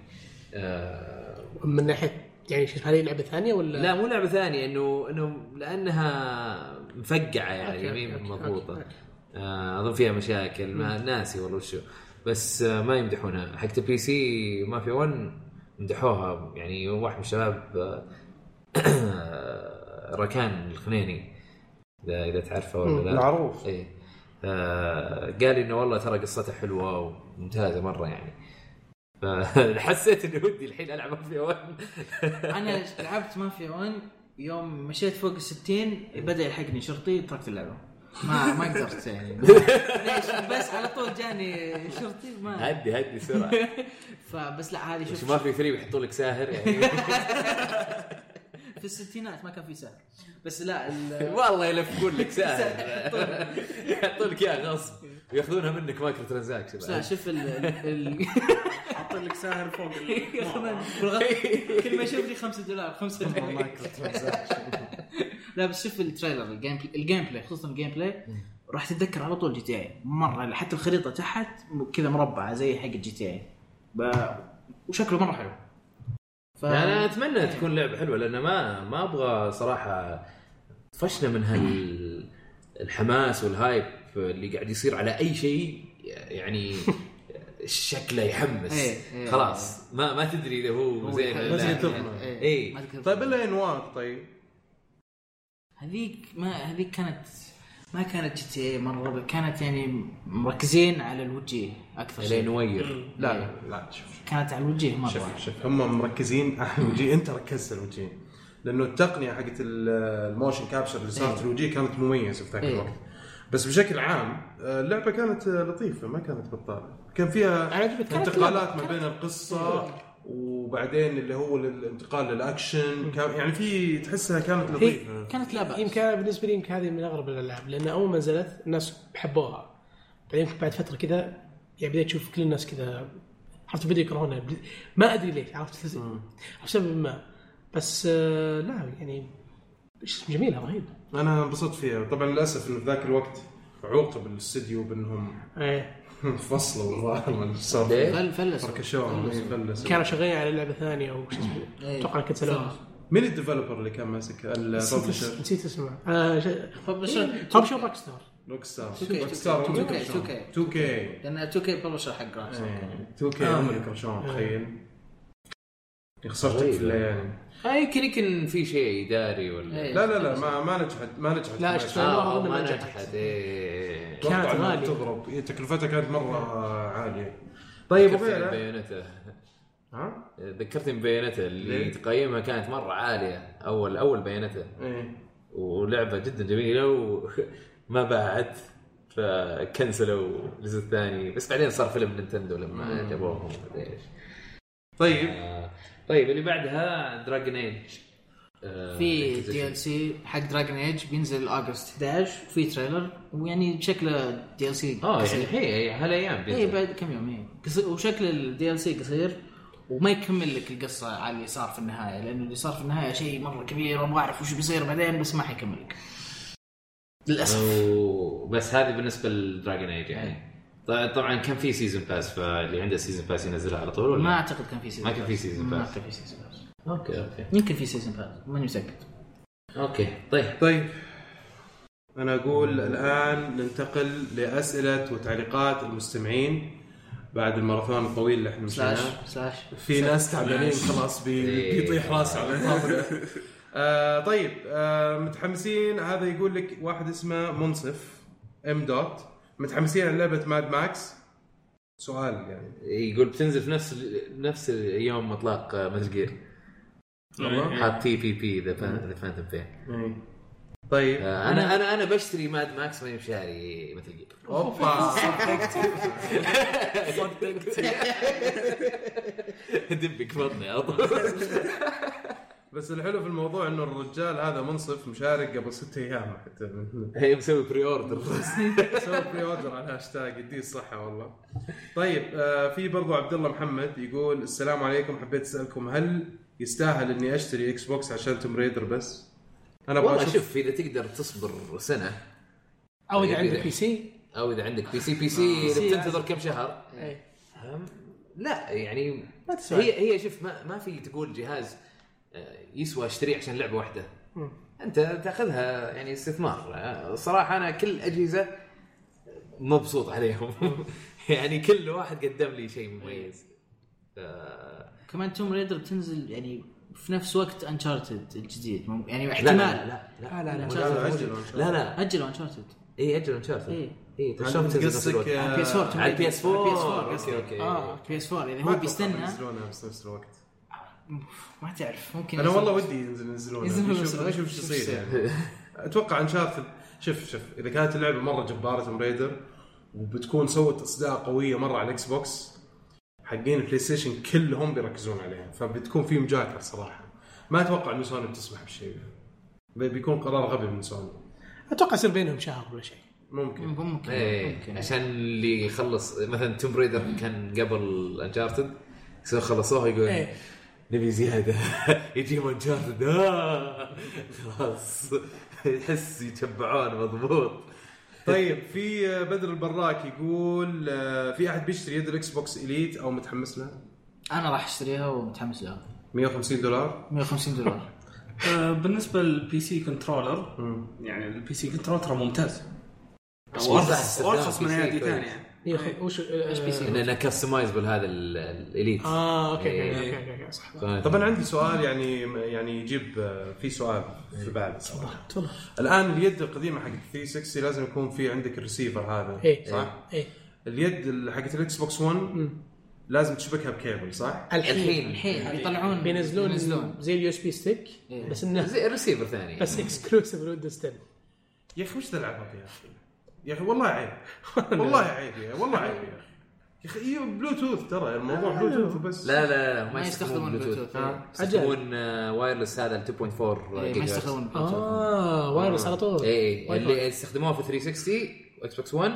[SPEAKER 4] آه
[SPEAKER 3] من ناحيه يعني شوف هذه لعبه ثانيه ولا
[SPEAKER 4] لا مو لعبه ثانيه انه انه لانها مفقعه
[SPEAKER 3] أوكي،
[SPEAKER 4] يعني
[SPEAKER 3] أوكي،
[SPEAKER 4] مي
[SPEAKER 3] أوكي،
[SPEAKER 4] مضبوطه
[SPEAKER 3] أوكي، أوكي.
[SPEAKER 4] آه، اظن فيها مشاكل ما ناسي والله وشو بس آه، ما يمدحونها حقت البي سي ما في 1 مدحوها يعني واحد من الشباب آه، *coughs* ركان الخنيني اذا اذا تعرفه ولا لا
[SPEAKER 1] معروف
[SPEAKER 4] ايه آه، قال لي انه والله ترى قصته حلوه وممتازه مره يعني *laughs* فحسيت اني ودي الحين العب ما في 1
[SPEAKER 5] انا لعبت مافيا 1 يوم مشيت فوق ال 60 بدا يلحقني شرطي تركت اللعبه ما ما قدرت يعني
[SPEAKER 4] *laughs*
[SPEAKER 5] ليش بس على طول جاني شرطي ما
[SPEAKER 4] هدي هدي بسرعه
[SPEAKER 5] فبس لا هذه
[SPEAKER 4] مش
[SPEAKER 5] شوف
[SPEAKER 4] ما في ثري بيحطوا لك ساهر يعني
[SPEAKER 5] في الستينات ما كان في سهر بس لا
[SPEAKER 4] *laughs*
[SPEAKER 5] ال- طيب.
[SPEAKER 4] والله يلفقون لك
[SPEAKER 5] *laughs*
[SPEAKER 4] ساهر يحطوا لك اياه غصب وياخذونها منك مايكرو
[SPEAKER 5] بس لا
[SPEAKER 4] ترانزاكشن
[SPEAKER 5] شوف ال
[SPEAKER 2] *laughs*
[SPEAKER 5] ال-
[SPEAKER 2] حاط لك ساهر فوق
[SPEAKER 5] *laughs* ال-
[SPEAKER 2] ال-
[SPEAKER 5] بالغ- كل ما يشوف لي 5 دولار 5 دولار *laughs* لا بس شوف التريلر الجيم بلاي الجيم بلاي خصوصا الجيم بلاي راح تتذكر على طول جي تي اي مره حتى الخريطه تحت م- كذا مربعه زي حق الجي تي اي وشكله مره حلو ف...
[SPEAKER 4] انا اتمنى تكون لعبه حلوه لان ما ما ابغى صراحه طفشنا من هال الحماس والهايب اللي قاعد يصير على اي شيء يعني شكله يحمس
[SPEAKER 5] إيه، إيه.
[SPEAKER 4] خلاص ما ما تدري اذا هو زين ولا
[SPEAKER 1] زي
[SPEAKER 4] لا.
[SPEAKER 1] تظلم.
[SPEAKER 5] اي
[SPEAKER 4] إيه.
[SPEAKER 1] طيب الا انوار طيب
[SPEAKER 5] هذيك ما هذيك كانت ما كانت جي تي اي مره ربع كانت يعني مركزين على الوجيه اكثر
[SPEAKER 4] لين
[SPEAKER 5] شيء إيه.
[SPEAKER 4] نوير
[SPEAKER 1] لا لا لا شوف
[SPEAKER 5] كانت على الوجيه مره
[SPEAKER 1] شوف شوف هم مركزين *laughs* على الوجيه انت ركزت على الوجيه لانه التقنيه حقت ال- الموشن كابشر اللي صارت
[SPEAKER 5] إيه.
[SPEAKER 1] الوجيه كانت مميزه في ذاك
[SPEAKER 5] إيه.
[SPEAKER 1] الوقت بس بشكل عام آه، اللعبه كانت آه، لطيفه ما كانت بطاله كان فيها
[SPEAKER 3] أنا عجبتني. كانت
[SPEAKER 1] انتقالات ما بين القصه وبعدين اللي هو الانتقال للاكشن كان يعني في تحسها كانت لطيفه
[SPEAKER 5] كانت لا بأس
[SPEAKER 3] يمكن أنا بالنسبه لي يمكن هذه من اغرب الالعاب لان اول ما نزلت الناس حبوها بعدين يمكن بعد فتره كذا يعني بديت اشوف كل الناس كذا عرفت بدوا يكرهونها بد- ما ادري ليش عرفت بسبب ما بس آه، لا يعني ايش اسم جميله رهيبه
[SPEAKER 1] انا انبسطت فيها طبعا للاسف انه في ذاك الوقت عوقب الاستديو بانهم
[SPEAKER 3] ايه
[SPEAKER 1] *laughs* فصلوا الظاهر من السالفه
[SPEAKER 4] ليه؟
[SPEAKER 5] فل فلس
[SPEAKER 1] فركشوهم إيه، فلسوا.
[SPEAKER 3] كانوا شغالين على لعبه ثانيه او شو اسمه
[SPEAKER 5] إيه.
[SPEAKER 3] اتوقع كنسلوها
[SPEAKER 1] مين الديفلوبر اللي كان ماسك
[SPEAKER 3] نسيت
[SPEAKER 1] الببلشر؟
[SPEAKER 3] *laughs* اس- نسيت اسمها آه، ش-
[SPEAKER 1] إيه.
[SPEAKER 5] ببلشر
[SPEAKER 3] طب شو روك ستار
[SPEAKER 1] روك ستار
[SPEAKER 5] 2K.
[SPEAKER 1] روك ستار هم اللي
[SPEAKER 5] 2K.
[SPEAKER 1] كرشوهم.
[SPEAKER 5] 2K.
[SPEAKER 1] 2K
[SPEAKER 5] لان 2 كي ببلشر حق رانش
[SPEAKER 1] إيه، 2K هم اللي كرشوهم تخيل يا خسارتك في
[SPEAKER 4] غريبة.
[SPEAKER 1] الليالي
[SPEAKER 4] آه، يمكن يمكن في شيء اداري ولا
[SPEAKER 5] إيه.
[SPEAKER 1] لا لا لا ما ما نجحت ما نجحت
[SPEAKER 3] لا،
[SPEAKER 1] ما
[SPEAKER 3] شفت.
[SPEAKER 1] نجحت.
[SPEAKER 4] اه
[SPEAKER 3] والله
[SPEAKER 4] ما
[SPEAKER 3] ما
[SPEAKER 4] نجحت
[SPEAKER 3] نجحت.
[SPEAKER 4] ايه
[SPEAKER 1] أتوقع
[SPEAKER 3] كانت
[SPEAKER 1] إنها
[SPEAKER 3] غالية.
[SPEAKER 1] تضرب إيه، تكلفتها كانت مره عاليه طيب
[SPEAKER 4] ذكرتني
[SPEAKER 1] وغيره
[SPEAKER 4] ببيانته
[SPEAKER 1] ها؟
[SPEAKER 4] ذكرتني ببيانته اللي
[SPEAKER 1] ليه؟
[SPEAKER 4] تقييمها كانت مره عاليه اول اول بيانته
[SPEAKER 1] ايه
[SPEAKER 4] ولعبه جدا جميله *laughs* وما باعت فكنسلوا الجزء الثاني بس بعدين صار فيلم نينتندو لما جابوهم مدري ايش
[SPEAKER 1] طيب
[SPEAKER 4] آه، طيب اللي بعدها آه، دراجن ايج
[SPEAKER 5] في دي ال سي حق دراجن ايج بينزل اغسطس 11 في تريلر ويعني شكله دي ال سي
[SPEAKER 4] اه يعني هي هالايام
[SPEAKER 5] اي
[SPEAKER 4] بينزل.
[SPEAKER 5] إيه، بعد كم يوم اي قصير وشكل الدي ال سي قصير وما يكمل لك القصه على اللي صار في النهايه لانه اللي صار في النهايه شيء مره كبير وما اعرف وش بيصير بعدين بس ما حيكمل لك للاسف
[SPEAKER 4] و- بس هذه بالنسبه لدراجن ايج
[SPEAKER 5] إيه.
[SPEAKER 4] يعني طبعا طبعا كان في سيزون باس فاللي عنده سيزون باس ينزلها على طول ولا
[SPEAKER 5] ما اعتقد كان في سيزون
[SPEAKER 4] أه، ما كان في season
[SPEAKER 5] ما
[SPEAKER 4] pass.
[SPEAKER 5] كان في سيزون باس
[SPEAKER 4] اوكي اوكي
[SPEAKER 5] يمكن في سيزون باس ماني متاكد
[SPEAKER 4] اوكي طيب
[SPEAKER 1] طيب انا اقول الان ننتقل لاسئله وتعليقات المستمعين بعد الماراثون الطويل اللي احنا
[SPEAKER 5] سلاش
[SPEAKER 1] مشيناه
[SPEAKER 5] سلاش
[SPEAKER 1] في ناس تعبانين خلاص بي-
[SPEAKER 4] إيه.
[SPEAKER 1] بيطيح راسه على الطاوله آه طيب آه متحمسين هذا يقول لك واحد اسمه منصف ام دوت متحمسين على لعبه ماد ماكس سؤال يعني
[SPEAKER 4] يقول بتنزل في نفس نفس يوم اطلاق مثل جير
[SPEAKER 1] والله.
[SPEAKER 4] حاط تي بي بي ذا فانتوم بين
[SPEAKER 1] طيب
[SPEAKER 4] انا انا انا بشتري ماد ماكس ماني بشاري مثل *laughs* جير
[SPEAKER 1] اوبا
[SPEAKER 4] دبك بطني على طول
[SPEAKER 1] بس الحلو في الموضوع انه الرجال هذا منصف مشارك قبل ست ايام حتى
[SPEAKER 4] *laughs* هي مسوي بري *laughs* اوردر
[SPEAKER 1] سوي بري اوردر على هاشتاج يديه الصحه والله. طيب آه في برضو عبد الله محمد يقول السلام عليكم حبيت اسالكم هل يستاهل اني اشتري اكس بوكس عشان توم ريدر بس؟ انا ابغى
[SPEAKER 4] والله
[SPEAKER 1] اشوف
[SPEAKER 4] شوف اذا تقدر تصبر سنه
[SPEAKER 3] او اذا عندك بي سي
[SPEAKER 4] او اذا عندك بي سي بي سي اذا
[SPEAKER 3] سي
[SPEAKER 4] بتنتظر كم شهر
[SPEAKER 3] إيه.
[SPEAKER 4] أم، لا يعني
[SPEAKER 3] ما تسوى.
[SPEAKER 4] هي هي شوف ما, ما في تقول جهاز آه، يسوى اشتريه عشان لعبه واحده
[SPEAKER 3] مم.
[SPEAKER 4] انت تاخذها يعني استثمار آه، صراحه انا كل اجهزه مبسوط عليهم *laughs* يعني كل واحد قدم لي شيء مميز آه،
[SPEAKER 5] كمان توم ريدر بتنزل يعني في نفس وقت انشارتد الجديد مم- يعني
[SPEAKER 4] لا
[SPEAKER 5] احتمال آه،
[SPEAKER 4] لا لا لا
[SPEAKER 1] لا،
[SPEAKER 5] لا، لا.
[SPEAKER 1] لا، أجل، إن شاء الله.
[SPEAKER 4] لا لا
[SPEAKER 5] اجلوا انشارتد
[SPEAKER 4] اي اجل انشارتد
[SPEAKER 5] إيه.
[SPEAKER 4] اي
[SPEAKER 1] عندهم قصك آه،
[SPEAKER 5] على بي اس 4
[SPEAKER 4] على البي اس 4
[SPEAKER 5] بي اس 4
[SPEAKER 4] اوكي اوكي
[SPEAKER 5] اه بي اس 4 اذا
[SPEAKER 1] ما
[SPEAKER 5] هو
[SPEAKER 1] أتوقع
[SPEAKER 5] بيستنى
[SPEAKER 1] ينزلونها في نفس الوقت.
[SPEAKER 5] ما تعرف ممكن
[SPEAKER 1] انا
[SPEAKER 5] ينزل.
[SPEAKER 1] والله ودي ينزل- ينزلونها
[SPEAKER 5] ينزلونها في نفس
[SPEAKER 1] نشوف
[SPEAKER 5] الوقت.
[SPEAKER 1] نشوف ايش
[SPEAKER 5] شوف
[SPEAKER 1] يصير يعني. اتوقع انشارتد شوف شوف اذا كانت اللعبه مره جباره توم ريدر وبتكون سوت اصداء قويه مره على الاكس بوكس حقين البلاي ستيشن كلهم بيركزون عليها فبتكون في مجاكر صراحه ما اتوقع انه سوني بتسمح بشيء بي- بيكون قرار غبي من سوني
[SPEAKER 3] اتوقع يصير بينهم شهر ولا شيء
[SPEAKER 1] ممكن
[SPEAKER 5] ممكن
[SPEAKER 4] ايه
[SPEAKER 5] ممكن
[SPEAKER 4] عشان اللي يخلص مثلا توم بريدر كان قبل انشارتد يصير خلصوها يقول
[SPEAKER 3] إيه.
[SPEAKER 4] نبي زياده *laughs* يجيهم انشارتد آه. خلاص يحس يتبعون مضبوط
[SPEAKER 1] طيب في آه، بدر البراك يقول آه، في احد بيشتري يد الاكس بوكس اليت او متحمس لها
[SPEAKER 5] انا راح اشتريها ومتحمس لها
[SPEAKER 1] 150 دولار
[SPEAKER 5] 150
[SPEAKER 4] *laughs*
[SPEAKER 5] دولار
[SPEAKER 2] آه، بالنسبه للبي سي كنترولر
[SPEAKER 1] مم.
[SPEAKER 2] يعني البي سي كنترولر ترى ممتاز
[SPEAKER 4] بس وضع
[SPEAKER 2] وارخص
[SPEAKER 4] استخدام
[SPEAKER 2] وارخص من
[SPEAKER 4] PC
[SPEAKER 2] اي اي دي
[SPEAKER 4] كويس.
[SPEAKER 2] ثانيه
[SPEAKER 3] إيه، وش ايش بي سي؟
[SPEAKER 4] لانه كستمايزبل هذا ال- الاليت
[SPEAKER 5] آه.
[SPEAKER 3] اه اوكي
[SPEAKER 4] إيه.
[SPEAKER 3] أوكي، اوكي أوكي، اوكي صح
[SPEAKER 1] طبعا عندي سؤال يعني يعني يجيب آه، في سؤال في بالي صراحه
[SPEAKER 3] تفضل
[SPEAKER 1] الان اليد القديمه حق 360 لازم يكون في عندك الريسيفر هذا
[SPEAKER 3] ايه
[SPEAKER 1] صح؟
[SPEAKER 3] ايه
[SPEAKER 1] اليد ال- حقت الاكس بوكس 1
[SPEAKER 3] مم.
[SPEAKER 1] لازم تشبكها بكيبل صح؟
[SPEAKER 3] الحين
[SPEAKER 5] الحين بيطلعون
[SPEAKER 3] بينزلون زي اليو اس بي ستيك
[SPEAKER 5] إيه.
[SPEAKER 3] بس انه
[SPEAKER 4] زي الريسيفر ثاني
[SPEAKER 3] بس اكسكلوسيف لويندوز 10
[SPEAKER 1] يا اخي وش ذا العبط يا اخي؟ يا اخي والله عيب والله عيب يا والله عيب يا اخي يا اخي إيه بلوتوث ترى الموضوع بلوتوث وبس
[SPEAKER 4] لا لا لا
[SPEAKER 5] ما يستخدمون بلوتوث
[SPEAKER 4] آه.
[SPEAKER 5] آه.
[SPEAKER 4] يستخدمون آه، وايرلس هذا ال 2.4
[SPEAKER 5] إيه،
[SPEAKER 4] جيجا
[SPEAKER 5] ما
[SPEAKER 4] هرتز.
[SPEAKER 5] يستخدمون بلوتوث
[SPEAKER 3] اه وايرلس على طول
[SPEAKER 4] ايه
[SPEAKER 3] واي فاي.
[SPEAKER 4] اللي استخدموها في 360 واكس بوكس 1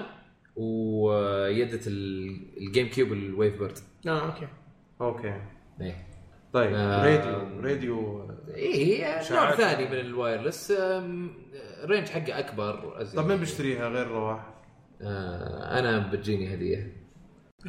[SPEAKER 4] ويدة ال- الجيم كيوب الويف بيرد
[SPEAKER 3] اه اوكي
[SPEAKER 1] اوكي
[SPEAKER 4] ايه
[SPEAKER 1] طيب
[SPEAKER 4] آه.
[SPEAKER 1] راديو راديو
[SPEAKER 4] ايه هي نوع
[SPEAKER 1] شعار.
[SPEAKER 4] ثاني من الوايرلس أم، رينج حقه اكبر أزيد.
[SPEAKER 1] طب مين طيب، بيشتريها غير رواح؟
[SPEAKER 4] آه، انا بتجيني *laughs* هديه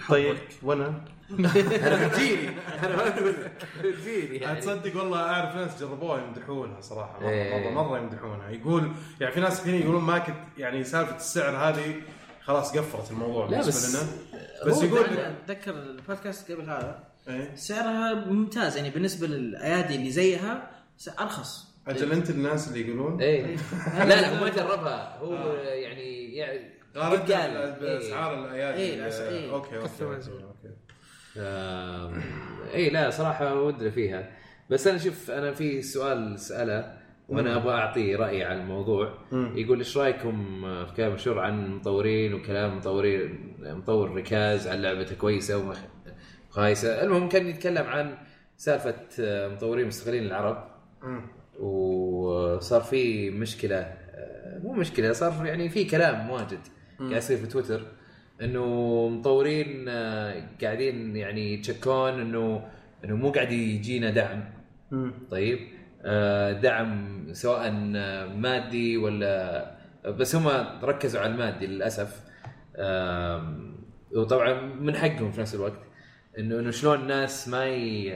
[SPEAKER 1] طيب وانا
[SPEAKER 4] انا بتجيني انا ما اقول لك بتجيني يعني
[SPEAKER 1] تصدق والله اعرف ناس جربوها يمدحونها صراحه مره
[SPEAKER 4] إيه.
[SPEAKER 1] مره, مرة يمدحونها يقول يعني في ناس كثير يقولون ما كنت يعني سالفه السعر هذه خلاص قفلت الموضوع
[SPEAKER 4] لا،
[SPEAKER 1] بالنسبه
[SPEAKER 4] بس-
[SPEAKER 1] لنا بس يقول لك
[SPEAKER 5] اتذكر البودكاست قبل هذا
[SPEAKER 1] إيه.
[SPEAKER 5] سعرها ممتاز يعني بالنسبه للايادي اللي زيها س- ارخص
[SPEAKER 1] اجل انت الناس اللي يقولون
[SPEAKER 4] ايه لا لا هو ما جربها هو يعني يعني
[SPEAKER 1] قارنت
[SPEAKER 4] قد قال. إيه.
[SPEAKER 1] باسعار
[SPEAKER 5] إيه،
[SPEAKER 1] الايادي
[SPEAKER 5] الأس- إيه.
[SPEAKER 1] اوكي اوكي
[SPEAKER 3] كثر
[SPEAKER 1] آه، أوكي، أوكي.
[SPEAKER 4] آم، اي لا صراحه ودنا فيها بس انا شوف انا في سؤال ساله وانا ابغى اعطيه رايي على الموضوع
[SPEAKER 1] مم.
[SPEAKER 4] يقول ايش رايكم في كلام مشهور عن مطورين وكلام مطورين مطور ركاز عن لعبته كويسه ومخ- خايسه المهم كان يتكلم عن سالفه آه، مطورين مستقلين العرب
[SPEAKER 1] أمم.
[SPEAKER 4] وصار في مشكله آه، مو مشكله صار يعني في كلام واجد قاعد يصير في تويتر انه مطورين آه، قاعدين يعني يتشكون انه انه مو قاعد يجينا دعم
[SPEAKER 1] أمم.
[SPEAKER 4] طيب آه، دعم سواء آه، مادي ولا بس هم ركزوا على المادي للاسف آم، وطبعا من حقهم في نفس الوقت انه انه شلون الناس ما ي...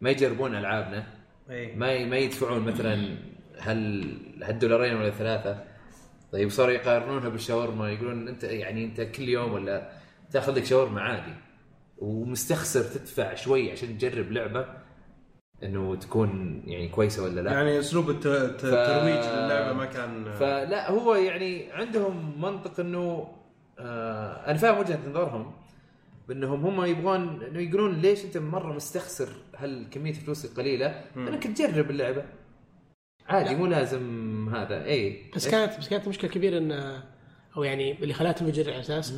[SPEAKER 4] ما يجربون العابنا
[SPEAKER 3] إيه.
[SPEAKER 4] ما ي... ما يدفعون مثلا هل هالدولارين ولا ثلاثه طيب صاروا يقارنونها بالشاورما يقولون انت يعني انت كل يوم ولا تاخذ لك شاورما عادي ومستخسر تدفع شوي عشان تجرب لعبه انه تكون يعني كويسه ولا لا
[SPEAKER 1] يعني اسلوب الت- الت- الترويج للعبه ما كان
[SPEAKER 4] فلا هو يعني عندهم منطق انه آه انا فاهم وجهه نظرهم بانهم هم يبغون انه يقولون ليش انت مره مستخسر هالكميه الفلوس القليله انك تجرب اللعبه عادي مو لازم هذا اي
[SPEAKER 3] بس كانت بس كانت مشكله كبيره انه او يعني اللي خلاه تنفجر على اساس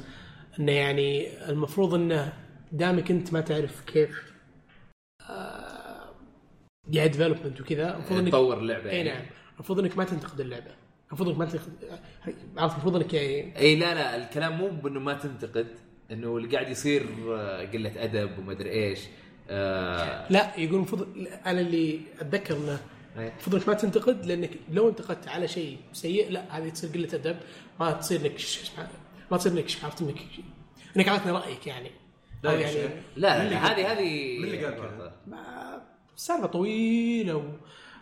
[SPEAKER 3] انه يعني المفروض انه دامك انت ما تعرف كيف آه، يعني ديفلوبمنت وكذا المفروض انك
[SPEAKER 4] تطور يعني. اللعبه
[SPEAKER 3] اي نعم المفروض انك ما تنتقد اللعبه المفروض انك ما تنتقد عرفت المفروض انك يعني
[SPEAKER 4] اي لا لا الكلام مو بانه ما تنتقد انه اللي قاعد يصير آه، قله ادب وما ادري ايش آه
[SPEAKER 3] لا يقول المفروض انا اللي اتذكر انه
[SPEAKER 4] إيه.
[SPEAKER 3] المفروض انك ما تنتقد لانك لو انتقدت على شيء سيء لا هذه تصير قله ادب ما تصير انك ش- ما تصير انك ش- عرفت انك انك عطنا رايك يعني
[SPEAKER 1] لا
[SPEAKER 3] أو
[SPEAKER 1] يا
[SPEAKER 3] يعني
[SPEAKER 1] شيخ.
[SPEAKER 4] لا لا هذه هذه
[SPEAKER 1] من اللي قال كذا؟
[SPEAKER 3] ما- سالفه طويله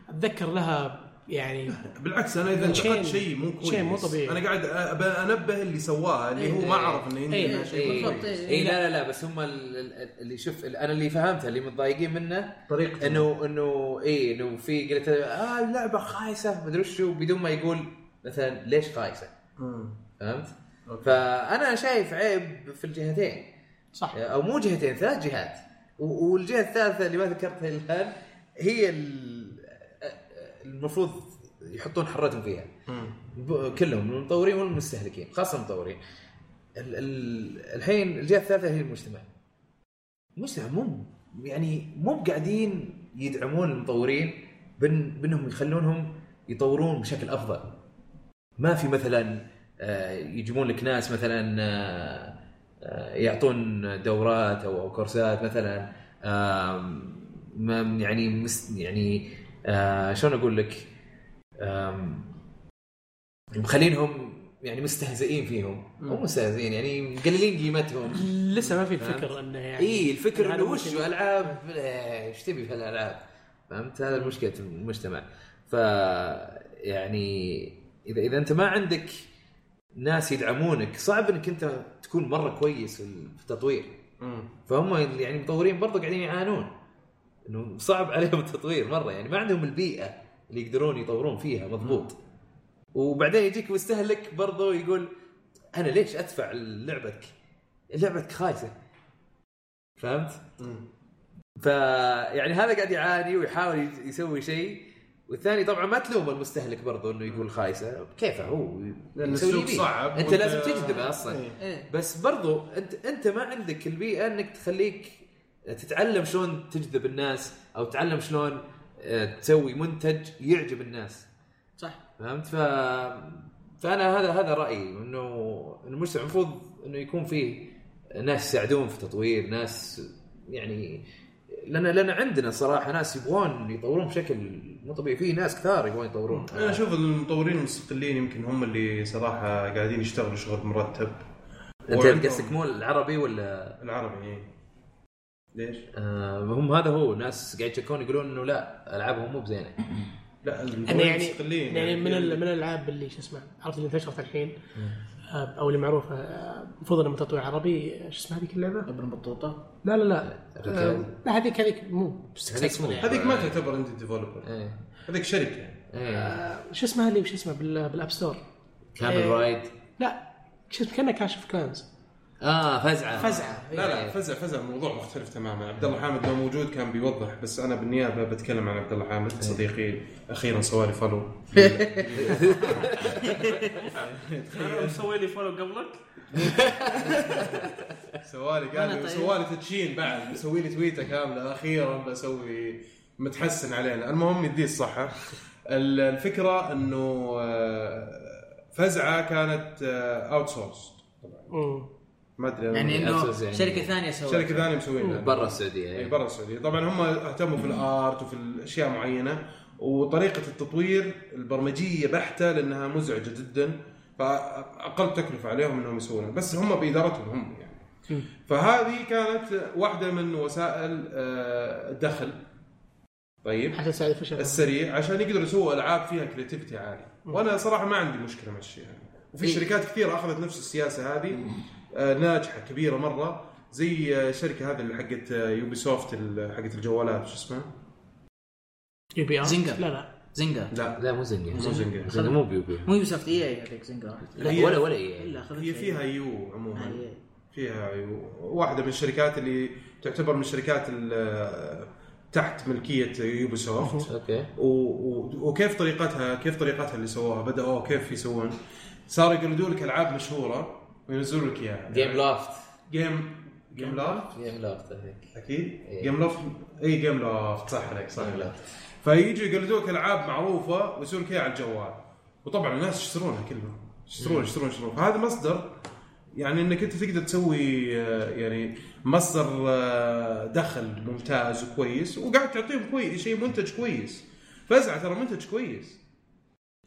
[SPEAKER 3] واتذكر لها يعني
[SPEAKER 1] بالعكس انا اذا
[SPEAKER 3] شيء-
[SPEAKER 1] انتقدت شيء مو كويس
[SPEAKER 3] شيء مو طبيعي.
[SPEAKER 1] انا قاعد أب- انبه اللي سواها اللي هو ما عرف انه يندم
[SPEAKER 3] إيه.
[SPEAKER 1] إنه شيء
[SPEAKER 4] اي
[SPEAKER 1] مو
[SPEAKER 5] بالضبط.
[SPEAKER 1] كويس.
[SPEAKER 4] إيه لا لا لا بس هم ال- ال- اللي شوف ال- انا اللي فهمته اللي متضايقين منه
[SPEAKER 1] طريقته.
[SPEAKER 4] انه انه اي انه في قلت اه اللعبه خايسه مدري شو بدون ما يقول مثلا ليش خايسه
[SPEAKER 1] مم.
[SPEAKER 4] فهمت؟
[SPEAKER 1] أوكي.
[SPEAKER 4] فانا شايف عيب في الجهتين
[SPEAKER 3] صح
[SPEAKER 4] او مو جهتين ثلاث جهات و- والجهه الثالثه اللي ما ذكرتها إلى الان هي ال- المفروض يحطون حرتهم فيها
[SPEAKER 1] مم.
[SPEAKER 4] ب- كلهم المطورين والمستهلكين خاصه المطورين ال- ال- الحين الجهه الثالثه هي المجتمع المجتمع مو يعني مو قاعدين يدعمون المطورين بن بانهم يخلونهم يطورون بشكل افضل ما في مثلا آه، يجيبون لك ناس مثلا آه، آه، يعطون دورات او أو كورسات مثلا آم، ما- يعني مس- يعني آه، شلون اقول لك آم، مخلينهم يعني مستهزئين فيهم مو مستهزئين يعني مقللين قيمتهم
[SPEAKER 3] لسه ما في الفكر انه يعني
[SPEAKER 4] اي إيه، الفكر
[SPEAKER 3] هذا
[SPEAKER 4] انه وش
[SPEAKER 3] ممكن-
[SPEAKER 4] العاب إيه، ايش تبي في الالعاب فهمت هذا مشكله المجتمع ف يعني اذا اذا انت ما عندك ناس يدعمونك صعب انك انت تكون مره كويس في التطوير
[SPEAKER 1] مم.
[SPEAKER 4] فهم اللي يعني المطورين برضو قاعدين يعانون انه صعب *laughs* عليهم التطوير مره يعني ما عندهم البيئه اللي يقدرون يطورون فيها مضبوط وبعدين يجيك مستهلك برضو يقول انا ليش ادفع لعبتك؟ لعبتك خايسه فهمت؟
[SPEAKER 1] مم.
[SPEAKER 4] فيعني هذا قاعد يعاني ويحاول يج- يسوي شيء والثاني طبعا ما تلوم المستهلك برضو انه يقول خايسه كيفه هو
[SPEAKER 1] لان
[SPEAKER 4] يسوي
[SPEAKER 1] السوق
[SPEAKER 4] اللي يبيه.
[SPEAKER 1] صعب
[SPEAKER 4] انت
[SPEAKER 1] وأنت-
[SPEAKER 4] لازم تجذبه اصلا
[SPEAKER 1] إيه.
[SPEAKER 5] إيه.
[SPEAKER 4] بس برضو انت انت ما عندك البيئه انك تخليك تتعلم شلون تجذب الناس او تتعلم شلون آه، تسوي منتج يعجب الناس
[SPEAKER 5] صح
[SPEAKER 4] فهمت ف فانا هذا هذا رايي انه المجتمع المفروض انه يكون فيه ناس يساعدون في تطوير ناس يعني لان لان عندنا صراحه ناس يبغون يطورون بشكل مو طبيعي في ناس كثار يبغون يطورون
[SPEAKER 3] طيب.
[SPEAKER 1] انا اشوف المطورين المستقلين يمكن هم اللي صراحه قاعدين يشتغلوا شغل مرتب
[SPEAKER 4] انت قصدك مو العربي ولا
[SPEAKER 1] العربي إيه. ليش؟
[SPEAKER 4] آه، هم هذا هو ناس قاعد يشكون يقولون انه لا العابهم مو
[SPEAKER 1] *laughs*
[SPEAKER 4] بزينه
[SPEAKER 1] لا
[SPEAKER 3] انه
[SPEAKER 1] المطورين
[SPEAKER 3] يعني
[SPEAKER 1] المستقلين
[SPEAKER 3] يعني من ال- من الالعاب اللي شو اسمه عرفت اللي انتشرت الحين آه، او اللي معروفه آه، المفروض انه من تطوير عربي آه، شو اسمها هذيك اللعبه؟
[SPEAKER 5] ابن بطوطه
[SPEAKER 3] لا لا لا
[SPEAKER 4] ركال.
[SPEAKER 3] آه، لا هذيك هذيك مو
[SPEAKER 4] هذيك مو.
[SPEAKER 3] successful يعني.
[SPEAKER 1] هذيك ما تعتبر انت ديفلوبر
[SPEAKER 3] إيه.
[SPEAKER 4] ايه
[SPEAKER 1] هذيك شركه
[SPEAKER 4] ايه
[SPEAKER 3] آه، شو اسمها اللي شو اسمها بال- بالاب ستور؟
[SPEAKER 4] كامل
[SPEAKER 3] إيه.
[SPEAKER 4] رايد
[SPEAKER 3] لا شو اسمه كانها كلاش اوف كلانز
[SPEAKER 4] اه فزعه
[SPEAKER 3] فزعه
[SPEAKER 1] لا لا فزع فزع الموضوع مختلف تماما عبد الله حامد لو موجود كان بيوضح بس انا بالنيابه بتكلم عن عبد الله حامد
[SPEAKER 3] إيه.
[SPEAKER 1] صديقي اخيرا سوالي فولو
[SPEAKER 3] *laughs*
[SPEAKER 5] إيه.
[SPEAKER 2] انا مسوي لي فولو قبلك
[SPEAKER 1] سوالي
[SPEAKER 5] أنا
[SPEAKER 1] قال
[SPEAKER 5] طيب.
[SPEAKER 1] سوالي تدشين بعد مسوي لي تويته كامله اخيرا بسوي متحسن علينا المهم يديه الصحه ال- الفكره انه آه، فزعه كانت اوت سورس
[SPEAKER 3] مم.
[SPEAKER 1] ما ادري أنا-
[SPEAKER 5] يعني انه
[SPEAKER 4] أساس يعني.
[SPEAKER 5] شركه ثانيه سوت
[SPEAKER 1] شركه ثانيه مسوينها
[SPEAKER 4] برا السعوديه
[SPEAKER 1] اي
[SPEAKER 4] إيه.
[SPEAKER 1] برا السعوديه طبعا هم اهتموا في الارت وفي الاشياء معينه وطريقه التطوير البرمجيه بحته لانها مزعجه جدا فاقل تكلفه عليهم انهم يسوونها بس هم بادارتهم هم يعني فهذه كانت واحده من وسائل آه، الدخل طيب
[SPEAKER 3] عشان تساعد في الشباب
[SPEAKER 1] السريع عشان يقدروا يسووا العاب فيها كريتيفيتي عالي وانا صراحه ما عندي مشكله مع الشيء هذا وفي
[SPEAKER 5] إيه.
[SPEAKER 1] شركات كثيره اخذت نفس السياسه هذه آه، ناجحه كبيره مره زي الشركه هذه اللي حقت يوبي سوفت ال- حقت الجوالات شو اسمها؟
[SPEAKER 3] يو بي ار
[SPEAKER 5] زنقة.
[SPEAKER 3] لا لا
[SPEAKER 5] زنقة
[SPEAKER 1] لا
[SPEAKER 4] لا مو زنجة
[SPEAKER 1] مو زنجة.
[SPEAKER 4] زنجة مو بيوبي
[SPEAKER 5] مو يوسف اي اي هذيك زنقة
[SPEAKER 4] لا إيه.
[SPEAKER 1] هي-
[SPEAKER 4] ولا ولا اي
[SPEAKER 5] الا
[SPEAKER 1] هي
[SPEAKER 5] خذت
[SPEAKER 1] فيها
[SPEAKER 5] شيء.
[SPEAKER 1] يو
[SPEAKER 5] آه،
[SPEAKER 1] عموما
[SPEAKER 5] إيه.
[SPEAKER 1] فيها يو واحده من الشركات اللي تعتبر من الشركات ال- آه، تحت ملكيه يوبي سوفت
[SPEAKER 4] اوكي
[SPEAKER 1] و... و... وكيف طريقتها كيف طريقتها اللي سووها بداوا كيف يسوون صاروا يقلدوا لك العاب مشهوره وينزلوا لك اياها
[SPEAKER 4] جيم لافت
[SPEAKER 1] جيم جيم لافت
[SPEAKER 4] جيم لافت هيك
[SPEAKER 1] اكيد
[SPEAKER 4] إيه.
[SPEAKER 1] جيم لوفت اي جيم لوفت صح عليك صح
[SPEAKER 4] Game
[SPEAKER 1] عليك فيجوا يقلدوك العاب معروفه ويسووا لك إياها على الجوال وطبعا الناس يشترونها كلها يشترون يشترون يشترون فهذا مصدر يعني انك انت تقدر تسوي آه، يعني مصدر آه، دخل ممتاز وكويس وقاعد تعطيهم كويس شيء منتج كويس فزع ترى منتج كويس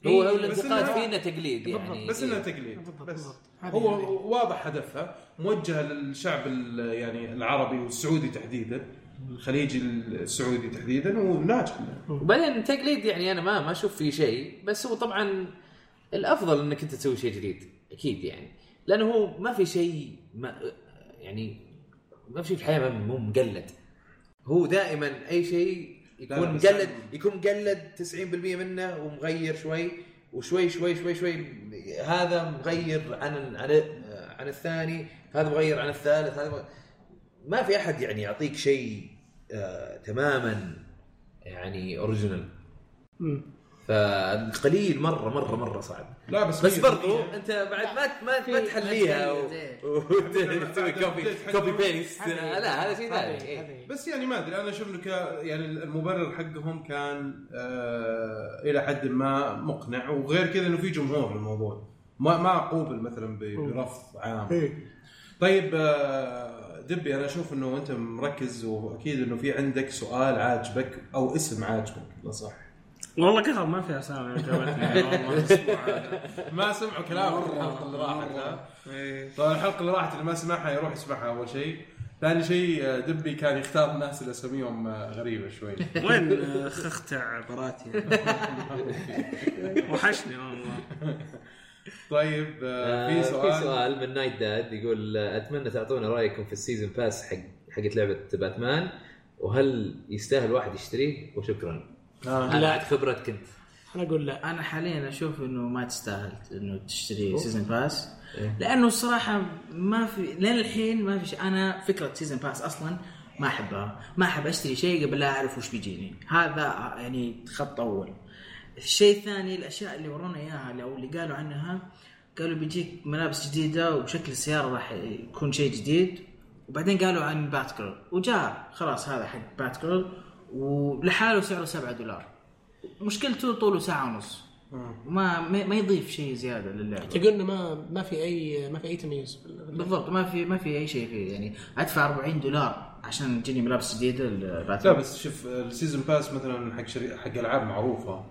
[SPEAKER 4] هو
[SPEAKER 1] إيه،
[SPEAKER 4] هو
[SPEAKER 1] بس
[SPEAKER 4] الانتقاد
[SPEAKER 1] إنها-
[SPEAKER 4] فينا تقليد يعني
[SPEAKER 1] بس انها
[SPEAKER 4] إيه.
[SPEAKER 1] تقليد
[SPEAKER 3] بالضبط،
[SPEAKER 1] بس
[SPEAKER 3] بالضبط. هذه
[SPEAKER 1] هو
[SPEAKER 3] يعني.
[SPEAKER 1] واضح هدفها موجهه للشعب ال- يعني العربي والسعودي تحديدا الخليجي السعودي تحديدا وناجح
[SPEAKER 4] وبعدين تقليد يعني انا ما ما اشوف فيه شيء بس هو طبعا الافضل انك انت تسوي شيء جديد اكيد يعني لانه هو ما في شيء ما يعني ما في شيء في الحياه ما- مو مقلد هو دائما اي شيء
[SPEAKER 1] لا، لا،
[SPEAKER 4] يكون
[SPEAKER 1] بس
[SPEAKER 4] مقلد
[SPEAKER 1] أنا-
[SPEAKER 4] يكون مقلد 90% منه ومغير شوي وشوي شوي شوي شوي هذا مغير عن عن عن الثاني هذا مغير عن الثالث هذا مغ- ما في احد يعني يعطيك شيء آه تماما يعني اوريجينال
[SPEAKER 3] مم.
[SPEAKER 4] فالقليل مره مره مره صعب
[SPEAKER 1] لا بس
[SPEAKER 4] بس
[SPEAKER 1] في-
[SPEAKER 4] برضو انت بعد ما ما ما
[SPEAKER 5] في-
[SPEAKER 4] تحليها و-
[SPEAKER 5] زين.
[SPEAKER 4] *laughs* وتسوي كوبي
[SPEAKER 1] حق-
[SPEAKER 4] كوبي بيست
[SPEAKER 5] هذه-
[SPEAKER 4] لا هذا شيء ثاني
[SPEAKER 5] هذه-
[SPEAKER 4] إيه.
[SPEAKER 5] هذه.
[SPEAKER 1] بس يعني ما ادري انا اشوف انه كا- يعني المبرر حقهم كان آه الى حد ما مقنع وغير كذا انه في جمهور للموضوع ما ما اقوبل مثلا ب- برفض عام طيب آه، دبي انا اشوف انه انت مركز واكيد انه في عندك سؤال عاجبك او اسم عاجبك لا صح
[SPEAKER 2] والله قهر ما في اسامي عجبتني
[SPEAKER 4] *laughs*
[SPEAKER 1] ما سمعوا كلامك الحلقه اللي راحت ها؟ طبعا الحلقه اللي راحت اللي ما سمعها يروح يسمعها اول شيء ثاني شيء آه، دبي كان يختار الناس اللي اساميهم آه، غريبه شوي
[SPEAKER 2] *laughs* وين آه، خختع براتي وحشني والله
[SPEAKER 1] طيب آه،
[SPEAKER 4] آه،
[SPEAKER 1] في
[SPEAKER 4] في
[SPEAKER 1] سؤال
[SPEAKER 4] سؤال من نايت داد يقول آه، اتمنى تعطونا رايكم في السيزون باس حق حقت لعبه باتمان وهل يستاهل واحد يشتريه وشكرا
[SPEAKER 1] آه.
[SPEAKER 4] على خبرة كنت
[SPEAKER 3] انا اقول لا
[SPEAKER 5] انا حاليا اشوف انه ما تستاهل انه تشتري
[SPEAKER 4] أوه.
[SPEAKER 5] سيزن باس
[SPEAKER 4] إيه.
[SPEAKER 5] لانه الصراحه ما في للحين ما في شيء انا فكره سيزن باس اصلا ما احبها ما احب اشتري شيء قبل لا اعرف وش بيجيني هذا يعني خط اول الشيء الثاني الاشياء اللي ورونا اياها او اللي قالوا عنها قالوا بيجيك ملابس جديده وشكل السياره راح يكون شيء جديد وبعدين قالوا عن بات جيرل وجاء خلاص هذا حق بات جيرل ولحاله سعره 7 دولار مشكلته طوله ساعه ونص ما ما ما يضيف شيء زياده للعبه
[SPEAKER 3] تقول انه ما ما في اي ما في اي تميز
[SPEAKER 5] بالضبط ما في ما في اي شيء فيه يعني ادفع 40 دولار عشان تجيني ملابس جديده
[SPEAKER 1] لا
[SPEAKER 5] لباتمان
[SPEAKER 1] بس شوف آه، السيزون باس مثلا حق شري... حق العاب معروفه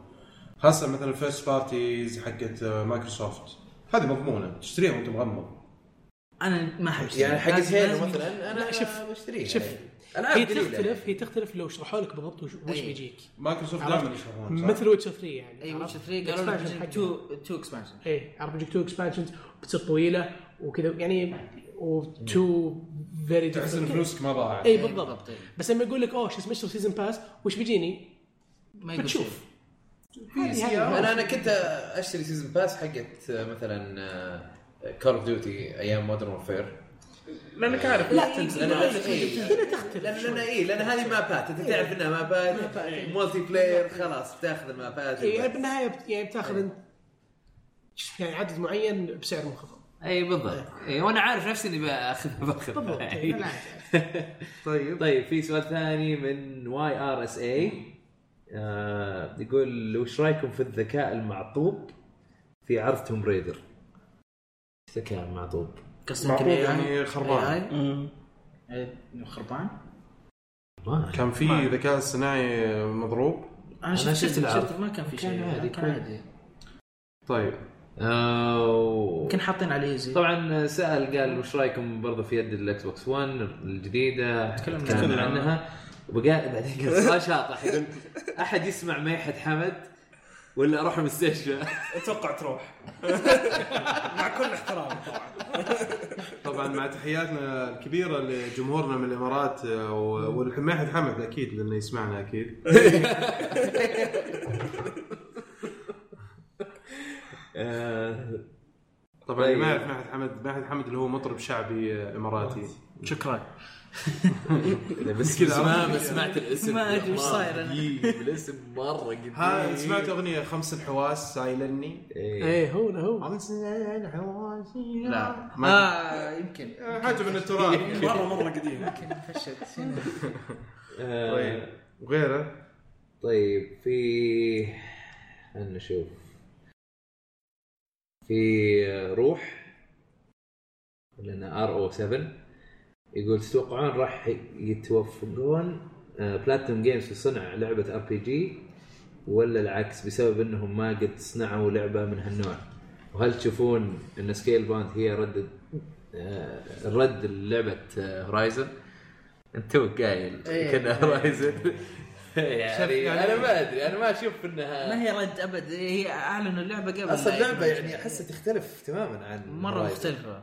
[SPEAKER 1] خاصه مثلا الفيرست بارتيز حقت آه، مايكروسوفت هذه مضمونه تشتريها وانت مغمض
[SPEAKER 5] انا ما احب
[SPEAKER 4] يعني حق
[SPEAKER 5] لازم-
[SPEAKER 4] هيلو
[SPEAKER 5] لازم-
[SPEAKER 4] مثلا انا
[SPEAKER 3] لا، شوف-
[SPEAKER 4] بشتريها
[SPEAKER 3] شوف.
[SPEAKER 4] يعني.
[SPEAKER 3] هي
[SPEAKER 4] العاب قليله
[SPEAKER 3] تختلف هي تختلف لو شرحوا لك بالضبط وش وش
[SPEAKER 5] أي.
[SPEAKER 3] بيجيك
[SPEAKER 1] مايكروسوفت
[SPEAKER 3] عرفت؟
[SPEAKER 1] دائما يشرحون صح؟
[SPEAKER 3] مثل ويتشر 3 يعني
[SPEAKER 5] اي ويتشر
[SPEAKER 3] عرفت؟
[SPEAKER 5] 3 إيه، قالوا لك
[SPEAKER 3] Expansion
[SPEAKER 5] بيجيك
[SPEAKER 3] يعني. حقها.
[SPEAKER 5] تو تو اكسبانشن
[SPEAKER 3] ايه عرفت بيجيك تو اكسبانشنز بتصير طويله وكذا يعني وتو فيري
[SPEAKER 1] تحس ان فلوسك ما ضاعت
[SPEAKER 3] اي بالضبط
[SPEAKER 5] إيه.
[SPEAKER 3] بس لما يقول لك اوه شو اسمه اشتري سيزون باس وش بيجيني؟
[SPEAKER 5] ما يقول
[SPEAKER 3] بتشوف.
[SPEAKER 5] شيء.
[SPEAKER 3] هذه- هذه-
[SPEAKER 4] انا انا كنت اشتري سيزون باس حقت آه، مثلا كول اوف ديوتي ايام مودرن وورفير
[SPEAKER 2] لانك عارف
[SPEAKER 5] لا،
[SPEAKER 4] لان
[SPEAKER 5] لا،
[SPEAKER 4] هنا تختلف لان لان اي لان إيه، هذه مابات انت تعرف انها مابات مولتي بلاير خلاص بتاخذ المابات
[SPEAKER 3] إيه، يعني بالنهايه بت- يعني بتاخذ انت يعني عدد معين بسعر منخفض
[SPEAKER 4] اي بالضبط اي وانا عارف نفسي اني *laughs* باخذها
[SPEAKER 3] بالضبط
[SPEAKER 4] باخذها
[SPEAKER 3] يعني أنا
[SPEAKER 1] طيب
[SPEAKER 4] إيه. طيب في سؤال ثاني من واي ار اس اي آه، يقول وش رايكم في الذكاء المعطوب في عرض توم ريدر؟ ذكاء معطوب
[SPEAKER 5] قصدك
[SPEAKER 1] معقول
[SPEAKER 5] ال AI
[SPEAKER 1] يعني خربان.
[SPEAKER 5] AI؟ إيه، إنه خربان
[SPEAKER 4] ما
[SPEAKER 1] كان في ذكاء صناعي مضروب
[SPEAKER 5] انا شفت
[SPEAKER 4] شفت
[SPEAKER 5] شفت
[SPEAKER 4] العرض.
[SPEAKER 5] شفت ما كان في
[SPEAKER 4] كان عادي،
[SPEAKER 5] شيء كان
[SPEAKER 4] كان-
[SPEAKER 5] عادي
[SPEAKER 1] طيب
[SPEAKER 4] آه،
[SPEAKER 5] يمكن حاطين على ايزي
[SPEAKER 4] طبعا سال قال وش رايكم برضه في يد الاكس بوكس 1 الجديده
[SPEAKER 5] تكلمنا
[SPEAKER 4] تكلمنا
[SPEAKER 5] عنها.
[SPEAKER 4] عنها وبقى بعدين قال سؤال شاطح يقول احد يسمع ميحة حمد ولا اروح المستشفى
[SPEAKER 2] اتوقع تروح مع كل احترام طبعا
[SPEAKER 1] طبعا مع تحياتنا الكبيره لجمهورنا من الامارات آه، و- والماحد حمد اكيد لانه يسمعنا اكيد
[SPEAKER 4] آه،
[SPEAKER 1] طبعا اللي ما
[SPEAKER 4] طيب.
[SPEAKER 1] يعرف ماحد حمد ماحد حمد اللي هو مطرب شعبي آه، اماراتي
[SPEAKER 2] شكرا
[SPEAKER 4] بس
[SPEAKER 1] كذا
[SPEAKER 4] كذا ما
[SPEAKER 1] عرفت
[SPEAKER 4] ما
[SPEAKER 1] كذا.
[SPEAKER 4] سمعت الاسم
[SPEAKER 5] ما أدري وش
[SPEAKER 4] والله
[SPEAKER 5] صاير أنا.
[SPEAKER 4] دقيق، الاسم مره قديم
[SPEAKER 1] ها سمعت اغنيه خمس الحواس سايلني
[SPEAKER 4] إيه.
[SPEAKER 3] ايه هو هو
[SPEAKER 1] خمس الحواس
[SPEAKER 5] لا
[SPEAKER 1] ما
[SPEAKER 5] آه يمكن
[SPEAKER 1] آه، حاجه من التراث
[SPEAKER 2] مره مره قديم
[SPEAKER 5] يمكن فشت هنا.
[SPEAKER 4] آه،
[SPEAKER 1] *laughs* طيب وغيره
[SPEAKER 4] طيب في خلنا نشوف في روح لنا ار او 7 يقول تتوقعون راح يتوفقون آه, بلاتنوم جيمز في صنع لعبه ار بي جي ولا العكس بسبب انهم ما قد صنعوا لعبه من هالنوع وهل تشوفون ان سكيل باند هي رد آه، رد لعبه هورايزن انت توك قايل
[SPEAKER 5] إيه.
[SPEAKER 4] كانها هورايزن يعني انا ما ادري انا ما اشوف انها
[SPEAKER 5] ما هي رد ابد هي اعلنوا اللعبه قبل
[SPEAKER 4] اصلا
[SPEAKER 5] لا
[SPEAKER 4] لعبه
[SPEAKER 5] يعلنوا.
[SPEAKER 4] يعني احسها تختلف تماما عن
[SPEAKER 5] مره
[SPEAKER 4] Horizon.
[SPEAKER 5] مختلفه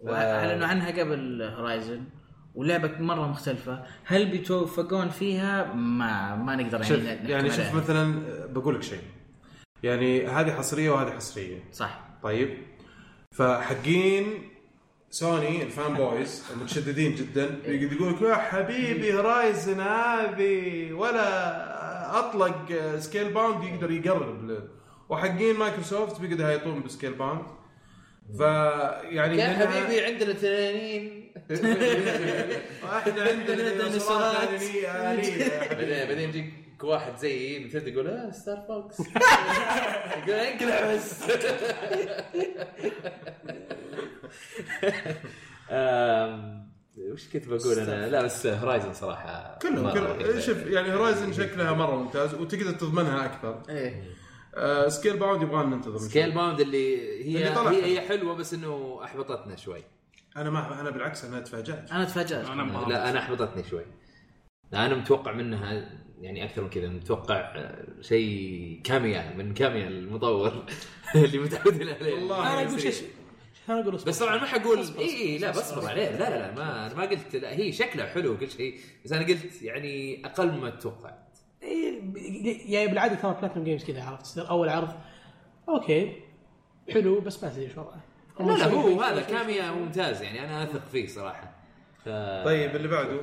[SPEAKER 5] واعلنوا عنها قبل هورايزن ولعبه مره مختلفه هل بيتوفقون فيها ما ما نقدر
[SPEAKER 1] شوف
[SPEAKER 5] نحكم
[SPEAKER 1] يعني شوف
[SPEAKER 5] عليها.
[SPEAKER 1] مثلا آه، بقول لك شيء يعني هذه حصريه وهذه حصريه
[SPEAKER 5] صح
[SPEAKER 1] طيب فحقين سوني الفان بويز المتشددين جدا يقعد يقول لك يا حبيبي هورايزن هذه ولا اطلق سكيل باوند يقدر يقرب له وحقين مايكروسوفت بيقعدوا يهيطون بسكيل باوند فيعني
[SPEAKER 4] يا
[SPEAKER 1] منها-
[SPEAKER 4] حبيبي عندنا تنانين
[SPEAKER 1] احنا عندنا يعني، ديناصورات آلية يا حبيبي.
[SPEAKER 4] بعدين بعدين يجيك واحد زيي مثل يقول اه ستار فوكس يقول انقلع بس آم، وش كنت بقول انا لا بس هورايزن صراحه
[SPEAKER 1] كلهم
[SPEAKER 4] مرة
[SPEAKER 1] كلهم
[SPEAKER 4] كذا.
[SPEAKER 1] شوف يعني هورايزن شكلها مره ممتاز وتقدر تضمنها اكثر
[SPEAKER 5] ايه
[SPEAKER 1] آه، سكيل باوند يبغى ننتظر شوي.
[SPEAKER 4] سكيل باوند اللي هي
[SPEAKER 1] اللي طلع
[SPEAKER 4] هي, هي حلوه بس انه احبطتنا شوي
[SPEAKER 1] انا ما انا بالعكس انا تفاجات
[SPEAKER 5] انا تفاجات
[SPEAKER 2] انا
[SPEAKER 4] لا انا احبطتني شوي انا متوقع منها يعني اكثر من كذا متوقع آه، شيء كاميا من كاميا المطور *laughs* اللي متعودين عليه
[SPEAKER 1] والله
[SPEAKER 3] انا اقول شيء انا اقول اصبر.
[SPEAKER 4] بس طبعا ما حقول
[SPEAKER 3] أصبر،
[SPEAKER 4] اي اي لا
[SPEAKER 3] أصبر،
[SPEAKER 4] بصبر
[SPEAKER 3] أصبر.
[SPEAKER 4] عليه لا لا لا ما أنا ما قلت لا هي شكلها حلو وكل شيء بس انا قلت يعني اقل ما توقعت
[SPEAKER 3] إيه، ب- يعني بالعاده ترى بلاتنوم جيمز كذا عرفت تصير اول عرض اوكي حلو بس ما تدري شو وضعه
[SPEAKER 4] لا لا هو هذا كاميا ممتاز يعني انا اثق فيه صراحه ف...
[SPEAKER 1] طيب اللي بعده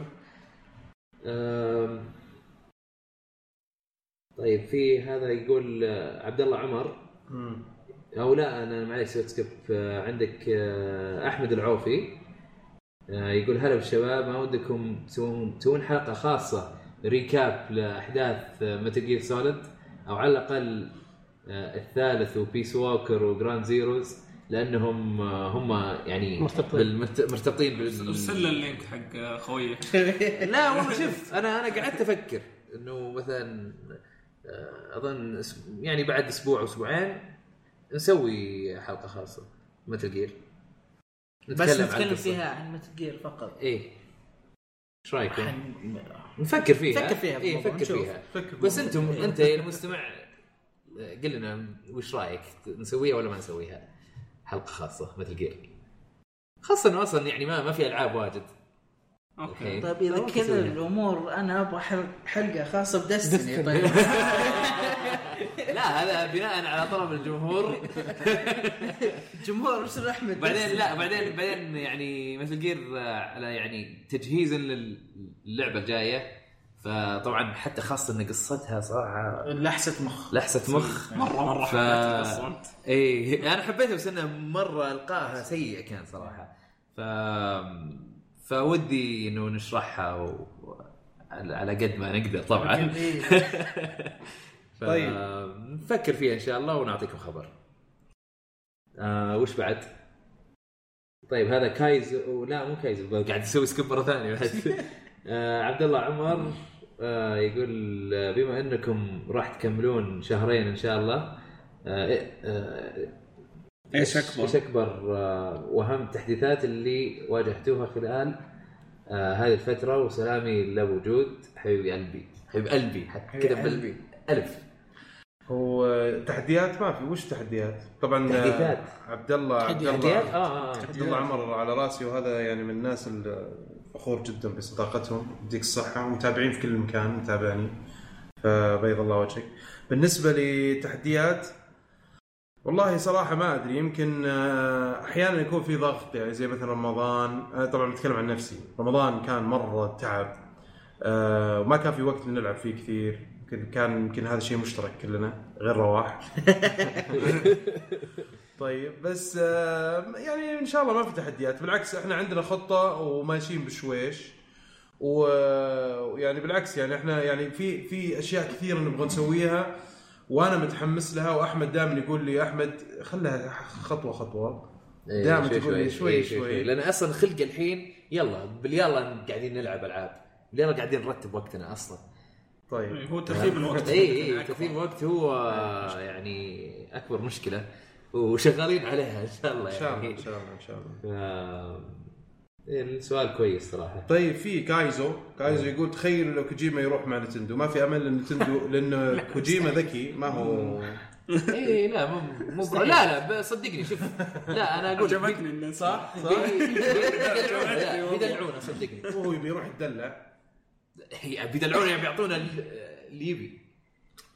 [SPEAKER 4] أم، طيب في هذا يقول آه، عبد الله عمر او لا انا معليش سويت سكيب آه، عندك آه، احمد العوفي آه، يقول هلا بالشباب ما ودكم تسوون تسوون حلقه خاصه ريكاب لاحداث متل جير سوليد او على الاقل آه، الثالث وبيس ووكر وجراند زيروز لانهم آه، هم يعني
[SPEAKER 3] مرتبطين.
[SPEAKER 4] بالمرت- مرتبطين بال-
[SPEAKER 2] ارسل له اللينك حق خويك
[SPEAKER 4] لا والله شوف انا انا قعدت افكر انه مثلا آه، اظن أس- يعني بعد اسبوع او اسبوعين نسوي حلقه خاصه مثل جير
[SPEAKER 5] *laughs* بس نتكلم فيها عن متل جير فقط
[SPEAKER 4] ايه ايش رايكم؟
[SPEAKER 5] عن-
[SPEAKER 4] نفكر فيها
[SPEAKER 5] نفكر فيها
[SPEAKER 4] ايه
[SPEAKER 5] بالموضوع،
[SPEAKER 4] نفكر
[SPEAKER 5] نشوف. إيه.
[SPEAKER 4] فيها
[SPEAKER 1] فكر
[SPEAKER 4] بس انتم انت يا المستمع آه، قل لنا وش رايك نسويها ولا ما نسويها؟ حلقه خاصه مثل جير خاصه انه اصلا يعني ما ما في العاب واجد
[SPEAKER 2] اوكي
[SPEAKER 5] طيب اذا
[SPEAKER 4] ممكن
[SPEAKER 5] كذا
[SPEAKER 4] نسويها.
[SPEAKER 5] الامور انا ابغى حل- حلقه خاصه بدستني طيب
[SPEAKER 4] لا هذا بناء على طلب الجمهور
[SPEAKER 5] جمهور ارسل احمد
[SPEAKER 4] بعدين
[SPEAKER 5] *laughs*
[SPEAKER 4] لا بعدين بعدين يعني مثل جير آه، على يعني تجهيزا للعبه الجايه فطبعا حتى خاصه ان قصتها صراحه
[SPEAKER 5] لحسه مخ
[SPEAKER 4] لحسه مخ
[SPEAKER 2] مره مره
[SPEAKER 4] ف-
[SPEAKER 2] حبيت القصة أنت.
[SPEAKER 4] اي انا حبيتها بس انها مره القاها سيء كان صراحه ف فودي انه نشرحها و... على على قد ما نقدر طبعا ف...
[SPEAKER 1] طيب.
[SPEAKER 4] نفكر فيها ان شاء الله ونعطيكم خبر آه وش بعد؟ طيب هذا كايز لا مو كايز قاعد يسوي سكيب مره ثانيه بعد آه عبد الله عمر آه يقول آه، بما انكم راح تكملون شهرين ان شاء الله آه، إيه- آه،
[SPEAKER 2] ايش
[SPEAKER 4] ايش
[SPEAKER 2] اكبر؟
[SPEAKER 4] اكبر آه، واهم التحديثات اللي واجهتوها خلال آه، هذه الفتره وسلامي لابو جود حبيب قلبي حبيب قلبي حتى كذا بالالف
[SPEAKER 1] وتحديات ما في وش تحديات؟ طبعا آه،
[SPEAKER 4] تحديثات.
[SPEAKER 1] عبد الله عبد
[SPEAKER 4] تحديات
[SPEAKER 1] الله
[SPEAKER 4] اه اه
[SPEAKER 1] عبد الله عمر على راسي وهذا يعني من الناس الفخور جدا بصداقتهم يديك الصحه ومتابعين في كل مكان متابعني فبيض الله وجهك بالنسبه لتحديات والله صراحه ما ادري يمكن آه، احيانا يكون في ضغط يعني زي مثلا رمضان انا طبعا بتكلم عن نفسي رمضان كان مره تعب آه، وما كان في وقت نلعب فيه كثير يمكن كان يمكن هذا شيء مشترك كلنا غير رواح طيب بس آه، يعني ان شاء الله ما في تحديات بالعكس احنا عندنا خطه وماشيين بشويش و- ويعني بالعكس يعني احنا يعني في في اشياء كثيره نبغى نسويها وانا متحمس لها واحمد دائما يقول لي احمد خلها خطوه خطوه
[SPEAKER 4] إيه،
[SPEAKER 1] دائما
[SPEAKER 4] شوي-
[SPEAKER 1] تقول لي شوي- شوي.
[SPEAKER 4] لان اصلا خلق الحين يلا باليلا قاعدين نلعب العاب باليلا قاعدين نرتب وقتنا اصلا
[SPEAKER 1] طيب
[SPEAKER 2] هو ترتيب الوقت
[SPEAKER 4] اي اي إيه، ترتيب وقت هو يعني اكبر مشكله وشغالين عليها ان شاء الله
[SPEAKER 1] ان شاء الله
[SPEAKER 4] يعني
[SPEAKER 1] ان شاء الله ان شاء الله
[SPEAKER 4] ف- السؤال كويس *laughs* صراحه
[SPEAKER 1] طيب في كايزو كايزو يقول تخيلوا لو كوجيما يروح مع نتندو ما في امل ان نتندو لان كوجيما ذكي ما هو
[SPEAKER 4] اي إيه، لا مو مو لا لا ب- صدقني شوف لا انا اقول لك
[SPEAKER 2] عجبتني انه صح
[SPEAKER 4] إيه. بيدلعونا بيدلعونا صدقني
[SPEAKER 1] هو يبي يروح يدلع
[SPEAKER 4] هي- بيدلعونا يعني بيعطونا ال- اللي يبي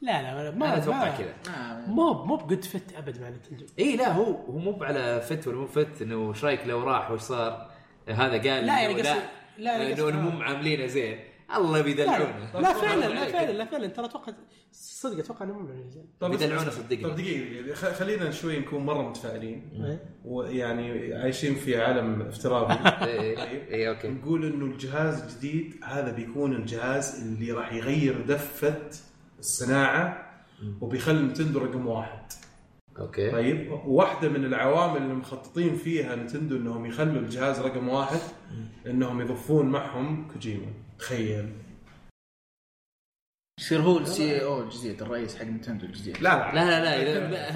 [SPEAKER 3] لا لا ما
[SPEAKER 4] انا اتوقع
[SPEAKER 3] ما-
[SPEAKER 4] كذا
[SPEAKER 5] آه.
[SPEAKER 3] مو مو بجد فت ابد مع نتندو
[SPEAKER 4] اي لا هو هو مو على فت ولا مو فت انه ايش رايك لو راح وش صار هذا قال
[SPEAKER 3] لا، يعني
[SPEAKER 4] إنه
[SPEAKER 3] قصدي- لا، يعني
[SPEAKER 4] انه
[SPEAKER 3] قصدي-
[SPEAKER 4] مو عاملينه زين الله بيدلعونا
[SPEAKER 3] لا فعلا لا فعلا لا فعلا ترى اتوقع صدق اتوقع انهم ممنوعين زين
[SPEAKER 4] بيدلعونا صدقني.
[SPEAKER 1] طب دقيقه دقيقة. خ- خلينا شوي نكون مره متفائلين
[SPEAKER 3] إيه.
[SPEAKER 1] ويعني عايشين في عالم
[SPEAKER 4] *laughs*
[SPEAKER 1] افتراضي
[SPEAKER 4] إيه،
[SPEAKER 1] طيب،
[SPEAKER 4] اي اي اوكي
[SPEAKER 1] نقول انه الجهاز الجديد هذا بيكون الجهاز اللي راح يغير دفه الصناعه وبيخلي نتندو رقم واحد
[SPEAKER 4] اوكي
[SPEAKER 1] طيب واحده من العوامل اللي مخططين فيها نتندو انهم يخلوا الجهاز رقم واحد انهم يضفون معهم كوجيما تخيل
[SPEAKER 5] يصير هو السي او E الجديد الرئيس حق نتندو الجديد
[SPEAKER 1] لا لا,
[SPEAKER 4] لا لا لا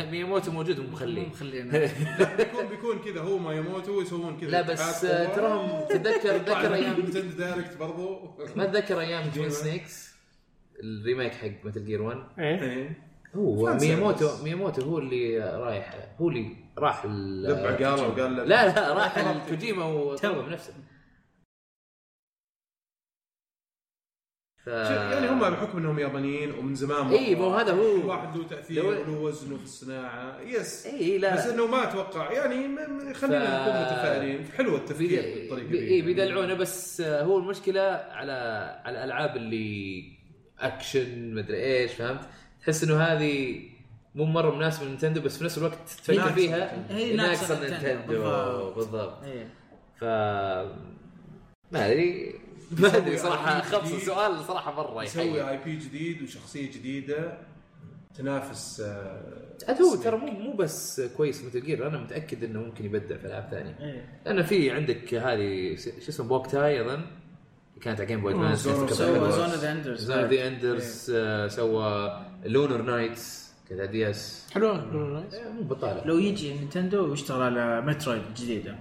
[SPEAKER 4] اذا ميموتو موجود ومخليه
[SPEAKER 5] خلينا
[SPEAKER 1] بيكون بيكون كذا هو ما يموت هو يسوون كذا
[SPEAKER 4] لا بس آه، تراهم تتذكر تذكر ايام
[SPEAKER 1] *laughs* نتندو دايركت برضو
[SPEAKER 4] ما اتذكر ايام جوين سنيكس الريميك حق متل جير 1
[SPEAKER 3] ايه
[SPEAKER 1] إيه.
[SPEAKER 4] هو
[SPEAKER 1] فان
[SPEAKER 4] مياموتو
[SPEAKER 1] سيرفيس.
[SPEAKER 4] مياموتو هو اللي رايح هو اللي راح ال-
[SPEAKER 1] دب عقاله وقال له-
[SPEAKER 4] لا لا
[SPEAKER 1] *laughs*
[SPEAKER 4] راح الكوجيما وسوى بنفسه ف...
[SPEAKER 1] يعني هم بحكم انهم يابانيين ومن زمان
[SPEAKER 4] إيه، مو هذا هو.
[SPEAKER 1] الواحد له تاثير
[SPEAKER 4] لو-
[SPEAKER 1] وله وزنه في الصناعه يس
[SPEAKER 4] اي إيه، لا
[SPEAKER 1] بس انه ما اتوقع يعني م- م- خلينا
[SPEAKER 4] ف- إيه،
[SPEAKER 1] نكون متفائلين حلو التفكير بالطريقه
[SPEAKER 4] بيد-
[SPEAKER 1] دي.
[SPEAKER 4] اي بيدلعونا بس آه، هو المشكله على على الالعاب اللي اكشن مدري ايش فهمت؟ تحس انه هذه مو مره مناسبه لنتندو بس في نفس الوقت تفكر
[SPEAKER 1] ناقصة.
[SPEAKER 4] فيها
[SPEAKER 5] هي ناقصة
[SPEAKER 4] ناقصة
[SPEAKER 5] نينتندو، بالضبط.
[SPEAKER 4] بالضبط
[SPEAKER 5] إيه.
[SPEAKER 4] ف ما ادري ما ادري صراحه *laughs* خبص السؤال صراحه مره
[SPEAKER 1] يسوي
[SPEAKER 4] يحيي
[SPEAKER 1] اي بي جديد وشخصيه جديده تنافس آه،
[SPEAKER 4] عاد هو ترى مو مو بس كويس مثل جير انا متاكد انه ممكن يبدع في العاب ثانيه
[SPEAKER 5] إيه.
[SPEAKER 4] لان في عندك هذه س- شو اسمه بوك تاي اظن كانت على جيم بوي ادفانس
[SPEAKER 1] زون-
[SPEAKER 4] كانت
[SPEAKER 1] زون-
[SPEAKER 5] سوى
[SPEAKER 4] قبل-
[SPEAKER 5] زون ذا اندرز
[SPEAKER 4] زون ذا اندرز آه، سوى لونر نايتس كذا دي اس
[SPEAKER 3] حلوه
[SPEAKER 4] آه، مو بطاله
[SPEAKER 5] لو يجي نينتندو ويشتغل على مترويد الجديده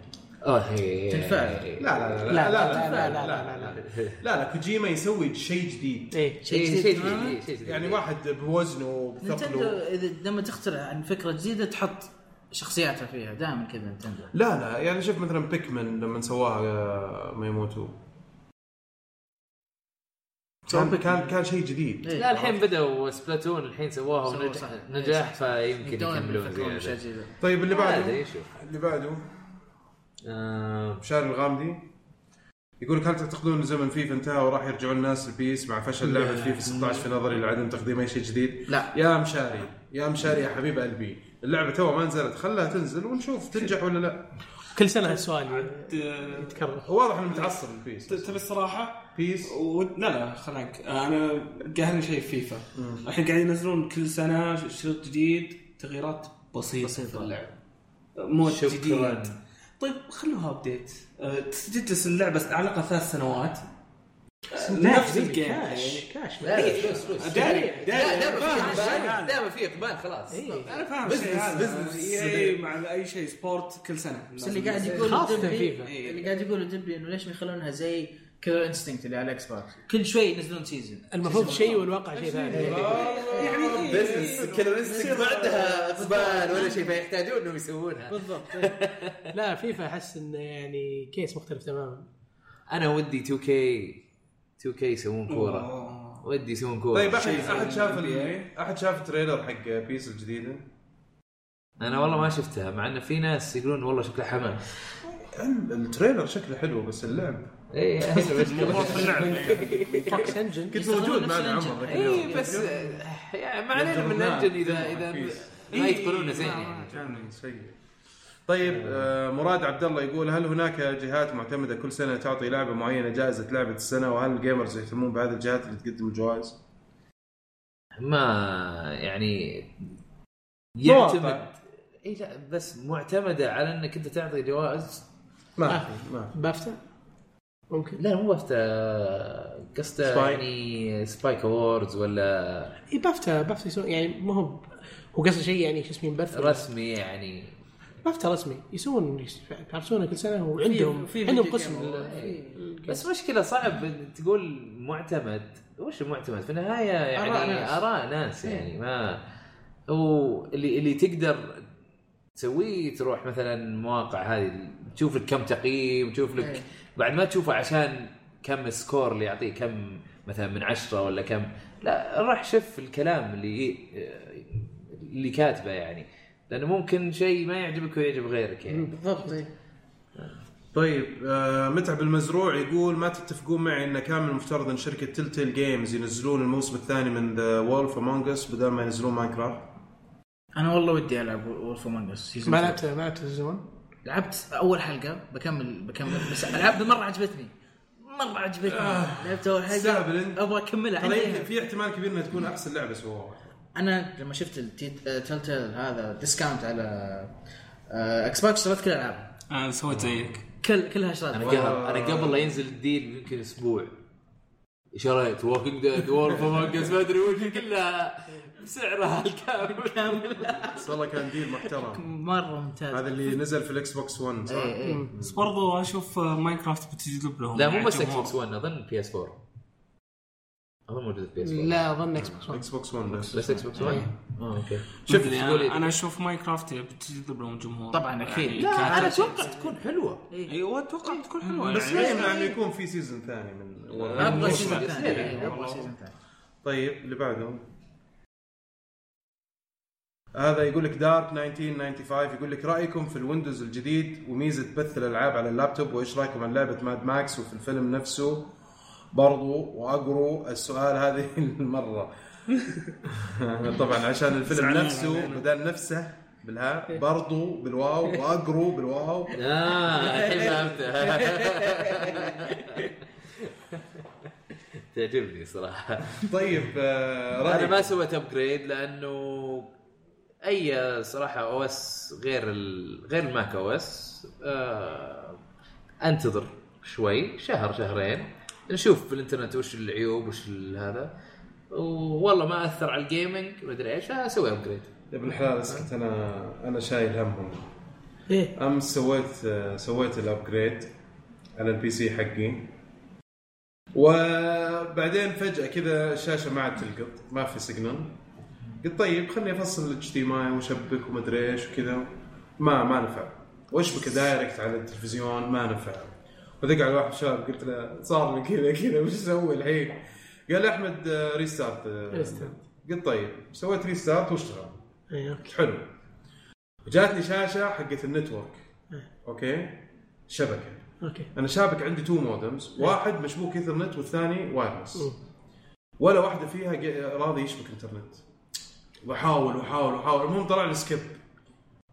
[SPEAKER 4] اه هي
[SPEAKER 5] تنفع.
[SPEAKER 1] لا لا لا لا لا لا لا لا
[SPEAKER 3] لا لا
[SPEAKER 1] لا لا كوجيما يسوي شيء جديد
[SPEAKER 3] ايه
[SPEAKER 5] شيء
[SPEAKER 4] شيء
[SPEAKER 5] جديد
[SPEAKER 4] جديد
[SPEAKER 5] تماماً.
[SPEAKER 4] إيه، شيء جديد
[SPEAKER 1] يعني واحد بوزنه
[SPEAKER 5] نينتندو
[SPEAKER 1] وبثقله
[SPEAKER 5] اذا لما تخترع عن فكره جديده تحط شخصياتها فيها دائما كذا نينتندو
[SPEAKER 1] لا لا يعني شوف مثلا بيكمن لما سواها آه، ما يموتوا كان كان كان شيء جديد
[SPEAKER 5] إيه.
[SPEAKER 4] لا الحين بدأوا سبلاتون الحين سووها
[SPEAKER 5] سووا
[SPEAKER 4] ونجح
[SPEAKER 5] صح.
[SPEAKER 4] نجاح فيمكن
[SPEAKER 5] يبدون
[SPEAKER 4] يكملون
[SPEAKER 5] يفكرون باشياء
[SPEAKER 4] زيادة
[SPEAKER 5] جديده
[SPEAKER 1] طيب اللي
[SPEAKER 4] ما
[SPEAKER 1] بعده
[SPEAKER 4] ادري شوف
[SPEAKER 1] اللي بعده
[SPEAKER 4] آه،
[SPEAKER 1] بشار الغامدي يقول لك هل تعتقدون ان زمن فيفا انتهى وراح يرجعون الناس البيس مع فشل لعبه فيفا 16 في نظري لعدم تقديم اي شيء جديد؟
[SPEAKER 5] لا.
[SPEAKER 1] يا مشاري يا مشاري يا حبيب قلبي اللعبه تو ما نزلت خلها تنزل ونشوف تنجح ولا لا
[SPEAKER 3] كل سنه هالسؤال
[SPEAKER 4] إيه.
[SPEAKER 2] آه،
[SPEAKER 3] يتكرر
[SPEAKER 1] هو واضح انه متعصب البيس
[SPEAKER 2] ت- تبي الصراحه
[SPEAKER 1] بيس
[SPEAKER 2] و... لا لا خلاك انا قاهرني شيء في فيفا الحين قاعدين ينزلون كل سنه شريط جديد تغييرات بسيطه بسيطه في اللعب مود
[SPEAKER 4] شكراً.
[SPEAKER 2] جديد طيب خلوها ابديت آه، تجلس اللعبه على الاقل ثلاث سنوات آه، نفس الجيم
[SPEAKER 3] كاش يعني كاش
[SPEAKER 4] لا لا، فلوس فلوس
[SPEAKER 2] داري
[SPEAKER 4] لا،
[SPEAKER 2] داري
[SPEAKER 4] دائما في إيه، اقبال
[SPEAKER 2] فاهم الشيء هذا.
[SPEAKER 4] دائما في اقبال خلاص
[SPEAKER 3] إيه.
[SPEAKER 2] انا فاهم
[SPEAKER 4] بزنس-
[SPEAKER 2] الشيء هذا
[SPEAKER 4] بزنس.
[SPEAKER 2] اي مع اي شيء سبورت كل سنه
[SPEAKER 5] بس اللي قاعد يقول
[SPEAKER 3] خاصة
[SPEAKER 5] الدبي
[SPEAKER 3] فيفا.
[SPEAKER 5] اللي قاعد يقول الدبي انه ليش ما يخلونها زي كيلر انستنكت اللي على الاكس بوكس كل شوي ينزلون سيزون
[SPEAKER 3] المفروض شيء والواقع شيء ثاني
[SPEAKER 4] بس كلمستك ما عندها زبان ولا شيء فيحتاجون انهم يسوونها
[SPEAKER 5] بالضبط
[SPEAKER 3] إيه. لا فيفا احس انه يعني كيس مختلف تماما
[SPEAKER 4] انا ودي 2K 2K يسوون كوره ودي يسوون كوره
[SPEAKER 1] طيب احد احد شاف ال- احد شاف التريلر حق بيس الجديده؟
[SPEAKER 4] انا والله ما شفتها مع ان في ناس يقولون والله شكلها حماس
[SPEAKER 1] ال- التريلر شكله حلو بس اللعب
[SPEAKER 4] اي إيه، هذا
[SPEAKER 2] الموضوع في اللعب يعني.
[SPEAKER 3] فاكس انجن
[SPEAKER 1] كنت موجود معنا عمر
[SPEAKER 4] اي بس يعني ما علينا من انجن اذا اذا ما يتقنونه زين يعني
[SPEAKER 1] كان سيء طيب آه، مراد عبد الله يقول هل هناك جهات معتمده كل سنه تعطي لعبه معينه جائزه لعبه السنه وهل الجيمرز يهتمون بهذه الجهات اللي تقدم الجوائز؟
[SPEAKER 4] ما يعني
[SPEAKER 1] مواقع.
[SPEAKER 4] يعتمد اي لا بس معتمده على انك انت تعطي جوائز
[SPEAKER 1] ما في ما في
[SPEAKER 3] بافتا ممكن
[SPEAKER 4] لا مو بس آه، قصده
[SPEAKER 1] سباي.
[SPEAKER 4] يعني سبايك اووردز ولا
[SPEAKER 3] اي إيه، بافتا بافتا يسوون يعني ما هو هو قصد شيء يعني شو اسمه مبث
[SPEAKER 4] رسمي يعني
[SPEAKER 3] بافتا رسمي يسوون يعرفونه كل سنه وعندهم
[SPEAKER 5] في- في
[SPEAKER 3] عندهم
[SPEAKER 5] فيديو
[SPEAKER 3] قسم
[SPEAKER 5] جيم.
[SPEAKER 3] لل-
[SPEAKER 4] بس مشكله صعب إن تقول معتمد وش المعتمد في النهايه يعني
[SPEAKER 5] آراء ناس. إيه.
[SPEAKER 4] اراء ناس يعني ما هو اللي اللي تقدر تسويه تروح مثلا مواقع هذه تشوف لك كم تقييم تشوف لك
[SPEAKER 5] إيه.
[SPEAKER 4] بعد ما تشوفه عشان كم السكور اللي يعطيه كم مثلا من عشرة ولا كم لا راح شف الكلام اللي اللي كاتبه يعني لانه ممكن شيء ما يعجبك ويعجب غيرك يعني
[SPEAKER 5] بالضبط إيه.
[SPEAKER 1] طيب آه، متعب المزروع يقول ما تتفقون معي ان كان من المفترض ان شركه تلتيل جيمز ينزلون الموسم الثاني من ذا وولف امونج اس بدل ما ينزلون ماينكرافت
[SPEAKER 5] انا والله ودي العب وولف امونج اس
[SPEAKER 3] ما لعبت ما لعبت الزون
[SPEAKER 5] لعبت اول حلقه بكمل بكمل بس العاب مره عجبتني مره عجبتني لعبت اول
[SPEAKER 1] استهبل أنت.
[SPEAKER 5] حلقه ابغى اكملها
[SPEAKER 1] ترى يمكن
[SPEAKER 5] عندي
[SPEAKER 1] في احتمال كبير انها تكون احسن لعبه سووها
[SPEAKER 5] انا لما شفت التلتل هذا ديسكاونت على آه، اكس بوكس شريت كل العاب
[SPEAKER 2] انا أه، سويت زيك
[SPEAKER 5] كل كلها
[SPEAKER 4] انا
[SPEAKER 5] شريتها
[SPEAKER 4] قبل انا قبل لا ينزل الديل يمكن اسبوع شريت ووكينج ديد وولف امونج اس ما ادري وش كلها بسعرها الكامل
[SPEAKER 1] بس والله كان ديل محترم
[SPEAKER 5] مره ممتاز
[SPEAKER 1] هذا اللي نزل في الاكس بوكس 1 صح؟
[SPEAKER 5] إيه، إيه.
[SPEAKER 2] بس برضو اشوف ماينكرافت آه، بتجلب لهم
[SPEAKER 4] لا مو بس اكس
[SPEAKER 2] جمهور.
[SPEAKER 4] بوكس 1 اظن بي اس 4 اظن موجود بي اس 4
[SPEAKER 3] لا اظن اكس بوكس One.
[SPEAKER 1] اكس بوكس 1 بس
[SPEAKER 4] بس آه، اكس بوكس 1 اوكي
[SPEAKER 2] مدري،
[SPEAKER 4] إيه. شوف تقول
[SPEAKER 2] انا
[SPEAKER 4] إيه.
[SPEAKER 2] انا اشوف ماينكرافت بتجلب لهم جمهور
[SPEAKER 5] طبعا اكيد
[SPEAKER 2] يعني
[SPEAKER 4] لا
[SPEAKER 2] كانت-
[SPEAKER 4] انا اتوقع تكون حلوه
[SPEAKER 2] ايوه اتوقع بتكون حلوه
[SPEAKER 1] بس
[SPEAKER 2] يعني.
[SPEAKER 1] لا يمنع انه يكون في سيزون ثاني من
[SPEAKER 5] ابغى
[SPEAKER 4] مو
[SPEAKER 5] سيزون
[SPEAKER 4] شرط.
[SPEAKER 5] ثاني إيه،
[SPEAKER 4] والله.
[SPEAKER 5] ابغى سيزون ثاني
[SPEAKER 1] طيب اللي بعده هذا يقول لك دارك 1995 يقول لك رايكم في الويندوز الجديد وميزه بث الالعاب على اللابتوب وايش رايكم عن لعبه ماد ماكس وفي الفيلم نفسه برضو واقروا السؤال هذه *laughs* المره طبعا عشان الفيلم
[SPEAKER 2] زعلان
[SPEAKER 1] نفسه
[SPEAKER 2] علينا.
[SPEAKER 1] بدل نفسه بالها برضو بالواو واقروا بالواو
[SPEAKER 4] اه الحين فهمتها *laughs* تعجبني صراحه
[SPEAKER 1] طيب آه،
[SPEAKER 4] انا
[SPEAKER 1] رأيك.
[SPEAKER 4] ما سويت ابجريد لانه اي صراحه او اس غير ال... غير الماك او اس آه... انتظر شوي شهر شهرين نشوف في الانترنت وش العيوب وش ال- هذا والله ما اثر على الجيمنج ما ادري ايش اسوي ابجريد
[SPEAKER 1] يا ابن الحلال اسكت انا انا شايل همهم
[SPEAKER 3] ايه
[SPEAKER 1] امس سويت سويت الابجريد على البي سي حقي وبعدين فجاه كذا الشاشه ما عاد تلقط ما في سيجنال قلت طيب خليني افصل الاتش دي ماي واشبك ومدري ايش وكذا ما ما نفع واشبك دايركت على التلفزيون ما نفع ودق على واحد شاب قلت له صار لي كذا كذا وش اسوي الحين؟ قال لي احمد آه، ريستارت آه.
[SPEAKER 3] ريستارت.
[SPEAKER 1] قلت طيب سويت ريستارت واشتغل
[SPEAKER 3] ايه اوكي
[SPEAKER 1] حلو جاتني شاشه حقت النتورك اوكي شبكه
[SPEAKER 3] اوكي
[SPEAKER 1] انا شابك عندي تو مودمز واحد مشبوك ايثرنت والثاني وايرلس
[SPEAKER 3] مم.
[SPEAKER 1] ولا واحده فيها جي- راضي يشبك انترنت واحاول واحاول واحاول المهم طلع لي سكيب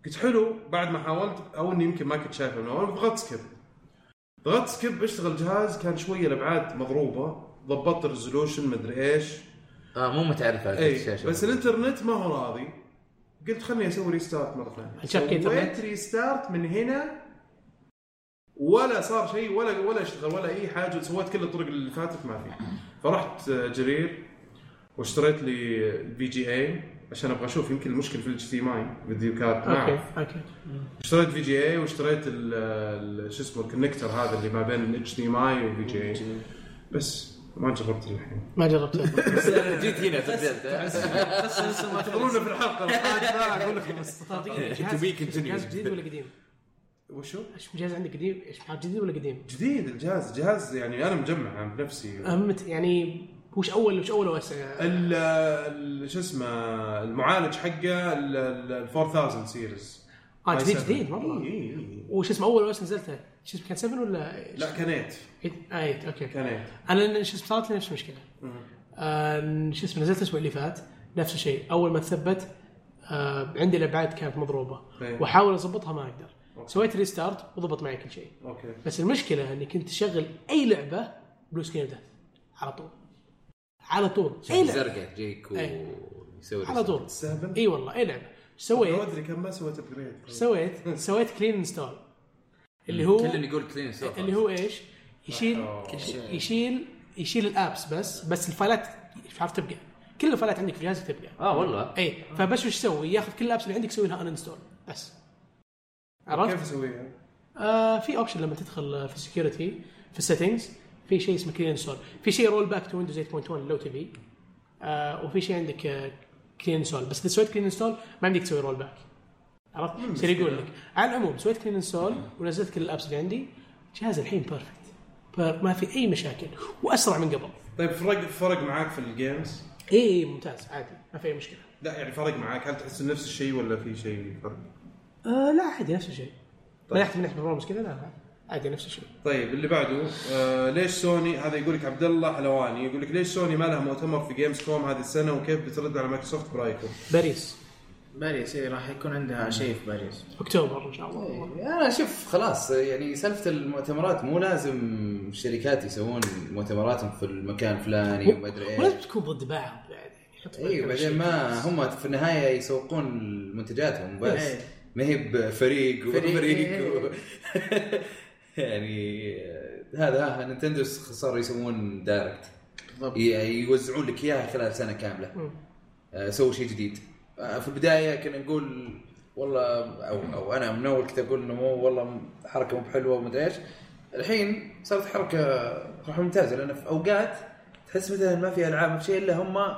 [SPEAKER 1] قلت حلو بعد ما حاولت او اني يمكن ما كنت شايفه من اول ضغطت سكيب ضغطت سكيب اشتغل الجهاز كان شويه الابعاد مضروبه ضبطت الريزولوشن مدري ايش
[SPEAKER 4] اه مو متعرف على كرت
[SPEAKER 1] اي
[SPEAKER 4] الشاشه
[SPEAKER 1] إيه، بس الانترنت ما هو راضي قلت خلني اسوي ريستارت مره ثانيه
[SPEAKER 3] عشان كذا
[SPEAKER 1] سويت ريستارت من هنا ولا صار شيء ولا ولا اشتغل ولا اي حاجه سويت كل الطرق اللي فاتت ما في فرحت آه، جرير واشتريت لي البي جي اي عشان ابغى اشوف يمكن المشكله في الاتش دي ماي فيديو
[SPEAKER 4] آه.
[SPEAKER 1] كارد ما
[SPEAKER 3] اوكي
[SPEAKER 1] أعرف.
[SPEAKER 3] اوكي
[SPEAKER 1] اشتريت في جي اي واشتريت ال- ال- شو اسمه الكونكتر هذا اللي ما بين الاتش دي ماي والفي جي اي بس ما جربت الحين
[SPEAKER 3] ما جربته
[SPEAKER 4] بس أنا جيت *laughs* هنا تبدلت
[SPEAKER 5] بس لسه ما
[SPEAKER 1] خذونا في الحلقه القادمه اقول لكم بس
[SPEAKER 4] إيه، To be continued.
[SPEAKER 3] جهاز جديد ولا قديم؟
[SPEAKER 1] وشو؟
[SPEAKER 3] ايش جهاز عندك قديم؟ ايش حاجه جديد ولا قديم؟
[SPEAKER 1] جديد الجهاز جهاز يعني انا مجمعه بنفسي
[SPEAKER 3] أهم مت- يعني وش اول وش اول او اس
[SPEAKER 1] ال ال- شو اسمه المعالج حقه ال- ال ال 4000 سيريز
[SPEAKER 3] اه جديد
[SPEAKER 1] i7.
[SPEAKER 3] جديد مره وش اسمه اول او اس نزلته شو اسمه كان 7 ولا
[SPEAKER 1] لا كانيت
[SPEAKER 3] آه، ايت اوكي
[SPEAKER 1] كانيت
[SPEAKER 3] انا شو اسمه صارت لي نفس المشكله آه، شو اسمه نزلت الاسبوع اللي فات نفس الشيء اول ما تثبت آه، عندي الابعاد كانت مضروبه
[SPEAKER 1] إيه.
[SPEAKER 3] واحاول اضبطها ما اقدر سويت ريستارت وضبط معي كل شيء
[SPEAKER 1] اوكي
[SPEAKER 3] بس المشكله اني كنت اشغل اي لعبه بلو سكرين ديث على طول على طول اي لعبه
[SPEAKER 4] زرقاء تجيك
[SPEAKER 3] إيه.
[SPEAKER 4] ويسوي
[SPEAKER 3] على طول
[SPEAKER 1] سهبل
[SPEAKER 3] اي والله اي لعبه
[SPEAKER 1] ما *laughs*
[SPEAKER 3] سويت
[SPEAKER 1] ادري كم ما سويت ابجريد
[SPEAKER 3] سويت سويت كلين انستول اللي هو
[SPEAKER 4] كلهم يقول كلين سوفت
[SPEAKER 3] اللي هو ايش؟ يشيل يشيل يشيل الابس بس بس الفايلات مش عارف تبقى كل الفايلات عندك في جهازك تبقى
[SPEAKER 4] اه والله
[SPEAKER 3] اي فبس وش يسوي؟ ياخذ كل الابس اللي عندك يسوي لها انستول بس
[SPEAKER 1] كيف
[SPEAKER 3] عرفت؟
[SPEAKER 1] اسويها؟
[SPEAKER 3] آه في اوبشن لما تدخل آه، في السكيورتي في السيتنجز في شيء اسمه كلين انستول في شيء رول باك تو ويندوز 8.1 لو تبي آه وفي شيء عندك آه كلين انستول بس اذا سويت كلين انستول ما عندك تسوي رول باك عرفت؟ يصير يقول لك على العموم سويت كلين انستول ونزلت كل الابس اللي عندي جهاز الحين بيرفكت ما في اي مشاكل واسرع من قبل
[SPEAKER 1] طيب فرق فرق معاك في الجيمز؟
[SPEAKER 3] اي إي، ممتاز عادي ما في اي مشكله
[SPEAKER 1] لا يعني فرق معاك هل تحس نفس الشيء ولا في شيء فرق؟
[SPEAKER 3] آه لا عادي نفس الشيء
[SPEAKER 1] طيب.
[SPEAKER 3] ما يحتاج من ناحيه برفورمانس كذا لا لا عادي نفس الشيء
[SPEAKER 1] طيب اللي بعده آه ليش سوني هذا يقول لك عبد الله حلواني يقول لك ليش سوني ما لها مؤتمر في جيمز كوم هذه السنه وكيف بترد على مايكروسوفت برايكم؟
[SPEAKER 3] باريس
[SPEAKER 5] باريس اي راح يكون عندها شيء في باريس
[SPEAKER 3] اكتوبر ان شاء
[SPEAKER 4] إيه.
[SPEAKER 3] الله
[SPEAKER 4] انا شوف خلاص يعني سالفه المؤتمرات مو لازم الشركات يسوون مؤتمراتهم في المكان الفلاني وما ادري
[SPEAKER 3] ولا
[SPEAKER 4] ايش
[SPEAKER 3] بتكون ضد بعض يعني حط بالك
[SPEAKER 4] ايوه
[SPEAKER 3] على
[SPEAKER 4] بعدين
[SPEAKER 3] شيء.
[SPEAKER 4] ما هم في النهايه يسوقون منتجاتهم بس
[SPEAKER 5] إيه.
[SPEAKER 4] ما هي بفريق
[SPEAKER 5] فريق،
[SPEAKER 4] وفريق
[SPEAKER 5] إيه.
[SPEAKER 4] و... *laughs* يعني هذا نينتندو صاروا يسوون دايركت
[SPEAKER 5] بالضبط
[SPEAKER 4] ي- إيه، يوزعون لك اياها خلال سنه كامله
[SPEAKER 3] مم.
[SPEAKER 4] آه، سووا شيء جديد آه، في البدايه كنا نقول والله او او انا من اول كنت اقول انه مو والله حركه مو بحلوه ومدري ايش الحين صارت حركه صراحه ممتازه لان في اوقات تحس مثلا ما في العاب ما في شيء الا هم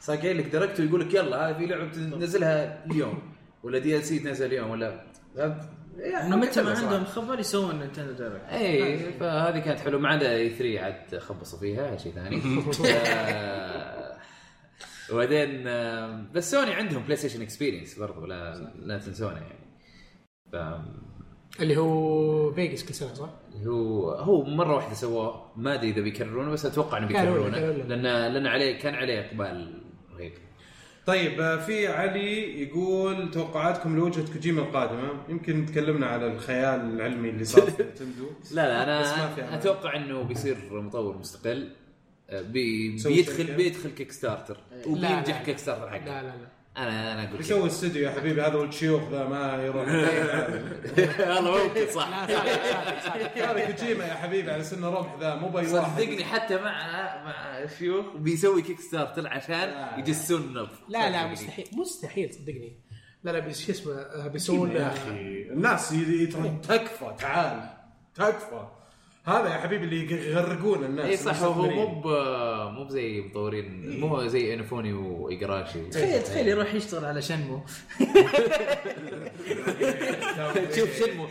[SPEAKER 4] ساقين لك دايركت ويقول لك يلا هذه في لعبه تنزلها اليوم ولا دي ال سي تنزل اليوم ولا فهمت؟ يعني
[SPEAKER 5] متى ما
[SPEAKER 4] حلوة صراحة.
[SPEAKER 5] عندهم خبر يسوون نينتندو دايركت
[SPEAKER 4] اي فهذه كانت حلوه ما عدا اي 3 عاد خبصوا فيها شيء
[SPEAKER 5] *laughs*
[SPEAKER 4] ثاني آه، وبعدين آه، بس سوني عندهم بلاي ستيشن اكسبيرينس برضو لا لا تنسونه يعني ف
[SPEAKER 3] *laughs* اللي هو فيجاس كل سنه صح؟
[SPEAKER 4] هو هو مره واحده سواه ما ادري اذا بيكررونه بس اتوقع انه
[SPEAKER 3] كانوا-
[SPEAKER 4] بيكررونه
[SPEAKER 3] كانوا-
[SPEAKER 4] لان لان عليه كان عليه اقبال رهيب
[SPEAKER 1] طيب آه، في علي يقول توقعاتكم لوجهه كوجيما القادمه يمكن تكلمنا على الخيال العلمي اللي صار *laughs* في نتندو
[SPEAKER 4] لا لا
[SPEAKER 1] بس ما في
[SPEAKER 4] انا
[SPEAKER 1] أمل.
[SPEAKER 4] اتوقع انه بيصير مطور مستقل آه، بي
[SPEAKER 1] يسوي
[SPEAKER 4] بيدخل
[SPEAKER 1] شركة؟
[SPEAKER 4] بيدخل كيك ستارتر
[SPEAKER 3] لا، لا.
[SPEAKER 4] وبينجح كيك ستارتر حقه
[SPEAKER 3] لا لا لا
[SPEAKER 4] انا انا اقول كذا.
[SPEAKER 1] يسوي استوديو يا حبيبي هذا والشيوخ ذا ما *laughs* يروح
[SPEAKER 4] *laughs* والله ممكن صح
[SPEAKER 3] لا صادق، صادق،
[SPEAKER 4] *laughs*
[SPEAKER 3] صادق.
[SPEAKER 1] هذا كوجيما يا حبيبي على سنه رمح ذا مو باي واحد
[SPEAKER 4] صدقني حتى مع مع شيوخ بيسوي كيك ستارتر عشان يجسون النبض
[SPEAKER 3] لا
[SPEAKER 4] يعني.
[SPEAKER 3] لا
[SPEAKER 4] صدقني.
[SPEAKER 3] مستحيل مستحيل صدقني لا لا بس شو اسمه آه، بيسوون
[SPEAKER 1] يا
[SPEAKER 3] آه،
[SPEAKER 1] اخي الناس ي- يتر- تكفى تعال تكفى هذا يا حبيبي اللي يغرقون الناس
[SPEAKER 4] اي إيه، صح هو
[SPEAKER 1] المستثمرين.
[SPEAKER 4] مو ب مو بزي
[SPEAKER 3] إيه.
[SPEAKER 4] مطورين مو زي انفوني وايجراشي
[SPEAKER 5] تخيل إيه، تخيل يروح يشتغل على شنمو
[SPEAKER 4] *laughs* *laughs* شوف
[SPEAKER 3] *laughs*
[SPEAKER 4] شنمو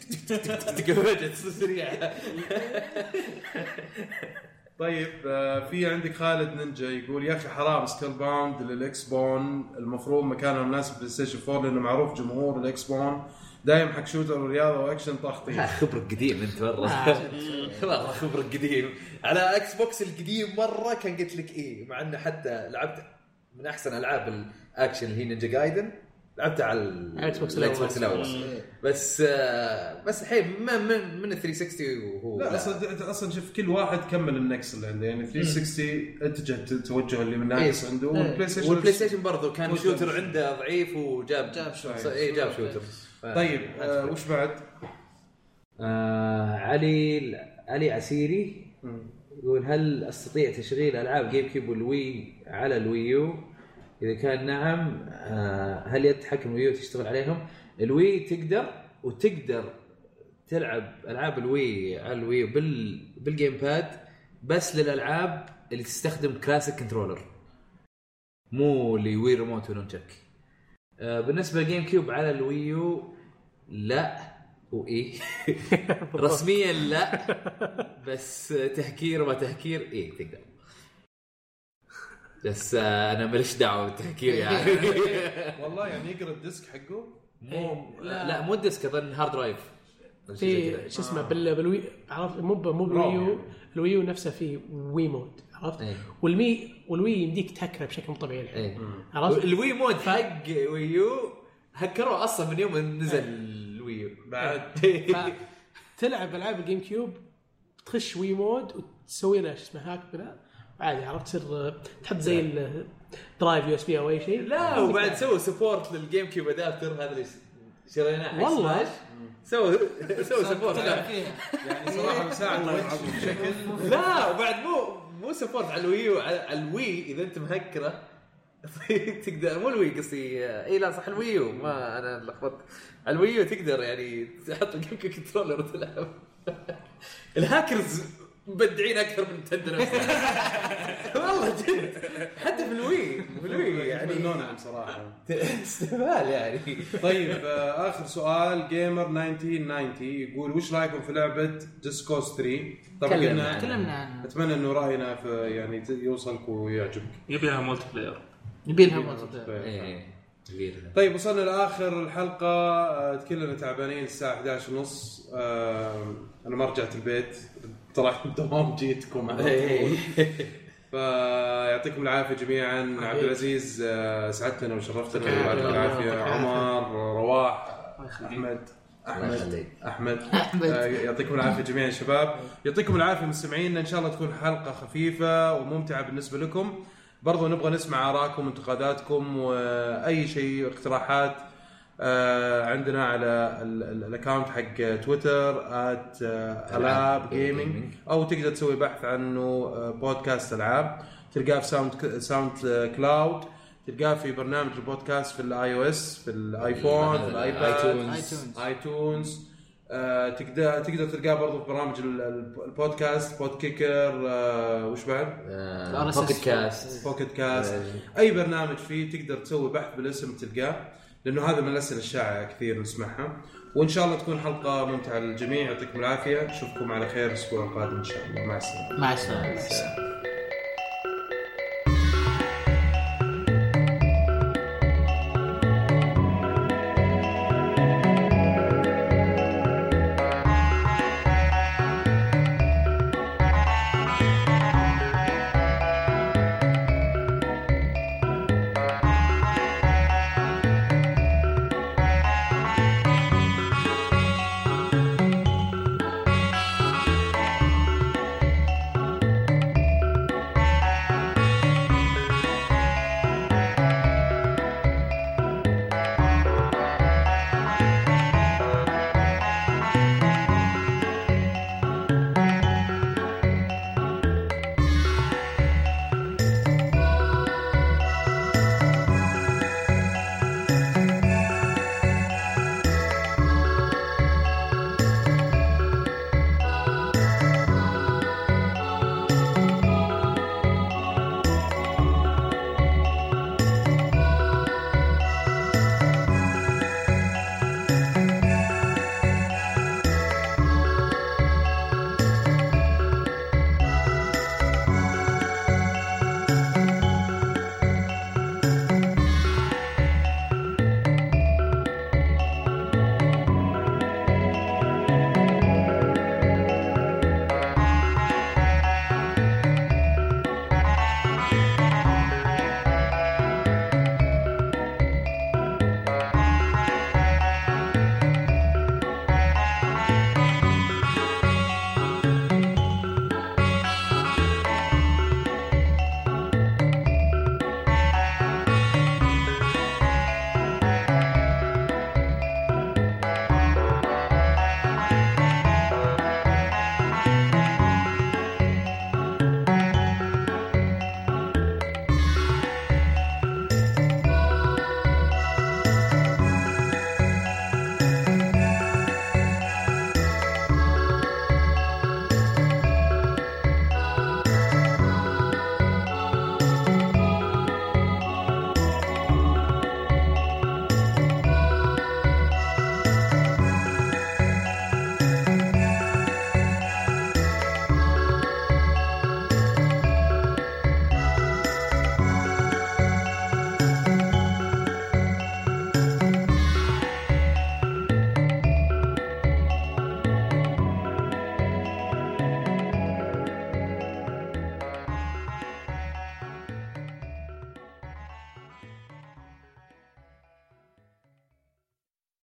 [SPEAKER 4] فجأة سريع
[SPEAKER 1] طيب آه، في عندك خالد نينجا يقول يا اخي حرام سكيل باوند للاكس بون المفروض مكانها مناسب بلاي ستيشن 4 لانه معروف جمهور الاكس بون دايم حق شوتر ورياضه واكشن طاخطين
[SPEAKER 4] *laughs* خبرك قديم انت مره *laughs* مره خبرك قديم على اكس بوكس القديم مره كان قلت لك ايه مع انه حتى لعبت من احسن العاب الاكشن اللي هي نينجا جايدن لعبتها على ال-
[SPEAKER 3] على الإكس بوكس
[SPEAKER 4] الإكس بوكس
[SPEAKER 3] الأول.
[SPEAKER 4] الاول بس آه، بس الحين ما- من من 360 وهو
[SPEAKER 1] لا اصلا اصلا شوف كل واحد كمل النكس اللي عنده يعني 360 اتجه التوجه اللي من ناقص
[SPEAKER 4] إيه.
[SPEAKER 1] عنده والبلاي ستيشن
[SPEAKER 4] والبلاي ستيشن برضه كان
[SPEAKER 1] والبلاي
[SPEAKER 4] شوتر
[SPEAKER 1] ستيشن.
[SPEAKER 4] عنده ضعيف وجاب
[SPEAKER 5] جاب شوتر.
[SPEAKER 4] ص- ايه جاب شوتر
[SPEAKER 1] طيب آه، وش بعد؟
[SPEAKER 4] علي علي آه، عسيري يقول هل استطيع تشغيل العاب جيم كيوب والوي على الويو؟ اذا كان نعم آه، هل يد حكم الويو تشتغل عليهم؟ الوي تقدر وتقدر تلعب العاب الوي على الوي بال بالجيم باد بس للالعاب اللي تستخدم كلاسيك كنترولر مو اللي وي ريموت ونونشك آه، بالنسبه للجيم كيوب على الويو لا *laughs* واي *laughs* رسميا لا بس تهكير ما تهكير ايه تقدر بس آه، انا ماليش دعوه بالتهكير يعني
[SPEAKER 1] والله يعني يقرا الديسك حقه مو
[SPEAKER 4] *laughs* لا, *laughs* إيه. لا مو الديسك اظن هارد درايف
[SPEAKER 3] في شو
[SPEAKER 4] آه.
[SPEAKER 3] اسمه بال- بالوي عرفت مو ب- مو بالويو الويو نفسه فيه وي مود عرفت
[SPEAKER 4] يعني. إيه.
[SPEAKER 3] والمي والوي يمديك تهكره بشكل مو طبيعي الحين
[SPEAKER 4] ايه
[SPEAKER 3] عرفت
[SPEAKER 4] الوي مود حق ويو هكروه اصلا من يوم ما نزل إيه. الويو *laughs*
[SPEAKER 1] بعد
[SPEAKER 3] تلعب العاب الجيم كيوب تخش وي مود وتسوي له شو اسمه هاك كذا عادي عرفت تصير تحط زي الدرايف يو اس بي او اي شيء
[SPEAKER 4] لا وبعد سووا سبورت للجيم كيوب ادابتر هذا اللي شريناه حق
[SPEAKER 3] والله؟
[SPEAKER 4] سماش. سووا سووا سبورت له.
[SPEAKER 1] يعني
[SPEAKER 4] *laughs*
[SPEAKER 1] صراحه مساعد وجهي
[SPEAKER 4] إيه.
[SPEAKER 1] بشكل
[SPEAKER 4] لا وبعد مو مو سبورت على الويو على على الوي اذا انت مهكره *laughs* تقدر مو الوي قصدي اي لا صح الويو ما انا لخبطت على الويو تقدر يعني تحط الجيم كيوب كنترولر وتلعب *laughs* الهاكرز مبدعين اكثر من تندر *laughs* والله جد حتى في الوي في الوي يعني *laughs*
[SPEAKER 1] نونعم صراحه
[SPEAKER 4] استهبال يعني
[SPEAKER 1] طيب آه، اخر سؤال جيمر 1990 يقول وش رايكم في لعبه ديسكوس 3؟ طبعا
[SPEAKER 4] تكلم
[SPEAKER 1] قلنا
[SPEAKER 4] عنها.
[SPEAKER 5] تكلمنا عن
[SPEAKER 1] اتمنى انه راينا في يعني ت- يوصلك ويعجبك
[SPEAKER 2] يبي لها مولتي بلاير
[SPEAKER 5] نبي لها مره
[SPEAKER 1] طيب وصلنا لاخر الحلقه آه، كلنا تعبانين الساعه 11 ونص انا ما رجعت البيت طلعت من الدوام جيتكم على طول فيعطيكم العافيه جميعا عبد العزيز آه، سعدتنا وشرفتنا
[SPEAKER 3] يعافيك.
[SPEAKER 1] يعطيك العافيه
[SPEAKER 3] يعطيك العافية.
[SPEAKER 1] عمر رواح احمد احمد
[SPEAKER 4] يخليك.
[SPEAKER 3] *laughs*
[SPEAKER 1] احمد
[SPEAKER 5] أحمد.
[SPEAKER 1] آه، يعطيكم العافيه جميعا يا شباب يعطيكم العافيه مستمعينا ان شاء الله تكون حلقه خفيفه وممتعه بالنسبه لكم برضو نبغى نسمع آراءكم وانتقاداتكم واي شيء اقتراحات آه، عندنا على ال- ال- الاكونت حق تويتر آه، ات العاب جيمنج او تقدر تسوي بحث عنه آه، بودكاست العاب تلقاه في ساوند ك- ساوند آه، كلاود تلقاه في برنامج البودكاست في الاي او اس في الايفون في الايباد
[SPEAKER 5] iTunes.
[SPEAKER 1] ايتونز آه، تقدر تقدر تلقاه برضو في برامج ال- ال- البودكاست بود كيكر آه، وش بعد؟
[SPEAKER 5] آه،
[SPEAKER 4] بوكيت كاست
[SPEAKER 1] بوكيت كاست اي برنامج فيه تقدر تسوي بحث بالاسم تلقاه لانه هذا من الاسئله الشائعه كثير نسمعها وان شاء الله تكون حلقه ممتعه للجميع يعطيكم العافيه نشوفكم على خير الاسبوع القادم ان شاء الله مع السلامه
[SPEAKER 5] مع السلامه